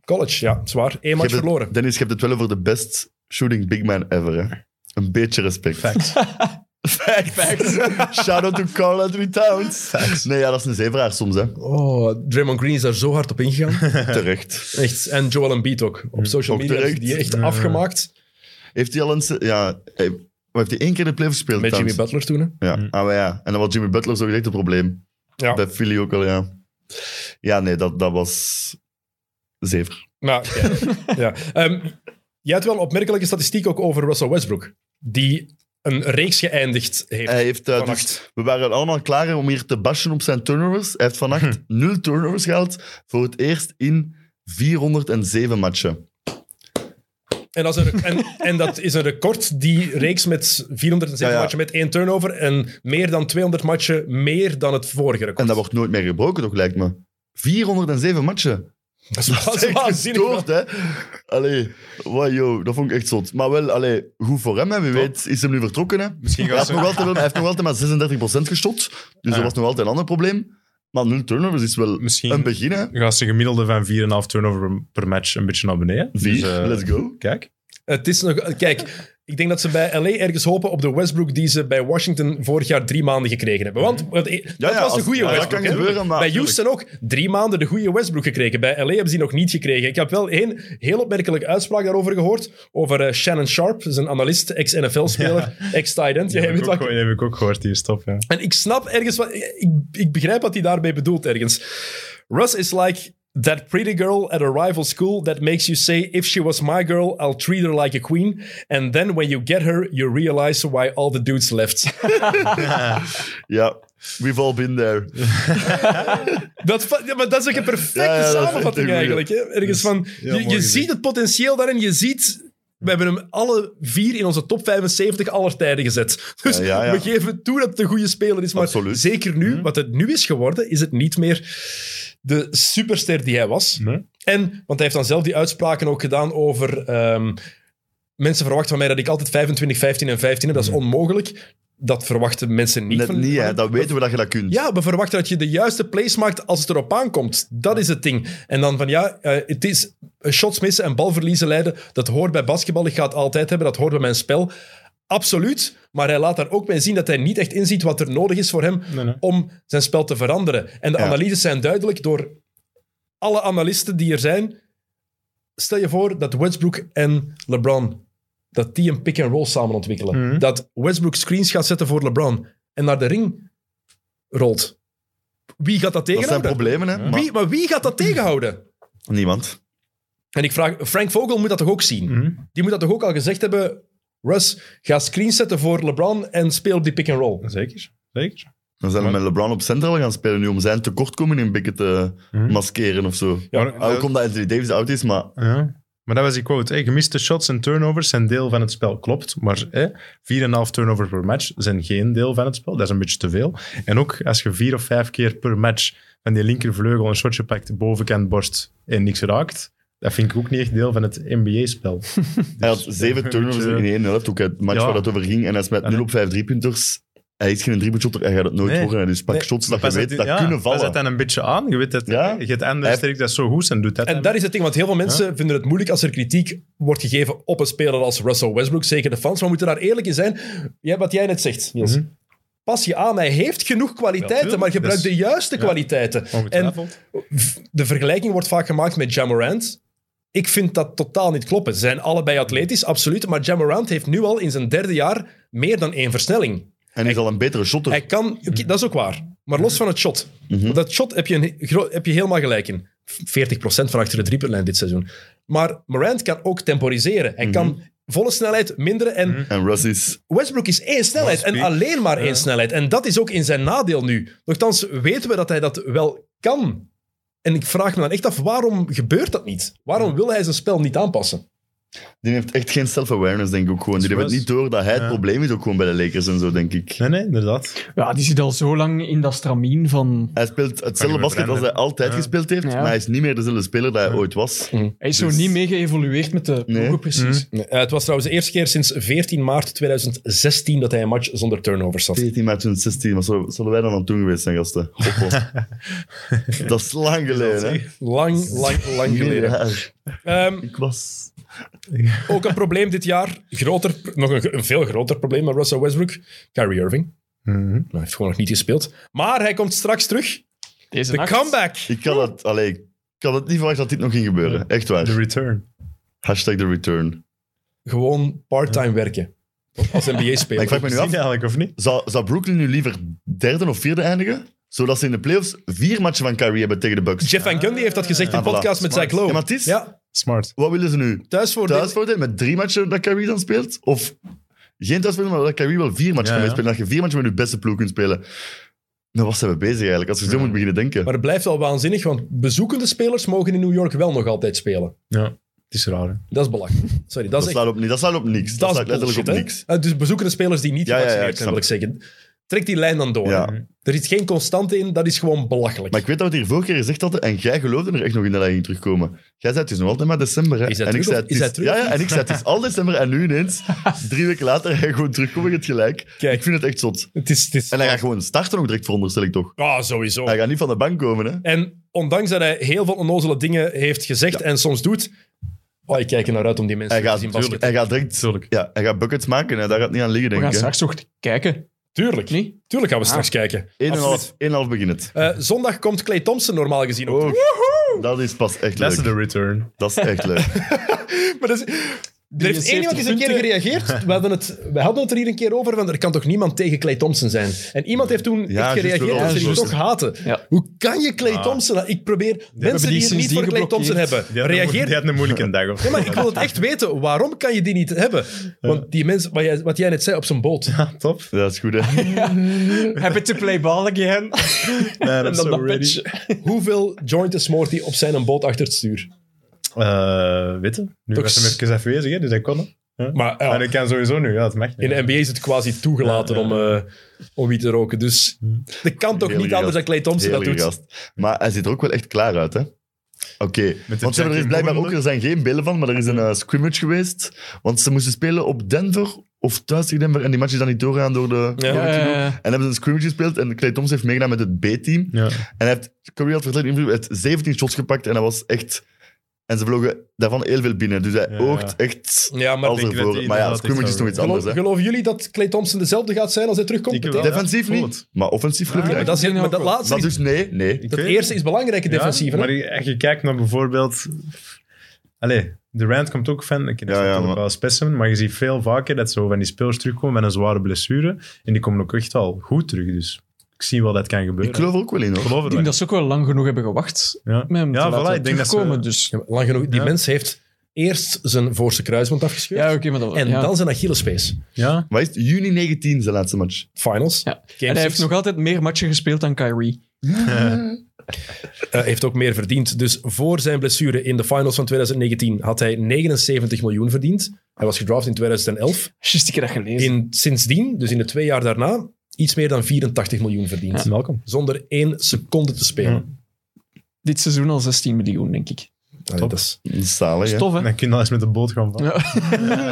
Speaker 4: College, ja, zwaar. Eén match
Speaker 5: Je hebt het-
Speaker 4: verloren.
Speaker 5: Dennis, je hebt het wel over de best shooting big man ever. Hè? Een beetje respect.
Speaker 7: Facts.
Speaker 5: Fact. Shout out to Carl Anthony Towns. Nee, ja, dat is een zeevraag soms, hè.
Speaker 4: Oh, Draymond Green is daar zo hard op ingegaan.
Speaker 5: Terecht.
Speaker 4: Echt. En Joel Embiid ook. Op social
Speaker 5: Ook
Speaker 4: media
Speaker 5: terecht.
Speaker 4: is die echt afgemaakt.
Speaker 5: Heeft hij al eens... Ja, hij, maar heeft hij één keer in de playoffs gespeeld,
Speaker 4: Met Jimmy
Speaker 5: Towns?
Speaker 4: Butler toen. hè.
Speaker 5: Ja. Ah, maar ja. En dan was Jimmy Butler zogezegd het probleem.
Speaker 4: Ja.
Speaker 5: Bij Philly ook al, ja. Ja, nee, dat, dat was... Zever.
Speaker 4: Maar, ja. ja. Ehm, jij had wel een opmerkelijke statistiek ook over Russell Westbrook. Die een reeks geëindigd heeft.
Speaker 5: Hij heeft... eh, dus,
Speaker 4: vannacht.
Speaker 5: we waren allemaal klaar om hier te bashen op zijn turnovers. Hij heeft vannacht nul turnovers gehaald. Voor het eerst in 407 matchen.
Speaker 4: En, als een, en, en dat is een record, die reeks met 407
Speaker 5: Ja, ja.
Speaker 4: matchen met één turnover en meer dan 200 matchen meer dan het vorige record.
Speaker 5: En dat wordt nooit meer gebroken, toch, lijkt me. 407 matchen.
Speaker 4: Dat is, dat is
Speaker 5: Echt
Speaker 4: waanzinnig.
Speaker 5: gestoord, hè? Allee, wow, yo, dat vond ik echt zot. Maar wel, allee, goed voor hem, hè. Wie weet is hem nu vertrokken, hè.
Speaker 7: Misschien
Speaker 5: Hij,
Speaker 7: gaan
Speaker 5: heeft nog
Speaker 7: ze...
Speaker 5: altijd, wel- hij heeft nog altijd maar 36% gestot, dus
Speaker 7: Ja.
Speaker 5: dat was nog altijd een ander probleem. Maar nul turnovers is wel
Speaker 7: Misschien-
Speaker 5: een begin, hè.
Speaker 7: Gaat ze gemiddelde van 4,5 turnover per match een beetje naar beneden.
Speaker 5: Vier,
Speaker 7: Dus, eh,
Speaker 5: let's go.
Speaker 7: Kijk.
Speaker 4: Het is nog... Kijk, ik denk dat ze bij LA ergens hopen op de Westbrook die ze bij Washington vorig jaar drie maanden gekregen hebben. Want want- dat
Speaker 5: Mhm. ja,
Speaker 4: was de
Speaker 5: als-
Speaker 4: goede
Speaker 5: ja, dat
Speaker 4: Westbrook.
Speaker 5: kan
Speaker 4: hè.
Speaker 5: gebeuren, maar-
Speaker 4: bij Houston ook drie maanden de goede Westbrook gekregen. Bij LA hebben ze die nog niet gekregen. Ik heb wel één heel opmerkelijke uitspraak daarover gehoord. Over eh, Shannon Sharp, dat is een analist, ex-NFL-speler, ex-tight end. Jij
Speaker 7: heb,
Speaker 4: weet
Speaker 7: ik ook,
Speaker 4: wat ik-
Speaker 7: heb ik ook gehoord, die stop. Ja.
Speaker 4: en ik snap ergens wat... Ik, ik begrijp wat hij daarbij bedoelt ergens. Russ is like that pretty girl at a rival school that makes you say, if she was my girl, I'll treat her like a queen. And then when you get her, you realize why all the dudes left.
Speaker 5: Ja, we've all been there.
Speaker 4: dat, va- ja, maar dat is ook een perfecte
Speaker 5: Ja, ja, dat is echt een
Speaker 4: samenvatting
Speaker 5: goeie.
Speaker 4: eigenlijk. Hè? Ergens van,
Speaker 7: heel
Speaker 4: je,
Speaker 7: mooi
Speaker 4: je
Speaker 7: gezegd.
Speaker 4: ziet het potentieel daarin, je ziet... We hebben hem alle vier in onze top 75 aller tijden gezet. Dus
Speaker 5: Ja, ja, ja.
Speaker 4: we geven toe dat het een goede speler is. Maar
Speaker 5: Absoluut. Mhm.
Speaker 4: zeker nu, wat het nu is geworden, is het niet meer de superster die hij was.
Speaker 7: Nee.
Speaker 4: En, want hij heeft dan zelf die uitspraken ook gedaan over... ehm, mensen verwachten van mij dat ik altijd 25, 15 en 15 heb. Dat is onmogelijk. Dat verwachten mensen niet
Speaker 5: Mhm. Net
Speaker 4: van
Speaker 5: niet,
Speaker 4: van
Speaker 5: hè.
Speaker 4: hem.
Speaker 5: Dat weten we dat je dat kunt.
Speaker 4: Ja, we verwachten dat je de juiste plays maakt als het erop aankomt. Dat is het ding. En dan van ja, eh, het is shots missen en balverliezen leiden. Dat hoort bij basketbal. Ik ga het altijd hebben. Dat hoort bij mijn spel. Absoluut. Maar hij laat daar ook mee zien dat hij niet echt inziet wat er nodig is voor hem
Speaker 7: nee.
Speaker 4: om zijn spel te veranderen. En de
Speaker 5: Ja.
Speaker 4: analyses zijn duidelijk door alle analisten die er zijn. Stel je voor dat Westbrook en LeBron dat die een pick-and-roll samen ontwikkelen. Dat Westbrook screens gaat zetten voor LeBron en naar de ring rolt. Wie gaat dat
Speaker 5: Dat zijn
Speaker 4: tegenhouden?
Speaker 5: problemen, hè. Maar
Speaker 4: Wie, maar wie gaat dat tegenhouden?
Speaker 5: niemand.
Speaker 4: En ik vraag, Frank Vogel moet dat toch ook zien? Die moet dat toch ook al gezegd hebben? Russ, ga screens zetten voor LeBron en speel op die pick-and-roll.
Speaker 7: Zeker, zeker.
Speaker 5: Dan zijn we met LeBron op centraal gaan spelen nu om zijn tekortkoming in Bikken te maskeren of zo.
Speaker 7: Mhm. Ja,
Speaker 5: Ook omdat Anthony Davis oud is, maar
Speaker 7: Ja. Maar dat was die quote. Hè. Gemiste shots en turnovers zijn deel van het spel. Klopt, maar hè, 4,5 turnovers per match zijn geen deel van het spel. Dat is een beetje te veel. En ook als je vier of vijf keer per match van die linkervleugel een shotje pakt, bovenkant borst en niks raakt, dat vind ik ook niet echt deel van het NBA-spel.
Speaker 5: hij had zeven turnovers in één helft, ook het match
Speaker 7: Dus- Ja.
Speaker 5: waar dat over ging. En hij is met 0 op 5 driepunters. Hij is geen driepuntshotter, hij gaat het nooit
Speaker 7: Nee.
Speaker 5: worden. Dus pak
Speaker 4: Nee.
Speaker 5: shots dat je weet, dat kunnen
Speaker 7: Hij zet
Speaker 5: vallen.
Speaker 7: dan een beetje aan. Je weet dat
Speaker 5: Ja.
Speaker 7: je het andere
Speaker 5: Hij-
Speaker 7: sterk dat zo goed is en doet dat.
Speaker 4: En
Speaker 7: dan.
Speaker 4: dat is het ding, want heel veel mensen vinden het moeilijk als er kritiek wordt gegeven op een speler als Russell Westbrook, zeker de fans. Maar we moeten daar eerlijk in zijn. Ja, wat jij net zegt, Niels. Pas je aan, hij heeft genoeg kwaliteiten,
Speaker 7: tuurlijk.
Speaker 4: maar gebruik
Speaker 7: Dus-
Speaker 4: de juiste kwaliteiten. En
Speaker 7: Ongetwijfeld.
Speaker 4: v- de vergelijking wordt vaak gemaakt met Jamorant. Ik vind dat totaal niet kloppen. Ze zijn allebei atletisch, absoluut. Maar Jamorant heeft nu al in zijn derde jaar meer dan één versnelling.
Speaker 5: En hij is al een betere
Speaker 4: Hij
Speaker 5: shotter.
Speaker 4: kan, oké, dat is ook waar. Maar los van het shot. Want dat shot heb je, een, gro- heb je helemaal gelijk in. 40% van achter de driepuntlijn dit seizoen. Maar Morant kan ook temporiseren. Hij kan volle snelheid minderen. En
Speaker 5: En Russ is...
Speaker 4: Westbrook is één snelheid. En alleen maar één snelheid. En dat is ook in zijn nadeel nu. Nochtans weten we dat hij dat wel kan. En ik vraag me dan echt af, waarom gebeurt dat niet? Waarom wil hij zijn spel niet aanpassen?
Speaker 5: Die heeft echt geen self-awareness, denk ik ook gewoon. Die
Speaker 7: Zoals-
Speaker 5: heeft niet door dat hij het probleem is ook gewoon bij de Lakers en zo, denk ik.
Speaker 7: Nee, nee, inderdaad.
Speaker 6: Ja, die zit al zo lang in dat stramien van...
Speaker 5: Hij speelt hetzelfde
Speaker 7: Kan je
Speaker 5: basket als hij
Speaker 7: veranderen.
Speaker 5: altijd
Speaker 7: Ja.
Speaker 5: gespeeld heeft,
Speaker 6: Ja. Mm.
Speaker 5: maar hij is niet meer dezelfde speler dat hij ooit was.
Speaker 6: Hij
Speaker 5: Dus-
Speaker 6: is zo niet mee geëvolueerd met de
Speaker 5: Nee.
Speaker 6: ploegen, precies.
Speaker 4: Eh, het was trouwens de eerste keer sinds 14 maart 2016 dat hij een match zonder turnovers had.
Speaker 5: 14 maart 2016, maar zullen, zullen wij dan aan toen geweest zijn, gasten? Hoppa. dat is lang geleden, hè?
Speaker 4: Lang, lang, lang
Speaker 5: Vier
Speaker 4: geleden.
Speaker 5: jaar.
Speaker 4: Ehm,
Speaker 5: Ik was...
Speaker 4: ook een probleem dit jaar. Groter, nog een, een veel groter probleem met Russell Westbrook. Kyrie Irving.
Speaker 5: Mhm.
Speaker 4: Nou, Hij heeft gewoon nog niet gespeeld. Maar hij komt straks terug.
Speaker 6: Deze
Speaker 4: De
Speaker 6: nacht.
Speaker 4: comeback.
Speaker 5: Ik had het... Allee, ik had het niet verwacht dat dit nog ging gebeuren. Echt
Speaker 7: The
Speaker 5: waar.
Speaker 7: return.
Speaker 5: Hashtag the return.
Speaker 4: Gewoon part-time werken. Als
Speaker 5: Maar ik vraag
Speaker 4: NBA-speler.
Speaker 5: me nu
Speaker 7: Zie je
Speaker 5: af,
Speaker 7: eigenlijk of niet?
Speaker 5: zou, zou Brooklyn nu liever derde of vierde eindigen? Zodat ze in de playoffs vier matchen van Kyrie hebben tegen de Bucks.
Speaker 4: Jeff Van Gundy heeft dat gezegd in
Speaker 5: Ah,
Speaker 4: een
Speaker 5: voilà.
Speaker 4: podcast met Zach
Speaker 5: Ja, maar
Speaker 4: Lowe.
Speaker 5: het is-
Speaker 4: Ja,
Speaker 7: Smart.
Speaker 5: Wat willen ze nu?
Speaker 4: thuisvoordeel.
Speaker 5: Thuisvoordeel met drie matchen dat Kyrie dan speelt? Of geen thuisvoordeel, maar dat Kyrie wel vier matchen
Speaker 7: Ja,
Speaker 5: kan
Speaker 7: ja.
Speaker 5: spelen. Dat je vier matchen met je beste ploeg kunt spelen. Nou, wat zijn we bezig eigenlijk? Als je zo moet beginnen denken.
Speaker 4: Maar het blijft wel waanzinnig, want bezoekende spelers mogen in New York wel nog altijd spelen.
Speaker 7: Ja, het is raar. hè.
Speaker 4: Dat is belachelijk. Sorry, dat
Speaker 5: dat,
Speaker 4: is echt
Speaker 5: slaat op, ni- dat slaat op niks. Dat, slaat letterlijk op
Speaker 4: bullshit,
Speaker 5: niks.
Speaker 4: hè? Eh, Dus bezoekende spelers die niet
Speaker 5: Ja, ja, ja,
Speaker 4: gevaccineerd
Speaker 5: ik
Speaker 4: zijn,
Speaker 5: snap
Speaker 4: wil ik zeggen. Trek die lijn dan door.
Speaker 5: Ja.
Speaker 4: Er zit geen constante in, dat is gewoon belachelijk.
Speaker 5: Maar ik weet dat we het hier vorige keer gezegd hadden en jij geloofde er echt nog in dat hij ging terugkomen. Jij zei het is nog altijd maar december. Hè?
Speaker 4: Is hij
Speaker 5: en ik
Speaker 4: terug
Speaker 5: zei,
Speaker 4: of-
Speaker 5: het
Speaker 4: is hij terug
Speaker 5: Ja,
Speaker 4: of
Speaker 5: ja, en ik zei het is al december en nu ineens, drie weken later, hij gewoon terugkomen, je hebt gelijk.
Speaker 4: Kijk.
Speaker 5: Ik vind het echt zot.
Speaker 4: het is, het is...
Speaker 5: En hij gaat gewoon starten ook direct, veronderstel ik toch.
Speaker 4: Ah, sowieso.
Speaker 5: Hij gaat niet van de bank komen, hè.
Speaker 4: En ondanks dat hij heel veel onnozele dingen heeft gezegd en soms doet... Oh, ik kijk er naar uit om die mensen
Speaker 5: Hij
Speaker 4: te
Speaker 5: gaat,
Speaker 4: zien
Speaker 5: tuurlijk,
Speaker 4: basketten.
Speaker 5: hij gaat direct...
Speaker 7: Tuurlijk.
Speaker 5: Ja, hij gaat buckets maken, hè. daar gaat het niet aan liggen,
Speaker 6: We
Speaker 5: denk
Speaker 6: gaan
Speaker 5: ik. hè.
Speaker 6: straks nog kijken.
Speaker 4: Tuurlijk.
Speaker 6: Niet? Ah.
Speaker 4: Tuurlijk gaan we straks kijken.
Speaker 5: 1,5 1,5 begin het.
Speaker 4: Eh, zondag komt Clay Thompson normaal gezien op.
Speaker 5: Oh, dat is pas echt
Speaker 7: Dat is
Speaker 5: leuk.
Speaker 7: de return.
Speaker 5: Dat is echt leuk.
Speaker 4: Maar dat is- er heeft één iemand eens een keer
Speaker 6: punten.
Speaker 4: gereageerd. We hadden, het, we hadden het er hier een keer over, want er kan toch niemand tegen Clay Thompson zijn? En iemand heeft toen
Speaker 5: Ja,
Speaker 4: echt
Speaker 5: juist Ah.
Speaker 4: gereageerd
Speaker 5: wel,
Speaker 4: dat ze die
Speaker 5: juist.
Speaker 4: toch haten.
Speaker 6: Ja.
Speaker 4: Hoe kan je Clay Thompson... Ik probeer mensen die,
Speaker 6: die
Speaker 4: het niet
Speaker 6: sindsdien
Speaker 4: voor Clay Thompson
Speaker 6: geblokkeerd.
Speaker 4: hebben,
Speaker 7: Die had, een,
Speaker 4: reageer
Speaker 7: die had een moeilijke dag. Of
Speaker 4: Ja, maar ik wil het echt weten. Waarom kan je die niet hebben? Want die mensen, wat jij, wat jij net zei op zijn boot.
Speaker 7: top.
Speaker 5: Dat is goed, hè.
Speaker 6: Happy to play ball again.
Speaker 7: Nee, dat is
Speaker 6: dan
Speaker 7: zo
Speaker 6: dat
Speaker 7: ready.
Speaker 6: pitch.
Speaker 4: Hoeveel joint smoort hij op zijn boot achter het stuur?
Speaker 7: Eh witte. Nu
Speaker 4: Toch
Speaker 7: was
Speaker 4: s-
Speaker 7: hem even afwezig, hè, dus dat kon. hè. Ja.
Speaker 4: Maar ja,
Speaker 7: Maar dat kan sowieso nu, ja, dat mag.
Speaker 4: in
Speaker 7: ja.
Speaker 4: de NBA is het quasi toegelaten
Speaker 7: Ja, ja.
Speaker 4: Om, eh, om wiet te roken. Dus dat kan toch
Speaker 5: Heerlijke
Speaker 4: niet anders
Speaker 5: gast.
Speaker 4: dan Clay Thompson dat
Speaker 5: Heerlijke
Speaker 4: doet.
Speaker 5: gast. Maar hij ziet er ook wel echt klaar uit, hè? Oké,
Speaker 7: de
Speaker 5: want ze hebben er is
Speaker 7: Jackie
Speaker 5: blijkbaar ook,
Speaker 7: Moorland.
Speaker 5: er zijn geen beelden van, maar er is een eh, scrimmage geweest. Want ze moesten spelen op Denver of thuis tegen Denver en die match is dan niet doorgaan door de...
Speaker 4: Ja.
Speaker 5: door het
Speaker 6: Ja,
Speaker 5: gedoe.
Speaker 6: ja, ja.
Speaker 5: En hebben ze een scrimmage gespeeld en Clay Thompson heeft meegedaan met het B-team.
Speaker 7: Ja.
Speaker 5: En hij heeft, Curry had verteld in het interview, hij heeft 17 shots gepakt en dat was echt... En ze vlogen daarvan heel veel binnen, dus hij
Speaker 7: Ja.
Speaker 5: oogt echt
Speaker 4: Ja, maar
Speaker 5: als
Speaker 7: denk dat
Speaker 5: ervoor.
Speaker 7: die
Speaker 5: Maar ja,
Speaker 7: inderdaad
Speaker 5: scrimmage
Speaker 7: iets
Speaker 5: is nog iets
Speaker 7: zou
Speaker 5: anders,
Speaker 4: Geloof,
Speaker 5: hè?
Speaker 4: geloven jullie dat Clay Thompson dezelfde gaat zijn als hij terugkomt?
Speaker 7: Ik wel.
Speaker 4: meteen?
Speaker 7: Ja,
Speaker 5: Defensief niet,
Speaker 7: absoluut.
Speaker 5: maar offensief geloof ik
Speaker 4: Ja, maar dat, is,
Speaker 6: Ik denk
Speaker 4: maar dat
Speaker 6: ook wel.
Speaker 4: laatste
Speaker 5: Maar
Speaker 4: is-
Speaker 5: dus nee, nee.
Speaker 4: dat eerste is belangrijke defensief.
Speaker 7: Ja,
Speaker 4: hè?
Speaker 7: maar je- als je kijkt naar bijvoorbeeld... Allee, Durant komt ook van... Ik ken
Speaker 5: Ja,
Speaker 7: dat
Speaker 5: ja,
Speaker 7: natuurlijk
Speaker 5: maar-
Speaker 7: wel specimen, maar je ziet veel vaker dat zo van die spelers terugkomen met een zware blessure. En die komen ook echt al goed terug, dus ik zie wel dat kan gebeuren.
Speaker 5: Ik geloof er ook wel in, hoor.
Speaker 7: Ik geloof het
Speaker 6: Ik denk
Speaker 7: wel.
Speaker 6: dat ze ook wel lang genoeg hebben gewacht
Speaker 7: Ja,
Speaker 6: met hem
Speaker 7: ja
Speaker 6: te laten
Speaker 7: voilà, ik denk dat
Speaker 6: terugkomen.
Speaker 7: ze...
Speaker 6: Dus.
Speaker 4: Ja, maar lang genoeg. Die
Speaker 7: Ja.
Speaker 4: mens heeft eerst zijn voorste kruisband afgescheurd.
Speaker 6: Ja, oké, maar dat
Speaker 4: En
Speaker 6: ja.
Speaker 4: dan zijn Achillespees.
Speaker 7: Ja,
Speaker 5: Wat is het? Juni 19 zijn laatste match.
Speaker 4: Finals.
Speaker 6: Ja.
Speaker 4: Game
Speaker 6: En hij
Speaker 4: six.
Speaker 6: heeft nog altijd meer matchen gespeeld dan Kyrie.
Speaker 4: Eh, heeft ook meer verdiend. Dus voor zijn blessure in de finals van 2019 had hij 79 miljoen verdiend. Hij was gedraft in 2011.
Speaker 6: Just, ik heb dat gelezen.
Speaker 4: In, sindsdien, dus in de twee jaar daarna, iets meer dan 84 miljoen verdiend.
Speaker 7: welkom.
Speaker 4: Zonder één seconde te spelen.
Speaker 7: Ja.
Speaker 6: Dit seizoen al 16 miljoen, denk ik.
Speaker 4: Allee,
Speaker 7: Top.
Speaker 4: dat is...
Speaker 5: Zalig, hè?
Speaker 6: Stof, hè?
Speaker 7: Dan kun je al eens met de boot gaan vallen.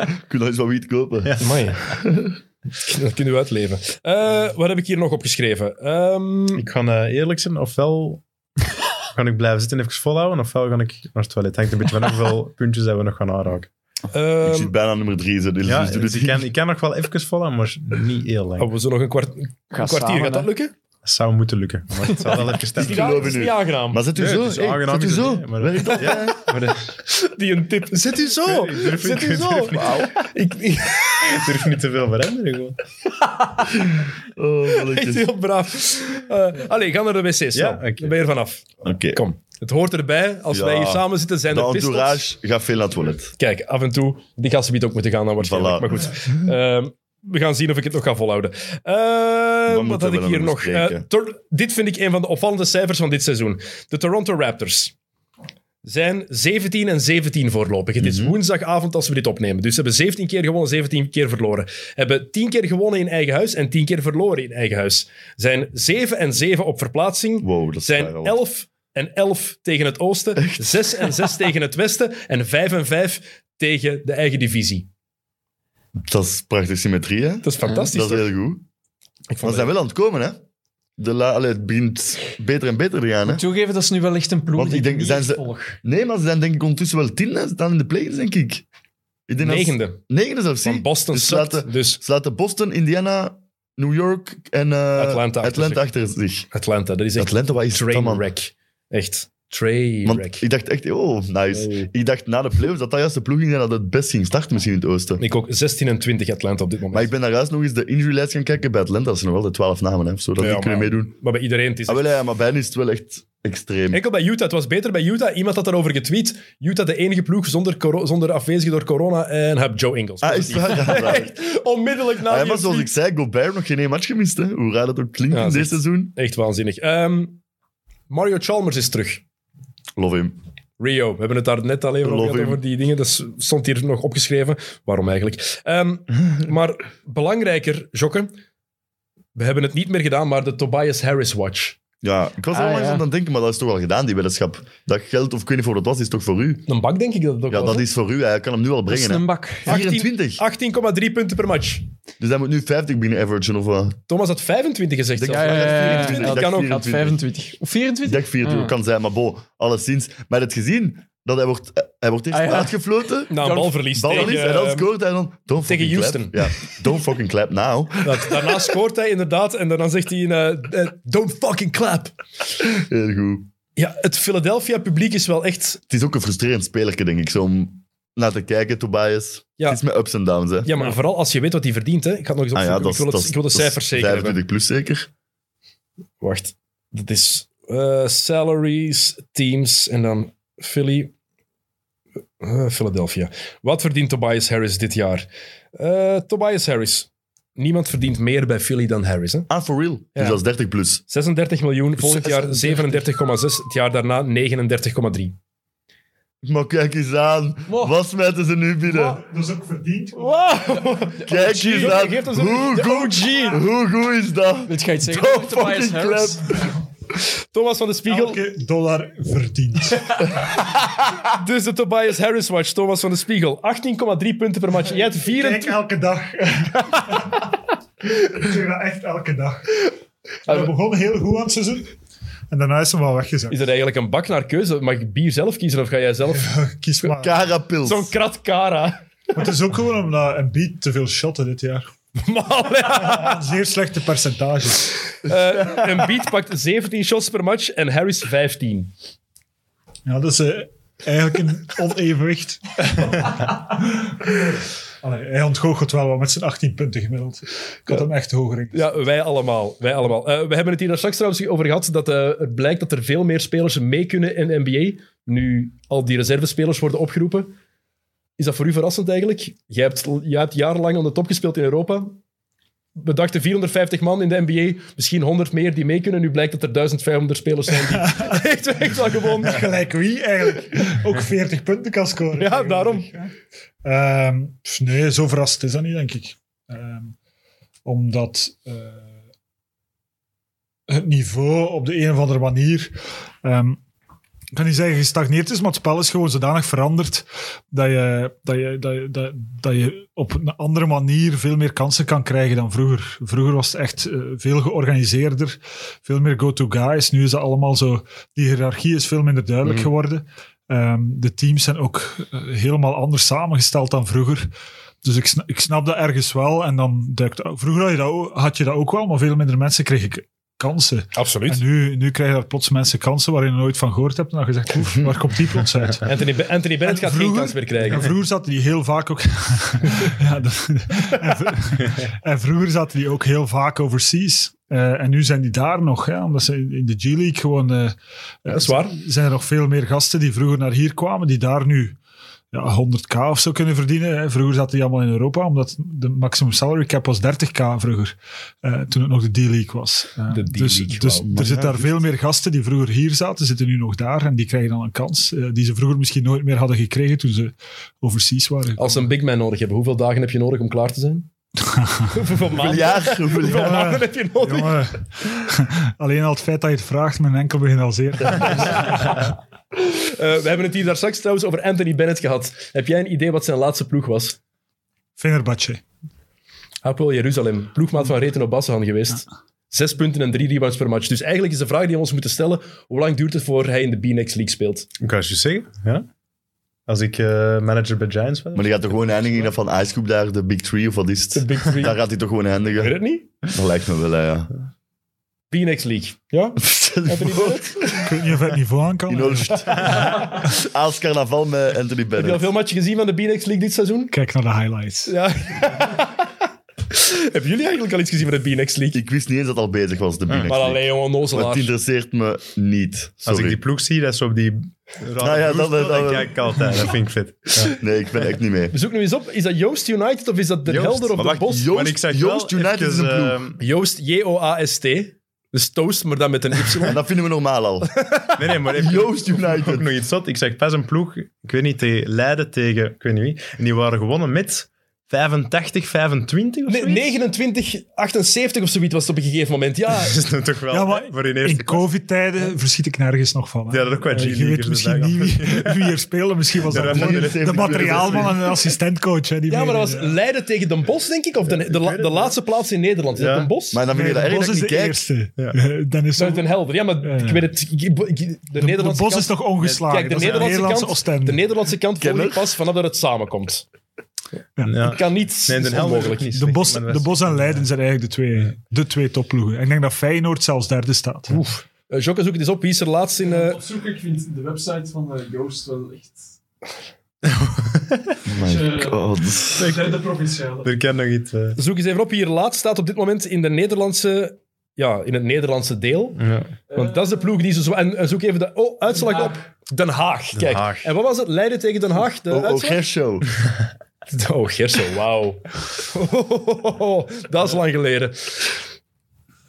Speaker 5: Kun je wel eens wat wiet kopen?
Speaker 7: Ja.
Speaker 4: Amai. dat kunnen we uitleven. Eh, wat heb ik hier nog opgeschreven? Ehm,
Speaker 7: Ik ga eh, eerlijk zijn, ofwel ga ik blijven zitten en even volhouden, ofwel ga ik naar het toilet. Het hangt een beetje van hoeveel puntjes dat we nog gaan aanraken.
Speaker 4: ehm,
Speaker 5: Ik zit bijna nummer drie, zo, dus,
Speaker 7: Ja,
Speaker 5: dus doe
Speaker 7: dus
Speaker 5: het
Speaker 7: ik, kan,
Speaker 5: niet.
Speaker 7: ik kan nog wel even volhouden, maar niet heel lang.
Speaker 4: oh, we zullen nog een, kwart, een
Speaker 6: Ga
Speaker 4: kwartier.
Speaker 6: samen,
Speaker 4: gaat dat
Speaker 6: hè.
Speaker 4: lukken?
Speaker 7: Het zou moeten lukken, maar het zou wel even
Speaker 4: Het
Speaker 7: stemmen.
Speaker 5: niet geloof
Speaker 4: is
Speaker 5: in
Speaker 4: niet
Speaker 5: u.
Speaker 4: aangenaam.
Speaker 5: Maar zet u
Speaker 7: Nee,
Speaker 5: zo,
Speaker 7: het is
Speaker 5: hey,
Speaker 7: aangenaam
Speaker 5: zet u
Speaker 7: is het
Speaker 5: zo.
Speaker 7: niet, maar-
Speaker 5: Werkt dat? Ja.
Speaker 7: Maar dat
Speaker 4: Die een tip. Zet u zo.
Speaker 7: Ik durf niet,
Speaker 4: Zet u
Speaker 7: ik
Speaker 4: zo.
Speaker 7: durf niet.
Speaker 4: Ik, ik,
Speaker 7: ik durf niet te veel veranderen. Gewoon.
Speaker 5: Oh,
Speaker 4: echt
Speaker 5: mannetjes.
Speaker 4: heel braaf. Eh allee, ga naar de wc snel.
Speaker 7: Ja,
Speaker 4: Dan
Speaker 7: oké.
Speaker 4: ben je er vanaf.
Speaker 5: Oké.
Speaker 4: Kom. Het hoort erbij. Als
Speaker 5: Ja.
Speaker 4: wij hier samen zitten, zijn
Speaker 5: De
Speaker 4: er pistols.
Speaker 5: entourage gaat veel naar het toilet.
Speaker 4: Kijk, af en toe. Die gasten biedt ook moeten gaan dan waarschijnlijk.
Speaker 5: Voilà.
Speaker 4: Maar goed. Ehm, we gaan zien of ik het nog ga volhouden. Ehm, wat
Speaker 5: moeten
Speaker 4: had
Speaker 5: we
Speaker 4: ik
Speaker 5: dan
Speaker 4: hier
Speaker 5: nog
Speaker 4: nog?
Speaker 5: bespreken?
Speaker 4: Eh, Tor- dit vind ik een van de opvallende cijfers van dit seizoen. De Toronto Raptors zijn 17 en 17 voorlopig. Het
Speaker 5: Mhm.
Speaker 4: is woensdagavond als we dit opnemen. Dus ze hebben 17 keer gewonnen, 17 keer verloren. Hebben 10 keer gewonnen in eigen huis en 10 keer verloren in eigen huis. Zijn 7 en 7 op verplaatsing.
Speaker 5: Wow, dat is
Speaker 4: zijn
Speaker 5: waar, hoor.
Speaker 4: 11 en 11 tegen het oosten. 6 en 6 tegen het westen. En 5 en 5 tegen de eigen divisie.
Speaker 5: Dat is prachtige symmetrie, hè?
Speaker 4: Dat is fantastisch.
Speaker 5: Dat is
Speaker 4: toch?
Speaker 5: heel goed.
Speaker 4: Ik
Speaker 5: We
Speaker 4: vond
Speaker 5: zijn
Speaker 4: dat-
Speaker 5: wel aan het komen, hè? De la, allee, het begint beter en beter te gaan, hè?
Speaker 6: Toegeven, dat is nu wel echt een ploeg
Speaker 5: Want
Speaker 6: die
Speaker 5: ik denk,
Speaker 6: niet
Speaker 5: zijn
Speaker 6: echt
Speaker 5: ze-
Speaker 6: volg.
Speaker 5: Nee, maar ze zijn denk ik ondertussen wel tien, hè? Ze staan in de play denk ik. ik denk dat-
Speaker 4: negende.
Speaker 5: Negende zelfs, zie.
Speaker 4: Van Boston
Speaker 5: dus
Speaker 4: sukt,
Speaker 5: laten,
Speaker 4: dus
Speaker 5: Ze laten Boston, Indiana, New York en eh,
Speaker 4: Atlanta achter zich.
Speaker 5: achter zich.
Speaker 4: Atlanta. Dat is echt
Speaker 5: Atlanta, wat is dat, man?
Speaker 4: trainwreck. Echt trainwreck.
Speaker 5: Want ik dacht echt, oh, nice. Ik dacht na de playoffs dat dat juist de ploeg ging zijn dat het best ging starten misschien in het oosten.
Speaker 4: Ik ook 16 en 20 Atlanta op dit moment.
Speaker 5: Maar ik ben daar juist nog eens de injury lijst gaan kijken bij Atlanta. Dat zijn nog wel de twaalf namen, hè, of zo, dat
Speaker 4: Ja,
Speaker 5: die kunnen
Speaker 4: maar-
Speaker 5: meedoen.
Speaker 4: Maar bij iedereen het is
Speaker 5: Ah, wel, ja, maar bij hen is het wel echt extreem.
Speaker 4: Enkel bij Utah. Het was beter bij Utah. Iemand had daarover getweet. Utah de enige ploeg zonder, coro- zonder afwezige door corona. En heb Joe Ingles.
Speaker 5: Ah, is het waar? Ja, raar.
Speaker 4: Echt, onmiddellijk na
Speaker 5: Ah, ja,
Speaker 4: die
Speaker 5: maar zoals ik
Speaker 4: tweet.
Speaker 5: zei, Gobert nog geen één match gemist. Hè. Hoe raar dat ook klinkt
Speaker 4: Ja,
Speaker 5: in
Speaker 4: dat
Speaker 5: dit
Speaker 4: is-
Speaker 5: seizoen.
Speaker 4: Echt waanzinnig. Ehm, Mario Chalmers is terug.
Speaker 5: Love him.
Speaker 4: Rio, we hebben het daar net al even over
Speaker 5: Love
Speaker 4: gehad
Speaker 5: him.
Speaker 4: over die dingen. Dat s- stond hier nog opgeschreven. Waarom eigenlijk? Ehm, maar belangrijker, Jokke. We hebben het niet meer gedaan, maar de Tobias Harris Watch.
Speaker 5: Ja, ik was er
Speaker 6: Ah,
Speaker 5: onlangs
Speaker 6: ja.
Speaker 5: aan het denken, maar dat is toch wel gedaan, die weddenschap. Dat geld, of ik weet niet voor dat was, is toch voor u?
Speaker 4: Een bak, denk ik dat het ook
Speaker 5: Ja,
Speaker 4: was,
Speaker 5: dat
Speaker 4: hè?
Speaker 5: is voor u. Hij kan hem nu al
Speaker 6: Dat is
Speaker 5: brengen. hè.
Speaker 6: een bak.
Speaker 5: 24.
Speaker 4: 18,3 punten per match.
Speaker 5: Dus hij moet nu 50 binnen averagen. Of, eh,
Speaker 4: Thomas had 25 gezegd.
Speaker 5: Denk-
Speaker 4: zelfs.
Speaker 5: Ja, ja, ja, ja, ja.
Speaker 4: Dat kan ook.
Speaker 6: Hij had 25. Of 24?
Speaker 5: Ik dacht 24
Speaker 6: Ah.
Speaker 5: kan zijn, maar bo, alleszins. Maar het gezien dat hij wordt, eh, hij wordt eerst
Speaker 6: Ah, ja.
Speaker 5: uitgefloten.
Speaker 4: Na Nou, een balverlies.
Speaker 5: Ballen is,
Speaker 4: tegen,
Speaker 5: en dan
Speaker 4: ehm,
Speaker 5: scoort hij dan. Don't
Speaker 4: tegen
Speaker 5: fucking
Speaker 4: Houston.
Speaker 5: Clap. Ja, don't fucking clap now.
Speaker 4: dat- daarna scoort hij inderdaad. En dan zegt hij: eh, eh, Don't fucking clap.
Speaker 5: Heel goed.
Speaker 4: Ja, het Philadelphia publiek is wel echt.
Speaker 5: Het is ook een frustrerend spelerke, denk ik, zo om naar te kijken, Tobias.
Speaker 4: Ja.
Speaker 5: Het is met ups en downs, hè.
Speaker 4: Ja, maar vooral als je weet wat hij verdient. Hè. Ik ga het nog eens
Speaker 5: Ah
Speaker 4: opzoeken.
Speaker 5: ja,
Speaker 4: ik
Speaker 5: dat is-
Speaker 4: wil, het,
Speaker 5: dat is-
Speaker 4: ik wil de
Speaker 5: dat is
Speaker 4: cijfers zeker hebben.
Speaker 5: 25 plus zeker.
Speaker 4: Wacht, dat is eh, salaries, teams en dan Philly. Eh, Philadelphia. Wat verdient Tobias Harris dit jaar? Eh, Tobias Harris. Niemand verdient meer bij Philly dan Harris. Hè?
Speaker 5: Ah, for real?
Speaker 4: Ja.
Speaker 5: Dus dat is 30 plus.
Speaker 4: 36 miljoen, volgend jaar 37,6,
Speaker 5: 36,6,
Speaker 4: het jaar daarna 39,3.
Speaker 5: Maar kijk eens aan,
Speaker 6: Wow.
Speaker 5: wat smijten ze nu binnen?
Speaker 1: Dat is ook verdiend.
Speaker 5: Kijk eens aan,
Speaker 4: geeft ons een-
Speaker 5: hoe goed, hoe goed is dat?
Speaker 6: Dit ga je zeggen.
Speaker 5: Oh,
Speaker 6: over Tobias
Speaker 5: fucking
Speaker 6: Harris.
Speaker 5: crap.
Speaker 4: Thomas van de Spiegel.
Speaker 1: Elke dollar verdiend.
Speaker 4: Dus de Tobias Harris watch, Thomas van de Spiegel. 18,3 punten per match. Jij hebt
Speaker 1: Kijk
Speaker 4: 24...
Speaker 1: elke dag. ik zeg dat echt elke dag. We begonnen heel goed aan het seizoen. En daarna is ze wel
Speaker 4: Is
Speaker 1: weggezakt.
Speaker 4: er eigenlijk een bak naar keuze? Mag ik bier zelf kiezen of ga jij zelf...
Speaker 1: Kies
Speaker 5: Ah.
Speaker 1: maar.
Speaker 5: Carapils.
Speaker 4: Zo'n krat Cara.
Speaker 1: Maar het is ook gewoon omdat een beat te veel shotten dit jaar.
Speaker 4: Maar allee.
Speaker 1: Aan zeer slechte percentages.
Speaker 4: Eh, een beat pakt 17 shots per match en Harris 15.
Speaker 1: Ja, dat is eh, eigenlijk een onevenwicht. Allee, hij ontgoochelt wel wat met zijn 18 punten gemiddeld. Ik had hem echt hoger. in.
Speaker 4: Ja, wij allemaal. Wij allemaal. Eh, we hebben het hier daar straks trouwens over gehad, dat eh, het blijkt dat er veel meer spelers mee kunnen in de NBA, nu al die reservespelers worden opgeroepen. Is dat voor u verrassend eigenlijk? Jij hebt, jij hebt jarenlang aan de top gespeeld in Europa. We dachten 450 man in de NBA, misschien 100 meer die mee kunnen. Nu blijkt dat er 1500 spelers zijn die echt, echt wel gewoon...
Speaker 1: Gelijk wie eigenlijk ook 40 punten kan scoren.
Speaker 4: Ja, daarom.
Speaker 1: Ehm, pff, nee, zo verrast is dat niet, denk ik. Ehm, omdat eh, het niveau op de een of andere manier. ehm, ik kan niet zeggen gestagneerd is, maar het spel is gewoon zodanig veranderd dat je, dat je, dat je, dat, dat je op een andere manier veel meer kansen kan krijgen dan vroeger. Vroeger was het echt eh, veel georganiseerder, veel meer go-to-guys. Nu is dat allemaal zo... Die hiërarchie is veel minder duidelijk geworden. Ehm, de teams zijn ook eh, helemaal anders samengesteld dan vroeger. Dus ik, sna- ik snap dat ergens wel. En dan duikt, vroeger had je, dat, ook- had je dat ook wel, maar veel minder mensen kregen k- kansen.
Speaker 4: Absoluut.
Speaker 1: En nu, nu krijgen daar plots mensen kansen waar je nog nooit van gehoord hebt. En dan gezegd, oef, waar komt die plots uit?
Speaker 4: Anthony, Be- Anthony Bennett gaat geen
Speaker 1: Vroeger-
Speaker 4: kans meer krijgen.
Speaker 1: En vroeger zaten die heel vaak ook. ja, dat- en, vro- en vroeger zaten die ook heel vaak overseas. Eh, en nu zijn die daar nog, hè, omdat ze in in de G-League gewoon. eh,
Speaker 4: Dat is waar.
Speaker 1: zijn er nog veel meer gasten die vroeger naar hier kwamen, die daar nu ja, 100k of zo kunnen verdienen. hè. Vroeger zaten die allemaal in Europa, omdat de maximum salary cap was 30k vroeger, eh, toen het nog de D-League was. Eh,
Speaker 4: De
Speaker 1: dus
Speaker 4: D-League,
Speaker 1: dus
Speaker 4: wauw.
Speaker 1: er zitten daar veel meer gasten die vroeger hier zaten, zitten nu nog daar en die krijgen dan een kans eh, die ze vroeger misschien nooit meer hadden gekregen toen ze overseas waren.
Speaker 4: Als ze een big man nodig hebben, hoeveel dagen heb je nodig om klaar te zijn? hoeveel maanden,
Speaker 5: jaar, hoeveel
Speaker 4: hoeveel
Speaker 5: jaar?
Speaker 4: maanden heb je nodig?
Speaker 1: Jongen, alleen al het feit dat je het vraagt, mijn enkel begint al zeer. te-
Speaker 4: Eh, we hebben het hier daar straks trouwens over Anthony Bennett gehad. Heb jij een idee wat zijn laatste ploeg was?
Speaker 1: Fenerbahce.
Speaker 4: Hapoel Jeruzalem, ploegmaat van Reten op Bassehan geweest. Zes punten en drie rebounds per match. Dus eigenlijk is de vraag die we ons moeten stellen, hoe lang duurt het voor hij in de B-Next League speelt?
Speaker 7: Ik kan het je zeggen, ja. Als ik eh, manager bij Giants was.
Speaker 5: Maar die gaat toch gewoon eindigen in dat van Ice Cube daar, de Big Three of wat is het?
Speaker 4: Big Three.
Speaker 5: Daar gaat hij toch gewoon
Speaker 4: Weet
Speaker 5: eindigen?
Speaker 4: het niet?
Speaker 5: Dat lijkt me wel, hè, ja.
Speaker 4: B-Next League. Ja? Anthony Bennett?
Speaker 1: Ik weet niet of hij het niveau aan kan.
Speaker 5: In Oost. Als carnaval met Anthony
Speaker 4: Heb je al
Speaker 5: Bennett.
Speaker 4: veel matchen gezien van de B-Next League dit seizoen?
Speaker 1: Kijk naar de highlights.
Speaker 4: Ja. Hebben jullie eigenlijk al iets gezien van de B-Next League?
Speaker 5: Ik wist niet eens dat het al bezig was, de Binex
Speaker 4: Maar alleen jongen,
Speaker 5: Maar het
Speaker 4: onnozelaar.
Speaker 5: interesseert me niet.
Speaker 7: Als ik die
Speaker 5: Sorry.
Speaker 7: ploeg zie, dat ze op die
Speaker 5: Nou ja,
Speaker 7: rare
Speaker 5: dat- dat-
Speaker 7: ploeg speelt, dan
Speaker 5: dat-
Speaker 7: kijk ik altijd. Dat vind ik vet. Ja.
Speaker 5: Nee, ik ben echt niet mee.
Speaker 4: Zoek nu eens op, is dat Joost United of is dat Den
Speaker 7: Joost,
Speaker 4: Helder of Den
Speaker 7: maar wacht,
Speaker 4: Bos?
Speaker 5: Joost,
Speaker 7: Maar ik zeg
Speaker 5: Joost
Speaker 7: wel
Speaker 5: United is een
Speaker 7: even,
Speaker 5: ploeg.
Speaker 7: ehm,
Speaker 4: Joost, J-O-A-S-T. Dus toast, maar dan met een Y.
Speaker 5: En dat vinden we normaal al.
Speaker 7: nee, nee, maar even,
Speaker 5: Joost United.
Speaker 7: Ook nog iets zot. Ik zeg pas een ploeg, ik weet niet, tegen Leiden tegen, ik weet niet wie. En die waren gewonnen met 85, 25 of
Speaker 4: Nee,
Speaker 7: zoiets.
Speaker 4: 29, 78 of zoiets was het op een gegeven moment. Ja,
Speaker 7: Dat is dan toch wel
Speaker 1: Ja, maar
Speaker 7: hè, voor in eerste
Speaker 1: in covid-tijden verschiet ik nergens nog van. hè.
Speaker 7: Ja, dat ook wel dus
Speaker 1: Eh, Je
Speaker 7: G-leaguers
Speaker 1: weet misschien niet
Speaker 7: inderdaad.
Speaker 1: wie, wie er speelde. Misschien was
Speaker 7: Ja,
Speaker 1: dat
Speaker 7: dat
Speaker 1: gewoon
Speaker 7: is
Speaker 1: de materiaalman en een assistentcoach. Hè, die
Speaker 4: ja maar dat was
Speaker 1: meedeed, hè.
Speaker 4: Leiden tegen Den Bos, denk ik. Of de, de, la- de laatste plaats in Nederland. Is
Speaker 7: Ja.
Speaker 4: dat Den Bos?
Speaker 5: Maar dan vind
Speaker 1: Nee,
Speaker 5: je dat erg
Speaker 1: de
Speaker 5: dat
Speaker 1: Bos
Speaker 5: ik
Speaker 1: is
Speaker 5: niet kijk.
Speaker 1: de eerste.
Speaker 7: Ja.
Speaker 1: Eh, Dan is
Speaker 4: Dat is
Speaker 1: de,
Speaker 4: Den Helder. Ja, maar
Speaker 1: Ja, ja.
Speaker 4: ik weet het. ik- ik- ik- de, Nederlandse
Speaker 1: Bos is
Speaker 4: kant-
Speaker 1: toch ongeslagen?
Speaker 4: Kijk, de
Speaker 1: Dat is
Speaker 4: Nederlandse,
Speaker 1: Nederlandse
Speaker 4: kant,
Speaker 1: Oostende.
Speaker 4: de Nederlandse kant volg ik
Speaker 5: Kenner.
Speaker 4: pas vanaf dat het samenkomt.
Speaker 7: Ja.
Speaker 4: Kan niet.
Speaker 7: Nee,
Speaker 4: dat
Speaker 7: Den
Speaker 4: is
Speaker 7: Helder
Speaker 4: onmogelijk.
Speaker 7: ook niet.
Speaker 1: de,
Speaker 7: slecht,
Speaker 1: Bos,
Speaker 7: maar
Speaker 1: de Bos en Leiden zijn eigenlijk de twee, de twee topploegen. En ik denk dat Feyenoord zelfs derde staat.
Speaker 4: Eh, Jocke, zoek het eens op. Wie is er laatst in... eh,
Speaker 9: opzoeken. Ik vind de website van eh, Joost wel echt. Eh,
Speaker 5: Oh, God.
Speaker 9: de derde provinciale.
Speaker 7: Er kan nog iets... eh,
Speaker 4: zoek eens even op. Wie er laatst staat op dit moment in de Nederlandse... Ja, in het Nederlandse deel. Eh,
Speaker 7: ja.
Speaker 4: Want dat is de ploeg die ze zo... En en zoek even de oh, uitslag
Speaker 9: Den
Speaker 4: op. Den Haag, kijk.
Speaker 7: Haag.
Speaker 4: En wat was het? Leiden tegen Den Haag, de
Speaker 5: Oh, oh,
Speaker 4: uitslag?
Speaker 5: Gershow.
Speaker 4: Oh, Gerso, wauw. dat is lang geleden.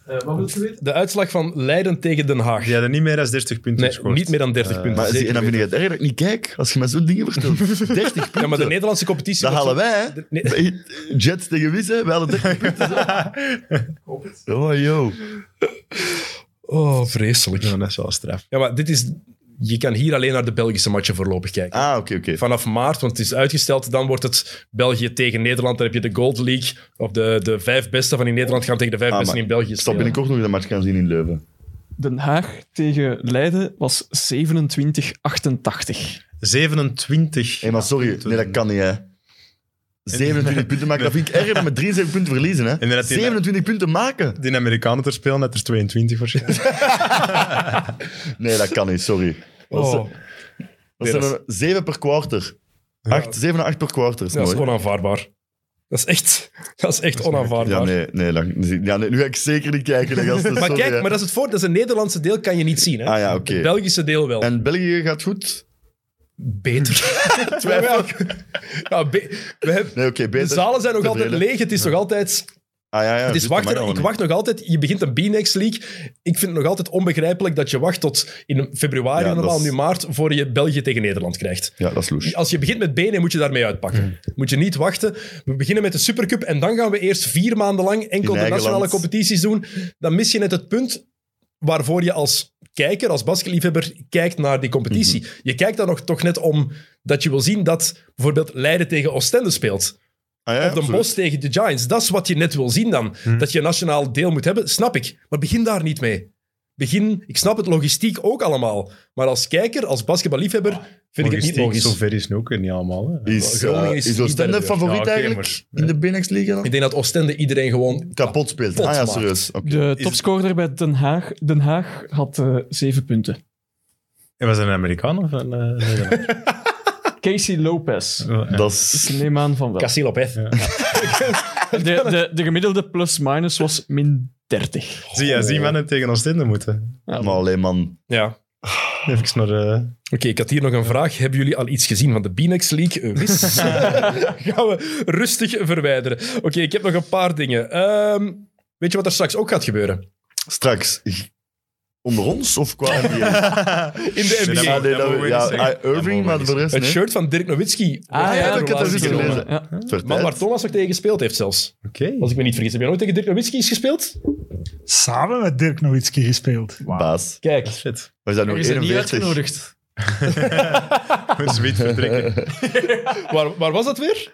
Speaker 9: Eh, wat wil je weten?
Speaker 4: De uitslag van Leiden tegen Den Haag.
Speaker 7: Die hadden niet meer dan 30 punten
Speaker 4: Nee,
Speaker 7: gescoord.
Speaker 4: niet meer dan 30
Speaker 7: Eh,
Speaker 4: punten.
Speaker 5: Maar is die- en
Speaker 4: zeker
Speaker 5: dan vind
Speaker 4: weten.
Speaker 5: je het erg dat ik niet kijk als je met zo'n dingen vertelt. 30 punten.
Speaker 4: ja, maar de Nederlandse competitie...
Speaker 5: dat
Speaker 4: wordt
Speaker 5: halen
Speaker 4: zo-
Speaker 5: wij, hè?
Speaker 4: Nee.
Speaker 5: Jets tegen Wies, hè? Wij hadden 30 punten.
Speaker 9: Hoop het.
Speaker 5: Oh, yo.
Speaker 4: Oh, vreselijk.
Speaker 7: Ja, dat is wel straf.
Speaker 4: Ja, maar dit is... Je kan hier alleen naar de Belgische matchen voorlopig kijken.
Speaker 5: Ah, oké, oké.
Speaker 4: Vanaf maart, want het is uitgesteld, dan wordt het België tegen Nederland. Dan heb je de Gold League, of de, de vijf beste van in Nederland gaan tegen de vijf
Speaker 5: Ah,
Speaker 4: besten
Speaker 5: maar
Speaker 4: in België
Speaker 5: Ik stop
Speaker 4: spelen.
Speaker 5: binnenkort nog dat match gaan zien in Leuven.
Speaker 6: Den Haag tegen Leiden was 27-88.
Speaker 7: 27.
Speaker 5: Hé, maar sorry. Nee, dat kan niet, hè. 27 punten maken, dat vind ik erger dan met 73 punten verliezen,
Speaker 7: En
Speaker 5: hè.
Speaker 7: dat die-
Speaker 5: 27 punten maken?
Speaker 7: Die Amerikanen ter spelen, dat er 22 waarschijnlijk.
Speaker 5: Nee, dat kan niet, sorry. Dat, zijn-
Speaker 4: Oh,
Speaker 5: dat zijn er 7 per kwarter. 8, 7 à 8 per kwarter is
Speaker 4: dat is
Speaker 5: mooi.
Speaker 4: onaanvaarbaar. Dat is echt, dat is echt onaanvaarbaar.
Speaker 5: Ja, nee, nee, dat- ja, nee, nu ga ik zeker niet kijken. hè, gasten,
Speaker 4: Maar
Speaker 5: sorry,
Speaker 4: kijk,
Speaker 5: hè.
Speaker 4: maar dat is het voordeel. Dat is het Nederlandse deel kan je niet zien. Hè?
Speaker 5: Ah ja, oké.
Speaker 4: Het Belgische deel wel.
Speaker 5: En België gaat goed?
Speaker 4: Beter. Twijfel. Ja, be- we hebben-
Speaker 5: Nee, oké,
Speaker 4: de
Speaker 5: beter.
Speaker 4: zalen zijn nog altijd
Speaker 5: Tevreden.
Speaker 4: leeg. Het is nog altijd...
Speaker 5: Ah, ja,
Speaker 4: Het
Speaker 5: ja,
Speaker 4: is
Speaker 5: juist, dat mag
Speaker 4: wachten.
Speaker 5: allemaal
Speaker 4: Ik
Speaker 5: niet.
Speaker 4: wacht nog altijd. Je begint een B-Next League. Ik vind het nog altijd onbegrijpelijk dat je wacht tot in februari,
Speaker 5: Ja, dat
Speaker 4: normaal
Speaker 5: is-
Speaker 4: nu maart, voor je België tegen Nederland krijgt.
Speaker 5: Ja, dat is loes.
Speaker 4: Als je begint met benen, moet je daarmee uitpakken.
Speaker 5: Hmm.
Speaker 4: Moet je niet wachten. We beginnen met de Supercup en dan gaan we eerst vier maanden lang enkel de
Speaker 5: eigen
Speaker 4: nationale
Speaker 5: land.
Speaker 4: competities doen. Dan mis je net het punt waarvoor je als kijker, als basketliefhebber, kijkt naar die competitie.
Speaker 5: Mhm.
Speaker 4: Je kijkt daar nog toch net om dat je wil zien dat bijvoorbeeld Leiden tegen Oostende speelt.
Speaker 5: Ah, ja,
Speaker 4: of Den
Speaker 5: absoluut.
Speaker 4: Bosch tegen de Giants. Dat is wat je net wil zien dan. Dat je een nationaal deel moet hebben, snap ik. Maar begin daar niet mee. Begin, ik snap het logistiek ook allemaal. Maar als kijker, als basketballiefhebber, vind ik het niet logisch.
Speaker 7: Zover is het ook weer niet allemaal. hè.
Speaker 5: Is, eh,
Speaker 4: Groningen is
Speaker 5: is Oostende
Speaker 4: derde.
Speaker 5: favoriet
Speaker 7: Ja, oké,
Speaker 5: eigenlijk?
Speaker 7: maar- eh,
Speaker 5: In de Binex League dan?
Speaker 4: Ik denk dat Oostende iedereen gewoon...
Speaker 5: Kapot speelt.
Speaker 4: Kapot
Speaker 5: ah ja,
Speaker 4: maakt.
Speaker 5: serieus. Oké.
Speaker 6: De topscorer bij Den Haag, Den Haag had eh 7 punten.
Speaker 7: En was dat een Amerikaan of een eh, Nederlander?
Speaker 6: Casey Lopez.
Speaker 1: Oh.
Speaker 5: Dat
Speaker 6: Dus
Speaker 5: is...
Speaker 6: neem aan van wel.
Speaker 4: Kassiel op F.
Speaker 6: De, de, de gemiddelde plus-minus was min 30.
Speaker 7: Zie je, zie mannen tegen Oostende moeten.
Speaker 5: Maar alleen man.
Speaker 4: Ja. Oké,
Speaker 7: Even naar... eh,
Speaker 4: ik had hier nog een vraag. Hebben jullie al iets gezien van de Binex League? Eh, Wis. Gaan we rustig verwijderen. Oké, ik heb nog een paar dingen. Ehm, weet je wat er straks ook gaat gebeuren?
Speaker 5: Straks. Onder ons of qua NBA?
Speaker 4: In de
Speaker 7: Nee, dat
Speaker 4: NBA.
Speaker 5: Ah, nee,
Speaker 7: dat mogen
Speaker 5: dat,
Speaker 7: we
Speaker 5: ja,
Speaker 7: niet zeggen.
Speaker 5: ah, Irving, maar voor de rest
Speaker 4: Het
Speaker 5: nee.
Speaker 4: shirt van Dirk Nowitzki.
Speaker 6: Ah, ja,
Speaker 5: ik heb dat juist
Speaker 4: Laatst
Speaker 5: gelezen.
Speaker 6: Ja.
Speaker 5: Het werd
Speaker 4: Man
Speaker 5: tijd.
Speaker 4: waar Thomas nog tegen gespeeld heeft zelfs.
Speaker 7: Oké.
Speaker 4: Als ik me niet vergis. Heb je nooit tegen Dirk Nowitzki eens gespeeld?
Speaker 1: Samen met Dirk Nowitzki gespeeld.
Speaker 5: Baas.
Speaker 4: Kijk.
Speaker 7: Vet.
Speaker 5: We zijn nog
Speaker 6: Er is er niet
Speaker 5: 41.
Speaker 6: uitgenodigd.
Speaker 7: Zweet vertrekken.
Speaker 4: Waar, waar was dat weer?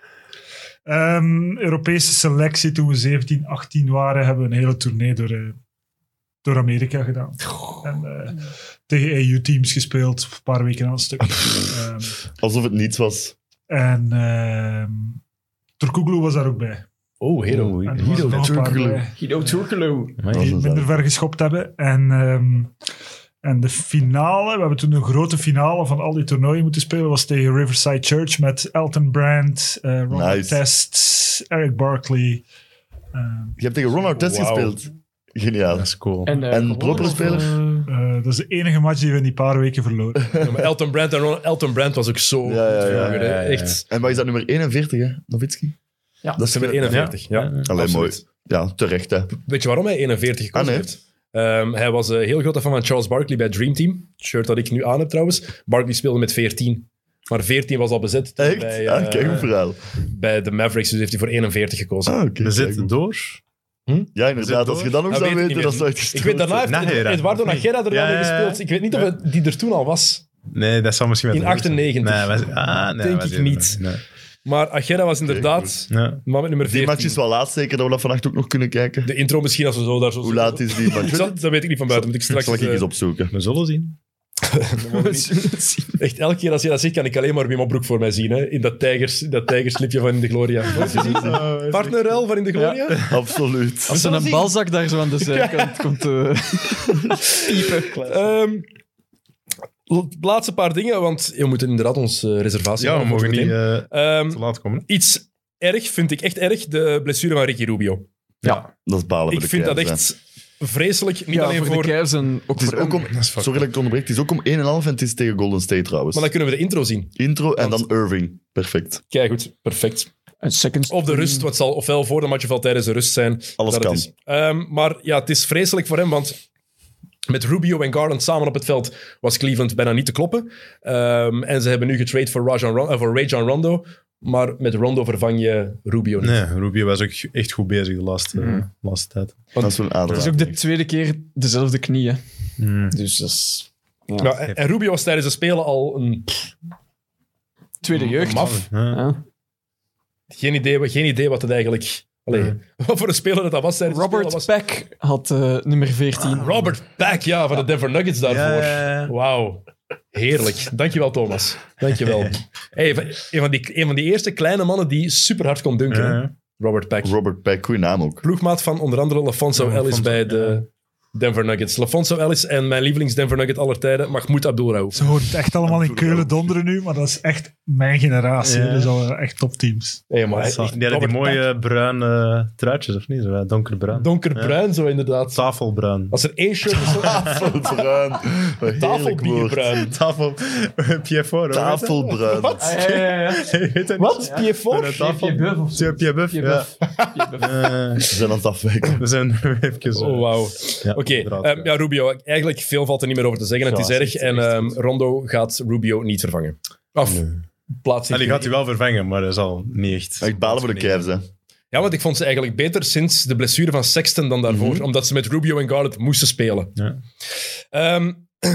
Speaker 1: Ehm, Europese selectie, toen we 17, 18 waren, hebben we een hele tournee door, eh, door Amerika gedaan. En, eh, tegen EU-teams gespeeld, een paar weken aan een stuk. Ehm,
Speaker 5: Alsof het niets was.
Speaker 1: en ehm Turkoglu was daar ook bij.
Speaker 4: Oh, hero.
Speaker 1: En er waren er nog een paar
Speaker 5: Turkoglu.
Speaker 1: bij
Speaker 6: Guido Turkelo.
Speaker 5: Dat was
Speaker 1: die
Speaker 5: een zaal.
Speaker 1: minder ver geschopt hebben. En, ehm, en de finale, we hebben toen een grote finale van al die toernooien moeten spelen, was tegen Riverside Church met Elton Brand, eh Ron
Speaker 5: Nice.
Speaker 1: Test, Eric Barkley. Ehm,
Speaker 5: Je hebt tegen Ron Artest
Speaker 4: Wauw.
Speaker 5: gespeeld. Geniaal.
Speaker 7: Dat is cool.
Speaker 6: En, eh,
Speaker 5: En proper speler?
Speaker 1: eh, dat is de enige match die we in die paar weken verloren.
Speaker 4: Ja, maar Elton Brand en Ron- Elton Brand was ook zo
Speaker 5: Ja, ja,
Speaker 4: goed
Speaker 5: ja,
Speaker 4: vroeger, hè.
Speaker 7: ja, ja, ja.
Speaker 4: Echt.
Speaker 5: En wat is dat, nummer 41, hè? Novitski?
Speaker 6: Ja.
Speaker 5: dat is
Speaker 4: Nummer 41, ja.
Speaker 5: Alleen mooi.
Speaker 4: Absoluut.
Speaker 5: Ja, terecht, hè.
Speaker 4: Weet je waarom hij 41 gekozen
Speaker 5: Ah, nee.
Speaker 4: heeft? Ehm, hij was eh, heel grote fan van Charles Barkley bij Dream Team. Het shirt dat ik nu aan heb trouwens. Barkley speelde met 14. Maar 14 was al bezet toen
Speaker 5: Echt?
Speaker 4: bij,
Speaker 5: ah,
Speaker 4: eh,
Speaker 5: kijk, een verhaal.
Speaker 4: bij de Mavericks. Dus heeft hij voor 41 gekozen.
Speaker 5: Ah, oké.
Speaker 7: We
Speaker 5: kijk,
Speaker 7: zitten
Speaker 5: goed.
Speaker 7: door.
Speaker 5: Ja, inderdaad.
Speaker 7: door.
Speaker 5: Als je dat nog
Speaker 4: Dat Nou, weet ik
Speaker 5: zou weten,
Speaker 4: niet
Speaker 5: dat
Speaker 4: meer.
Speaker 5: zou het
Speaker 4: Ik
Speaker 5: gestoord
Speaker 4: weet daarna
Speaker 5: zijn.
Speaker 4: heeft
Speaker 7: Nagera.
Speaker 4: Eduardo Nagera er wel
Speaker 7: Ja,
Speaker 4: in
Speaker 7: ja, ja.
Speaker 4: gespeeld. Ik weet niet of het- die er toen al was.
Speaker 7: Nee, dat zal misschien wel...
Speaker 4: In 98.
Speaker 7: Nee, was, ah, nee,
Speaker 4: Denk
Speaker 7: was
Speaker 4: ik
Speaker 7: eerder.
Speaker 4: niet.
Speaker 7: Nee.
Speaker 4: Maar Agera was inderdaad
Speaker 7: Ja.
Speaker 4: maar met nummer 14.
Speaker 5: Die match is wel laat, zeker, dat we dat vannacht ook nog kunnen kijken.
Speaker 4: De intro misschien als we zo daar zo...
Speaker 5: Hoe laat is die match?
Speaker 4: Ik zal- dat weet ik niet van buiten. Moet ik straks...
Speaker 5: Zal ik
Speaker 4: eh,
Speaker 5: eens opzoeken.
Speaker 7: We zullen zien.
Speaker 4: Echt, elke keer als je dat zegt, kan ik alleen maar Wim broek voor mij zien. Hè? In dat, tijgers, dat tijgerslipje van In de Gloria. Nooit gezien? Partnerrel van In de Gloria?
Speaker 5: Absoluut.
Speaker 6: Als er
Speaker 4: Zullen
Speaker 6: een
Speaker 4: we
Speaker 6: balzak daar zo aan de zijkant komt. eh,
Speaker 4: Ehm, l- laatste paar dingen, want we moeten inderdaad onze reservatie
Speaker 7: Ja, we
Speaker 4: maken voor
Speaker 7: mogen niet
Speaker 4: zometeen.
Speaker 7: eh,
Speaker 4: Ehm,
Speaker 7: te laat komen.
Speaker 4: iets erg, vind ik echt erg, de blessure van Ricky Rubio.
Speaker 5: Dat is balen voor
Speaker 4: Ik
Speaker 5: de
Speaker 4: vind dat
Speaker 5: Cavs, hè.
Speaker 4: echt vreselijk. Niet
Speaker 6: ja,
Speaker 4: alleen
Speaker 6: voor,
Speaker 4: voor...
Speaker 6: de Cavs en ook
Speaker 5: Het is
Speaker 6: voor
Speaker 5: ook
Speaker 6: hem.
Speaker 5: om... Sorry dat ik het onderbreek. Het is ook om 1,5 en het is tegen Golden State, trouwens.
Speaker 4: Maar dan kunnen we de intro zien.
Speaker 5: Intro en dan Irving. Perfect.
Speaker 4: Kijk, goed. Perfect.
Speaker 6: Een second
Speaker 4: Of de rust, wat zal ofwel voor de match ofwel tijdens de rust zijn. Dat
Speaker 5: Alles
Speaker 4: het
Speaker 5: kan.
Speaker 4: is. Ehm, maar ja, het is vreselijk voor hem, want met Rubio en Garland samen op het veld was Cleveland bijna niet te kloppen. Ehm, en ze hebben nu getrade voor, Rajon Ron- eh, voor Rajon Rondo. Maar met Rondo vervang je Rubio niet.
Speaker 7: Nee, Rubio was ook echt goed bezig de laatste, laatste tijd.
Speaker 5: Dat is wel
Speaker 6: Het is
Speaker 5: aardig.
Speaker 6: ook de tweede keer dezelfde knie, hè. Dus dat is... Ja.
Speaker 4: Ja, Ah, en, en Rubio was tijdens de Spelen al een pff,
Speaker 6: Tweede jeugd.
Speaker 4: maf.
Speaker 7: Ja.
Speaker 6: Ja.
Speaker 4: Geen idee, wat- geen idee wat het eigenlijk... Allee, Wat voor een speler dat dat was tijdens de Spelen
Speaker 6: Robert
Speaker 4: was.
Speaker 6: Peck had eh, nummer 14.
Speaker 4: Robert Pack, ja, van de Denver Nuggets daarvoor.
Speaker 7: Ja, ja, ja.
Speaker 4: Wauw. Heerlijk. Dankjewel, Thomas. Dankjewel. hey, van- een, van die, een van die eerste kleine mannen die super hard kon dunken.
Speaker 7: Ja,
Speaker 4: hè?
Speaker 7: ja.
Speaker 4: Robert Pack.
Speaker 5: Robert Peck, goeie naam ook.
Speaker 4: Ploegmaat van onder andere LaFonso
Speaker 7: Ja,
Speaker 4: Ellis
Speaker 7: Alphonso,
Speaker 4: bij de Denver Nuggets. LaFonso Ellis en mijn lievelings Denver Nugget aller tijden, Mahmoud Abdul-Raouf.
Speaker 1: Ze hoort echt allemaal in Keulen donderen nu, maar dat is echt mijn generatie.
Speaker 7: Ja.
Speaker 1: Dat is al echt topteams.
Speaker 4: Hey, maar
Speaker 7: Die
Speaker 4: echt,
Speaker 7: hadden die
Speaker 4: Robert Peck.
Speaker 7: mooie bruine truitjes, of niet? Zo, hè? Donkerbruin.
Speaker 4: Donkerbruin, zo inderdaad.
Speaker 7: Tafelbruin.
Speaker 4: Als er één shirt is, Ah, dan
Speaker 5: Tafelbruin. Heerlijk woord.
Speaker 4: tafelbierbruin.
Speaker 7: Tafel... Piefort, hoor.
Speaker 5: Tafelbruin.
Speaker 4: Wat?
Speaker 6: Ah, Ja, ja, ja, ja.
Speaker 7: Weet dat
Speaker 4: Wat?
Speaker 7: niet?
Speaker 4: Piefort?
Speaker 7: Een tafel-
Speaker 6: Piebuf of zo.
Speaker 7: Ja, Piebuf, ja.
Speaker 6: Piebuf.
Speaker 7: Eh,
Speaker 5: Ze zijn aan het afwijken.
Speaker 7: We zijn even...
Speaker 4: Oh, wauw.
Speaker 7: Ja,
Speaker 4: Oké,
Speaker 7: inderdaad,
Speaker 4: ehm,
Speaker 7: ja.
Speaker 4: ja, Rubio, eigenlijk veel valt er niet meer over te zeggen. Het
Speaker 7: Ja,
Speaker 4: is
Speaker 7: het
Speaker 4: erg.
Speaker 7: is echt-
Speaker 4: En
Speaker 7: echt
Speaker 4: ehm, Rondo gaat Rubio niet vervangen. Of plaats
Speaker 7: En
Speaker 4: zich
Speaker 7: die gaat
Speaker 4: niet.
Speaker 7: hij wel vervangen, maar dat is al niet echt.
Speaker 5: Echt balen voor de Cavs, hè.
Speaker 4: Ja, want ik vond ze eigenlijk beter sinds de blessure van Sexton dan daarvoor. Omdat ze met Rubio en Garland moesten spelen.
Speaker 7: Mhm. Ja.
Speaker 4: Ehm, we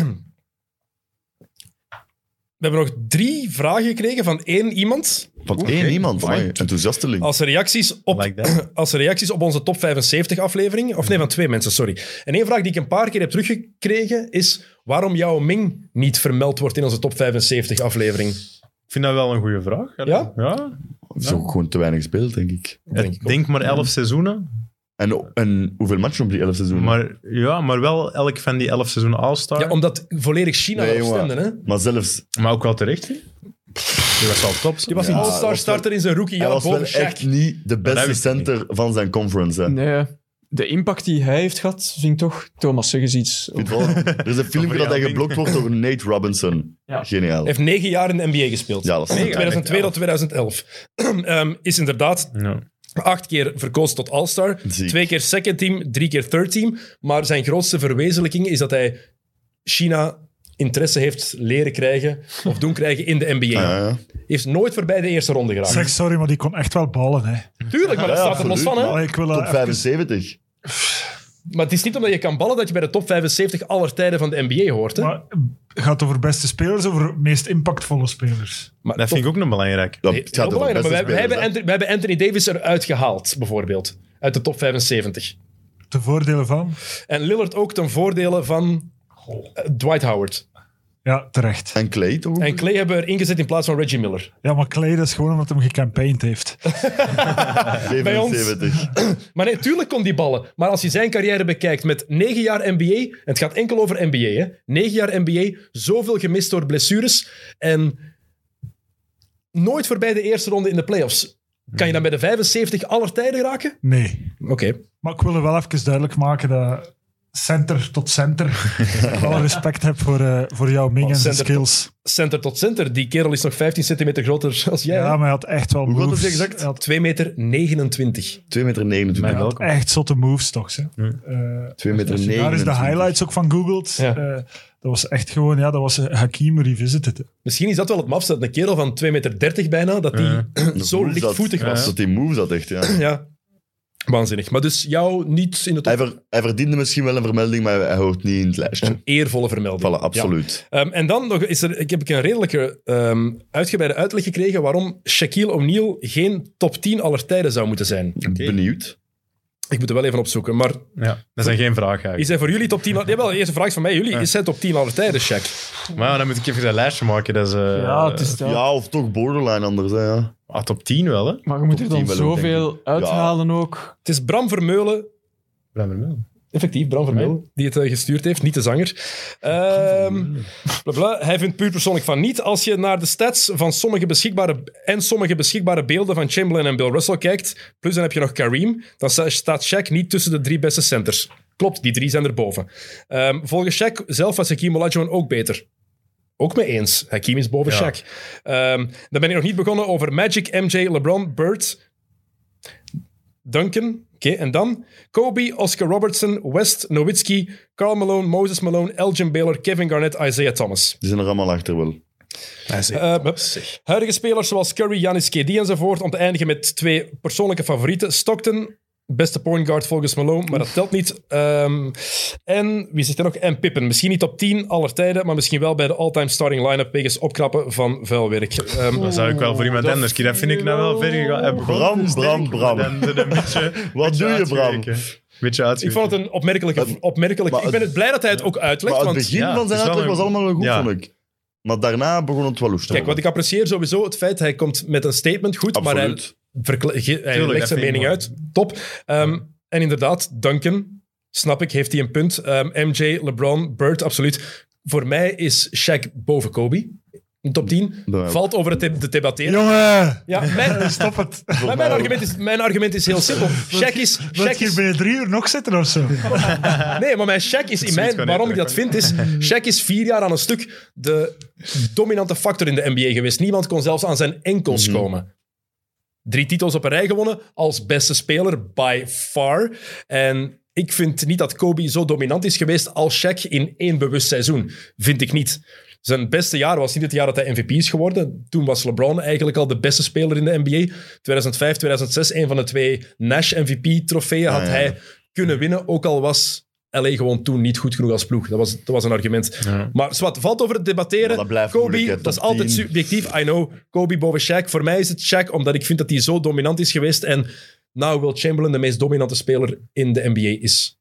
Speaker 4: hebben nog drie vragen gekregen van één iemand.
Speaker 5: Van één iemand. Amai, Enthousiasteling.
Speaker 4: Als reacties op
Speaker 7: Like that.
Speaker 4: als reacties op onze top 75 aflevering. Of nee, van twee mensen, sorry. En één vraag die ik een paar keer heb teruggekregen is waarom jouw Ming niet vermeld wordt in onze top 75 aflevering.
Speaker 7: Ik vind dat wel een goede vraag.
Speaker 4: Ja?
Speaker 7: ja?
Speaker 5: Zo gewoon te weinig gespeeld, denk ik.
Speaker 4: Denk ik
Speaker 7: Ik denk maar elf seizoenen.
Speaker 5: En, en hoeveel matchen op die 11 seizoenen?
Speaker 7: Maar, ja, maar wel elk van die elf seizoenen All-Star.
Speaker 4: Ja, omdat volledig China
Speaker 5: Nee,
Speaker 4: erop
Speaker 5: jongen.
Speaker 4: stemde, hè?
Speaker 5: Maar zelfs...
Speaker 7: Maar ook wel terecht. hè? Die was wel top.
Speaker 4: Die was een
Speaker 5: Ja,
Speaker 4: all-star
Speaker 5: was wel-
Speaker 4: starter in zijn
Speaker 5: hij
Speaker 4: rookiejaar
Speaker 5: was wel
Speaker 4: boven Shaq.
Speaker 5: echt niet de
Speaker 7: dat
Speaker 5: beste
Speaker 7: wist ik
Speaker 5: center van zijn conference, hè.
Speaker 6: Nee, eh, de impact die hij heeft gehad, vind ik toch... Thomas, zeg eens iets.
Speaker 5: Ik vind het wel- Er is een filmpje dat hij
Speaker 7: Elving.
Speaker 5: geblokt wordt door Nate Robinson.
Speaker 6: Ja.
Speaker 5: Geniaal.
Speaker 4: Heeft negen jaar in de NBA gespeeld.
Speaker 5: Ja, dat is-
Speaker 4: Van
Speaker 5: Negen,
Speaker 4: 2002 tot 2011. Ehm, is inderdaad
Speaker 7: Ja.
Speaker 4: acht keer verkozen tot All-Star.
Speaker 5: Ziek.
Speaker 4: Twee keer second team, drie keer third team. Maar zijn grootste verwezenlijking is dat hij China interesse heeft leren krijgen of doen krijgen in de NBA.
Speaker 5: Ja, ja.
Speaker 4: Heeft nooit voorbij de eerste ronde geraakt.
Speaker 1: Zeg, sorry, maar die kon echt wel ballen. Hè.
Speaker 4: Tuurlijk, maar dat
Speaker 5: Ja,
Speaker 4: staat er los van.
Speaker 5: absoluut,
Speaker 4: Hè?
Speaker 1: Maar ik wil eh,
Speaker 5: Top
Speaker 1: even-
Speaker 5: 75.
Speaker 4: Maar het is niet omdat je kan ballen dat je bij de top 75 aller tijden van de NBA hoort. Hè?
Speaker 1: Maar het gaat over beste spelers, over meest impactvolle spelers.
Speaker 4: Maar
Speaker 7: Dat
Speaker 4: top-
Speaker 7: vind ik ook nog belangrijk.
Speaker 5: Dat
Speaker 4: Nee,
Speaker 5: het
Speaker 4: heel
Speaker 5: gaat over
Speaker 4: belangrijk.
Speaker 5: beste
Speaker 4: Maar wij, wij
Speaker 5: spelers,
Speaker 4: hebben
Speaker 5: hè.
Speaker 4: Anthony, wij hebben Anthony Davis eruit gehaald, bijvoorbeeld. Uit de top 75.
Speaker 1: De voordelen van?
Speaker 4: En Lillard ook ten voordele van eh, Dwight Howard.
Speaker 1: Ja, terecht.
Speaker 5: En Clay, toch?
Speaker 4: En Clay hebben we erin gezet in plaats van Reggie Miller.
Speaker 1: Ja, maar Clay, dat is gewoon omdat hem gecampaigned heeft.
Speaker 5: 77.
Speaker 4: Maar nee, tuurlijk kon die ballen. Maar als je zijn carrière bekijkt met 9 jaar NBA, en het gaat enkel over NBA, hè? 9 jaar NBA, zoveel gemist door blessures en nooit voorbij de eerste ronde in de playoffs. Kan je dan bij de 75 aller tijden raken?
Speaker 1: Nee.
Speaker 4: Oké.
Speaker 1: Maar ik wil er wel even duidelijk maken dat center tot center alle respect heb voor, eh, voor jouw Ming
Speaker 4: Oh,
Speaker 1: en zijn
Speaker 4: center tot-
Speaker 1: skills.
Speaker 4: Center tot center. Die kerel is nog 15 centimeter groter als jij.
Speaker 1: Ja,
Speaker 4: hè?
Speaker 1: maar hij had echt wel
Speaker 5: groot
Speaker 1: moves.
Speaker 5: is hij exact?
Speaker 1: Hij had
Speaker 4: 2 meter 29.
Speaker 5: 2 meter 29.
Speaker 7: Ja. Welkom.
Speaker 1: echt zotte moves, toch? Hè? Eh,
Speaker 5: 2 meter
Speaker 1: als je daar is de
Speaker 5: 29.
Speaker 1: highlights ook van googeld.
Speaker 4: Ja.
Speaker 1: eh, dat was echt gewoon, ja, dat was eh, Hakim revisited. hè.
Speaker 4: Misschien is dat wel het mafste. dat Een kerel van 2,30 meter bijna, dat die
Speaker 7: Ja.
Speaker 4: zo
Speaker 5: Move zat-
Speaker 4: lichtvoetig was.
Speaker 5: Dat die move zat echt, ja.
Speaker 4: Ja. Waanzinnig. Maar dus jou niet in de top...
Speaker 5: Hij, ver- hij verdiende misschien wel een vermelding, maar hij hoort niet in het lijstje.
Speaker 4: Een eervolle vermelding.
Speaker 5: Voilà, absoluut.
Speaker 4: Ja. Ehm, en dan nog is er, ik heb ik een redelijke ehm, uitgebreide uitleg gekregen waarom Shaquille O'Neal geen top 10 aller tijden zou moeten zijn.
Speaker 5: Benieuwd.
Speaker 4: Ik moet er wel even opzoeken. Maar
Speaker 7: Ja, dat zijn geen vragen eigenlijk.
Speaker 4: is hij voor jullie top 10... al- Jawel, de eerste vraag is van mij. Jullie, is hij top 10 aller tijden, Shaq?
Speaker 7: Maar ja, dan moet ik even dat lijstje maken. Dat is, eh,
Speaker 6: Ja, het is dat.
Speaker 5: Ja, Ah, of toch borderline anders, hè, ja.
Speaker 7: ah, top 10 wel, hè?
Speaker 6: Maar je moet er
Speaker 5: top
Speaker 6: dan
Speaker 5: tien wel ook,
Speaker 6: zoveel uithalen ook.
Speaker 4: Het is Bram Vermeulen,
Speaker 7: Blijf wel.
Speaker 4: Effectief, Bram Vermeulen, die het eh, gestuurd heeft, niet de zanger. Ehm, bla bla. Hij vindt puur persoonlijk van niet. Als je naar de stats van sommige beschikbare en sommige beschikbare beelden van Chamberlain en Bill Russell kijkt, plus dan heb je nog Kareem, dan sta- staat Shaq niet tussen de drie beste centers. Klopt, die drie zijn erboven. Ehm volgens Shaq zelf was Hakeem Olajuwon ook beter.
Speaker 10: ook mee eens. Hakim is boven Shaq. Ehm, dan ben ik nog niet begonnen over Magic, MJ, LeBron, Bird, Duncan. Oké, en dan Kobe, Oscar Robertson, West, Nowitzki, Carl Malone, Moses Malone, Elgin Baylor, Kevin Garnett, Isaiah Thomas.
Speaker 5: Die zijn er allemaal achter wel.
Speaker 10: Eh, hup. Huidige spelers zoals Curry, Giannis, KD enzovoort. Om te eindigen met twee persoonlijke favorieten. Stockton, beste point guard volgens Malone, maar dat telt niet. Ehm, en wie zit er nog? En Pippen. Misschien niet op 10 aller tijden, maar misschien wel bij de all-time starting line-up wegens opknappen van vuilwerk. Ehm,
Speaker 7: Dat zou ik wel voor iemand anders kiezen. Dat vind ik nou wel ver gegaan. Hij begon
Speaker 5: Bram,
Speaker 7: dus sterk,
Speaker 5: Bram, Bram.
Speaker 7: maar dan- dan Een beetje,
Speaker 5: Wat
Speaker 7: beetje
Speaker 5: doe je, Bram?
Speaker 7: uitgeweken. Beetje
Speaker 10: ik
Speaker 7: uitgeweken.
Speaker 10: vond het een opmerkelijke... opmerkelijke.
Speaker 5: maar
Speaker 10: Ik ben het blij dat hij het ook uitlegt,
Speaker 5: Maar het
Speaker 10: want...
Speaker 5: begin
Speaker 7: ja,
Speaker 5: van
Speaker 7: het
Speaker 5: zijn
Speaker 7: is wel
Speaker 5: uitleg
Speaker 7: een-
Speaker 5: was allemaal wel goed,
Speaker 7: ja.
Speaker 5: vond ik. Maar daarna begon het wel loest te
Speaker 10: Kijk, wat
Speaker 5: worden.
Speaker 10: ik apprecieer sowieso het feit, hij komt met een statement goed, maar hij,
Speaker 5: Absoluut.
Speaker 10: verkle- ge- hij
Speaker 7: Tuurlijk,
Speaker 10: legt zijn
Speaker 7: dat vind
Speaker 10: mening
Speaker 7: ik
Speaker 10: uit. Top. Ehm, En inderdaad, Duncan, snap ik, heeft hij een punt. Ehm, MJ, LeBron, Bird, absoluut. Voor mij is Shaq boven Kobe. Een top 10.
Speaker 5: Ja.
Speaker 10: Valt over het te, te debatteren.
Speaker 1: Jongen,
Speaker 10: Ja, mijn,
Speaker 1: stop het.
Speaker 10: maar mijn, argument is, mijn argument is heel simpel. Shaq is...
Speaker 1: Wil
Speaker 10: Shaq
Speaker 1: ik hier
Speaker 10: is
Speaker 1: binnen drie uur nog zitten of zo?
Speaker 10: Nee, maar mijn Shaq is in
Speaker 7: Zoiets
Speaker 10: mijn...
Speaker 7: kan
Speaker 10: Waarom ik
Speaker 7: niet,
Speaker 10: dat vind, is... Shaq is vier jaar aan een stuk de dominante factor in de NBA geweest. Niemand kon zelfs aan zijn enkels komen. Drie titels op een rij gewonnen als beste speler, by far. En ik vind niet dat Kobe zo dominant is geweest als Shaq in één bewust seizoen. Vind ik niet. Zijn beste jaar was niet het jaar dat hij MVP is geworden. Toen was LeBron eigenlijk al de beste speler in de NBA. 2005, 2006, een van de twee Nash MVP-trofeeën had
Speaker 5: ja.
Speaker 10: hij kunnen winnen, ook al was LA gewoon toen niet goed genoeg als ploeg. Dat was, dat was een argument. Maar zwart, valt over het debatteren.
Speaker 5: Maar dat blijft
Speaker 10: Kobe,
Speaker 5: moeilijk, hè,
Speaker 10: dat is
Speaker 5: top
Speaker 10: altijd
Speaker 5: 10.
Speaker 10: subjectief. I know. Kobe boven Shaq. Voor mij is het Shaq, omdat ik vind dat hij zo dominant is geweest. En nou Will Chamberlain de meest dominante speler in de NBA is.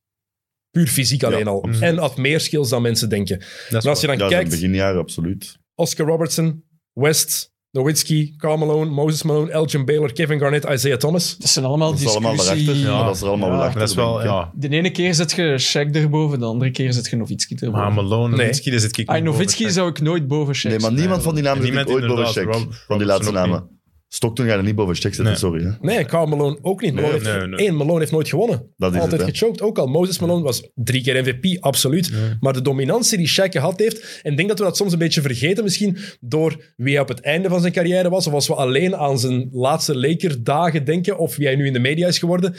Speaker 10: Puur fysiek alleen al. En had meer skills dan mensen denken. En als je dan
Speaker 5: Ja, zijn
Speaker 10: kijkt,
Speaker 5: beginjaren, absoluut.
Speaker 10: Oscar Robertson, West, Nowitzki, Karl Malone, Moses Malone, Elgin Baylor, Kevin Garnett, Isaiah Thomas.
Speaker 6: Dat zijn allemaal
Speaker 5: Dat is allemaal
Speaker 6: discussie...
Speaker 5: erachter. Ja, dat is er allemaal wel
Speaker 7: Maar
Speaker 5: achter.
Speaker 7: Dat is wel,
Speaker 5: denk ik, hè.
Speaker 7: ja.
Speaker 6: De ene keer zet je Shaq erboven, de andere keer zet je Novitski erboven.
Speaker 5: Ah,
Speaker 7: Maar Malone,
Speaker 10: Nee.
Speaker 7: Nowitzki, daar zit ik
Speaker 6: Ah,
Speaker 7: niet boven,
Speaker 6: Novitski
Speaker 7: Shaq.
Speaker 6: zou ik nooit boven Shaq
Speaker 5: Nee, maar niemand van die namen zit
Speaker 7: Niemand
Speaker 5: ik ooit boven
Speaker 7: inderdaad.
Speaker 5: Shaq.
Speaker 7: Rob-
Speaker 5: van die laatste
Speaker 7: Robinson ook
Speaker 5: namen. Stockton gaat er niet boven Shaq zitten,
Speaker 7: Nee.
Speaker 5: sorry. Hè.
Speaker 10: Nee, Mhm. en Karl Malone ook niet. Malone
Speaker 7: Nee,
Speaker 10: heeft,
Speaker 7: nee, nee.
Speaker 10: één, Malone heeft nooit gewonnen.
Speaker 5: Dat is
Speaker 10: Altijd
Speaker 5: het, hè.
Speaker 10: gechoked, ook al. Moses Malone was drie keer MVP, absoluut. Maar de dominantie die Shaq gehad heeft, en ik denk dat we dat soms een beetje vergeten misschien, door wie hij op het einde van zijn carrière was, of als we alleen aan zijn laatste Laker-dagen denken, of wie hij nu in de media is geworden.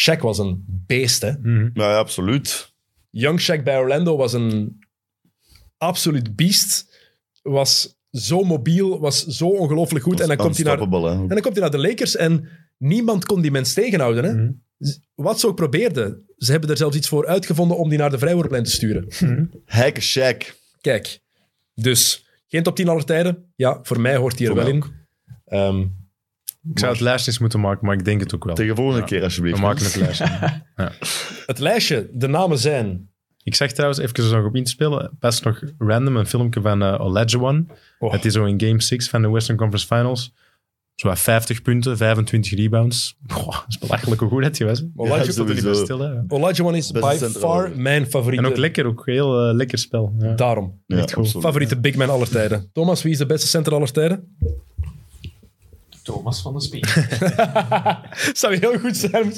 Speaker 10: Shaq was een beest, hè.
Speaker 7: Hm.
Speaker 5: Nou ja, absoluut.
Speaker 10: Young Shaq bij Orlando was een absoluut beest. Was zo mobiel, was zo ongelooflijk goed. En dan komt hij naar
Speaker 5: Unstoppable, hè.
Speaker 10: en dan komt hij naar de Lakers en niemand kon die mens tegenhouden. Hè? Z- Wat ze ook probeerden. Ze hebben er zelfs iets voor uitgevonden om die naar de vrijwoordplein te sturen.
Speaker 5: Hack Shaq.
Speaker 10: Kijk, dus geen top 10 aller tijden. Ja, voor mij hoort hij er
Speaker 5: Voor
Speaker 10: wel
Speaker 5: mij
Speaker 10: in. Ehm,
Speaker 7: Ik zou het lijstje eens moeten maken, maar ik denk het ook wel.
Speaker 5: Tegen volgende keer,
Speaker 7: We
Speaker 5: alsjeblieft.
Speaker 7: maken het lijstje.
Speaker 10: het lijstje, de namen zijn...
Speaker 7: Ik zeg trouwens, even er nog op in te spelen, best nog random een filmpje van eh Olajuwon.
Speaker 10: Oh.
Speaker 7: Het is zo in game 6 van de Western Conference Finals. Zowat 50 punten, 25 rebounds. Boah, dat is belachelijk hoe goed dat hij was.
Speaker 10: Olaju-
Speaker 5: Ja,
Speaker 7: Dat is
Speaker 5: sowieso.
Speaker 7: niet stil, hè.
Speaker 10: Olajuwon is
Speaker 5: Beste
Speaker 10: by
Speaker 5: centrum.
Speaker 10: far mijn favoriete.
Speaker 7: En ook lekker, ook heel eh, lekker spel. Ja.
Speaker 10: Daarom.
Speaker 5: Ja,
Speaker 7: Niet goed.
Speaker 5: absoluut.
Speaker 10: Favoriete big man aller tijden. Thomas, wie is de beste center aller tijden?
Speaker 6: Thomas van de Spie.
Speaker 10: Zou heel goed zijn.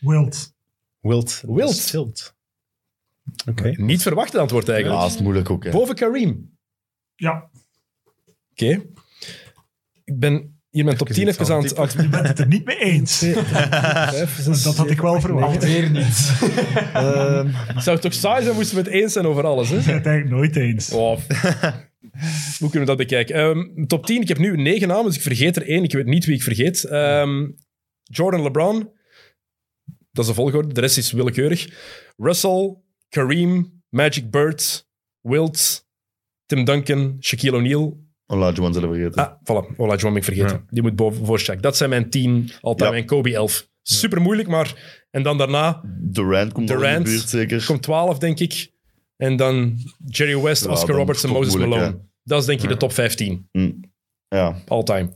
Speaker 1: Wild.
Speaker 7: Wild.
Speaker 10: Wild.
Speaker 7: Wild. Oké.
Speaker 10: Niet verwacht het antwoord eigenlijk.
Speaker 5: Ja, is moeilijk ook, hè.
Speaker 10: Boven Kareem.
Speaker 1: Ja,
Speaker 10: Oké. Ik ben hier mijn top 10
Speaker 7: iets
Speaker 10: even aan het...
Speaker 7: aan
Speaker 10: aan het-
Speaker 1: je bent het er niet mee eens. Dat had ik wel verwacht.
Speaker 6: Weer niet.
Speaker 10: Zou het toch saai zijn moesten we het eens zijn over alles,
Speaker 1: Ik
Speaker 10: hè?
Speaker 1: ben het eigenlijk nooit eens.
Speaker 10: Oh. Hoe kunnen we dat bekijken? Ehm, top 10, ik heb nu negen namen, dus ik vergeet er één. Ik weet niet wie ik vergeet. Ehm, Jordan LeBron. Dat is de volgorde, de rest is willekeurig. Russell, Kareem, Magic Bird, Wilt, Tim Duncan, Shaquille O'Neal.
Speaker 5: Olajuwon zullen we vergeten.
Speaker 10: Ah, voilà, Olajuwon ben ik vergeten. Die moet boven voor Shaq. Dat zijn mijn 10 altijd,
Speaker 5: Ja.
Speaker 10: mijn Kobe 11. Super moeilijk, maar... En dan daarna
Speaker 5: Durant komt wel in
Speaker 10: Durant
Speaker 5: de buurt, zeker.
Speaker 10: komt 12, denk ik. En dan Jerry West,
Speaker 5: Ja,
Speaker 10: Oscar
Speaker 5: dan
Speaker 10: Robertson,
Speaker 5: toch
Speaker 10: Moses
Speaker 5: moeilijk,
Speaker 10: Malone. Dat is denk ik de top 15
Speaker 5: Ja,
Speaker 10: all time.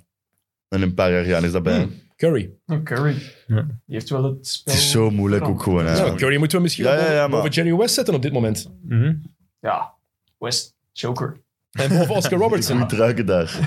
Speaker 5: en in een paar jaar gaan is dat bij.
Speaker 10: Curry.
Speaker 6: Oh, Curry. Die heeft wel het spel...
Speaker 5: Het is zo moeilijk ook gewoon, hè.
Speaker 10: Nou, Curry moeten we misschien
Speaker 5: Ja,
Speaker 10: wel
Speaker 5: ja, ja,
Speaker 10: boven,
Speaker 5: maar-
Speaker 10: boven Jerry West zetten op dit moment.
Speaker 7: Mhm.
Speaker 6: Ja. West. Joker.
Speaker 10: En boven Oscar Robertson
Speaker 5: Goed ruiken daar.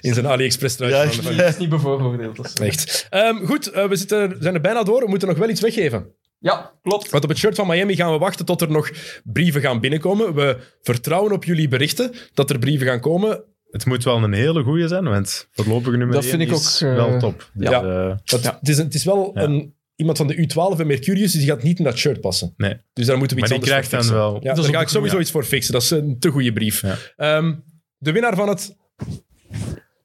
Speaker 10: in zijn AliExpress
Speaker 5: Ja,
Speaker 10: truitje.
Speaker 5: echt.
Speaker 6: Dat is niet bevooroordeeld. Dat is-
Speaker 10: Echt. Ehm, goed, eh, we zitten, er- zijn er bijna door. We moeten nog wel iets weggeven.
Speaker 6: Ja, klopt.
Speaker 10: Want op het shirt van Miami gaan we wachten tot er nog brieven gaan binnenkomen. We vertrouwen op jullie berichten dat er brieven gaan komen.
Speaker 7: Het moet wel een hele goede zijn, want voorlopig nummer
Speaker 6: Dat
Speaker 7: één
Speaker 6: vind ik
Speaker 7: is
Speaker 6: ook, eh,
Speaker 7: wel top. Dus,
Speaker 10: ja.
Speaker 7: eh,
Speaker 10: Want Het, is een- het is wel
Speaker 7: Ja.
Speaker 10: een, iemand van de U12 en Mercurius, dus die gaat niet in dat shirt passen.
Speaker 7: nee.
Speaker 10: Dus daar moeten we
Speaker 7: Maar
Speaker 10: iets
Speaker 7: die
Speaker 10: anders
Speaker 7: krijgt
Speaker 10: voor
Speaker 7: dan
Speaker 10: fixen.
Speaker 7: wel...
Speaker 10: Ja,
Speaker 6: is
Speaker 10: daar
Speaker 6: ook
Speaker 10: ga
Speaker 6: een
Speaker 10: ik sowieso
Speaker 6: goeie,
Speaker 10: iets voor fixen. Dat is een te goede brief.
Speaker 7: Ja.
Speaker 10: Ehm, de winnaar van het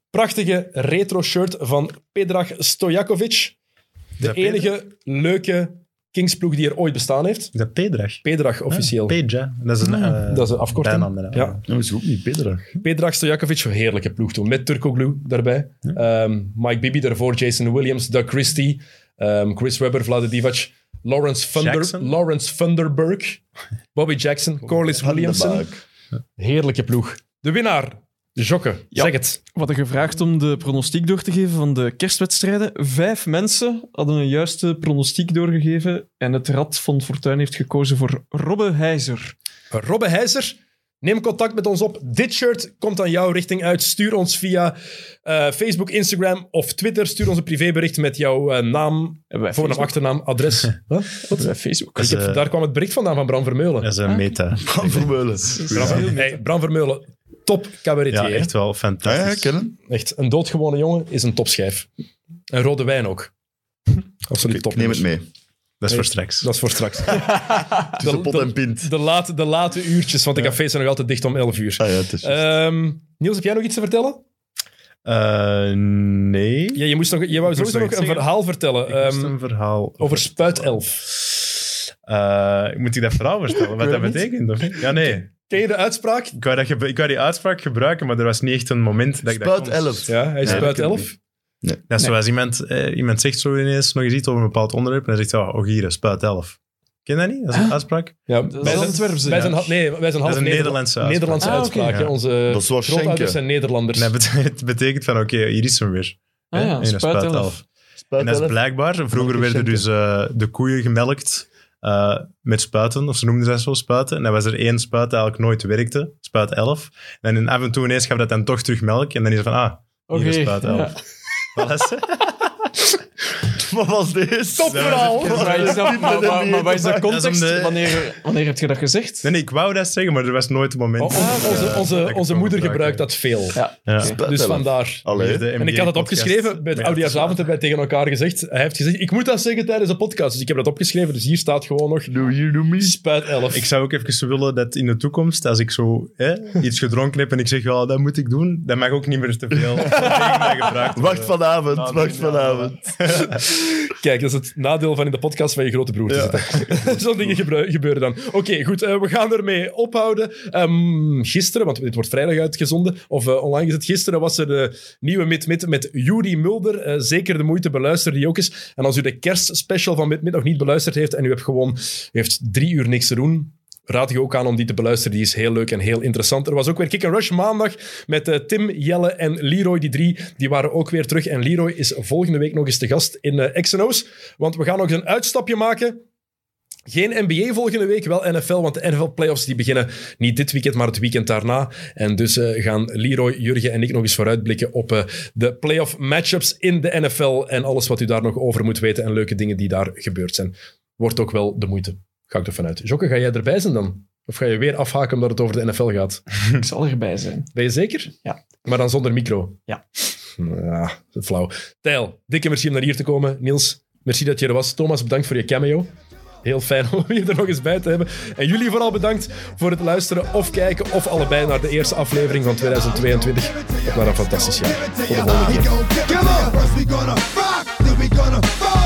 Speaker 10: prachtige retro shirt van Pedrag Stojakovic. De
Speaker 7: Dat
Speaker 10: enige leuke Kingsploeg die er ooit bestaan heeft.
Speaker 7: Is dat Pedrag?
Speaker 10: Pedrag officieel. Ah,
Speaker 7: Peja. Dat is een, eh,
Speaker 10: dat is een afkorting.
Speaker 7: bijnaam,
Speaker 10: Ja.
Speaker 5: Dat is ook niet Pedrag.
Speaker 10: Pedrag Stojakovic, een heerlijke ploeg toen. Met Turkoglu daarbij. Ehm, Mike Bibby daarvoor, Jason Williams, Doug Christie, ehm, Chris Webber, Vlade Divac, Lawrence, Thunder,
Speaker 7: Jackson.
Speaker 10: Lawrence Thunderberg, Bobby Jackson, Corliss Williamson. Heerlijke ploeg. De winnaar, Jokke,
Speaker 6: Ja.
Speaker 10: zeg het.
Speaker 6: We hadden gevraagd om de pronostiek door te geven van de kerstwedstrijden. Vijf mensen hadden een juiste pronostiek doorgegeven. En het Rad van Fortuin heeft gekozen voor Robbe Heijzer.
Speaker 10: Robbe Heijzer, neem contact met ons op. Dit shirt komt aan jouw richting uit. Stuur ons via eh, Facebook, Instagram of Twitter. Stuur ons een privébericht met jouw eh, naam,
Speaker 6: Hebben
Speaker 10: voornaam,
Speaker 6: wij Facebook?
Speaker 10: achternaam, adres. Huh? Wat?
Speaker 6: Bij Facebook.
Speaker 10: Ik
Speaker 5: Dus,
Speaker 10: heb-
Speaker 7: Dat is, eh,
Speaker 10: daar kwam het bericht vandaan van Bram Vermeulen.
Speaker 7: Dat is een meta.
Speaker 5: Van Vermeulen.
Speaker 10: Bram, Vermeulen. Hey, Bram Vermeulen, top cabaretier.
Speaker 7: Ja,
Speaker 10: hè? echt.
Speaker 7: echt wel
Speaker 5: Ja, ja,
Speaker 7: fantastisch.
Speaker 5: ik ken hem.
Speaker 10: een doodgewone jongen is een topschijf. En rode wijn ook. Absoluut
Speaker 5: Ik
Speaker 10: top.
Speaker 5: neem het
Speaker 10: jongens.
Speaker 5: mee. Het
Speaker 7: dat is voor straks.
Speaker 10: Dat is voor straks.
Speaker 5: is
Speaker 10: De-
Speaker 5: een pot
Speaker 10: de-
Speaker 5: en pint.
Speaker 10: De late, de late uurtjes, want de cafés zijn nog altijd dicht om 11 uur.
Speaker 5: Ah ja, het is juist.
Speaker 10: Ehm, Niels, heb jij nog iets te vertellen?
Speaker 7: Eh, nee.
Speaker 10: Ja, je, moest nog, je wou
Speaker 7: Ik moest
Speaker 10: sowieso
Speaker 7: nog
Speaker 10: nog
Speaker 7: iets
Speaker 10: een
Speaker 7: zeggen.
Speaker 10: verhaal vertellen
Speaker 7: Ik moest
Speaker 10: ehm,
Speaker 7: een verhaal...
Speaker 10: over Spuitelf.
Speaker 7: Eh, moet ik dat verhaal vertellen? Wat
Speaker 6: weet
Speaker 7: dat
Speaker 6: het niet.
Speaker 7: betekent? Of? niet? Ja, nee.
Speaker 10: Ken je de uitspraak?
Speaker 7: Ik wou, dat gebru- ik wou die uitspraak gebruiken, maar er was niet echt een moment dat ik dat
Speaker 5: Spuit
Speaker 7: kon.
Speaker 5: 11.
Speaker 10: Ja, hij is
Speaker 5: Nee, dat ken ik
Speaker 10: Spuitelf.
Speaker 7: Dat is zoals iemand, eh, iemand zegt zo ineens nog eens iets over een bepaald onderwerp en dan zegt hij, oh, hier, spuit 11. Ken je dat niet? Dat is een uitspraak.
Speaker 10: Ja,
Speaker 6: Dat
Speaker 10: wij
Speaker 6: is
Speaker 10: zijn,
Speaker 6: Antwerpse,
Speaker 10: wij
Speaker 6: ja.
Speaker 10: zijn, ha- nee, wij zijn half
Speaker 7: een
Speaker 10: Nederla-
Speaker 7: Nederlandse uitspraak.
Speaker 10: Nederlandse
Speaker 6: Ah, oké.
Speaker 10: uitspraak, hè.
Speaker 7: Ja.
Speaker 10: Onze
Speaker 5: Dat is waar
Speaker 10: grootouders
Speaker 5: schenken.
Speaker 10: zijn Nederlanders.
Speaker 7: En dat bet- het betekent van, oké, hier is hem weer.
Speaker 6: Ah ja,
Speaker 7: Eh, in een
Speaker 6: spuit
Speaker 7: spuit
Speaker 6: 11.
Speaker 5: Spuit
Speaker 7: En dat is
Speaker 5: 11.
Speaker 7: blijkbaar, vroeger werden dus eh, de koeien gemelkt eh, met spuiten, of ze noemden dat zo, spuiten. En dan was er één spuit dat eigenlijk nooit werkte, spuit 11. En dan af en toe ineens gaf dat dan toch terug melk en dan is het van, ah, hier
Speaker 6: Oké,
Speaker 7: is spuit 11.
Speaker 6: ja.
Speaker 7: Voilà, ze.
Speaker 5: Wat was dit?
Speaker 10: Topverhaal!
Speaker 6: Maar waar is dat- maar- maar- maar waar is de
Speaker 7: Dat is om
Speaker 6: context?
Speaker 7: de-
Speaker 6: Wanneer, wanneer heb je dat gezegd?
Speaker 7: Nee, nee, ik wou dat zeggen, maar er was nooit een moment.
Speaker 10: Oh, onze, onze,
Speaker 7: dat ik
Speaker 10: onze,
Speaker 7: het
Speaker 10: onze
Speaker 7: kon
Speaker 10: moeder
Speaker 7: gebruiken.
Speaker 10: gebruikt dat veel.
Speaker 6: Ja.
Speaker 7: Ja.
Speaker 10: Dus
Speaker 5: Spuitelf.
Speaker 10: vandaar.
Speaker 5: Allee.
Speaker 7: Hier de
Speaker 10: En ik had dat
Speaker 7: NBA-podcast.
Speaker 10: opgeschreven bij het
Speaker 7: Ja,
Speaker 10: Oudjaarsavond hebben wij tegen elkaar gezegd. Hij heeft gezegd, ik moet dat zeggen tijdens de podcast. Dus ik heb dat opgeschreven, dus hier staat gewoon nog
Speaker 5: Do you do me?
Speaker 10: spuit 11.
Speaker 7: Ik zou ook even willen dat in de toekomst, als ik zo hè, iets gedronken heb en ik zeg, ja, dat moet ik doen, dat mag ook niet meer te veel tegen mij gebruikt worden.
Speaker 5: Wacht vanavond,
Speaker 7: Nou,
Speaker 5: wacht
Speaker 7: ja.
Speaker 5: vanavond.
Speaker 10: Kijk, dat is het nadeel van in de podcast van je grote broer te zitten. Zo'n dingen gebru- gebeuren dan. Oké, goed, eh, we gaan ermee ophouden. Ehm, gisteren, want dit wordt vrijdag uitgezonden, of eh, online gezet, gisteren was er de nieuwe Mid-Mid met Juri Mulder. Eh, zeker de moeite, beluister die ook eens. En als u de kerstspecial van Mid-Mid nog niet beluisterd heeft en u hebt gewoon u heeft drie uur niks te doen... Raad ik je ook aan om die te beluisteren. Die is heel leuk en heel interessant. Er was ook weer Kick and Rush maandag met eh, Tim, Jelle en Leroy. Die drie die waren ook weer terug. En Leroy is volgende week nog eens te gast in eh X&O's. Want we gaan nog eens een uitstapje maken. Geen NBA volgende week, wel NFL, want de NFL-playoffs die beginnen niet dit weekend, maar het weekend daarna. En dus eh, gaan Leroy, Jurgen en ik nog eens vooruitblikken op eh, de playoff matchups in de NFL en alles wat u daar nog over moet weten en leuke dingen die daar gebeurd zijn. Wordt ook wel de moeite, ga ik ervan uit. Jokke, ga jij erbij zijn dan? Of ga je weer afhaken omdat het over de NFL gaat?
Speaker 6: Ik zal erbij zijn.
Speaker 10: Ben je zeker?
Speaker 6: Ja.
Speaker 10: Maar dan zonder micro?
Speaker 6: Ja.
Speaker 10: Ja, flauw. Tijl, dikke merci om naar hier te komen. Niels, merci dat je er was. Thomas, bedankt voor je cameo. Heel fijn om je er nog eens bij te hebben. En jullie vooral bedankt voor het luisteren of kijken of allebei naar de eerste aflevering van 2022.
Speaker 3: Oh,
Speaker 10: Op naar een fantastisch jaar. Tot de volgende keer.
Speaker 3: Come on. First we gonna rock, then we gonna roll.